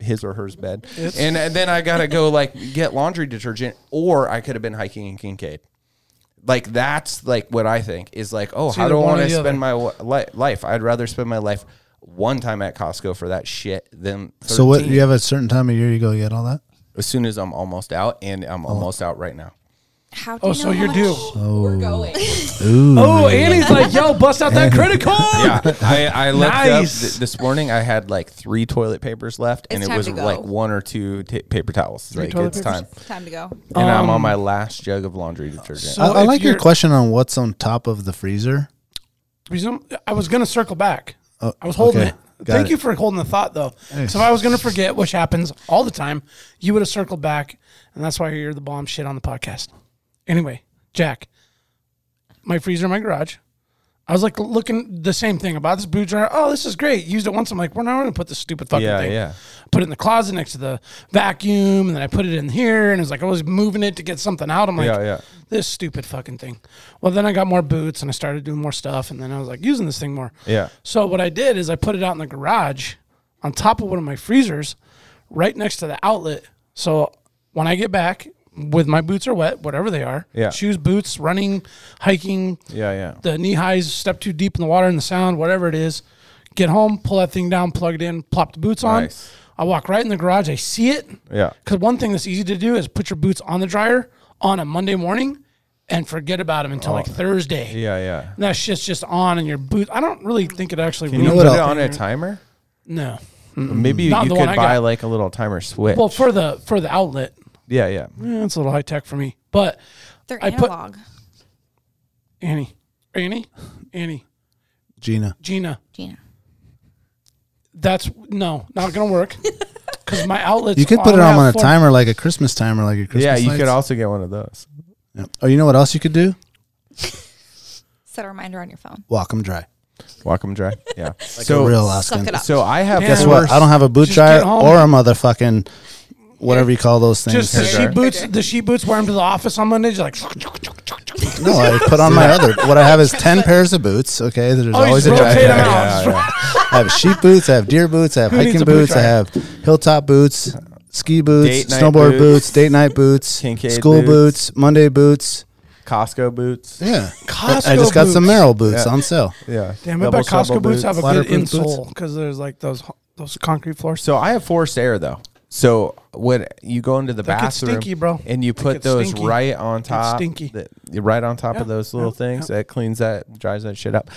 Speaker 3: his or hers bed, and, and then I gotta go like get laundry detergent, or I could have been hiking in Kincaid. Like that's like what I think is like, oh, how
Speaker 4: either
Speaker 3: do I
Speaker 4: one
Speaker 3: want
Speaker 4: or
Speaker 3: to
Speaker 4: the other.
Speaker 3: spend my wa- li- life? I'd rather spend my life one time at Costco for that shit than
Speaker 2: So what?
Speaker 3: 13
Speaker 2: You have a certain time of year you go get all that.
Speaker 3: as soon as I'm almost out, and I'm almost out right now.
Speaker 5: How do
Speaker 4: Oh,
Speaker 5: you
Speaker 4: so
Speaker 5: know how
Speaker 4: you're
Speaker 5: much-
Speaker 4: due.
Speaker 7: We're going.
Speaker 4: Oh, Annie's like, yo, bust out that credit card.
Speaker 3: Yeah, I, I looked
Speaker 4: Nice.
Speaker 3: up th- this morning. I had like three toilet papers left, and
Speaker 5: It's
Speaker 3: it
Speaker 5: time
Speaker 3: was
Speaker 5: to go.
Speaker 3: like one or two ta paper towels. like
Speaker 4: toilet
Speaker 3: it's
Speaker 4: papers? Um,
Speaker 3: time,
Speaker 5: Time to go.
Speaker 3: and I'm on my last jug of laundry detergent.
Speaker 4: So
Speaker 2: I, I
Speaker 4: if
Speaker 2: like your
Speaker 4: you're-
Speaker 2: question on what's on top of the freezer.
Speaker 4: Resume- I was gonna circle back.
Speaker 2: Oh,
Speaker 4: I was holding
Speaker 2: okay.
Speaker 4: it.
Speaker 2: Got
Speaker 4: Thank
Speaker 2: it.
Speaker 4: you for holding the thought though. So if I was gonna forget, which happens all the time, you would have circled back, and that's why you're the bomb shit on the podcast. Anyway, Jack, my freezer in my garage. I was like looking the same thing about this boot dryer. Oh, this is great. Used it once. I'm like, we're not gonna put this stupid fucking
Speaker 3: yeah,
Speaker 4: thing.
Speaker 3: yeah.
Speaker 4: Put it in the closet next to the vacuum, and then I put it in here, and it's like I was moving it to get something out. I'm like,
Speaker 3: Yeah, yeah.
Speaker 4: this stupid fucking thing. Well, then I got more boots and I started doing more stuff, and then I was like using this thing more.
Speaker 3: Yeah.
Speaker 4: So what I did is I put it out in the garage, on top of one of my freezers, right next to the outlet. So when I get back, with my boots are wet, whatever they are,
Speaker 3: Yeah.
Speaker 4: shoes, boots, running, hiking,
Speaker 3: Yeah, yeah.
Speaker 4: the knee highs, step too deep in the water in the sound, whatever it is. Get home, pull that thing down, plug it in, plop the boots on.
Speaker 3: Nice.
Speaker 4: I walk right in the garage. I see it.
Speaker 3: Yeah.
Speaker 4: Because one thing that's easy to do is put your boots on the dryer on a Monday morning and forget about them until
Speaker 2: Oh,
Speaker 4: like Thursday.
Speaker 3: Yeah, yeah.
Speaker 4: And that shit's just on and your boot. I don't really think it actually.
Speaker 3: Can you
Speaker 2: know
Speaker 3: put
Speaker 2: what
Speaker 3: it
Speaker 2: else-
Speaker 3: on a timer?
Speaker 4: no.
Speaker 3: Maybe
Speaker 4: Not
Speaker 3: you
Speaker 4: the
Speaker 3: could
Speaker 4: one I
Speaker 3: buy
Speaker 4: got.
Speaker 3: like a little timer switch.
Speaker 4: Well, for the for the outlet,
Speaker 3: yeah, yeah.
Speaker 4: yeah, it's a little high tech for me. But
Speaker 5: They're
Speaker 4: I put-
Speaker 5: analog.
Speaker 4: Annie, Annie, Annie,
Speaker 2: Gina,
Speaker 4: Gina,
Speaker 5: Gina.
Speaker 4: that's no, not gonna work. Because my outlets.
Speaker 2: you could put
Speaker 4: I
Speaker 2: it on
Speaker 4: have
Speaker 2: on a
Speaker 4: four-
Speaker 2: timer, like a Christmas timer, like your Christmas.
Speaker 3: yeah, you could
Speaker 2: lights.
Speaker 3: also get one of those.
Speaker 2: Yeah. Oh, you know what else you could do?
Speaker 5: Set a reminder on your phone.
Speaker 2: Walk them dry.
Speaker 3: Walk 'em dry. Yeah.
Speaker 2: So
Speaker 3: so,
Speaker 2: real
Speaker 5: Suck
Speaker 2: Alaskan.
Speaker 5: it up.
Speaker 3: so I have
Speaker 2: Guess
Speaker 3: four-
Speaker 2: what? I don't have a boot
Speaker 4: Just
Speaker 2: dryer
Speaker 4: get home.
Speaker 2: or a motherfucking whatever you call those things.
Speaker 4: Just the
Speaker 3: Hair dryer.
Speaker 4: she boots. The she boots wear them to the office on Mondays. You're like,
Speaker 2: no, I put on my other. What I have is ten pairs of boots. Okay, there's
Speaker 4: oh, you
Speaker 2: always
Speaker 4: just
Speaker 2: a dry
Speaker 4: rotate
Speaker 2: pair.
Speaker 4: them out.
Speaker 2: I have sheep boots. I have deer boots. I have
Speaker 4: Who needs
Speaker 2: hiking
Speaker 4: a boot
Speaker 2: boots. I
Speaker 4: dryer?
Speaker 2: have hilltop boots, ski boots,
Speaker 3: Date night
Speaker 2: snowboard boots.
Speaker 3: boots.
Speaker 2: date night boots,
Speaker 3: Kincaid
Speaker 2: school
Speaker 3: boots.
Speaker 2: boots. Monday boots.
Speaker 3: Costco boots.
Speaker 2: Yeah,
Speaker 4: Costco
Speaker 2: I just got some
Speaker 4: boots.
Speaker 2: Merrill boots on sale.
Speaker 3: Yeah.
Speaker 4: Damn, I
Speaker 3: Double
Speaker 4: bet Costco
Speaker 3: shovel
Speaker 4: boots have a good
Speaker 2: Waterproof boots.
Speaker 4: insole because there's like those those concrete floors.
Speaker 3: So I have forced air though. So when you go into the
Speaker 4: That gets
Speaker 3: bathroom
Speaker 4: stinky, bro.
Speaker 3: and you
Speaker 4: That
Speaker 3: put
Speaker 4: gets
Speaker 3: those
Speaker 4: stinky.
Speaker 3: right on
Speaker 4: gets
Speaker 3: top,
Speaker 4: stinky.
Speaker 3: the- right on top
Speaker 4: Yeah,
Speaker 3: of those little
Speaker 4: yeah,
Speaker 3: things that cleans that dries that shit up.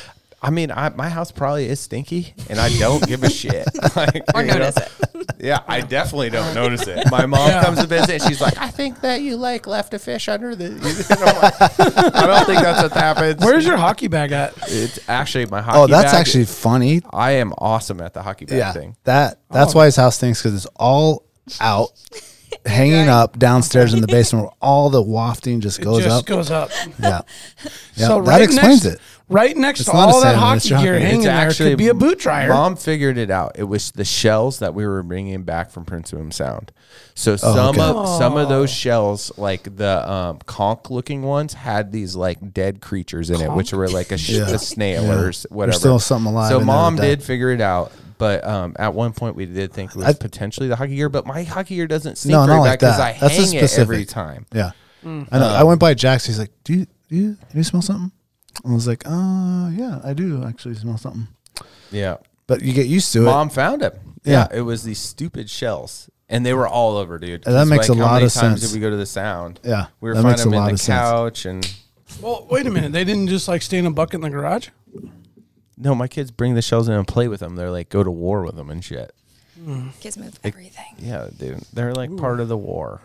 Speaker 3: I mean, I, my house probably is stinky, and I don't give a shit. Like,
Speaker 5: Or
Speaker 3: you know?
Speaker 5: notice it.
Speaker 3: Yeah, I definitely don't notice it. My mom
Speaker 4: Yeah.
Speaker 3: comes to visit, and she's like, "I think that you like left a fish under the." And I'm like, I don't think that's what happens.
Speaker 4: Where's your hockey bag at?
Speaker 3: It's actually my hockey.
Speaker 2: Oh, that's
Speaker 3: bag.
Speaker 2: actually funny.
Speaker 3: I am awesome at the hockey bag
Speaker 2: Yeah,
Speaker 3: thing.
Speaker 2: that that's why his house stinks because it's all out, hanging up downstairs in the basement where all the wafting just goes
Speaker 4: Just
Speaker 2: up.
Speaker 4: goes up.
Speaker 2: yeah, yeah,
Speaker 4: So
Speaker 2: that
Speaker 4: right
Speaker 2: explains
Speaker 4: next,
Speaker 2: it.
Speaker 4: right next
Speaker 2: It's
Speaker 4: to
Speaker 2: not a
Speaker 4: all that
Speaker 2: salmon,
Speaker 4: hockey
Speaker 2: it's
Speaker 4: gear
Speaker 2: shocking.
Speaker 4: hanging there could be a boot dryer.
Speaker 3: Mom figured it out. It was the shells that we were bringing back from Prince William Sound. So some
Speaker 2: Oh, okay.
Speaker 3: of some of those shells, like the um, conch looking ones, had these like dead creatures in it, which were like a, sh-
Speaker 2: Yeah.
Speaker 3: a snail
Speaker 2: Yeah.
Speaker 3: or
Speaker 2: There's
Speaker 3: s- whatever.
Speaker 2: still something alive in
Speaker 3: So
Speaker 2: there
Speaker 3: mom
Speaker 2: that died.
Speaker 3: did figure it out. But um, at one point, we did think it was
Speaker 2: I-
Speaker 3: potentially the hockey gear, but my hockey gear doesn't sink
Speaker 2: No,
Speaker 3: very
Speaker 2: not like
Speaker 3: bad because
Speaker 2: that.
Speaker 3: I
Speaker 2: That's a
Speaker 3: hang it every
Speaker 2: specific.
Speaker 3: time.
Speaker 2: Yeah.
Speaker 5: Mm.
Speaker 2: I know. I went by Jack's. He's like, do you, do you, do you smell something? I was like, uh, yeah, I do actually smell something.
Speaker 3: Yeah.
Speaker 2: But you get used to it.
Speaker 3: Mom found him.
Speaker 2: Yeah.
Speaker 3: it was these stupid shells, and they were all over, dude.
Speaker 2: And that
Speaker 3: It's
Speaker 2: makes a
Speaker 3: how
Speaker 2: lot
Speaker 3: many
Speaker 2: of
Speaker 3: times
Speaker 2: sense.
Speaker 3: Did we go to the sound?
Speaker 2: Yeah,
Speaker 3: we were
Speaker 2: that
Speaker 3: finding
Speaker 2: makes a
Speaker 3: them in
Speaker 2: lot
Speaker 3: the
Speaker 2: of sense.
Speaker 3: couch, and
Speaker 4: Well, wait a minute. They didn't just like stay in a bucket in the garage.
Speaker 3: no, my kids bring the shells in and play with them. They're like go to war with them and shit.
Speaker 5: Kids move everything.
Speaker 3: Yeah, dude, they're like part of the war.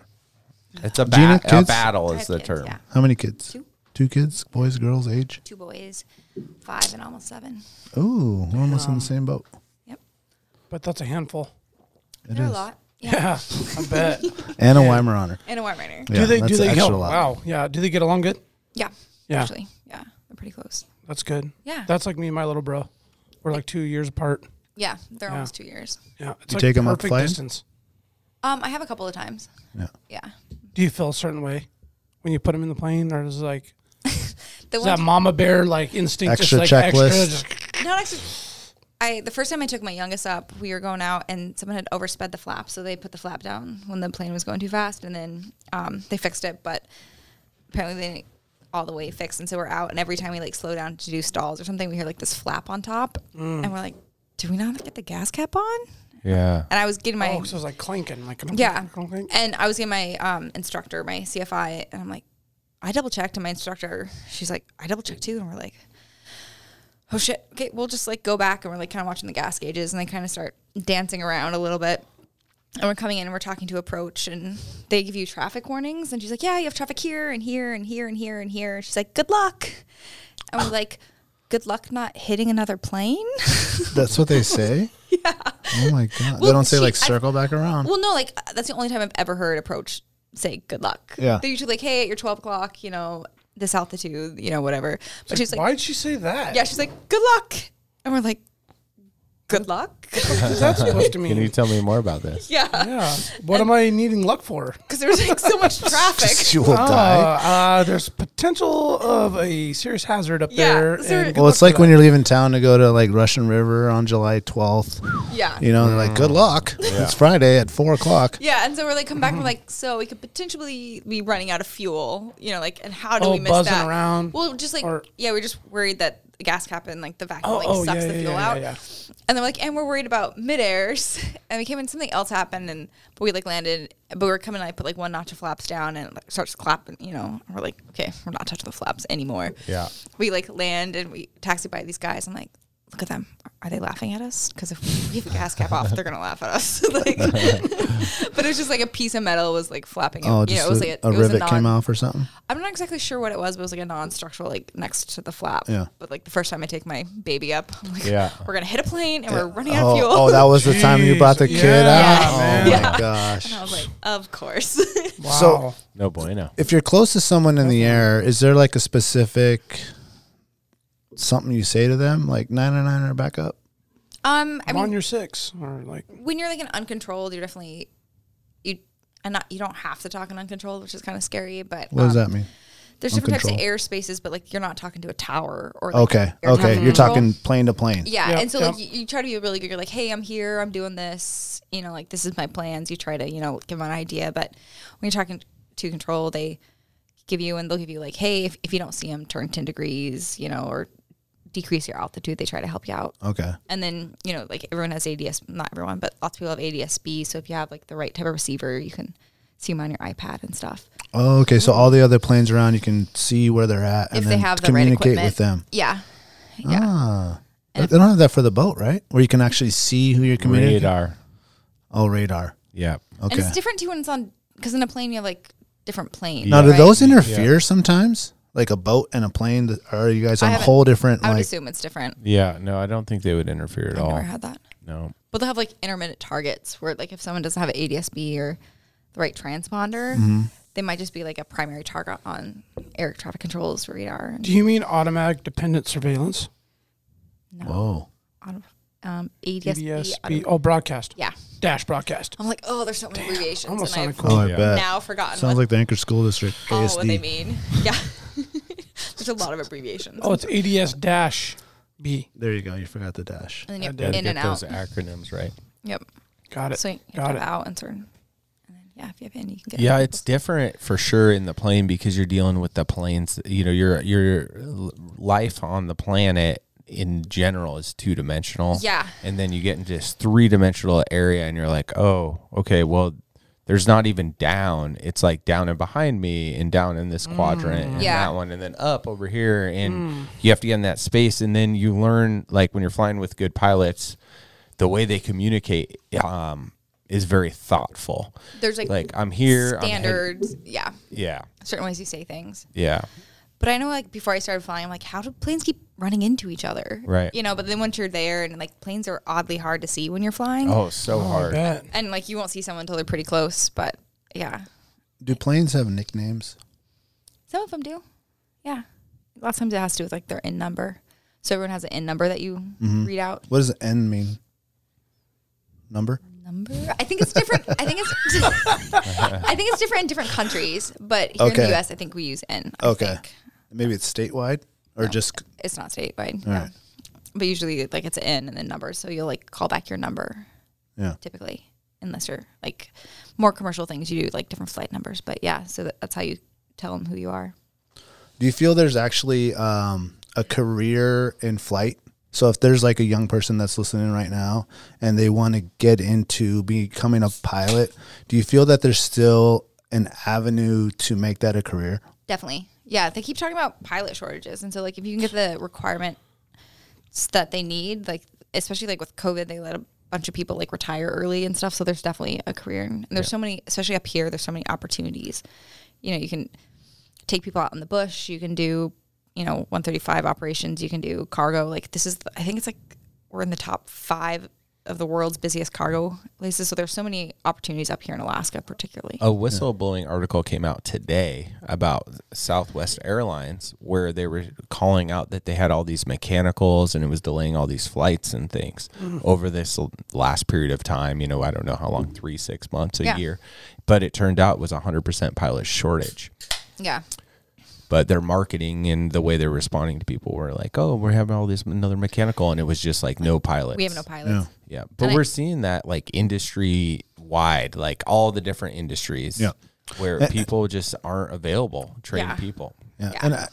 Speaker 3: It's a,
Speaker 2: Do you
Speaker 3: ba-
Speaker 2: have
Speaker 3: a
Speaker 2: kids?
Speaker 3: battle
Speaker 5: I
Speaker 3: is
Speaker 5: have
Speaker 3: the
Speaker 5: kids,
Speaker 3: term.
Speaker 5: Yeah.
Speaker 2: How many kids?
Speaker 5: Two.
Speaker 2: Two kids, boys, girls, age.
Speaker 5: Two boys, five and almost seven.
Speaker 2: Ooh, we're almost
Speaker 5: Um,
Speaker 2: in the same boat.
Speaker 5: Yep.
Speaker 4: But that's a handful.
Speaker 5: They're a lot. Yeah.
Speaker 4: Yeah, I bet.
Speaker 2: And a Weimer on her.
Speaker 5: And a warm runner.
Speaker 2: Yeah,
Speaker 4: do they?
Speaker 2: that's
Speaker 4: Do they?
Speaker 2: extra
Speaker 4: Yo,
Speaker 2: lot.
Speaker 4: wow. Yeah. Do they get along good?
Speaker 5: Yeah.
Speaker 4: Yeah.
Speaker 5: Actually, yeah. They're pretty close.
Speaker 4: That's good.
Speaker 5: Yeah.
Speaker 4: That's like me and my little bro. We're like two years apart.
Speaker 5: Yeah. They're almost two years.
Speaker 4: Yeah. It's
Speaker 2: You
Speaker 4: like
Speaker 2: take 'em out
Speaker 4: perfect
Speaker 2: flying?
Speaker 4: distance.
Speaker 5: Um, I have a couple of times.
Speaker 2: Yeah.
Speaker 5: Yeah.
Speaker 4: Do you feel a certain way when you put them in the plane, or is it like
Speaker 5: The
Speaker 4: is
Speaker 5: one
Speaker 4: that mama bear like instinct?
Speaker 2: Extra
Speaker 4: just like
Speaker 2: checklist.
Speaker 4: Extra, just,
Speaker 5: not actually. I the first time I took my youngest up, we were going out and someone had oversped the flap, so they put the flap down when the plane was going too fast, and then um, they fixed it. But apparently they didn't all the way fixed, and so we're out. And every time we like slow down to do stalls or something, we hear like this flap on top, and we're like, "Do we not get the gas cap on?"
Speaker 3: Yeah,
Speaker 5: And I was getting my
Speaker 4: oh, so it's like clanking. Like
Speaker 5: yeah.
Speaker 4: clink.
Speaker 5: And I was getting my um, instructor, my CFI, and I'm like, I double checked, and my instructor, she's like, I double checked too, and we're like, oh shit, okay, we'll just like go back, and we're like kind of watching the gas gauges, and they kind of start dancing around a little bit. And we're coming in and we're talking to approach, and they give you traffic warnings. And she's like, Yeah, you have traffic here and here and here and here and here. She's like, Good luck. And we're like, Good luck not hitting another plane.
Speaker 2: That's what they say? yeah. Oh my God. they
Speaker 5: Well,
Speaker 2: don't say
Speaker 5: she-
Speaker 2: like
Speaker 5: I-
Speaker 2: circle back around.
Speaker 5: Well, no, like uh, that's the only time I've ever heard approach say good luck.
Speaker 2: Yeah.
Speaker 5: They're usually like, hey, at your 12 o'clock, you know, this altitude, you know, whatever. But she's like,
Speaker 4: Why'd she say that?
Speaker 5: yeah, she's like, good luck. And we're like, good luck?
Speaker 4: What's that supposed to
Speaker 3: can you
Speaker 4: mean?
Speaker 3: tell me more about this?
Speaker 5: yeah.
Speaker 4: Yeah. What am I needing luck for?
Speaker 5: Because there was like so much traffic.
Speaker 2: She will
Speaker 4: Uh,
Speaker 2: die.
Speaker 4: uh, there's potential of a serious hazard up
Speaker 5: Yeah,
Speaker 4: there.
Speaker 5: is there-
Speaker 4: and
Speaker 2: Well,
Speaker 4: good
Speaker 2: it's
Speaker 4: luck
Speaker 2: like
Speaker 4: for
Speaker 2: when
Speaker 4: that.
Speaker 2: you're leaving town to go to like Russian River on July 12th.
Speaker 5: Yeah.
Speaker 2: You know, they're like, good luck. It's Friday at four o'clock.
Speaker 5: Yeah, and so we're like, come
Speaker 4: Mm-hmm.
Speaker 5: back. and We're like, so we could potentially be running out of fuel, you know, like, and how do
Speaker 4: Oh,
Speaker 5: we miss
Speaker 4: buzzing
Speaker 5: that?
Speaker 4: around,
Speaker 5: Well, just like,
Speaker 4: or-
Speaker 5: yeah, we're just worried that the gas cap and like the vacuum
Speaker 4: Oh,
Speaker 5: like
Speaker 4: oh,
Speaker 5: sucks
Speaker 4: yeah,
Speaker 5: the
Speaker 4: yeah,
Speaker 5: fuel
Speaker 4: yeah,
Speaker 5: out.
Speaker 4: yeah, yeah.
Speaker 5: And they're like, and we're worried about mid airs. And we came in, something else happened, and but we like landed, but we were coming, and I put like one notch of flaps down, and it like, starts clapping, you know. And we're like, okay, we're not touching the flaps anymore.
Speaker 3: Yeah.
Speaker 5: We like land and we taxi by these guys. I'm like, look at them. Are they laughing at us? Because if we have a gas cap off, they're gonna laugh at us. like, but it was just like a piece of metal was like flapping.
Speaker 2: Oh,
Speaker 5: Oh,
Speaker 2: just
Speaker 5: you know, it was
Speaker 2: a,
Speaker 5: like a,
Speaker 2: a
Speaker 5: it was
Speaker 2: rivet
Speaker 5: a non,
Speaker 2: came off or something.
Speaker 5: I'm not exactly sure what it was, but it was like a non-structural, like next to the flap.
Speaker 2: Yeah.
Speaker 5: But like the first time I take my baby up, I'm like,
Speaker 3: Yeah.
Speaker 5: we're gonna hit a plane and we're running out of
Speaker 2: Oh,
Speaker 5: fuel.
Speaker 2: oh, that was the time you brought the
Speaker 4: Jeez.
Speaker 2: kid out?
Speaker 5: Yeah.
Speaker 2: Oh
Speaker 4: Yeah.
Speaker 2: my
Speaker 5: Yeah.
Speaker 2: gosh.
Speaker 5: And I was like, of course.
Speaker 4: Wow.
Speaker 2: So-
Speaker 3: No bueno.
Speaker 2: if you're close to someone in the air, is there like a specific something you say to them, like nine or nine or back up?
Speaker 5: um, I
Speaker 4: I'm
Speaker 5: mean,
Speaker 4: on your six, or like
Speaker 5: when you're like an uncontrolled, you're definitely you and not you don't have to talk in uncontrolled, which is kind of scary. But
Speaker 2: What does
Speaker 5: um,
Speaker 2: that mean?
Speaker 5: There's different types of
Speaker 2: Uncontrolled.
Speaker 5: air spaces, but like you're not talking to a tower or like,
Speaker 2: Okay,
Speaker 5: you're
Speaker 2: okay,
Speaker 5: talking
Speaker 2: you're
Speaker 5: to-
Speaker 2: talking plane to plane.
Speaker 5: Yeah,
Speaker 4: Yep,
Speaker 5: and so like
Speaker 4: yep.
Speaker 5: you, you try to be really good. You're like, hey, I'm here. I'm doing this. You know, like this is my plans. You try to you know give them an idea, but when you're talking to control, they give you and they'll give you like, hey, if, if you don't see them, turn ten degrees. You know, or decrease your altitude. They try to help you out.
Speaker 2: Okay,
Speaker 5: And then you know, like everyone has ADS, not everyone, but lots of people have ADSB. So if you have like the right type of receiver, you can see them on your iPad and stuff.
Speaker 2: oh, okay. So all the other planes around, you can see where they're at, and
Speaker 5: if they
Speaker 2: then
Speaker 5: have the right
Speaker 2: communicate
Speaker 5: equipment
Speaker 2: with them.
Speaker 5: Yeah, yeah.
Speaker 2: Ah, they don't have that for the boat, right? Where you can actually see who you're communicating.
Speaker 3: Radar.
Speaker 2: Oh, radar.
Speaker 3: Yeah.
Speaker 2: Okay.
Speaker 5: And it's different too when it's on because in a plane you have like different planes.
Speaker 2: Now, do
Speaker 5: right?
Speaker 2: those interfere sometimes? Like a boat and a plane? That, are you guys
Speaker 5: I
Speaker 2: on
Speaker 5: haven't-
Speaker 2: whole different?
Speaker 5: I would
Speaker 2: Like,
Speaker 5: assume it's different.
Speaker 3: Yeah. No, I don't think they would interfere at
Speaker 5: I've
Speaker 3: all.
Speaker 5: never had that.
Speaker 3: No.
Speaker 5: But they'll have like intermittent targets where like if someone doesn't have ADSB or the right transponder, they might just be like a primary target on air traffic control's radar. And
Speaker 4: Do you mean automatic dependent surveillance?
Speaker 2: Whoa.
Speaker 5: auto, um,
Speaker 4: DBSB.
Speaker 5: ADS-B
Speaker 4: oh, broadcast.
Speaker 5: yeah.
Speaker 4: Dash broadcast.
Speaker 5: I'm like, oh, there's so many abbreviations,
Speaker 4: Almost
Speaker 5: and
Speaker 4: sounded
Speaker 5: I've
Speaker 4: cool.
Speaker 2: Oh, I bet.
Speaker 5: now forgotten
Speaker 2: Sounds
Speaker 5: what,
Speaker 2: like the Anchor School District.
Speaker 5: all
Speaker 2: ASD.
Speaker 5: what they mean. Yeah, there's a lot of abbreviations.
Speaker 4: Oh, it's ADS dash B.
Speaker 2: There you go. You forgot the dash.
Speaker 5: and then
Speaker 4: I
Speaker 5: you're
Speaker 4: did
Speaker 5: in and
Speaker 3: Get
Speaker 5: out.
Speaker 3: those acronyms right.
Speaker 5: Yep.
Speaker 4: Got it.
Speaker 5: So you have
Speaker 4: Got
Speaker 5: to
Speaker 4: it.
Speaker 5: have out and certain. And then yeah, if you have any, you can get
Speaker 3: Yeah,
Speaker 5: it.
Speaker 3: it's different for sure in the plane because you're dealing with the planes. You know, your your l- life on the planet in general is two dimensional.
Speaker 5: Yeah.
Speaker 3: and then you get into this three dimensional area, and you're like, oh, okay, well, there's not even down. It's like down and behind me, and down in this quadrant, and
Speaker 5: Yeah. Hmm.
Speaker 3: that one, and then up over here, and you have to get in that space. And then you learn, like when you're flying with good pilots, the way they communicate. Um, is very thoughtful.
Speaker 5: There's like,
Speaker 3: Like I'm here. I'm head-
Speaker 5: standards. yeah,
Speaker 3: yeah.
Speaker 5: certain ways you say things.
Speaker 3: Yeah.
Speaker 5: But I know like before I started flying, I'm like, how do planes keep running into each other?
Speaker 3: Right.
Speaker 5: You know. But then once you're there, and like planes are oddly hard to see when you're flying,
Speaker 3: Oh, so hard.
Speaker 4: Bet.
Speaker 5: and like you won't see someone until they're pretty close. But yeah,
Speaker 2: Do planes have nicknames?
Speaker 5: Some of them do. Yeah. A lot of times it has to do with like their in number. So everyone has an in number that you read out.
Speaker 2: What does the N mean? Number?
Speaker 5: Number? I think it's different. I think it's I think it's different in different countries, but here in
Speaker 2: Okay.
Speaker 5: the US I think we use N. I
Speaker 2: Okay.
Speaker 5: think.
Speaker 2: Maybe it's statewide or just
Speaker 5: It's not statewide. no.
Speaker 2: right.
Speaker 5: But usually like it's an N and then numbers, so you'll like call back your number
Speaker 2: yeah.
Speaker 5: typically. Unless you're like more commercial things you do like different flight numbers. But yeah, so that, that's how you tell them who you are.
Speaker 2: Do you feel there's actually um, a career in flight? So if there's like a young person that's listening right now and they want to get into becoming a pilot, do you feel that there's still an avenue to make that a career?
Speaker 5: Definitely. Yeah, they keep talking about pilot shortages, and so like if you can get the requirements that they need, like especially like with COVID, they let a bunch of people like retire early and stuff. So there's definitely a career, and there's so many, especially up here, there's so many opportunities. You know, you can take people out in the bush. You can do, you know, 135 operations. You can do cargo. Like this is, I think it's like we're in the top five of the world's busiest cargo places. So there's so many opportunities up here in Alaska, particularly.
Speaker 3: A whistleblowing article came out today about Southwest Airlines where they were calling out that they had all these mechanicals and it was delaying all these flights and things over this l- last period of time. You know, I don't know how long, three, six months, a
Speaker 5: Yeah.
Speaker 3: year. But it turned out it was 100% pilot shortage.
Speaker 5: Yeah.
Speaker 3: But their marketing and the way they're responding to people were like, oh, we're having all this another mechanical. And it was just like, no pilots.
Speaker 5: We have no pilots.
Speaker 3: Yeah, but
Speaker 5: And I-
Speaker 3: we're seeing that like industry wide, like all the different industries.
Speaker 2: Yeah.
Speaker 3: Where people just aren't available, trained
Speaker 5: Yeah.
Speaker 3: people.
Speaker 2: Yeah. And I,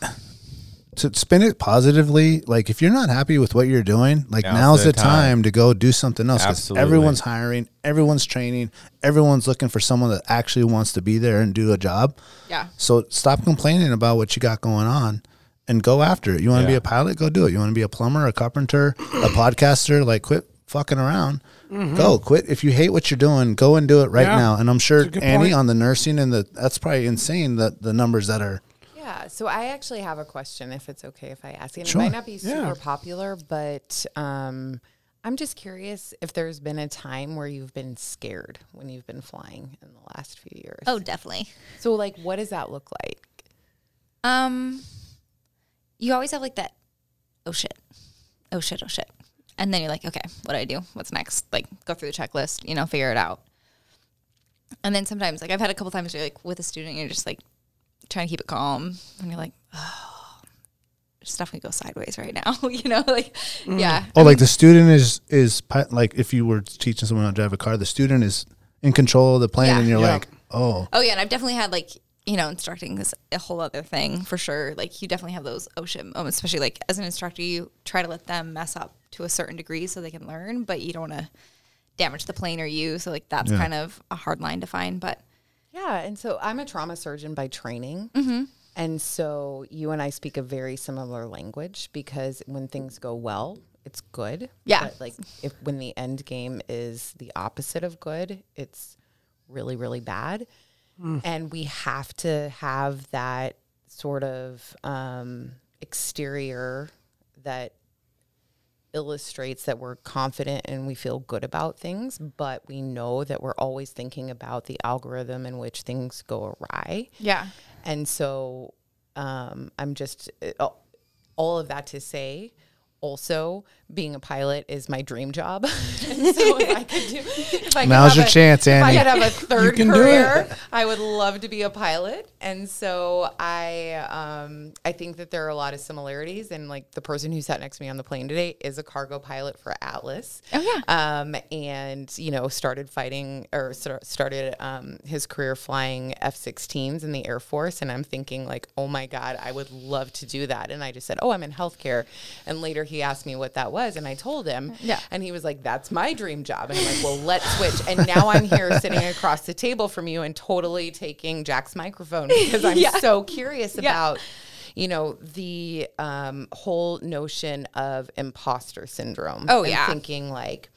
Speaker 2: to spin it positively, like if you're not happy with what you're doing, like
Speaker 3: Now's
Speaker 2: now's the
Speaker 3: the
Speaker 2: time. to go do something else. 'cause
Speaker 3: Absolutely.
Speaker 2: Everyone's hiring, everyone's training, everyone's looking for someone that actually wants to be there and do a job.
Speaker 5: Yeah.
Speaker 2: So stop complaining about what you got going on and go after it. You want to be
Speaker 3: Yeah.
Speaker 2: a pilot? Go do it. You want to be a plumber, a carpenter, a podcaster? Like quit fucking around. Go quit. If you hate what you're doing, go and do it right
Speaker 4: Yeah.
Speaker 2: now. And I'm sure
Speaker 4: It's a good
Speaker 2: Annie
Speaker 4: point.
Speaker 2: on the nursing and the that's probably insane that the numbers that are
Speaker 7: Yeah. So I actually have a question, if it's okay if I ask. And
Speaker 2: Sure.
Speaker 7: It might not be super
Speaker 4: Yeah.
Speaker 7: popular, but um, I'm just curious if there's been a time where you've been scared when you've been flying in the last few years.
Speaker 5: Oh, definitely.
Speaker 7: So, like, what does that look like?
Speaker 5: Um, you always have like that. Oh shit! Oh shit! Oh shit! And then you're like, okay, what do I do? What's next? Like, go through the checklist. You know, figure it out. And then sometimes, like I've had a couple times, where you're like with a student, you're just like trying to keep it calm, and you're like, oh, stuff can go sideways right now. you know, like yeah,
Speaker 2: Oh, like the student is is pi- like if you were teaching someone how to drive a car, the student is in control of the plane,
Speaker 5: Yeah.
Speaker 2: and you're
Speaker 4: Yeah.
Speaker 2: like, oh,
Speaker 5: Oh yeah, and I've definitely had like you know instructing is a whole other thing for sure. Like you definitely have those oh shit moments, especially like as an instructor, you try to let them mess up to a certain degree so they can learn, but you don't want to damage the plane or you. So like that's kind of a hard line to find. But
Speaker 7: Yeah. And so I'm a trauma surgeon by training. And so you and I speak a very similar language because when things go well, it's good.
Speaker 5: Yeah.
Speaker 7: But like if when the end game is the opposite of good, it's really, really bad. And we have to have that sort of um, exterior that illustrates that we're confident and we feel good about things, but we know that we're always thinking about the algorithm in which things go awry.
Speaker 5: Yeah.
Speaker 7: And so um, I'm just uh, all of that to say. Also, being a pilot is my dream job. and so if I could do, if I could
Speaker 2: Now's
Speaker 7: have
Speaker 2: your
Speaker 7: a-
Speaker 2: chance,
Speaker 7: if
Speaker 2: Annie.
Speaker 7: I could have a third
Speaker 4: can do
Speaker 7: career, I would love to be a pilot. And so I, um, I think that there are a lot of similarities. And like the person who sat next to me on the plane today is a cargo pilot for Atlas.
Speaker 5: Oh, yeah.
Speaker 7: Um, and you know, started fighting or sor- started um, his career flying F-16s in the Air Force. And I'm thinking like, oh my God, I would love to do that. And I just said, oh, I'm in healthcare. And later he asked me what that was, and I told him.
Speaker 5: Yeah.
Speaker 7: And he was like, that's my dream job. And I'm like, well, let's switch. And now I'm here sitting across the table from you and totally taking Jack's microphone because I'm so curious about. You know the um, whole notion of imposter syndrome.
Speaker 5: Oh,
Speaker 7: and
Speaker 5: yeah.
Speaker 7: thinking like,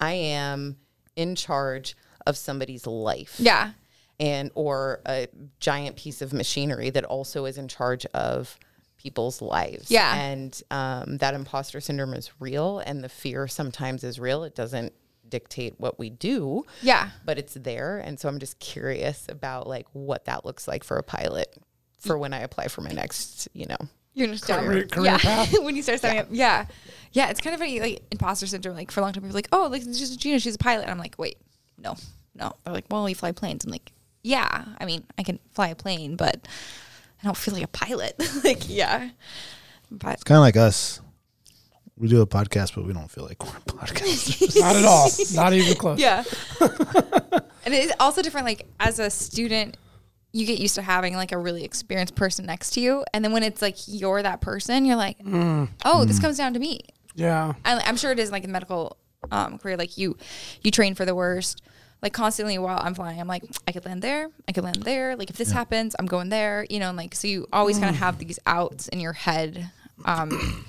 Speaker 7: I am in charge of somebody's life.
Speaker 5: Yeah.
Speaker 7: And or a giant piece of machinery that also is in charge of people's lives.
Speaker 5: Yeah.
Speaker 7: And um, that imposter syndrome is real and the fear sometimes is real. It doesn't dictate what we do.
Speaker 5: Yeah.
Speaker 7: But it's there. And so I'm just curious about like what that looks like for a pilot for when I apply for my next, you know.
Speaker 5: You're gonna start
Speaker 4: Career- career
Speaker 5: yeah.
Speaker 4: path.
Speaker 5: when you start setting up. Yeah. Yeah. It's kind of funny, like imposter syndrome. Like for a long time, people were like, oh, like it's just Gina, she's a pilot. And I'm like, wait, no, no. They're like, well, you fly planes. I'm like, yeah. I mean, I can fly a plane, but I don't feel like a pilot. like, yeah. But
Speaker 2: Kind of like us. We do a podcast, but we don't feel like we're podcasters.
Speaker 4: Not at all. Not even close.
Speaker 5: yeah. and it's also different. Like as a student, you get used to having like a really experienced person next to you, and then when it's like you're that person, you're like,
Speaker 4: Mm.
Speaker 5: oh, this comes down to me.
Speaker 4: Yeah.
Speaker 5: I, I'm sure it is like in medical um, career, like you, you train for the worst. Like constantly while I'm flying, I'm like, I could land there, I could land there. Like if this happens, I'm going there. You know, and like so you always kind of have these outs in your head, um,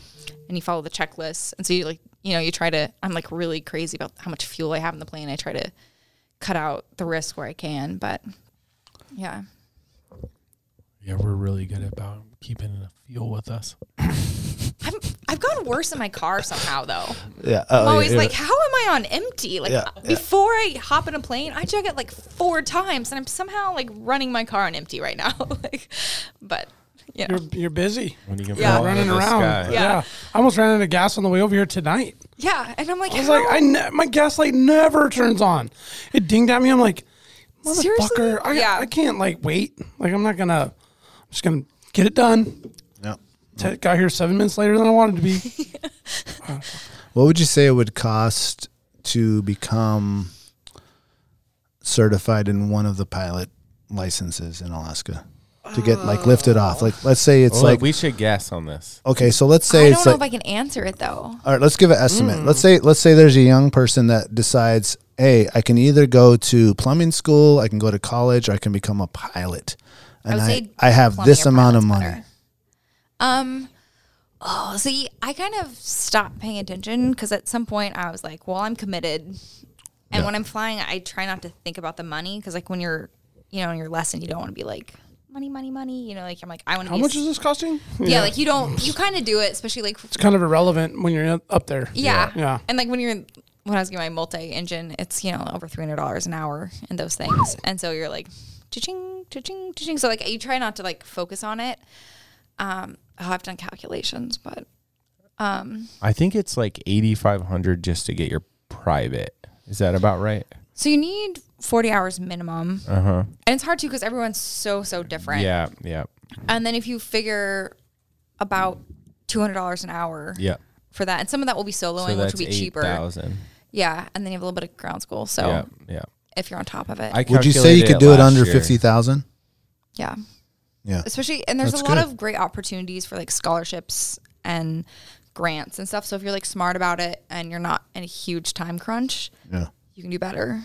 Speaker 5: and you follow the checklists. And so you like, you know, you try to. I'm like really crazy about how much fuel I have in the plane. I try to cut out the risk where I can, but yeah,
Speaker 8: Yeah, we're really good about keeping the fuel with us.
Speaker 5: I'm, I've gotten worse in my car somehow though.
Speaker 2: yeah. Oh,
Speaker 5: I'm
Speaker 2: yeah,
Speaker 5: always
Speaker 2: yeah.
Speaker 5: like, how am I on empty? Like
Speaker 2: Yeah,
Speaker 5: before I hop in a plane, I check it like four times, and I'm somehow like running my car on empty right now. like, but you know,
Speaker 4: You're you're busy.
Speaker 3: When you can fall
Speaker 5: Yeah.
Speaker 3: out of
Speaker 4: Running
Speaker 3: the
Speaker 4: around.
Speaker 3: sky.
Speaker 5: Yeah.
Speaker 4: I almost ran out of gas on the way over here tonight.
Speaker 5: yeah. And I'm like,
Speaker 4: I was
Speaker 5: how-
Speaker 4: like, I ne- my gaslight never turns on. It dinged at me. I'm like,
Speaker 5: Seriously?
Speaker 4: motherfucker, I,
Speaker 5: Yeah.
Speaker 4: I can't like wait. Like I'm not gonna. I'm just gonna get it done.
Speaker 2: Yeah.
Speaker 4: T- got here seven minutes later than I wanted to be.
Speaker 2: What would you say it would cost to become certified in one of the pilot licenses in Alaska to get
Speaker 5: Oh.
Speaker 2: like lifted off? Like, let's say it's
Speaker 3: Well,
Speaker 2: like
Speaker 3: we should guess on this.
Speaker 2: okay, so let's say
Speaker 5: I
Speaker 2: it's
Speaker 5: don't know Hmm.
Speaker 2: like
Speaker 5: if I can answer it though.
Speaker 2: all right. Let's give an estimate. Let's say let's say there's a young person that decides, hey, I can either go to plumbing school, I can go to college, or I can become a pilot, and
Speaker 5: would
Speaker 2: I
Speaker 5: say
Speaker 2: I, have
Speaker 5: plumbing
Speaker 2: this
Speaker 5: or
Speaker 2: amount of
Speaker 5: pilot's
Speaker 2: money.
Speaker 5: better. Um. Oh, see, I kind of stopped paying attention because at some point I was like, well, I'm committed. And
Speaker 2: Yeah.
Speaker 5: when I'm flying, I try not to think about the money because, like, when you're, you know, in your lesson, you don't want to be like, money, money, money. You know, like, I'm like, I want to
Speaker 4: How
Speaker 5: be. a
Speaker 4: much
Speaker 5: s-
Speaker 4: is this costing?
Speaker 5: yeah, like, you don't, you kind of do it, especially like,
Speaker 4: it's kind of irrelevant when you're up there.
Speaker 5: yeah.
Speaker 4: Yeah.
Speaker 5: And like, when you're, in- when I was getting my multi engine, it's, you know, over $300 an hour and those things. And so you're like, cha-ching, cha-ching, cha-ching. So, like, you try not to, like, focus on it. Um, oh, I've done calculations, but
Speaker 3: I think it's like eighty five hundred just to get your private. Is that about right?
Speaker 5: So you need 40 hours minimum.
Speaker 3: Uh huh.
Speaker 5: And it's hard too because everyone's so, so different.
Speaker 3: Yeah. Yeah.
Speaker 5: And then if you figure about $200 an hour
Speaker 3: Yeah.
Speaker 5: for that, and some of that will be soloing,
Speaker 3: So
Speaker 5: which
Speaker 3: that's
Speaker 5: will be
Speaker 3: eight
Speaker 5: cheaper. Oh.
Speaker 3: thousand.
Speaker 5: Yeah. And then you have a little bit of ground school. So
Speaker 3: Yeah. Yeah.
Speaker 5: if you're on top of it,
Speaker 3: I
Speaker 2: Would you say you
Speaker 3: calculated
Speaker 2: could do it
Speaker 3: last
Speaker 2: under
Speaker 3: year.
Speaker 2: fifty thousand?
Speaker 5: yeah.
Speaker 2: Yeah.
Speaker 5: Especially, and there's
Speaker 2: That's
Speaker 5: a lot
Speaker 2: good.
Speaker 5: of great opportunities for like scholarships and grants and stuff. So if you're like smart about it and you're not in a huge time crunch,
Speaker 2: Yeah.
Speaker 5: you can do better.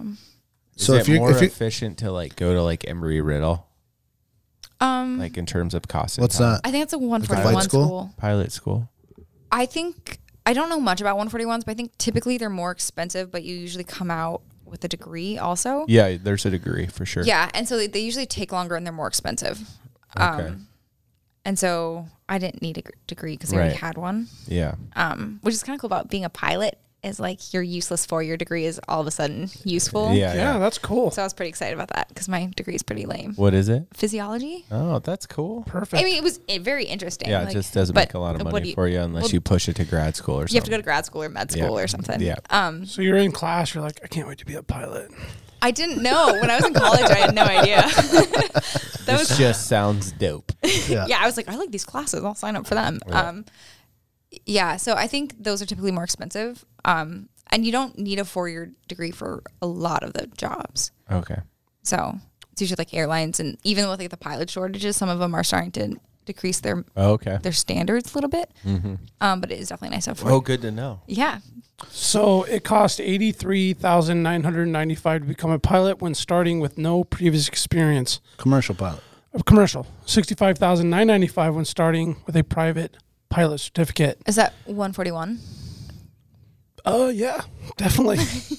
Speaker 3: Is
Speaker 2: So
Speaker 3: it
Speaker 2: if you
Speaker 3: more
Speaker 2: if you
Speaker 3: efficient to like go to like Embry Riddle,
Speaker 5: Um,
Speaker 3: like in terms of cost. and
Speaker 2: what's
Speaker 3: time?
Speaker 2: that?
Speaker 5: I think it's a
Speaker 2: flight
Speaker 5: 141
Speaker 2: school?
Speaker 5: school.
Speaker 3: Pilot school.
Speaker 5: I think I don't know much about 141s, but I think typically they're more expensive, but you usually come out with a degree also. Yeah,
Speaker 3: Yeah, there's a degree for sure.
Speaker 5: and so they, they usually take longer and they're more expensive.
Speaker 3: Okay.
Speaker 5: Um, And so I didn't need a gr- degree because I already
Speaker 3: Right.
Speaker 5: had one,
Speaker 3: Yeah.
Speaker 5: um, which is kind of cool about being a pilot is like your useless four year degree is all of a sudden useful.
Speaker 3: yeah.
Speaker 4: Yeah,
Speaker 3: Yeah.
Speaker 4: that's cool.
Speaker 5: So I was pretty excited about that because my degree is pretty lame.
Speaker 3: What is it?
Speaker 5: Physiology?
Speaker 3: Oh, that's cool.
Speaker 4: Perfect.
Speaker 5: I mean, it was eh, very interesting.
Speaker 3: Yeah,
Speaker 5: like-
Speaker 3: it just doesn't
Speaker 5: but
Speaker 3: make a lot of
Speaker 5: what
Speaker 3: money
Speaker 5: do you-
Speaker 3: for you unless
Speaker 5: well,
Speaker 3: you push it to grad school or something.
Speaker 5: You have to go to grad school or med
Speaker 3: Yeah.
Speaker 5: school or something.
Speaker 3: Yeah.
Speaker 5: Um,
Speaker 4: so you're in class. You're like, I can't wait to be a pilot.
Speaker 5: I didn't know when I was in college. I had no idea. that was
Speaker 3: This just sounds dope.
Speaker 5: yeah. I was like, I like these classes. I'll sign up for them. Um, yeah. So I think those are typically more expensive. Um, and you don't need a four year degree for a lot of the jobs.
Speaker 3: Okay.
Speaker 5: So it's usually like airlines, and even with like the pilot shortages, some of them are starting to decrease their
Speaker 3: Oh, Okay.
Speaker 5: their standards a little bit.
Speaker 4: Mm-hmm.
Speaker 5: Um, but it is definitely nice to have four.
Speaker 3: Oh, good to know.
Speaker 5: Yeah.
Speaker 4: So it cost eighty three thousand nine hundred ninety five to become a pilot when starting with no previous experience.
Speaker 2: Commercial pilot.
Speaker 4: A commercial sixty five thousand nine ninety five when starting with a private pilot certificate.
Speaker 5: Is that 141?
Speaker 4: Oh yeah, definitely.
Speaker 2: That's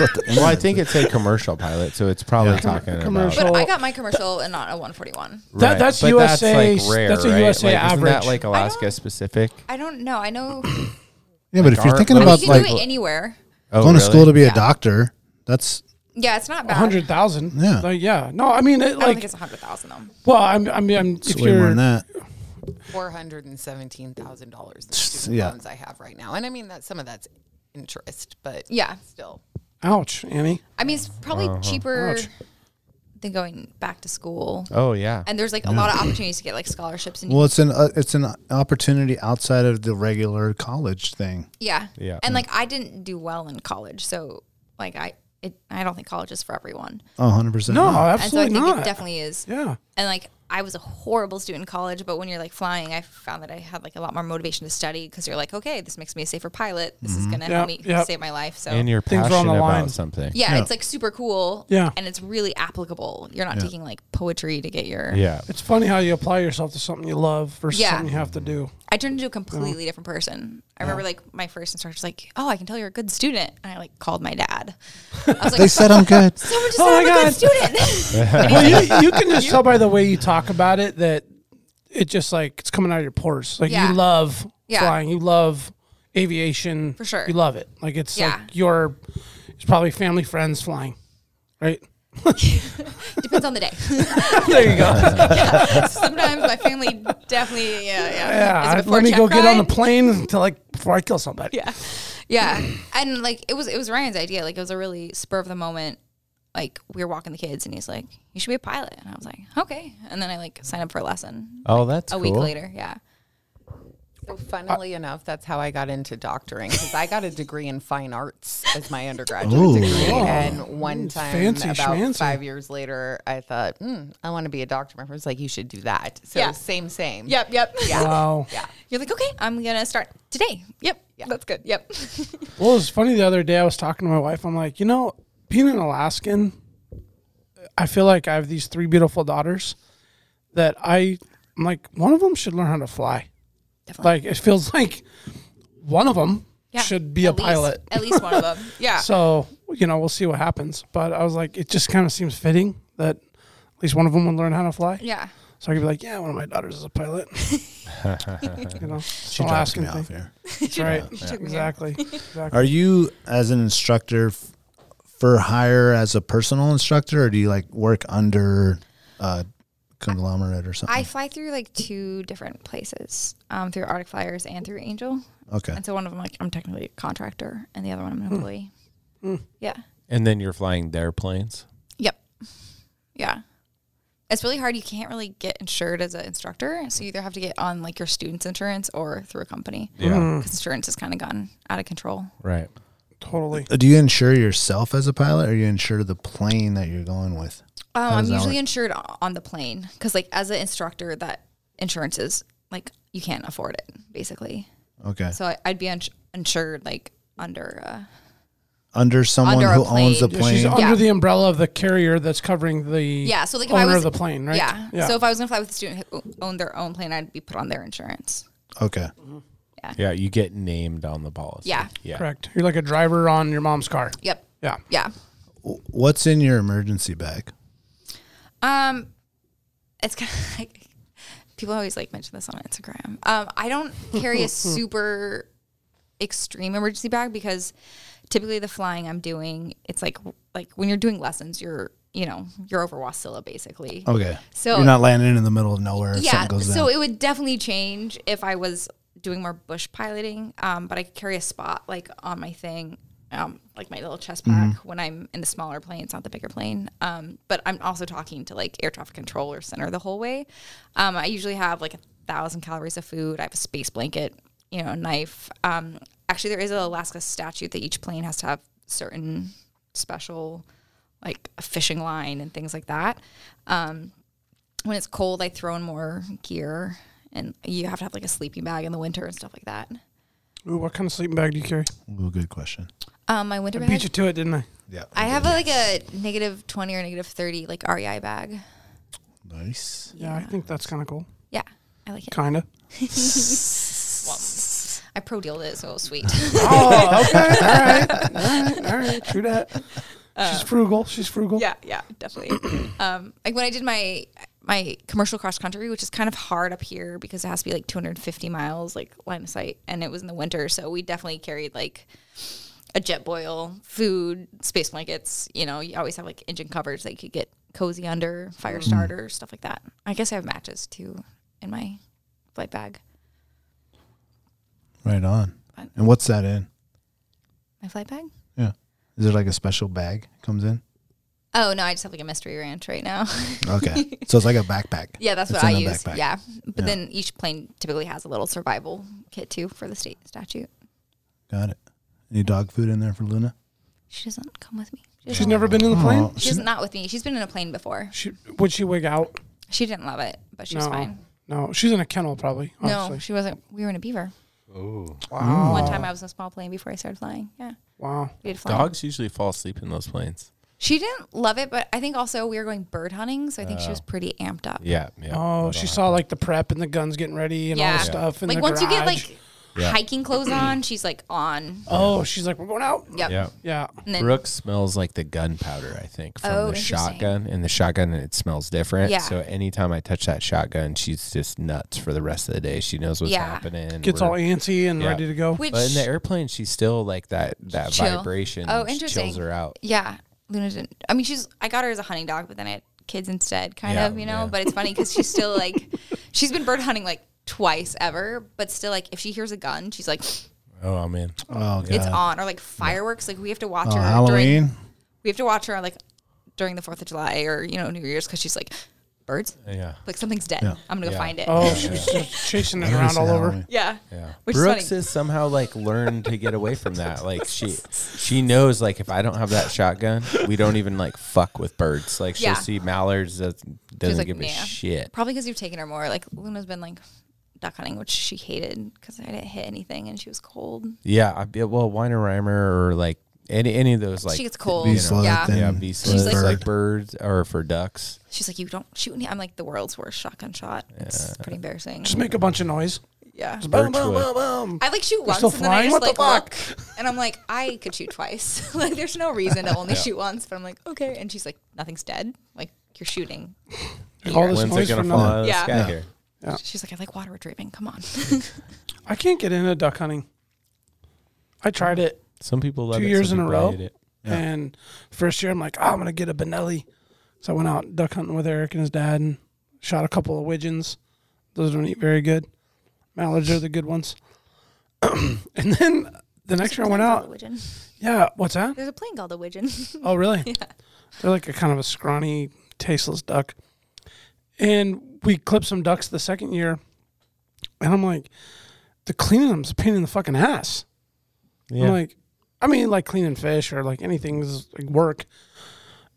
Speaker 2: what the,
Speaker 3: Well, I think it's a commercial pilot, so it's probably
Speaker 2: Yeah.
Speaker 3: talking
Speaker 4: Commercial.
Speaker 3: about.
Speaker 5: But
Speaker 4: So-
Speaker 5: I got my commercial and not a 141.
Speaker 4: That-
Speaker 3: Right,
Speaker 4: that's
Speaker 3: but
Speaker 4: USA
Speaker 3: That's like rare.
Speaker 4: that's a
Speaker 3: right?
Speaker 4: USA
Speaker 3: like, Isn't
Speaker 4: average.
Speaker 3: that like Alaska specific?
Speaker 5: I don't know. I know
Speaker 2: yeah, but if you're
Speaker 3: our-
Speaker 2: thinking
Speaker 3: those-
Speaker 5: you
Speaker 2: about
Speaker 5: can
Speaker 2: like
Speaker 5: do it anywhere.
Speaker 3: Oh,
Speaker 2: going to
Speaker 3: really?
Speaker 2: school to be a doctor, that's
Speaker 5: Yeah, it's not
Speaker 4: A
Speaker 5: bad.
Speaker 4: hundred thousand.
Speaker 2: Yeah.
Speaker 4: Like, yeah. No, I mean, it,
Speaker 5: I don't think
Speaker 4: like,
Speaker 5: it's 100,000 though.
Speaker 4: well, I'm, I mean, I'm,
Speaker 2: it's
Speaker 4: if
Speaker 2: way more
Speaker 4: you're,
Speaker 2: than that.
Speaker 7: four hundred and seventeen thousand dollars in student
Speaker 2: Yeah.
Speaker 7: loans I have right now, and I mean that some of that's interest, but
Speaker 5: Yeah.
Speaker 7: still
Speaker 4: ouch, Annie.
Speaker 5: I mean, it's probably
Speaker 4: Uh-huh. Oh,
Speaker 5: cheaper
Speaker 4: Ouch.
Speaker 5: than going back to school.
Speaker 3: Oh yeah.
Speaker 5: And there's like a lot of opportunities to get like scholarships and
Speaker 2: Well, it's an uh, it's an opportunity outside of the regular college thing.
Speaker 5: yeah.
Speaker 3: Yeah.
Speaker 5: And like I didn't do well in college, so like I it I don't think college is for everyone.
Speaker 2: Oh, 100 percent.
Speaker 4: No,
Speaker 5: And so I
Speaker 4: absolutely
Speaker 5: think
Speaker 4: not.
Speaker 5: it definitely is.
Speaker 4: yeah.
Speaker 5: And like I was a horrible student in college, but when you're like flying, I found that I had like a lot more motivation to study because you're like, okay, this makes me a safer pilot. This is gonna help me
Speaker 4: Mm-hmm. Yep, yep.
Speaker 5: save my life. So
Speaker 3: and you're
Speaker 4: Things
Speaker 3: passionate
Speaker 4: are on the
Speaker 3: about
Speaker 4: line.
Speaker 3: something.
Speaker 5: yeah, it's like super cool.
Speaker 4: Yeah.
Speaker 5: And it's really applicable. You're not taking like poetry to get your
Speaker 3: Yeah.
Speaker 4: It's funny how you apply yourself to something you love versus
Speaker 5: Yeah.
Speaker 4: something you have to do.
Speaker 5: I turned into a completely different person. I remember like my first instructor's like, "Oh, I can tell you're a good student," and I like called my dad. I was like,
Speaker 2: They said I'm good.
Speaker 5: "Someone just
Speaker 4: Oh
Speaker 5: said
Speaker 4: my
Speaker 5: I'm a
Speaker 4: God.
Speaker 5: good student."
Speaker 4: well, you, you can just tell by the way you talk about it that it just like, it's coming out of your pores. Like
Speaker 5: Yeah.
Speaker 4: you love
Speaker 5: Yeah.
Speaker 4: flying, you love aviation.
Speaker 5: For sure.
Speaker 4: You love it. Like it's
Speaker 5: Yeah.
Speaker 4: like your, it's probably family, friends flying, right?
Speaker 5: Depends on the day.
Speaker 4: there you go.
Speaker 5: Sometimes my family definitely, yeah, yeah. Is it
Speaker 4: Yeah, I-
Speaker 5: before
Speaker 4: let me
Speaker 5: check
Speaker 4: go get on the
Speaker 5: ride?
Speaker 4: plane until like before I kill somebody.
Speaker 5: Yeah, yeah. And like it was, it was Ryan's idea. Like it was a really spur of the moment. Like we were walking the kids, and he's like, "You should be a pilot," and I was like, "Okay." And then I like signed up for a lesson
Speaker 3: Oh, that's
Speaker 5: a
Speaker 3: cool.
Speaker 5: week later. Yeah.
Speaker 7: So funnily enough, that's how I got into doctoring because I got a degree in fine arts as my undergraduate degree. And one time,
Speaker 4: fancy
Speaker 7: about
Speaker 4: schmancy.
Speaker 7: five years later, I thought, hmm, I want to be a doctor. My friend's like, you should do that. So
Speaker 5: Yeah.
Speaker 7: same, same.
Speaker 5: Yep. Yep. Yeah.
Speaker 4: Wow.
Speaker 5: You're like, okay, I'm gonna start today. Yep. Yeah. That's good. Yep.
Speaker 4: Well, it was funny the other day. I was talking to my wife. I'm like, you know, being an Alaskan, I feel like I have these three beautiful daughters that I, I'm like, one of them should learn how to fly. Like, it feels like one of them
Speaker 5: Yeah,
Speaker 4: should be a
Speaker 5: at least-
Speaker 4: pilot.
Speaker 5: at least one of them. Yeah.
Speaker 4: So, you know, we'll see what happens. But I was like, it just kind of seems fitting that at least one of them would learn how to fly.
Speaker 5: yeah.
Speaker 4: So I could be like, yeah, one of my daughters is a pilot. you know,
Speaker 2: She
Speaker 4: she
Speaker 2: drops
Speaker 4: Alaskan
Speaker 2: me
Speaker 4: thing.
Speaker 2: off here.
Speaker 4: That's right.
Speaker 5: took me
Speaker 4: Exactly. exactly.
Speaker 2: Are you as an instructor f- for hire as a personal instructor, or do you like work under a conglomerate or something?
Speaker 5: I fly through like two different places, um, through Arctic Flyers and through Angel.
Speaker 2: okay.
Speaker 5: And so one of them, like, I'm technically a contractor, and the other one, I'm an
Speaker 4: Hmm.
Speaker 5: employee. Yeah.
Speaker 3: And then you're flying their planes.
Speaker 5: Yep. Yeah. It's really hard. You can't really get insured as an instructor, so you either have to get on like your student's insurance or through a company
Speaker 3: Yeah.
Speaker 4: Mm-hmm.
Speaker 5: because insurance has kind of gone out of control.
Speaker 3: Right.
Speaker 4: Totally.
Speaker 2: Do you insure yourself as a pilot, or you insure the plane that you're going with?
Speaker 5: Um, I'm
Speaker 2: does that
Speaker 5: usually
Speaker 2: work?
Speaker 5: insured o- on the plane because, like, as an instructor, that insurance is like you can't afford it basically.
Speaker 2: Okay,
Speaker 5: So I, I'd be uns- insured like under. Uh,
Speaker 2: under someone
Speaker 5: Under a
Speaker 2: who owns the
Speaker 5: plane.
Speaker 2: plane.
Speaker 4: She's
Speaker 5: Yeah.
Speaker 4: under the umbrella of the carrier that's covering the
Speaker 5: yeah, so like if
Speaker 4: owner
Speaker 5: I was
Speaker 4: of the plane, right?
Speaker 5: Yeah. So if I was gonna fly with a student who o- owned their own plane, I'd be put on their insurance.
Speaker 2: okay,
Speaker 3: Yeah, you get named on the policy.
Speaker 5: Yeah.
Speaker 3: Yeah.
Speaker 4: correct. You're like a driver on your mom's car.
Speaker 5: Yep.
Speaker 4: Yeah.
Speaker 5: Yeah.
Speaker 2: what's in your emergency bag?
Speaker 5: Um, it's kind of like people always like mention this on Instagram. Um, I don't carry a super extreme emergency bag because typically the flying I'm doing, it's like like when you're doing lessons, you're you know you're over Wasilla basically.
Speaker 2: Okay.
Speaker 5: So-
Speaker 2: you're not landing in the middle of nowhere. If
Speaker 5: yeah,
Speaker 2: something goes
Speaker 5: so
Speaker 2: down.
Speaker 5: it would definitely change if I was doing more bush piloting, um, but I could carry a spot like on my thing. Um, like my little chest
Speaker 2: Mm-hmm.
Speaker 5: pack when I'm in the smaller plane, it's not the bigger plane. Um, but I'm also talking to like air traffic control or center the whole way. Um, I usually have like a thousand calories of food. I have a space blanket, you know, a knife. Um, actually, there is an Alaska statute that each plane has to have certain special, like a fishing line and things like that Um, when it's cold, I throw in more gear, and you have to have like a sleeping bag in the winter and stuff like that.
Speaker 4: Ooh, what kind of sleeping bag do you carry?
Speaker 2: Ooh, good question.
Speaker 5: Um, my winter
Speaker 4: I
Speaker 5: bag.
Speaker 4: beat you to it, didn't I?
Speaker 2: Yeah.
Speaker 5: I have like a negative twenty or negative thirty like REI bag.
Speaker 2: nice.
Speaker 4: Yeah, I think that's kind of cool.
Speaker 5: Yeah, I like it.
Speaker 4: Kind of.
Speaker 5: I pro dealed it, so it was sweet.
Speaker 4: oh, okay. All right. All right. All right. True that. She's frugal. She's frugal.
Speaker 5: Uh. yeah, yeah, definitely. um, like when I did my my commercial cross country, which is kind of hard up here because it has to be like 250 miles, like line of sight, and it was in the winter, so we definitely carried like a jet boil, food, space blankets. You know, you always have like engine covers that you could get cozy under, fire starter, stuff like that. I guess I have matches too in my flight bag.
Speaker 2: Right on.
Speaker 5: Fun.
Speaker 2: And what's that in?
Speaker 5: My flight bag?
Speaker 2: Yeah. Is there like a special bag comes in?
Speaker 5: Oh no, I just have like a mystery ranch right now.
Speaker 2: Okay. so it's like a backpack.
Speaker 5: Yeah, that's
Speaker 2: It's
Speaker 5: what I
Speaker 2: in a
Speaker 5: use.
Speaker 2: backpack.
Speaker 5: Yeah. But
Speaker 2: Yeah.
Speaker 5: then each plane typically has a little survival kit too for the state statute.
Speaker 2: Got it. Any dog food in there for Luna?
Speaker 5: She doesn't come with me. She
Speaker 4: She's
Speaker 5: doesn't,
Speaker 4: never been in the plane.
Speaker 2: Oh,
Speaker 5: she's
Speaker 2: she-
Speaker 5: not with me. She's been in a plane before.
Speaker 4: She would she wig out?
Speaker 5: She didn't love it, but she was
Speaker 4: no.
Speaker 5: fine.
Speaker 4: No, she's in a kennel probably.
Speaker 5: No,
Speaker 4: Honestly.
Speaker 5: she wasn't. We were in a beaver.
Speaker 3: Oh.
Speaker 4: Wow.
Speaker 5: One time I was in a small plane before I started flying. Yeah.
Speaker 4: Wow.
Speaker 5: We did fly.
Speaker 3: Dogs usually fall asleep in those planes.
Speaker 5: She didn't love it, but I think also we were going bird hunting, so I think she was pretty amped up.
Speaker 3: Oh. Yeah, yeah.
Speaker 4: Oh, she saw like the prep and the guns getting ready and all
Speaker 5: Yeah.
Speaker 4: the stuff. And
Speaker 5: like
Speaker 4: the
Speaker 5: once you get
Speaker 4: garage.
Speaker 5: like hiking clothes on, she's like on.
Speaker 4: oh, she's like, we're going out.
Speaker 5: Yep.
Speaker 3: Yeah.
Speaker 4: Yeah.
Speaker 5: And then
Speaker 3: Brooke smells like the gunpowder, I think, from
Speaker 5: Oh,
Speaker 3: the
Speaker 5: interesting.
Speaker 3: shotgun. And the shotgun, it smells different.
Speaker 5: Yeah.
Speaker 3: So anytime I touch that shotgun, she's just nuts for the rest of the day. She knows what's
Speaker 5: Yeah.
Speaker 3: happening.
Speaker 4: Gets
Speaker 3: We're-
Speaker 4: all antsy and
Speaker 3: Yeah.
Speaker 4: ready to go.
Speaker 5: which
Speaker 3: But in the airplane, she's still like that. That
Speaker 5: Chill.
Speaker 3: vibration.
Speaker 5: Oh,
Speaker 3: ch-
Speaker 5: interesting.
Speaker 3: Chills her out.
Speaker 5: Yeah, Luna didn't. I mean, she's. I got her as a hunting dog, but then I had kids instead, kind
Speaker 3: Yeah,
Speaker 5: of, you know.
Speaker 3: yeah.
Speaker 5: But it's funny because she's still like, she's been bird hunting like twice ever, but still like, if she hears a gun, she's like, it's
Speaker 3: Oh, I'm in.
Speaker 2: Oh, God.
Speaker 5: on, or like fireworks. Like we have to watch
Speaker 2: Oh,
Speaker 5: her
Speaker 2: Halloween?
Speaker 5: during. We have to watch her like during the Fourth of July or you know New Year's because she's like, birds.
Speaker 3: Yeah.
Speaker 5: Like something's dead. I'm gonna go find it.
Speaker 4: Oh, she was just chasing it around all over.
Speaker 5: Yeah.
Speaker 3: Yeah.
Speaker 5: Which is
Speaker 3: Brooks
Speaker 5: funny.
Speaker 3: has somehow like learned to get away from that. Like she she knows like if I don't have that shotgun, we don't even like fuck with birds. Like she'll
Speaker 5: Yeah.
Speaker 3: see mallards that doesn't
Speaker 5: like,
Speaker 3: give a
Speaker 5: "Nah."
Speaker 3: shit.
Speaker 5: Probably because you've taken her more. Like Luna's been like duck hunting, which she hated because I didn't hit anything and she was cold.
Speaker 3: Yeah, I'd be well Weiner Reimer or like any any of those like
Speaker 5: she gets cold.
Speaker 2: Be slow,
Speaker 5: yeah.
Speaker 2: then
Speaker 3: yeah, be
Speaker 5: She's
Speaker 3: slow
Speaker 5: like-
Speaker 3: for like birds or for ducks.
Speaker 5: She's like, you don't shoot me. I'm like the world's worst shotgun shot. It's pretty embarrassing.
Speaker 4: Just make a bunch of noise.
Speaker 5: Yeah.
Speaker 4: Boom, boom,
Speaker 3: Birchwood.
Speaker 4: boom, boom.
Speaker 5: I like shoot once
Speaker 4: still
Speaker 5: and then I
Speaker 4: flying?
Speaker 5: just
Speaker 4: What the
Speaker 5: like look and I'm like, I could shoot twice. like there's no reason to only shoot once, but I'm like, okay. And she's like, nothing's dead. Like you're shooting.
Speaker 4: All this
Speaker 3: When's it
Speaker 4: noise for
Speaker 3: gonna fall
Speaker 4: nothing.
Speaker 3: out of
Speaker 5: Yeah.
Speaker 3: the sky
Speaker 5: Yeah.
Speaker 3: here?
Speaker 5: She's like, I like water retrieving. Come on.
Speaker 4: I can't get into duck hunting. I tried it
Speaker 3: Some people love
Speaker 4: Two
Speaker 3: it, some
Speaker 4: years in a
Speaker 3: people
Speaker 4: row?
Speaker 3: hate it.
Speaker 4: And first year, I'm like, oh, I'm gonna get a Benelli. So I went out duck hunting with Eric and his dad and shot a couple of widgeons. Those don't eat very good. Mallards are the good ones. and then the next year I went out. Yeah, what's that?
Speaker 5: There's a plane called the Widgeon.
Speaker 4: Oh, really? Yeah. They're like a kind of a scrawny, tasteless duck. And we clipped some ducks the second year, and I'm like, the cleaning them's a pain in the fucking ass.
Speaker 3: Yeah.
Speaker 4: I'm like, I mean, like cleaning fish or like anything's like work.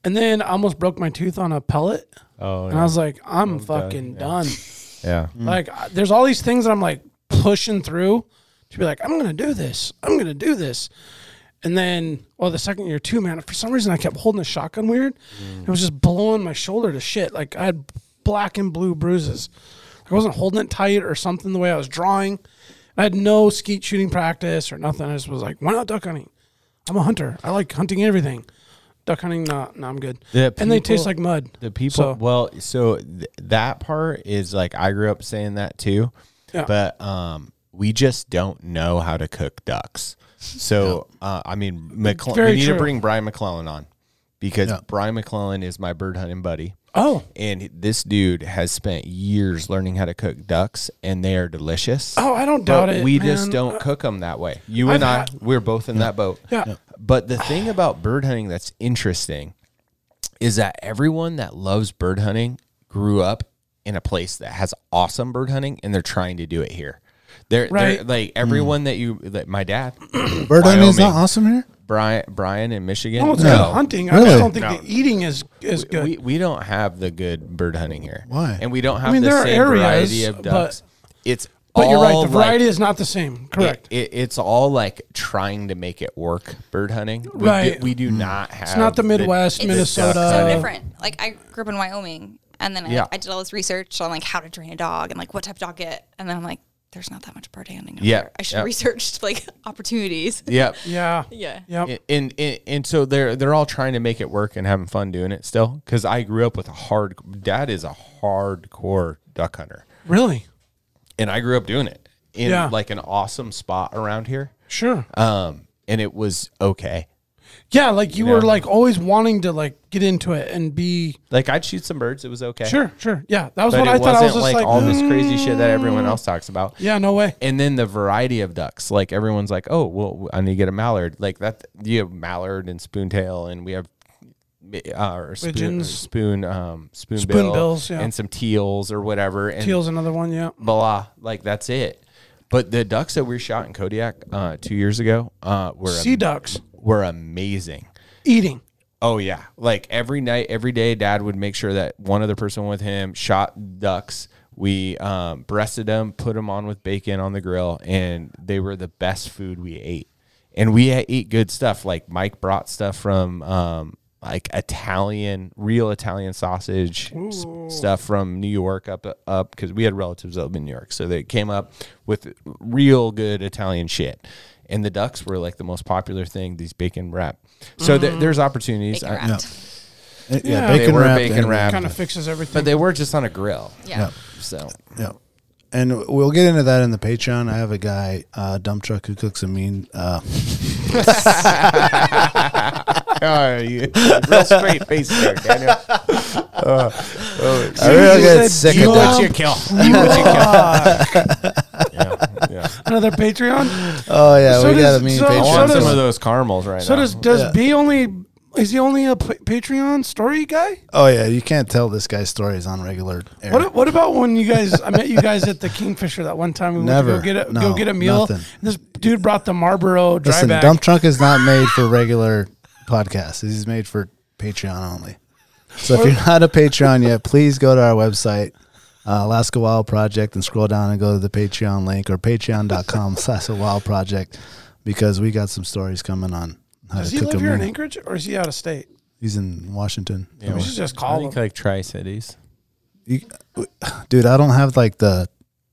Speaker 4: And then I almost broke my tooth on a pellet,
Speaker 3: oh
Speaker 4: and I
Speaker 3: yeah.
Speaker 4: was like, I'm fucking done.
Speaker 3: yeah.
Speaker 4: Like, I- there's all these things that I'm like pushing through to be like, I'm gonna do this. I'm gonna do this. And then, well, the second year too, man. For some reason, I kept holding the shotgun weird.
Speaker 3: Mm.
Speaker 4: It was just blowing my shoulder to shit. Like I had black and blue bruises. I wasn't holding it tight or something. The way I was drawing, I had no skeet shooting practice or nothing. I just was like, why not duck hunting? I'm a hunter. I like hunting everything. Duck hunting, no, no, I'm good.
Speaker 3: The
Speaker 4: and they
Speaker 3: people-
Speaker 4: taste like mud.
Speaker 3: The people,
Speaker 4: So-
Speaker 3: well, so th- that part is like I grew up saying that too,
Speaker 4: Yeah.
Speaker 3: but um, we just don't know how to cook ducks. So uh, I mean, McCle-
Speaker 4: Very
Speaker 3: we need
Speaker 4: true.
Speaker 3: to bring Brian McClellan on because
Speaker 2: Yeah.
Speaker 3: Brian McClellan is my bird hunting buddy,
Speaker 4: Oh,
Speaker 3: and this dude has spent years learning how to cook ducks, and they are delicious.
Speaker 4: oh, I don't doubt
Speaker 3: But
Speaker 4: it.
Speaker 3: we just
Speaker 4: man. Uh,
Speaker 3: don't cook them that way. You and I,
Speaker 4: I've
Speaker 3: we're both in that boat.
Speaker 4: Yeah. Yeah.
Speaker 3: But the thing about bird hunting that's interesting is that everyone that loves bird hunting grew up in a place that has awesome bird hunting, and they're trying to do it here. They're, they're
Speaker 4: Right.
Speaker 3: like everyone that you, like my dad,
Speaker 2: Bird hunting is not
Speaker 3: Wyoming.
Speaker 2: awesome here.
Speaker 3: Brian, Brian in Michigan.
Speaker 4: No, it's
Speaker 3: No.
Speaker 4: good hunting. I
Speaker 2: Really?
Speaker 4: just don't think the eating is is good.
Speaker 3: We, we don't have the good bird hunting here.
Speaker 2: Why?
Speaker 3: And we don't have
Speaker 4: mean,
Speaker 3: the
Speaker 4: there are
Speaker 3: same variety
Speaker 4: areas,
Speaker 3: of
Speaker 4: but-
Speaker 3: ducks. it's
Speaker 4: but you're right.
Speaker 3: all
Speaker 4: The variety
Speaker 3: like-
Speaker 4: is not the same. Correct.
Speaker 3: It, it, it's all like trying to make it work. Bird hunting, we Do,
Speaker 4: Right.
Speaker 3: we do not have.
Speaker 4: not the Midwest, Minnesota.
Speaker 3: duck
Speaker 5: so
Speaker 3: hunting.
Speaker 5: different. Like I grew up in Wyoming, and then I,
Speaker 3: Yeah.
Speaker 5: I did all this research on like how to train a dog and like what type of dog get, and then I'm like, there's not that much bird handing. out
Speaker 3: Yeah,
Speaker 5: there. I should
Speaker 3: yeah.
Speaker 5: have researched like opportunities.
Speaker 3: Yep.
Speaker 4: yeah.
Speaker 5: Yeah.
Speaker 4: Yep.
Speaker 3: And, and and so they're they're all trying to make it work and having fun doing it still. Because I grew up with a hard dad is a hardcore duck hunter,
Speaker 4: Really?
Speaker 3: and I grew up doing it in
Speaker 4: Yeah.
Speaker 3: like an awesome spot around here.
Speaker 4: Sure.
Speaker 3: Um, and it was okay.
Speaker 4: yeah. Like you,
Speaker 3: you
Speaker 4: were
Speaker 3: know.
Speaker 4: like always wanting to like get into it and be
Speaker 3: Like I'd shoot some birds, it was okay.
Speaker 4: sure, sure. Yeah. That was
Speaker 3: but
Speaker 4: what I
Speaker 3: it
Speaker 4: thought.
Speaker 3: wasn't
Speaker 4: I was just
Speaker 3: like,
Speaker 4: like,
Speaker 3: all this crazy
Speaker 4: "Mm,
Speaker 3: shit that everyone else talks about.
Speaker 4: Yeah. No way.
Speaker 3: and then the variety of ducks like everyone's like oh well i need to get a mallard like that you have mallard and spoontail and we have uh, our spoon,
Speaker 4: Pigeons.
Speaker 3: spoon um spoonbill
Speaker 4: Spoonbills, yeah.
Speaker 3: and some teals or whatever and
Speaker 4: Teal's another one. Yeah.
Speaker 3: blah like that's it but the ducks that we shot in kodiak uh two years ago uh were
Speaker 4: Sea ducks
Speaker 3: were amazing
Speaker 4: eating.
Speaker 3: Oh yeah. Like every night, every day, dad would make sure that one other person with him shot ducks. We um, breasted them, put them on with bacon on the grill, and they were the best food we ate. And we had- ate good stuff. Like Mike brought stuff from um, like Italian, real Italian sausage s- stuff from New York up up because we had relatives up in New York, so they came up with real good Italian shit. And the ducks were like the most popular thing. These bacon wrap. So there- there's opportunities.
Speaker 5: Bacon
Speaker 3: I-
Speaker 5: wrapped.
Speaker 2: Yeah,
Speaker 4: Yeah.
Speaker 3: they
Speaker 2: bacon
Speaker 3: were
Speaker 2: wrapped.
Speaker 3: bacon
Speaker 2: and-
Speaker 3: wrapped,
Speaker 4: Kind of fixes everything.
Speaker 3: but they were just on a grill.
Speaker 5: Yeah.
Speaker 3: So
Speaker 2: Yeah. And we'll get into that in the Patreon. I have a guy, uh, dump truck, who cooks a mean. Uh,
Speaker 3: oh, you, real straight face there, Daniel.
Speaker 2: I really
Speaker 4: just
Speaker 2: get
Speaker 4: said
Speaker 2: sick of that.
Speaker 3: you kill. You what you kill. yeah, yeah.
Speaker 4: another Patreon.
Speaker 2: Oh yeah,
Speaker 4: So
Speaker 2: we got
Speaker 4: does-
Speaker 2: a mean
Speaker 4: so-
Speaker 3: I
Speaker 2: Patreon.
Speaker 4: so
Speaker 3: want
Speaker 4: does-
Speaker 3: some of those caramels right
Speaker 4: So
Speaker 3: now.
Speaker 4: does does B only? Is he only a pa- Patreon story guy?
Speaker 2: oh yeah, you can't tell this guy's stories on regular air.
Speaker 4: What, what about when you guys? I met you guys at the Kingfisher that one time. We
Speaker 2: Never.
Speaker 4: went to go get a
Speaker 2: No,
Speaker 4: go get a meal.
Speaker 2: nothing.
Speaker 4: This dude brought the Marlboro dry
Speaker 2: Listen,
Speaker 4: back.
Speaker 2: dump truck is not made for regular podcasts. He's made for Patreon only. So if you're not a Patreon yet, please go to our website, uh, Alaska Wild Project, and scroll down and go to the Patreon link or patreon.com slash a wild project because we got some stories coming on how
Speaker 4: Does
Speaker 2: to
Speaker 4: he
Speaker 2: cook
Speaker 4: live
Speaker 2: a
Speaker 4: here in
Speaker 2: meal.
Speaker 4: Anchorage or is he out of state?
Speaker 2: He's in Washington.
Speaker 4: We should just
Speaker 3: I
Speaker 4: call him.
Speaker 3: think like Tri Cities.
Speaker 2: Dude, I don't have like the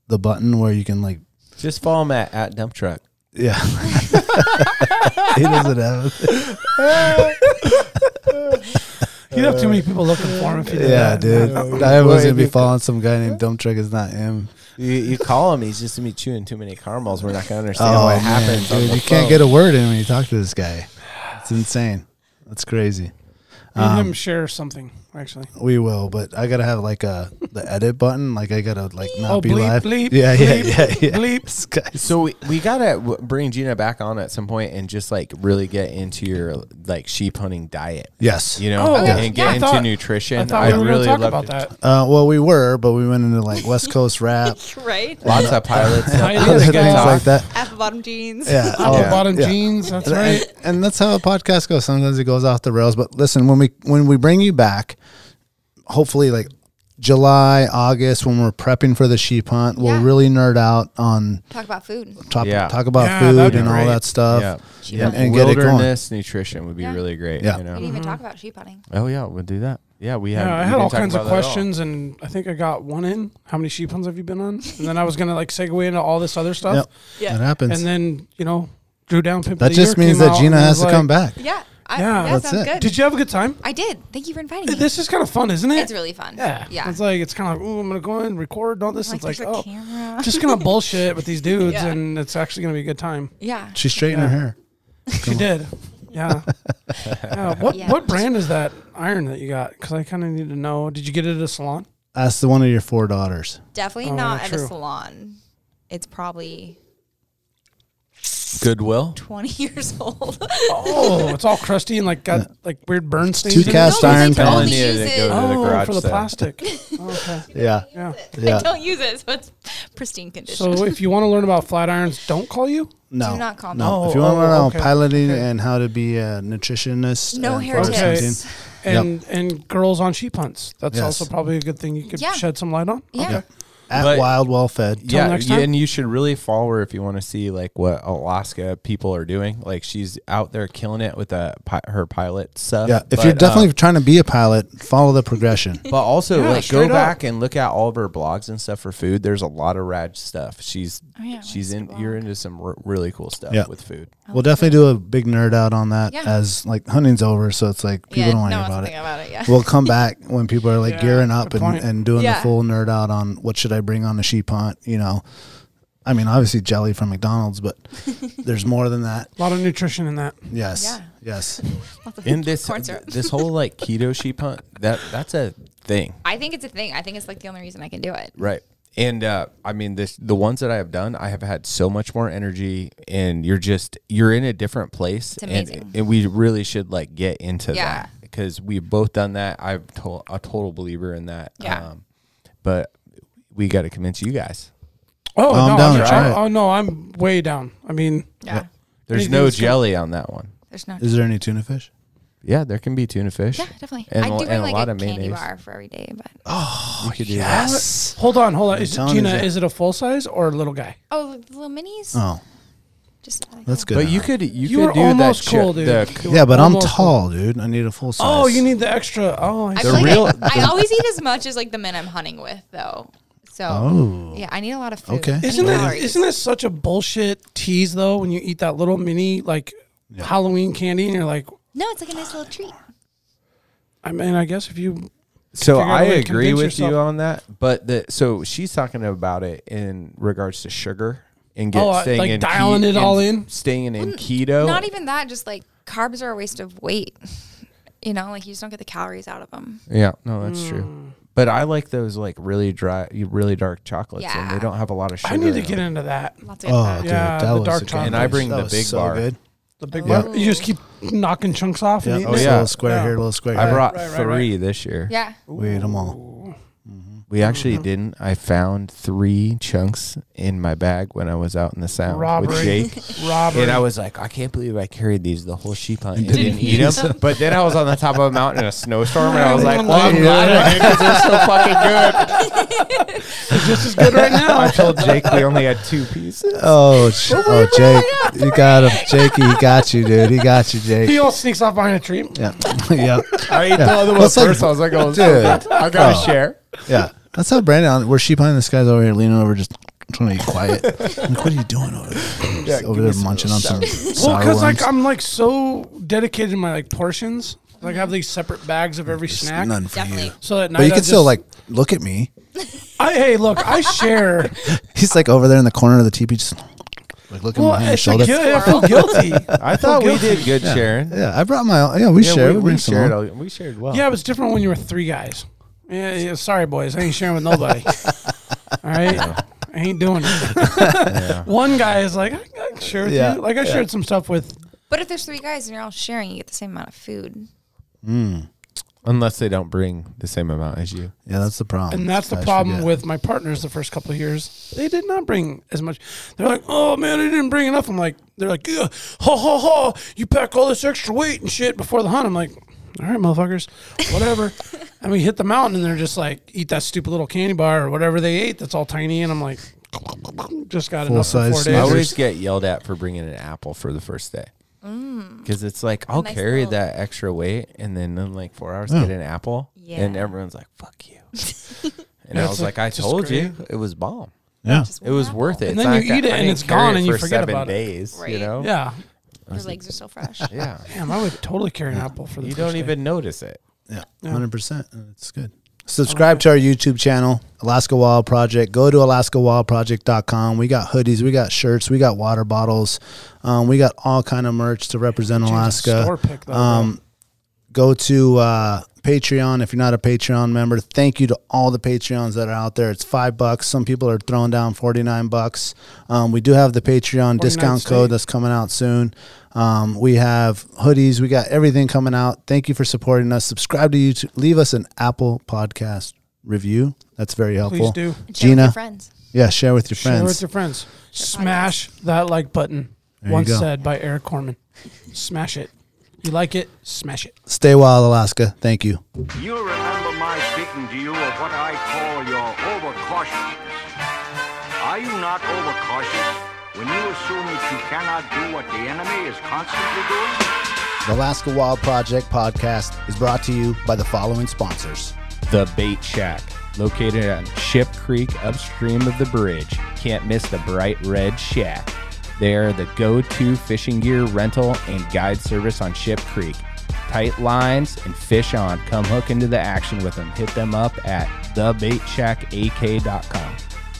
Speaker 2: the button where you can like
Speaker 3: Just follow him at, at dump truck.
Speaker 2: yeah. he doesn't have it.
Speaker 4: He'd have too many people looking for him if he did
Speaker 2: Yeah,
Speaker 4: that.
Speaker 2: dude. I was gonna be following some guy named Dump Truck. It's not him.
Speaker 3: You, you call him, he's just gonna be chewing too many caramels. We're not gonna understand
Speaker 2: Oh,
Speaker 3: what
Speaker 2: man,
Speaker 3: happens. on
Speaker 2: dude.
Speaker 3: the
Speaker 2: You can't
Speaker 3: phone.
Speaker 2: get a word in when you talk to this guy. It's insane. That's crazy.
Speaker 4: Me
Speaker 2: uh-huh.
Speaker 4: and him share something actually.
Speaker 2: We will, but I gotta have like a the edit button. Like I gotta like not
Speaker 4: Oh,
Speaker 2: be
Speaker 4: bleep,
Speaker 2: live.
Speaker 4: bleep,
Speaker 2: yeah,
Speaker 4: bleep,
Speaker 2: yeah, yeah, yeah.
Speaker 4: bleep.
Speaker 2: This guy's-
Speaker 3: So we, we gotta w- bring Gina back on at some point and just like really get into your like sheep hunting diet.
Speaker 2: yes.
Speaker 3: you know,
Speaker 4: Oh,
Speaker 3: and
Speaker 4: yeah.
Speaker 3: get
Speaker 4: Yeah, I
Speaker 3: into
Speaker 4: thought-
Speaker 3: nutrition.
Speaker 4: I
Speaker 3: I,
Speaker 4: thought we were going
Speaker 3: really
Speaker 4: to talk
Speaker 3: love
Speaker 4: about
Speaker 3: to-
Speaker 4: that.
Speaker 2: Uh, well, we were, but we went into like West Coast rap,
Speaker 5: Right.
Speaker 3: Lots of pilots,
Speaker 4: Pilots,
Speaker 2: other
Speaker 4: Yeah.
Speaker 2: things like that.
Speaker 5: Apple bottom jeans.
Speaker 2: Yeah, all-
Speaker 4: Hollow bottom
Speaker 2: yeah.
Speaker 4: jeans. That's
Speaker 2: And-
Speaker 4: right.
Speaker 2: And, and that's how a podcast goes. Sometimes it goes off the rails. But listen, when we when we bring you back, hopefully like July, August, when we're prepping for the sheep hunt, we'll
Speaker 5: Yeah.
Speaker 2: really nerd out on
Speaker 5: Talk about food.
Speaker 2: top,
Speaker 3: Yeah.
Speaker 2: talk about
Speaker 4: Yeah,
Speaker 2: food
Speaker 4: that'd be
Speaker 2: and all
Speaker 4: great.
Speaker 2: that stuff.
Speaker 3: yeah,
Speaker 5: Sheep hunting.
Speaker 2: and get it going.
Speaker 3: wilderness nutrition would be
Speaker 5: Yeah.
Speaker 3: really great.
Speaker 2: Yeah.
Speaker 3: you
Speaker 5: We
Speaker 3: know?
Speaker 5: didn't even talk about sheep hunting.
Speaker 3: Oh yeah, we'll do that. Yeah, we have.
Speaker 4: Yeah, I had all kinds of questions, and I think I got one in. How many sheep hunts have you been on? And then I was gonna like segue into all this other stuff.
Speaker 2: Yep. That happens.
Speaker 4: And then you know, drew down. Pimp of
Speaker 2: that
Speaker 4: the
Speaker 2: just
Speaker 4: Year
Speaker 2: means
Speaker 4: came
Speaker 2: that
Speaker 4: out,
Speaker 2: Gina
Speaker 4: and I
Speaker 2: has
Speaker 4: was
Speaker 2: to come
Speaker 4: like,
Speaker 2: back.
Speaker 5: Yeah. I,
Speaker 4: Yeah,
Speaker 5: that
Speaker 2: that's
Speaker 5: sounds
Speaker 2: it.
Speaker 5: good.
Speaker 4: Did you have a good time?
Speaker 5: I did. Thank you for inviting me.
Speaker 4: This is kind of fun, isn't it?
Speaker 5: Mm-hmm. it's really fun.
Speaker 4: Yeah.
Speaker 5: Yeah.
Speaker 4: It's like it's kind of ooh, I'm gonna go in and record all this.
Speaker 5: Like,
Speaker 4: it's like
Speaker 5: there's a
Speaker 4: oh,
Speaker 5: camera.
Speaker 4: just gonna bullshit with these dudes,
Speaker 5: Yeah.
Speaker 4: and it's actually gonna be a good time.
Speaker 5: yeah.
Speaker 2: She straightened her hair.
Speaker 4: She did. Yeah. yeah. What
Speaker 5: Yeah.
Speaker 4: what brand is that iron that you got? Because I kind of need to know. Did you get it at a salon?
Speaker 2: Ask the one of your four daughters.
Speaker 5: Definitely
Speaker 4: Oh,
Speaker 5: not at
Speaker 4: true.
Speaker 5: a salon. It's probably
Speaker 3: Goodwill.
Speaker 5: 20 years old.
Speaker 4: Oh, it's all crusty and like got like weird burn stains.
Speaker 2: two
Speaker 4: in it?
Speaker 2: cast
Speaker 5: No, 'cause
Speaker 2: iron
Speaker 5: I can
Speaker 2: pans.
Speaker 5: only use
Speaker 3: Yeah, they
Speaker 5: it.
Speaker 3: go- to the
Speaker 4: Oh,
Speaker 3: garage
Speaker 4: for the
Speaker 3: sale.
Speaker 4: plastic. okay.
Speaker 2: Yeah.
Speaker 4: Yeah.
Speaker 2: Yeah.
Speaker 5: I don't use it, so it's pristine condition.
Speaker 4: So if you want to learn about flat irons, don't call you.
Speaker 2: No.
Speaker 5: Do not call me.
Speaker 2: No.
Speaker 4: Oh,
Speaker 2: if you want to
Speaker 4: oh,
Speaker 2: learn about
Speaker 4: okay.
Speaker 2: piloting and how to be a nutritionist,
Speaker 5: no
Speaker 2: and
Speaker 5: hair
Speaker 2: forest
Speaker 4: Okay.
Speaker 2: hunting,
Speaker 5: tips.
Speaker 4: And and girls on sheep hunts. That's
Speaker 2: Yes.
Speaker 4: also probably a good thing you could
Speaker 5: Yeah.
Speaker 4: shed some light on.
Speaker 5: Yeah.
Speaker 2: at
Speaker 3: But-
Speaker 2: Wild Well Fed.
Speaker 3: Yeah,
Speaker 4: next
Speaker 3: yeah,
Speaker 4: time.
Speaker 3: and you should really follow her if you want to see like what Alaska people are doing. Like she's out there killing it with the, pi- her pilot stuff.
Speaker 2: Yeah, if
Speaker 3: But,
Speaker 2: you're
Speaker 3: uh,
Speaker 2: definitely trying to be a pilot, follow the progression.
Speaker 3: But also,
Speaker 4: Yeah,
Speaker 3: like,
Speaker 4: straight
Speaker 3: go
Speaker 4: up.
Speaker 3: back and look at all of her blogs and stuff for food. There's a lot of rad stuff. She's
Speaker 5: yeah,
Speaker 3: she's
Speaker 5: what's
Speaker 3: in.
Speaker 5: the
Speaker 3: You're into some r- really cool stuff
Speaker 2: Yeah.
Speaker 3: with food.
Speaker 2: we'll definitely do a big nerd out on that
Speaker 5: Yeah.
Speaker 2: as like hunting's over, so it's like people
Speaker 5: yeah,
Speaker 2: don't
Speaker 5: no
Speaker 2: want to
Speaker 5: one's
Speaker 2: hear about it.
Speaker 5: thinking about it. Yeah.
Speaker 2: We'll come back when people are like
Speaker 4: Yeah,
Speaker 2: gearing up
Speaker 4: good
Speaker 2: and,
Speaker 4: point.
Speaker 2: and doing
Speaker 5: Yeah.
Speaker 2: the full nerd out on what should I bring on a sheep hunt. You know, I mean, obviously jelly from McDonald's, but there's more than that.
Speaker 4: A lot of nutrition in that.
Speaker 2: Yes,
Speaker 5: Yeah.
Speaker 2: yes,
Speaker 3: In this
Speaker 5: Corn syrup.
Speaker 3: this whole like keto sheep hunt that that's a thing.
Speaker 5: I think it's a thing. I think it's like the only reason I can do it.
Speaker 3: Right. And uh, I mean, this the ones that I have done, I have had so much more energy, and you're just you're in a different place. It's
Speaker 5: amazing.
Speaker 3: And, and we really should like get into
Speaker 5: Yeah.
Speaker 3: that because we've both done that. I'm to- a total believer in that. Um,
Speaker 5: Yeah.
Speaker 3: but we got to convince you guys.
Speaker 4: Oh,
Speaker 2: I'm
Speaker 4: no,
Speaker 2: down
Speaker 4: I'm-
Speaker 2: to try
Speaker 4: I'm-
Speaker 2: it.
Speaker 4: oh no, I'm way down. I mean,
Speaker 5: Yeah.
Speaker 3: There's
Speaker 4: Anything
Speaker 3: no
Speaker 4: that's good.
Speaker 3: jelly on that one.
Speaker 5: There's no.
Speaker 2: Is there any tuna fish?
Speaker 3: Yeah, there can be tuna fish.
Speaker 5: Yeah, definitely.
Speaker 3: And,
Speaker 5: I
Speaker 3: l-
Speaker 5: do bring
Speaker 3: and
Speaker 5: like
Speaker 3: a lot
Speaker 5: a,
Speaker 3: of
Speaker 5: candy
Speaker 3: mayonnaise.
Speaker 5: bar for every day, but
Speaker 3: You could do that.
Speaker 2: Yes.
Speaker 4: hold on, hold on. Is
Speaker 2: telling
Speaker 4: Gina?
Speaker 2: you that-
Speaker 4: Is it a full size or a little guy?
Speaker 5: oh, the little minis.
Speaker 2: Oh,
Speaker 5: Just uh, like
Speaker 2: that's good.
Speaker 3: But you
Speaker 2: enough.
Speaker 3: could you,
Speaker 4: You
Speaker 3: could
Speaker 4: were
Speaker 3: do
Speaker 4: almost
Speaker 3: that
Speaker 4: cool,
Speaker 3: chi-
Speaker 4: dude.
Speaker 3: the-
Speaker 4: You were
Speaker 2: yeah, but I'm
Speaker 4: almost cool.
Speaker 2: tall, dude. I need a full size.
Speaker 4: Oh, you need the extra. Oh, I
Speaker 5: I,
Speaker 4: see.
Speaker 5: feel like
Speaker 3: real-
Speaker 5: I, I always eat as much as like the men I'm hunting with, though. So
Speaker 2: Oh.
Speaker 5: yeah, I need a lot of food.
Speaker 2: Okay.
Speaker 5: I need
Speaker 4: Isn't that
Speaker 5: calories.
Speaker 4: isn't that such a bullshit tease though? When you eat that little mini like Halloween candy, and you're like,
Speaker 5: No, it's like a nice little treat.
Speaker 4: I mean, I guess if you
Speaker 3: So
Speaker 4: figure out
Speaker 3: I
Speaker 4: a way to
Speaker 3: agree
Speaker 4: convince
Speaker 3: with you
Speaker 4: yourself.
Speaker 3: on that, but the so she's talking about it in regards to sugar and get
Speaker 4: Oh, uh,
Speaker 3: staying
Speaker 4: like
Speaker 3: in
Speaker 4: dialing it
Speaker 3: and
Speaker 4: all in?
Speaker 3: staying in keto.
Speaker 5: Not e- even that. Just like carbs are a waste of weight. You know, like you just don't get the calories out of them.
Speaker 3: yeah, no, that's
Speaker 4: Hmm.
Speaker 3: true. But I like those like really dry, really dark chocolates, and they
Speaker 5: Yeah.
Speaker 3: don't have a lot of sugar.
Speaker 4: I need to
Speaker 3: in
Speaker 4: get
Speaker 3: them.
Speaker 4: into that.
Speaker 5: Lots of
Speaker 2: Oh, dude,
Speaker 4: Yeah,
Speaker 2: that
Speaker 4: the
Speaker 2: was
Speaker 4: dark
Speaker 2: a good
Speaker 4: chocolate.
Speaker 3: And I bring
Speaker 2: that
Speaker 3: the
Speaker 2: was
Speaker 3: big
Speaker 2: so
Speaker 3: bar.
Speaker 2: Good.
Speaker 4: The big
Speaker 2: Yeah.
Speaker 5: Oh.
Speaker 4: one. You just keep knocking chunks off.
Speaker 2: Yeah,
Speaker 4: and
Speaker 2: oh,
Speaker 4: eating it.
Speaker 3: yeah.
Speaker 2: little square
Speaker 4: Yeah.
Speaker 2: here, little square.
Speaker 3: I
Speaker 2: here.
Speaker 3: brought
Speaker 4: right, right.
Speaker 3: three this year.
Speaker 5: Yeah.
Speaker 2: We ate them all.
Speaker 3: We actually
Speaker 4: Mm-hmm.
Speaker 3: didn't. I found three chunks in my bag when I was out in the sound with
Speaker 4: Robbery.
Speaker 3: Jake.
Speaker 4: Robert.
Speaker 3: And I was like, I can't believe I carried these the whole sheep hunt and didn't eat them. But then I was on the top of a mountain in a snowstorm, and I was like, "Oh, well, I'm glad I did because they're so fucking good.
Speaker 4: just as good right now.
Speaker 3: I told Jake we only had two pieces.
Speaker 2: Oh, sh- oh, Jake, you got him, Jakey. He got you, dude. He got you,
Speaker 4: He
Speaker 2: Jake.
Speaker 4: all sneaks off behind a tree.
Speaker 2: Yeah, yeah,
Speaker 3: I ate the other one
Speaker 2: That's
Speaker 3: first.
Speaker 2: like-
Speaker 3: I was like, oh,
Speaker 2: dude.
Speaker 3: I gotta
Speaker 2: Oh.
Speaker 3: share.
Speaker 2: yeah. That's how Brandon. We're sheep hunting. This guy's over here leaning over, just trying to be quiet. Like, what are you doing over there? Just over there munching on some
Speaker 4: Well,
Speaker 2: sour
Speaker 4: because like
Speaker 2: worms.
Speaker 4: I'm like so dedicated to my like portions. Like I have these separate bags of every snack.
Speaker 2: None for
Speaker 5: Definitely.
Speaker 2: you.
Speaker 4: So at night,
Speaker 2: But you
Speaker 4: I
Speaker 2: can still
Speaker 4: just-
Speaker 2: like look at me.
Speaker 4: I, hey, look, I share.
Speaker 2: He's like over there in the corner of the teepee, just like looking
Speaker 4: well,
Speaker 2: behind his
Speaker 4: it's
Speaker 2: shoulder.
Speaker 4: like, guilty. I feel guilty.
Speaker 3: I thought we did good sharing.
Speaker 2: Yeah, I brought my. own. Yeah, we shared. We, bring some.
Speaker 3: shared.
Speaker 2: home.
Speaker 3: a- We shared well.
Speaker 4: Yeah, it was different when you were three guys. Yeah, yeah sorry, boys. I ain't sharing with nobody. All right. I ain't doing it. One guy is like, I, I shared with
Speaker 2: Yeah,
Speaker 4: you. Like, I shared some stuff with.
Speaker 5: But if there's three guys and you're all sharing, you get the same amount of food.
Speaker 3: Unless they don't bring the same amount as you.
Speaker 2: Yeah, that's the problem.
Speaker 4: And that's the
Speaker 2: Guys
Speaker 4: problem
Speaker 2: forget.
Speaker 4: with my partners the first couple of years. They did not bring as much. They're like, oh, man, I didn't bring enough. I'm like, they're like, yeah, ho, ho, ho. You pack all this extra weight and shit before the hunt. I'm like, all right, motherfuckers, whatever. and we hit the mountain and they're just like, eat that stupid little candy bar or whatever they ate that's all tiny. And I'm like, just got enough
Speaker 2: size
Speaker 4: for four
Speaker 3: I
Speaker 4: days.
Speaker 2: Snickers.
Speaker 3: always get yelled at for bringing an apple for the first day. Because it's like, I'll
Speaker 5: Mm. nice
Speaker 3: carry
Speaker 5: little-
Speaker 3: that extra weight and then in like four
Speaker 2: Oh.
Speaker 3: hours get an apple. And
Speaker 5: Yeah.
Speaker 3: everyone's like, fuck you. and I was like, I
Speaker 4: just
Speaker 3: told you
Speaker 4: great.
Speaker 3: it was bomb.
Speaker 2: Yeah.
Speaker 5: Just
Speaker 3: It was
Speaker 5: one
Speaker 3: worth it.
Speaker 4: And
Speaker 3: It's
Speaker 4: then
Speaker 3: not
Speaker 4: you
Speaker 3: got-
Speaker 4: eat it
Speaker 3: I
Speaker 4: and
Speaker 3: didn't
Speaker 4: it's
Speaker 3: carry
Speaker 4: gone and you
Speaker 3: for
Speaker 4: forget
Speaker 3: seven
Speaker 4: about it.
Speaker 3: days, You
Speaker 5: Right.
Speaker 3: know?
Speaker 4: Yeah.
Speaker 5: Your legs are still fresh.
Speaker 3: Yeah.
Speaker 4: Damn, I would totally carry an apple for the
Speaker 3: You
Speaker 4: first
Speaker 3: don't
Speaker 4: day.
Speaker 3: even notice it.
Speaker 2: Yeah, hundred percent. Uh, It's good. Subscribe to our YouTube channel, Alaska Wild Project. Go to alaskawildproject.com. We got hoodies, we got shirts, we got water bottles, um, we got all kind of merch to represent
Speaker 4: Change the
Speaker 2: Alaska.
Speaker 4: store pick, though,
Speaker 2: um, go to uh, Patreon if you're not a Patreon member. Thank you to all the Patreons that are out there. It's five bucks. Some people are throwing down forty nine bucks. Um, we do have the Patreon discount
Speaker 4: state.
Speaker 2: code that's coming out soon. Um, we have hoodies. We got everything coming out. Thank you for supporting us. Subscribe to YouTube. Leave us an Apple podcast review. That's very helpful.
Speaker 4: Please do.
Speaker 5: Share with your
Speaker 2: Gina,
Speaker 5: friends.
Speaker 2: yeah, share with your
Speaker 4: Share
Speaker 2: friends.
Speaker 4: with your friends. Smash that like button.
Speaker 2: you
Speaker 4: Once
Speaker 2: go.
Speaker 4: said by Eric Corman. Smash it. You like it? Smash it.
Speaker 2: Stay wild, Alaska. Thank you.
Speaker 6: You remember my speaking to you of what I call your overcautiousness. Are you not overcautious when you assume that you cannot do what the enemy is constantly doing?
Speaker 2: The Alaska Wild Project podcast is brought to you by the following sponsors.
Speaker 3: The Bait Shack, located on Ship Creek upstream of the bridge. Can't miss the bright red shack. They are the go to fishing gear rental and guide service on Ship Creek. Tight lines and fish on. Come hook into the action with them. Hit them up at thebaitshackak.com.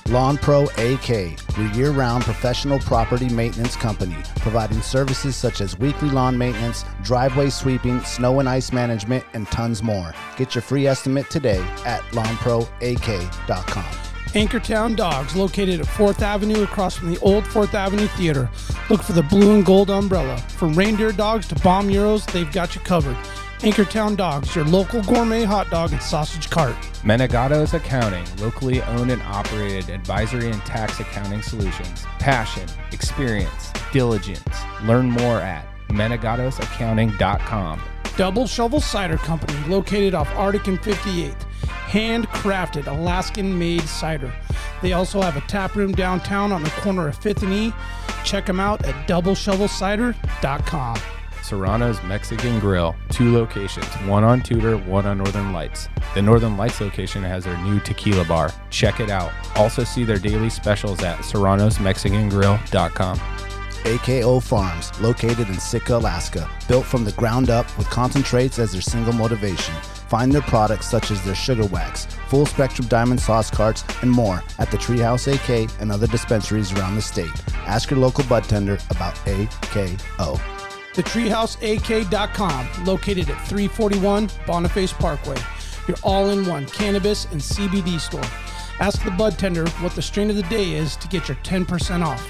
Speaker 2: Lawn Pro AK, your year round professional property maintenance company, providing services such as weekly lawn maintenance, driveway sweeping, snow and ice management, and tons more. Get your free estimate today at lawnproak.com.
Speaker 4: Anchortown Dogs, located at 4th Avenue across from the old 4th Avenue Theater. Look for the blue and gold umbrella. From reindeer dogs to bomb euros, they've got you covered. Anchortown Dogs, your local gourmet hot dog and sausage cart.
Speaker 3: Menegato's Accounting, locally owned and operated advisory and tax accounting solutions. Passion, experience, diligence. Learn more at menegatosaccounting.com.
Speaker 4: Double Shovel Cider Company, located off Arctic and 58th. Handcrafted Alaskan made cider. They also have a tap room downtown on the corner of 5th and E. Check them out at doubleshovelcider.com.
Speaker 3: Serrano's Mexican Grill, two locations, one on Tudor, one on Northern Lights. The Northern Lights location has their new tequila bar. Check it out. Also see their daily specials at serranosmexicangrill.com.
Speaker 2: AKO Farms, located in Sitka, Alaska, built from the ground up with concentrates as their single motivation. Find their products such as their sugar wax, full spectrum diamond sauce carts, and more at the Treehouse AK and other dispensaries around the state. Ask your local bud tender about AKO.
Speaker 4: The TreehouseAK.com, located at 341 Boniface Parkway, your all in one cannabis and CBD store. Ask the bud tender what the strain of the day is to get your 10% off.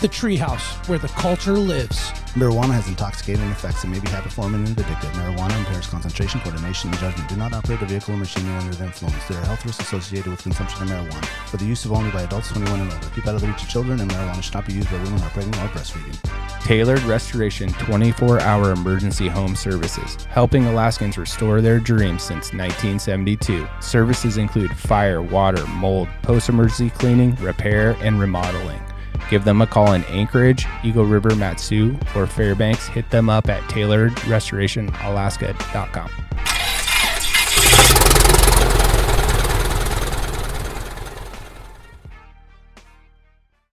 Speaker 4: The Treehouse, where the culture lives.
Speaker 2: Marijuana has intoxicating effects and may be habit-forming and addictive. Marijuana impairs concentration, coordination, and judgment. Do not operate a vehicle or machinery under the influence. There are health risks associated with consumption of marijuana. For the use of only by adults 21 and older. Keep out of the reach of children, and marijuana should not be used by women who are pregnant or breastfeeding.
Speaker 3: Tailored Restoration 24 hour emergency home services, helping Alaskans restore their dreams since 1972. Services include fire, water, mold, post emergency cleaning, repair, and remodeling. Give them a call in Anchorage, Eagle River, Matsu, or Fairbanks. Hit them up at tailoredrestorationalaska.com.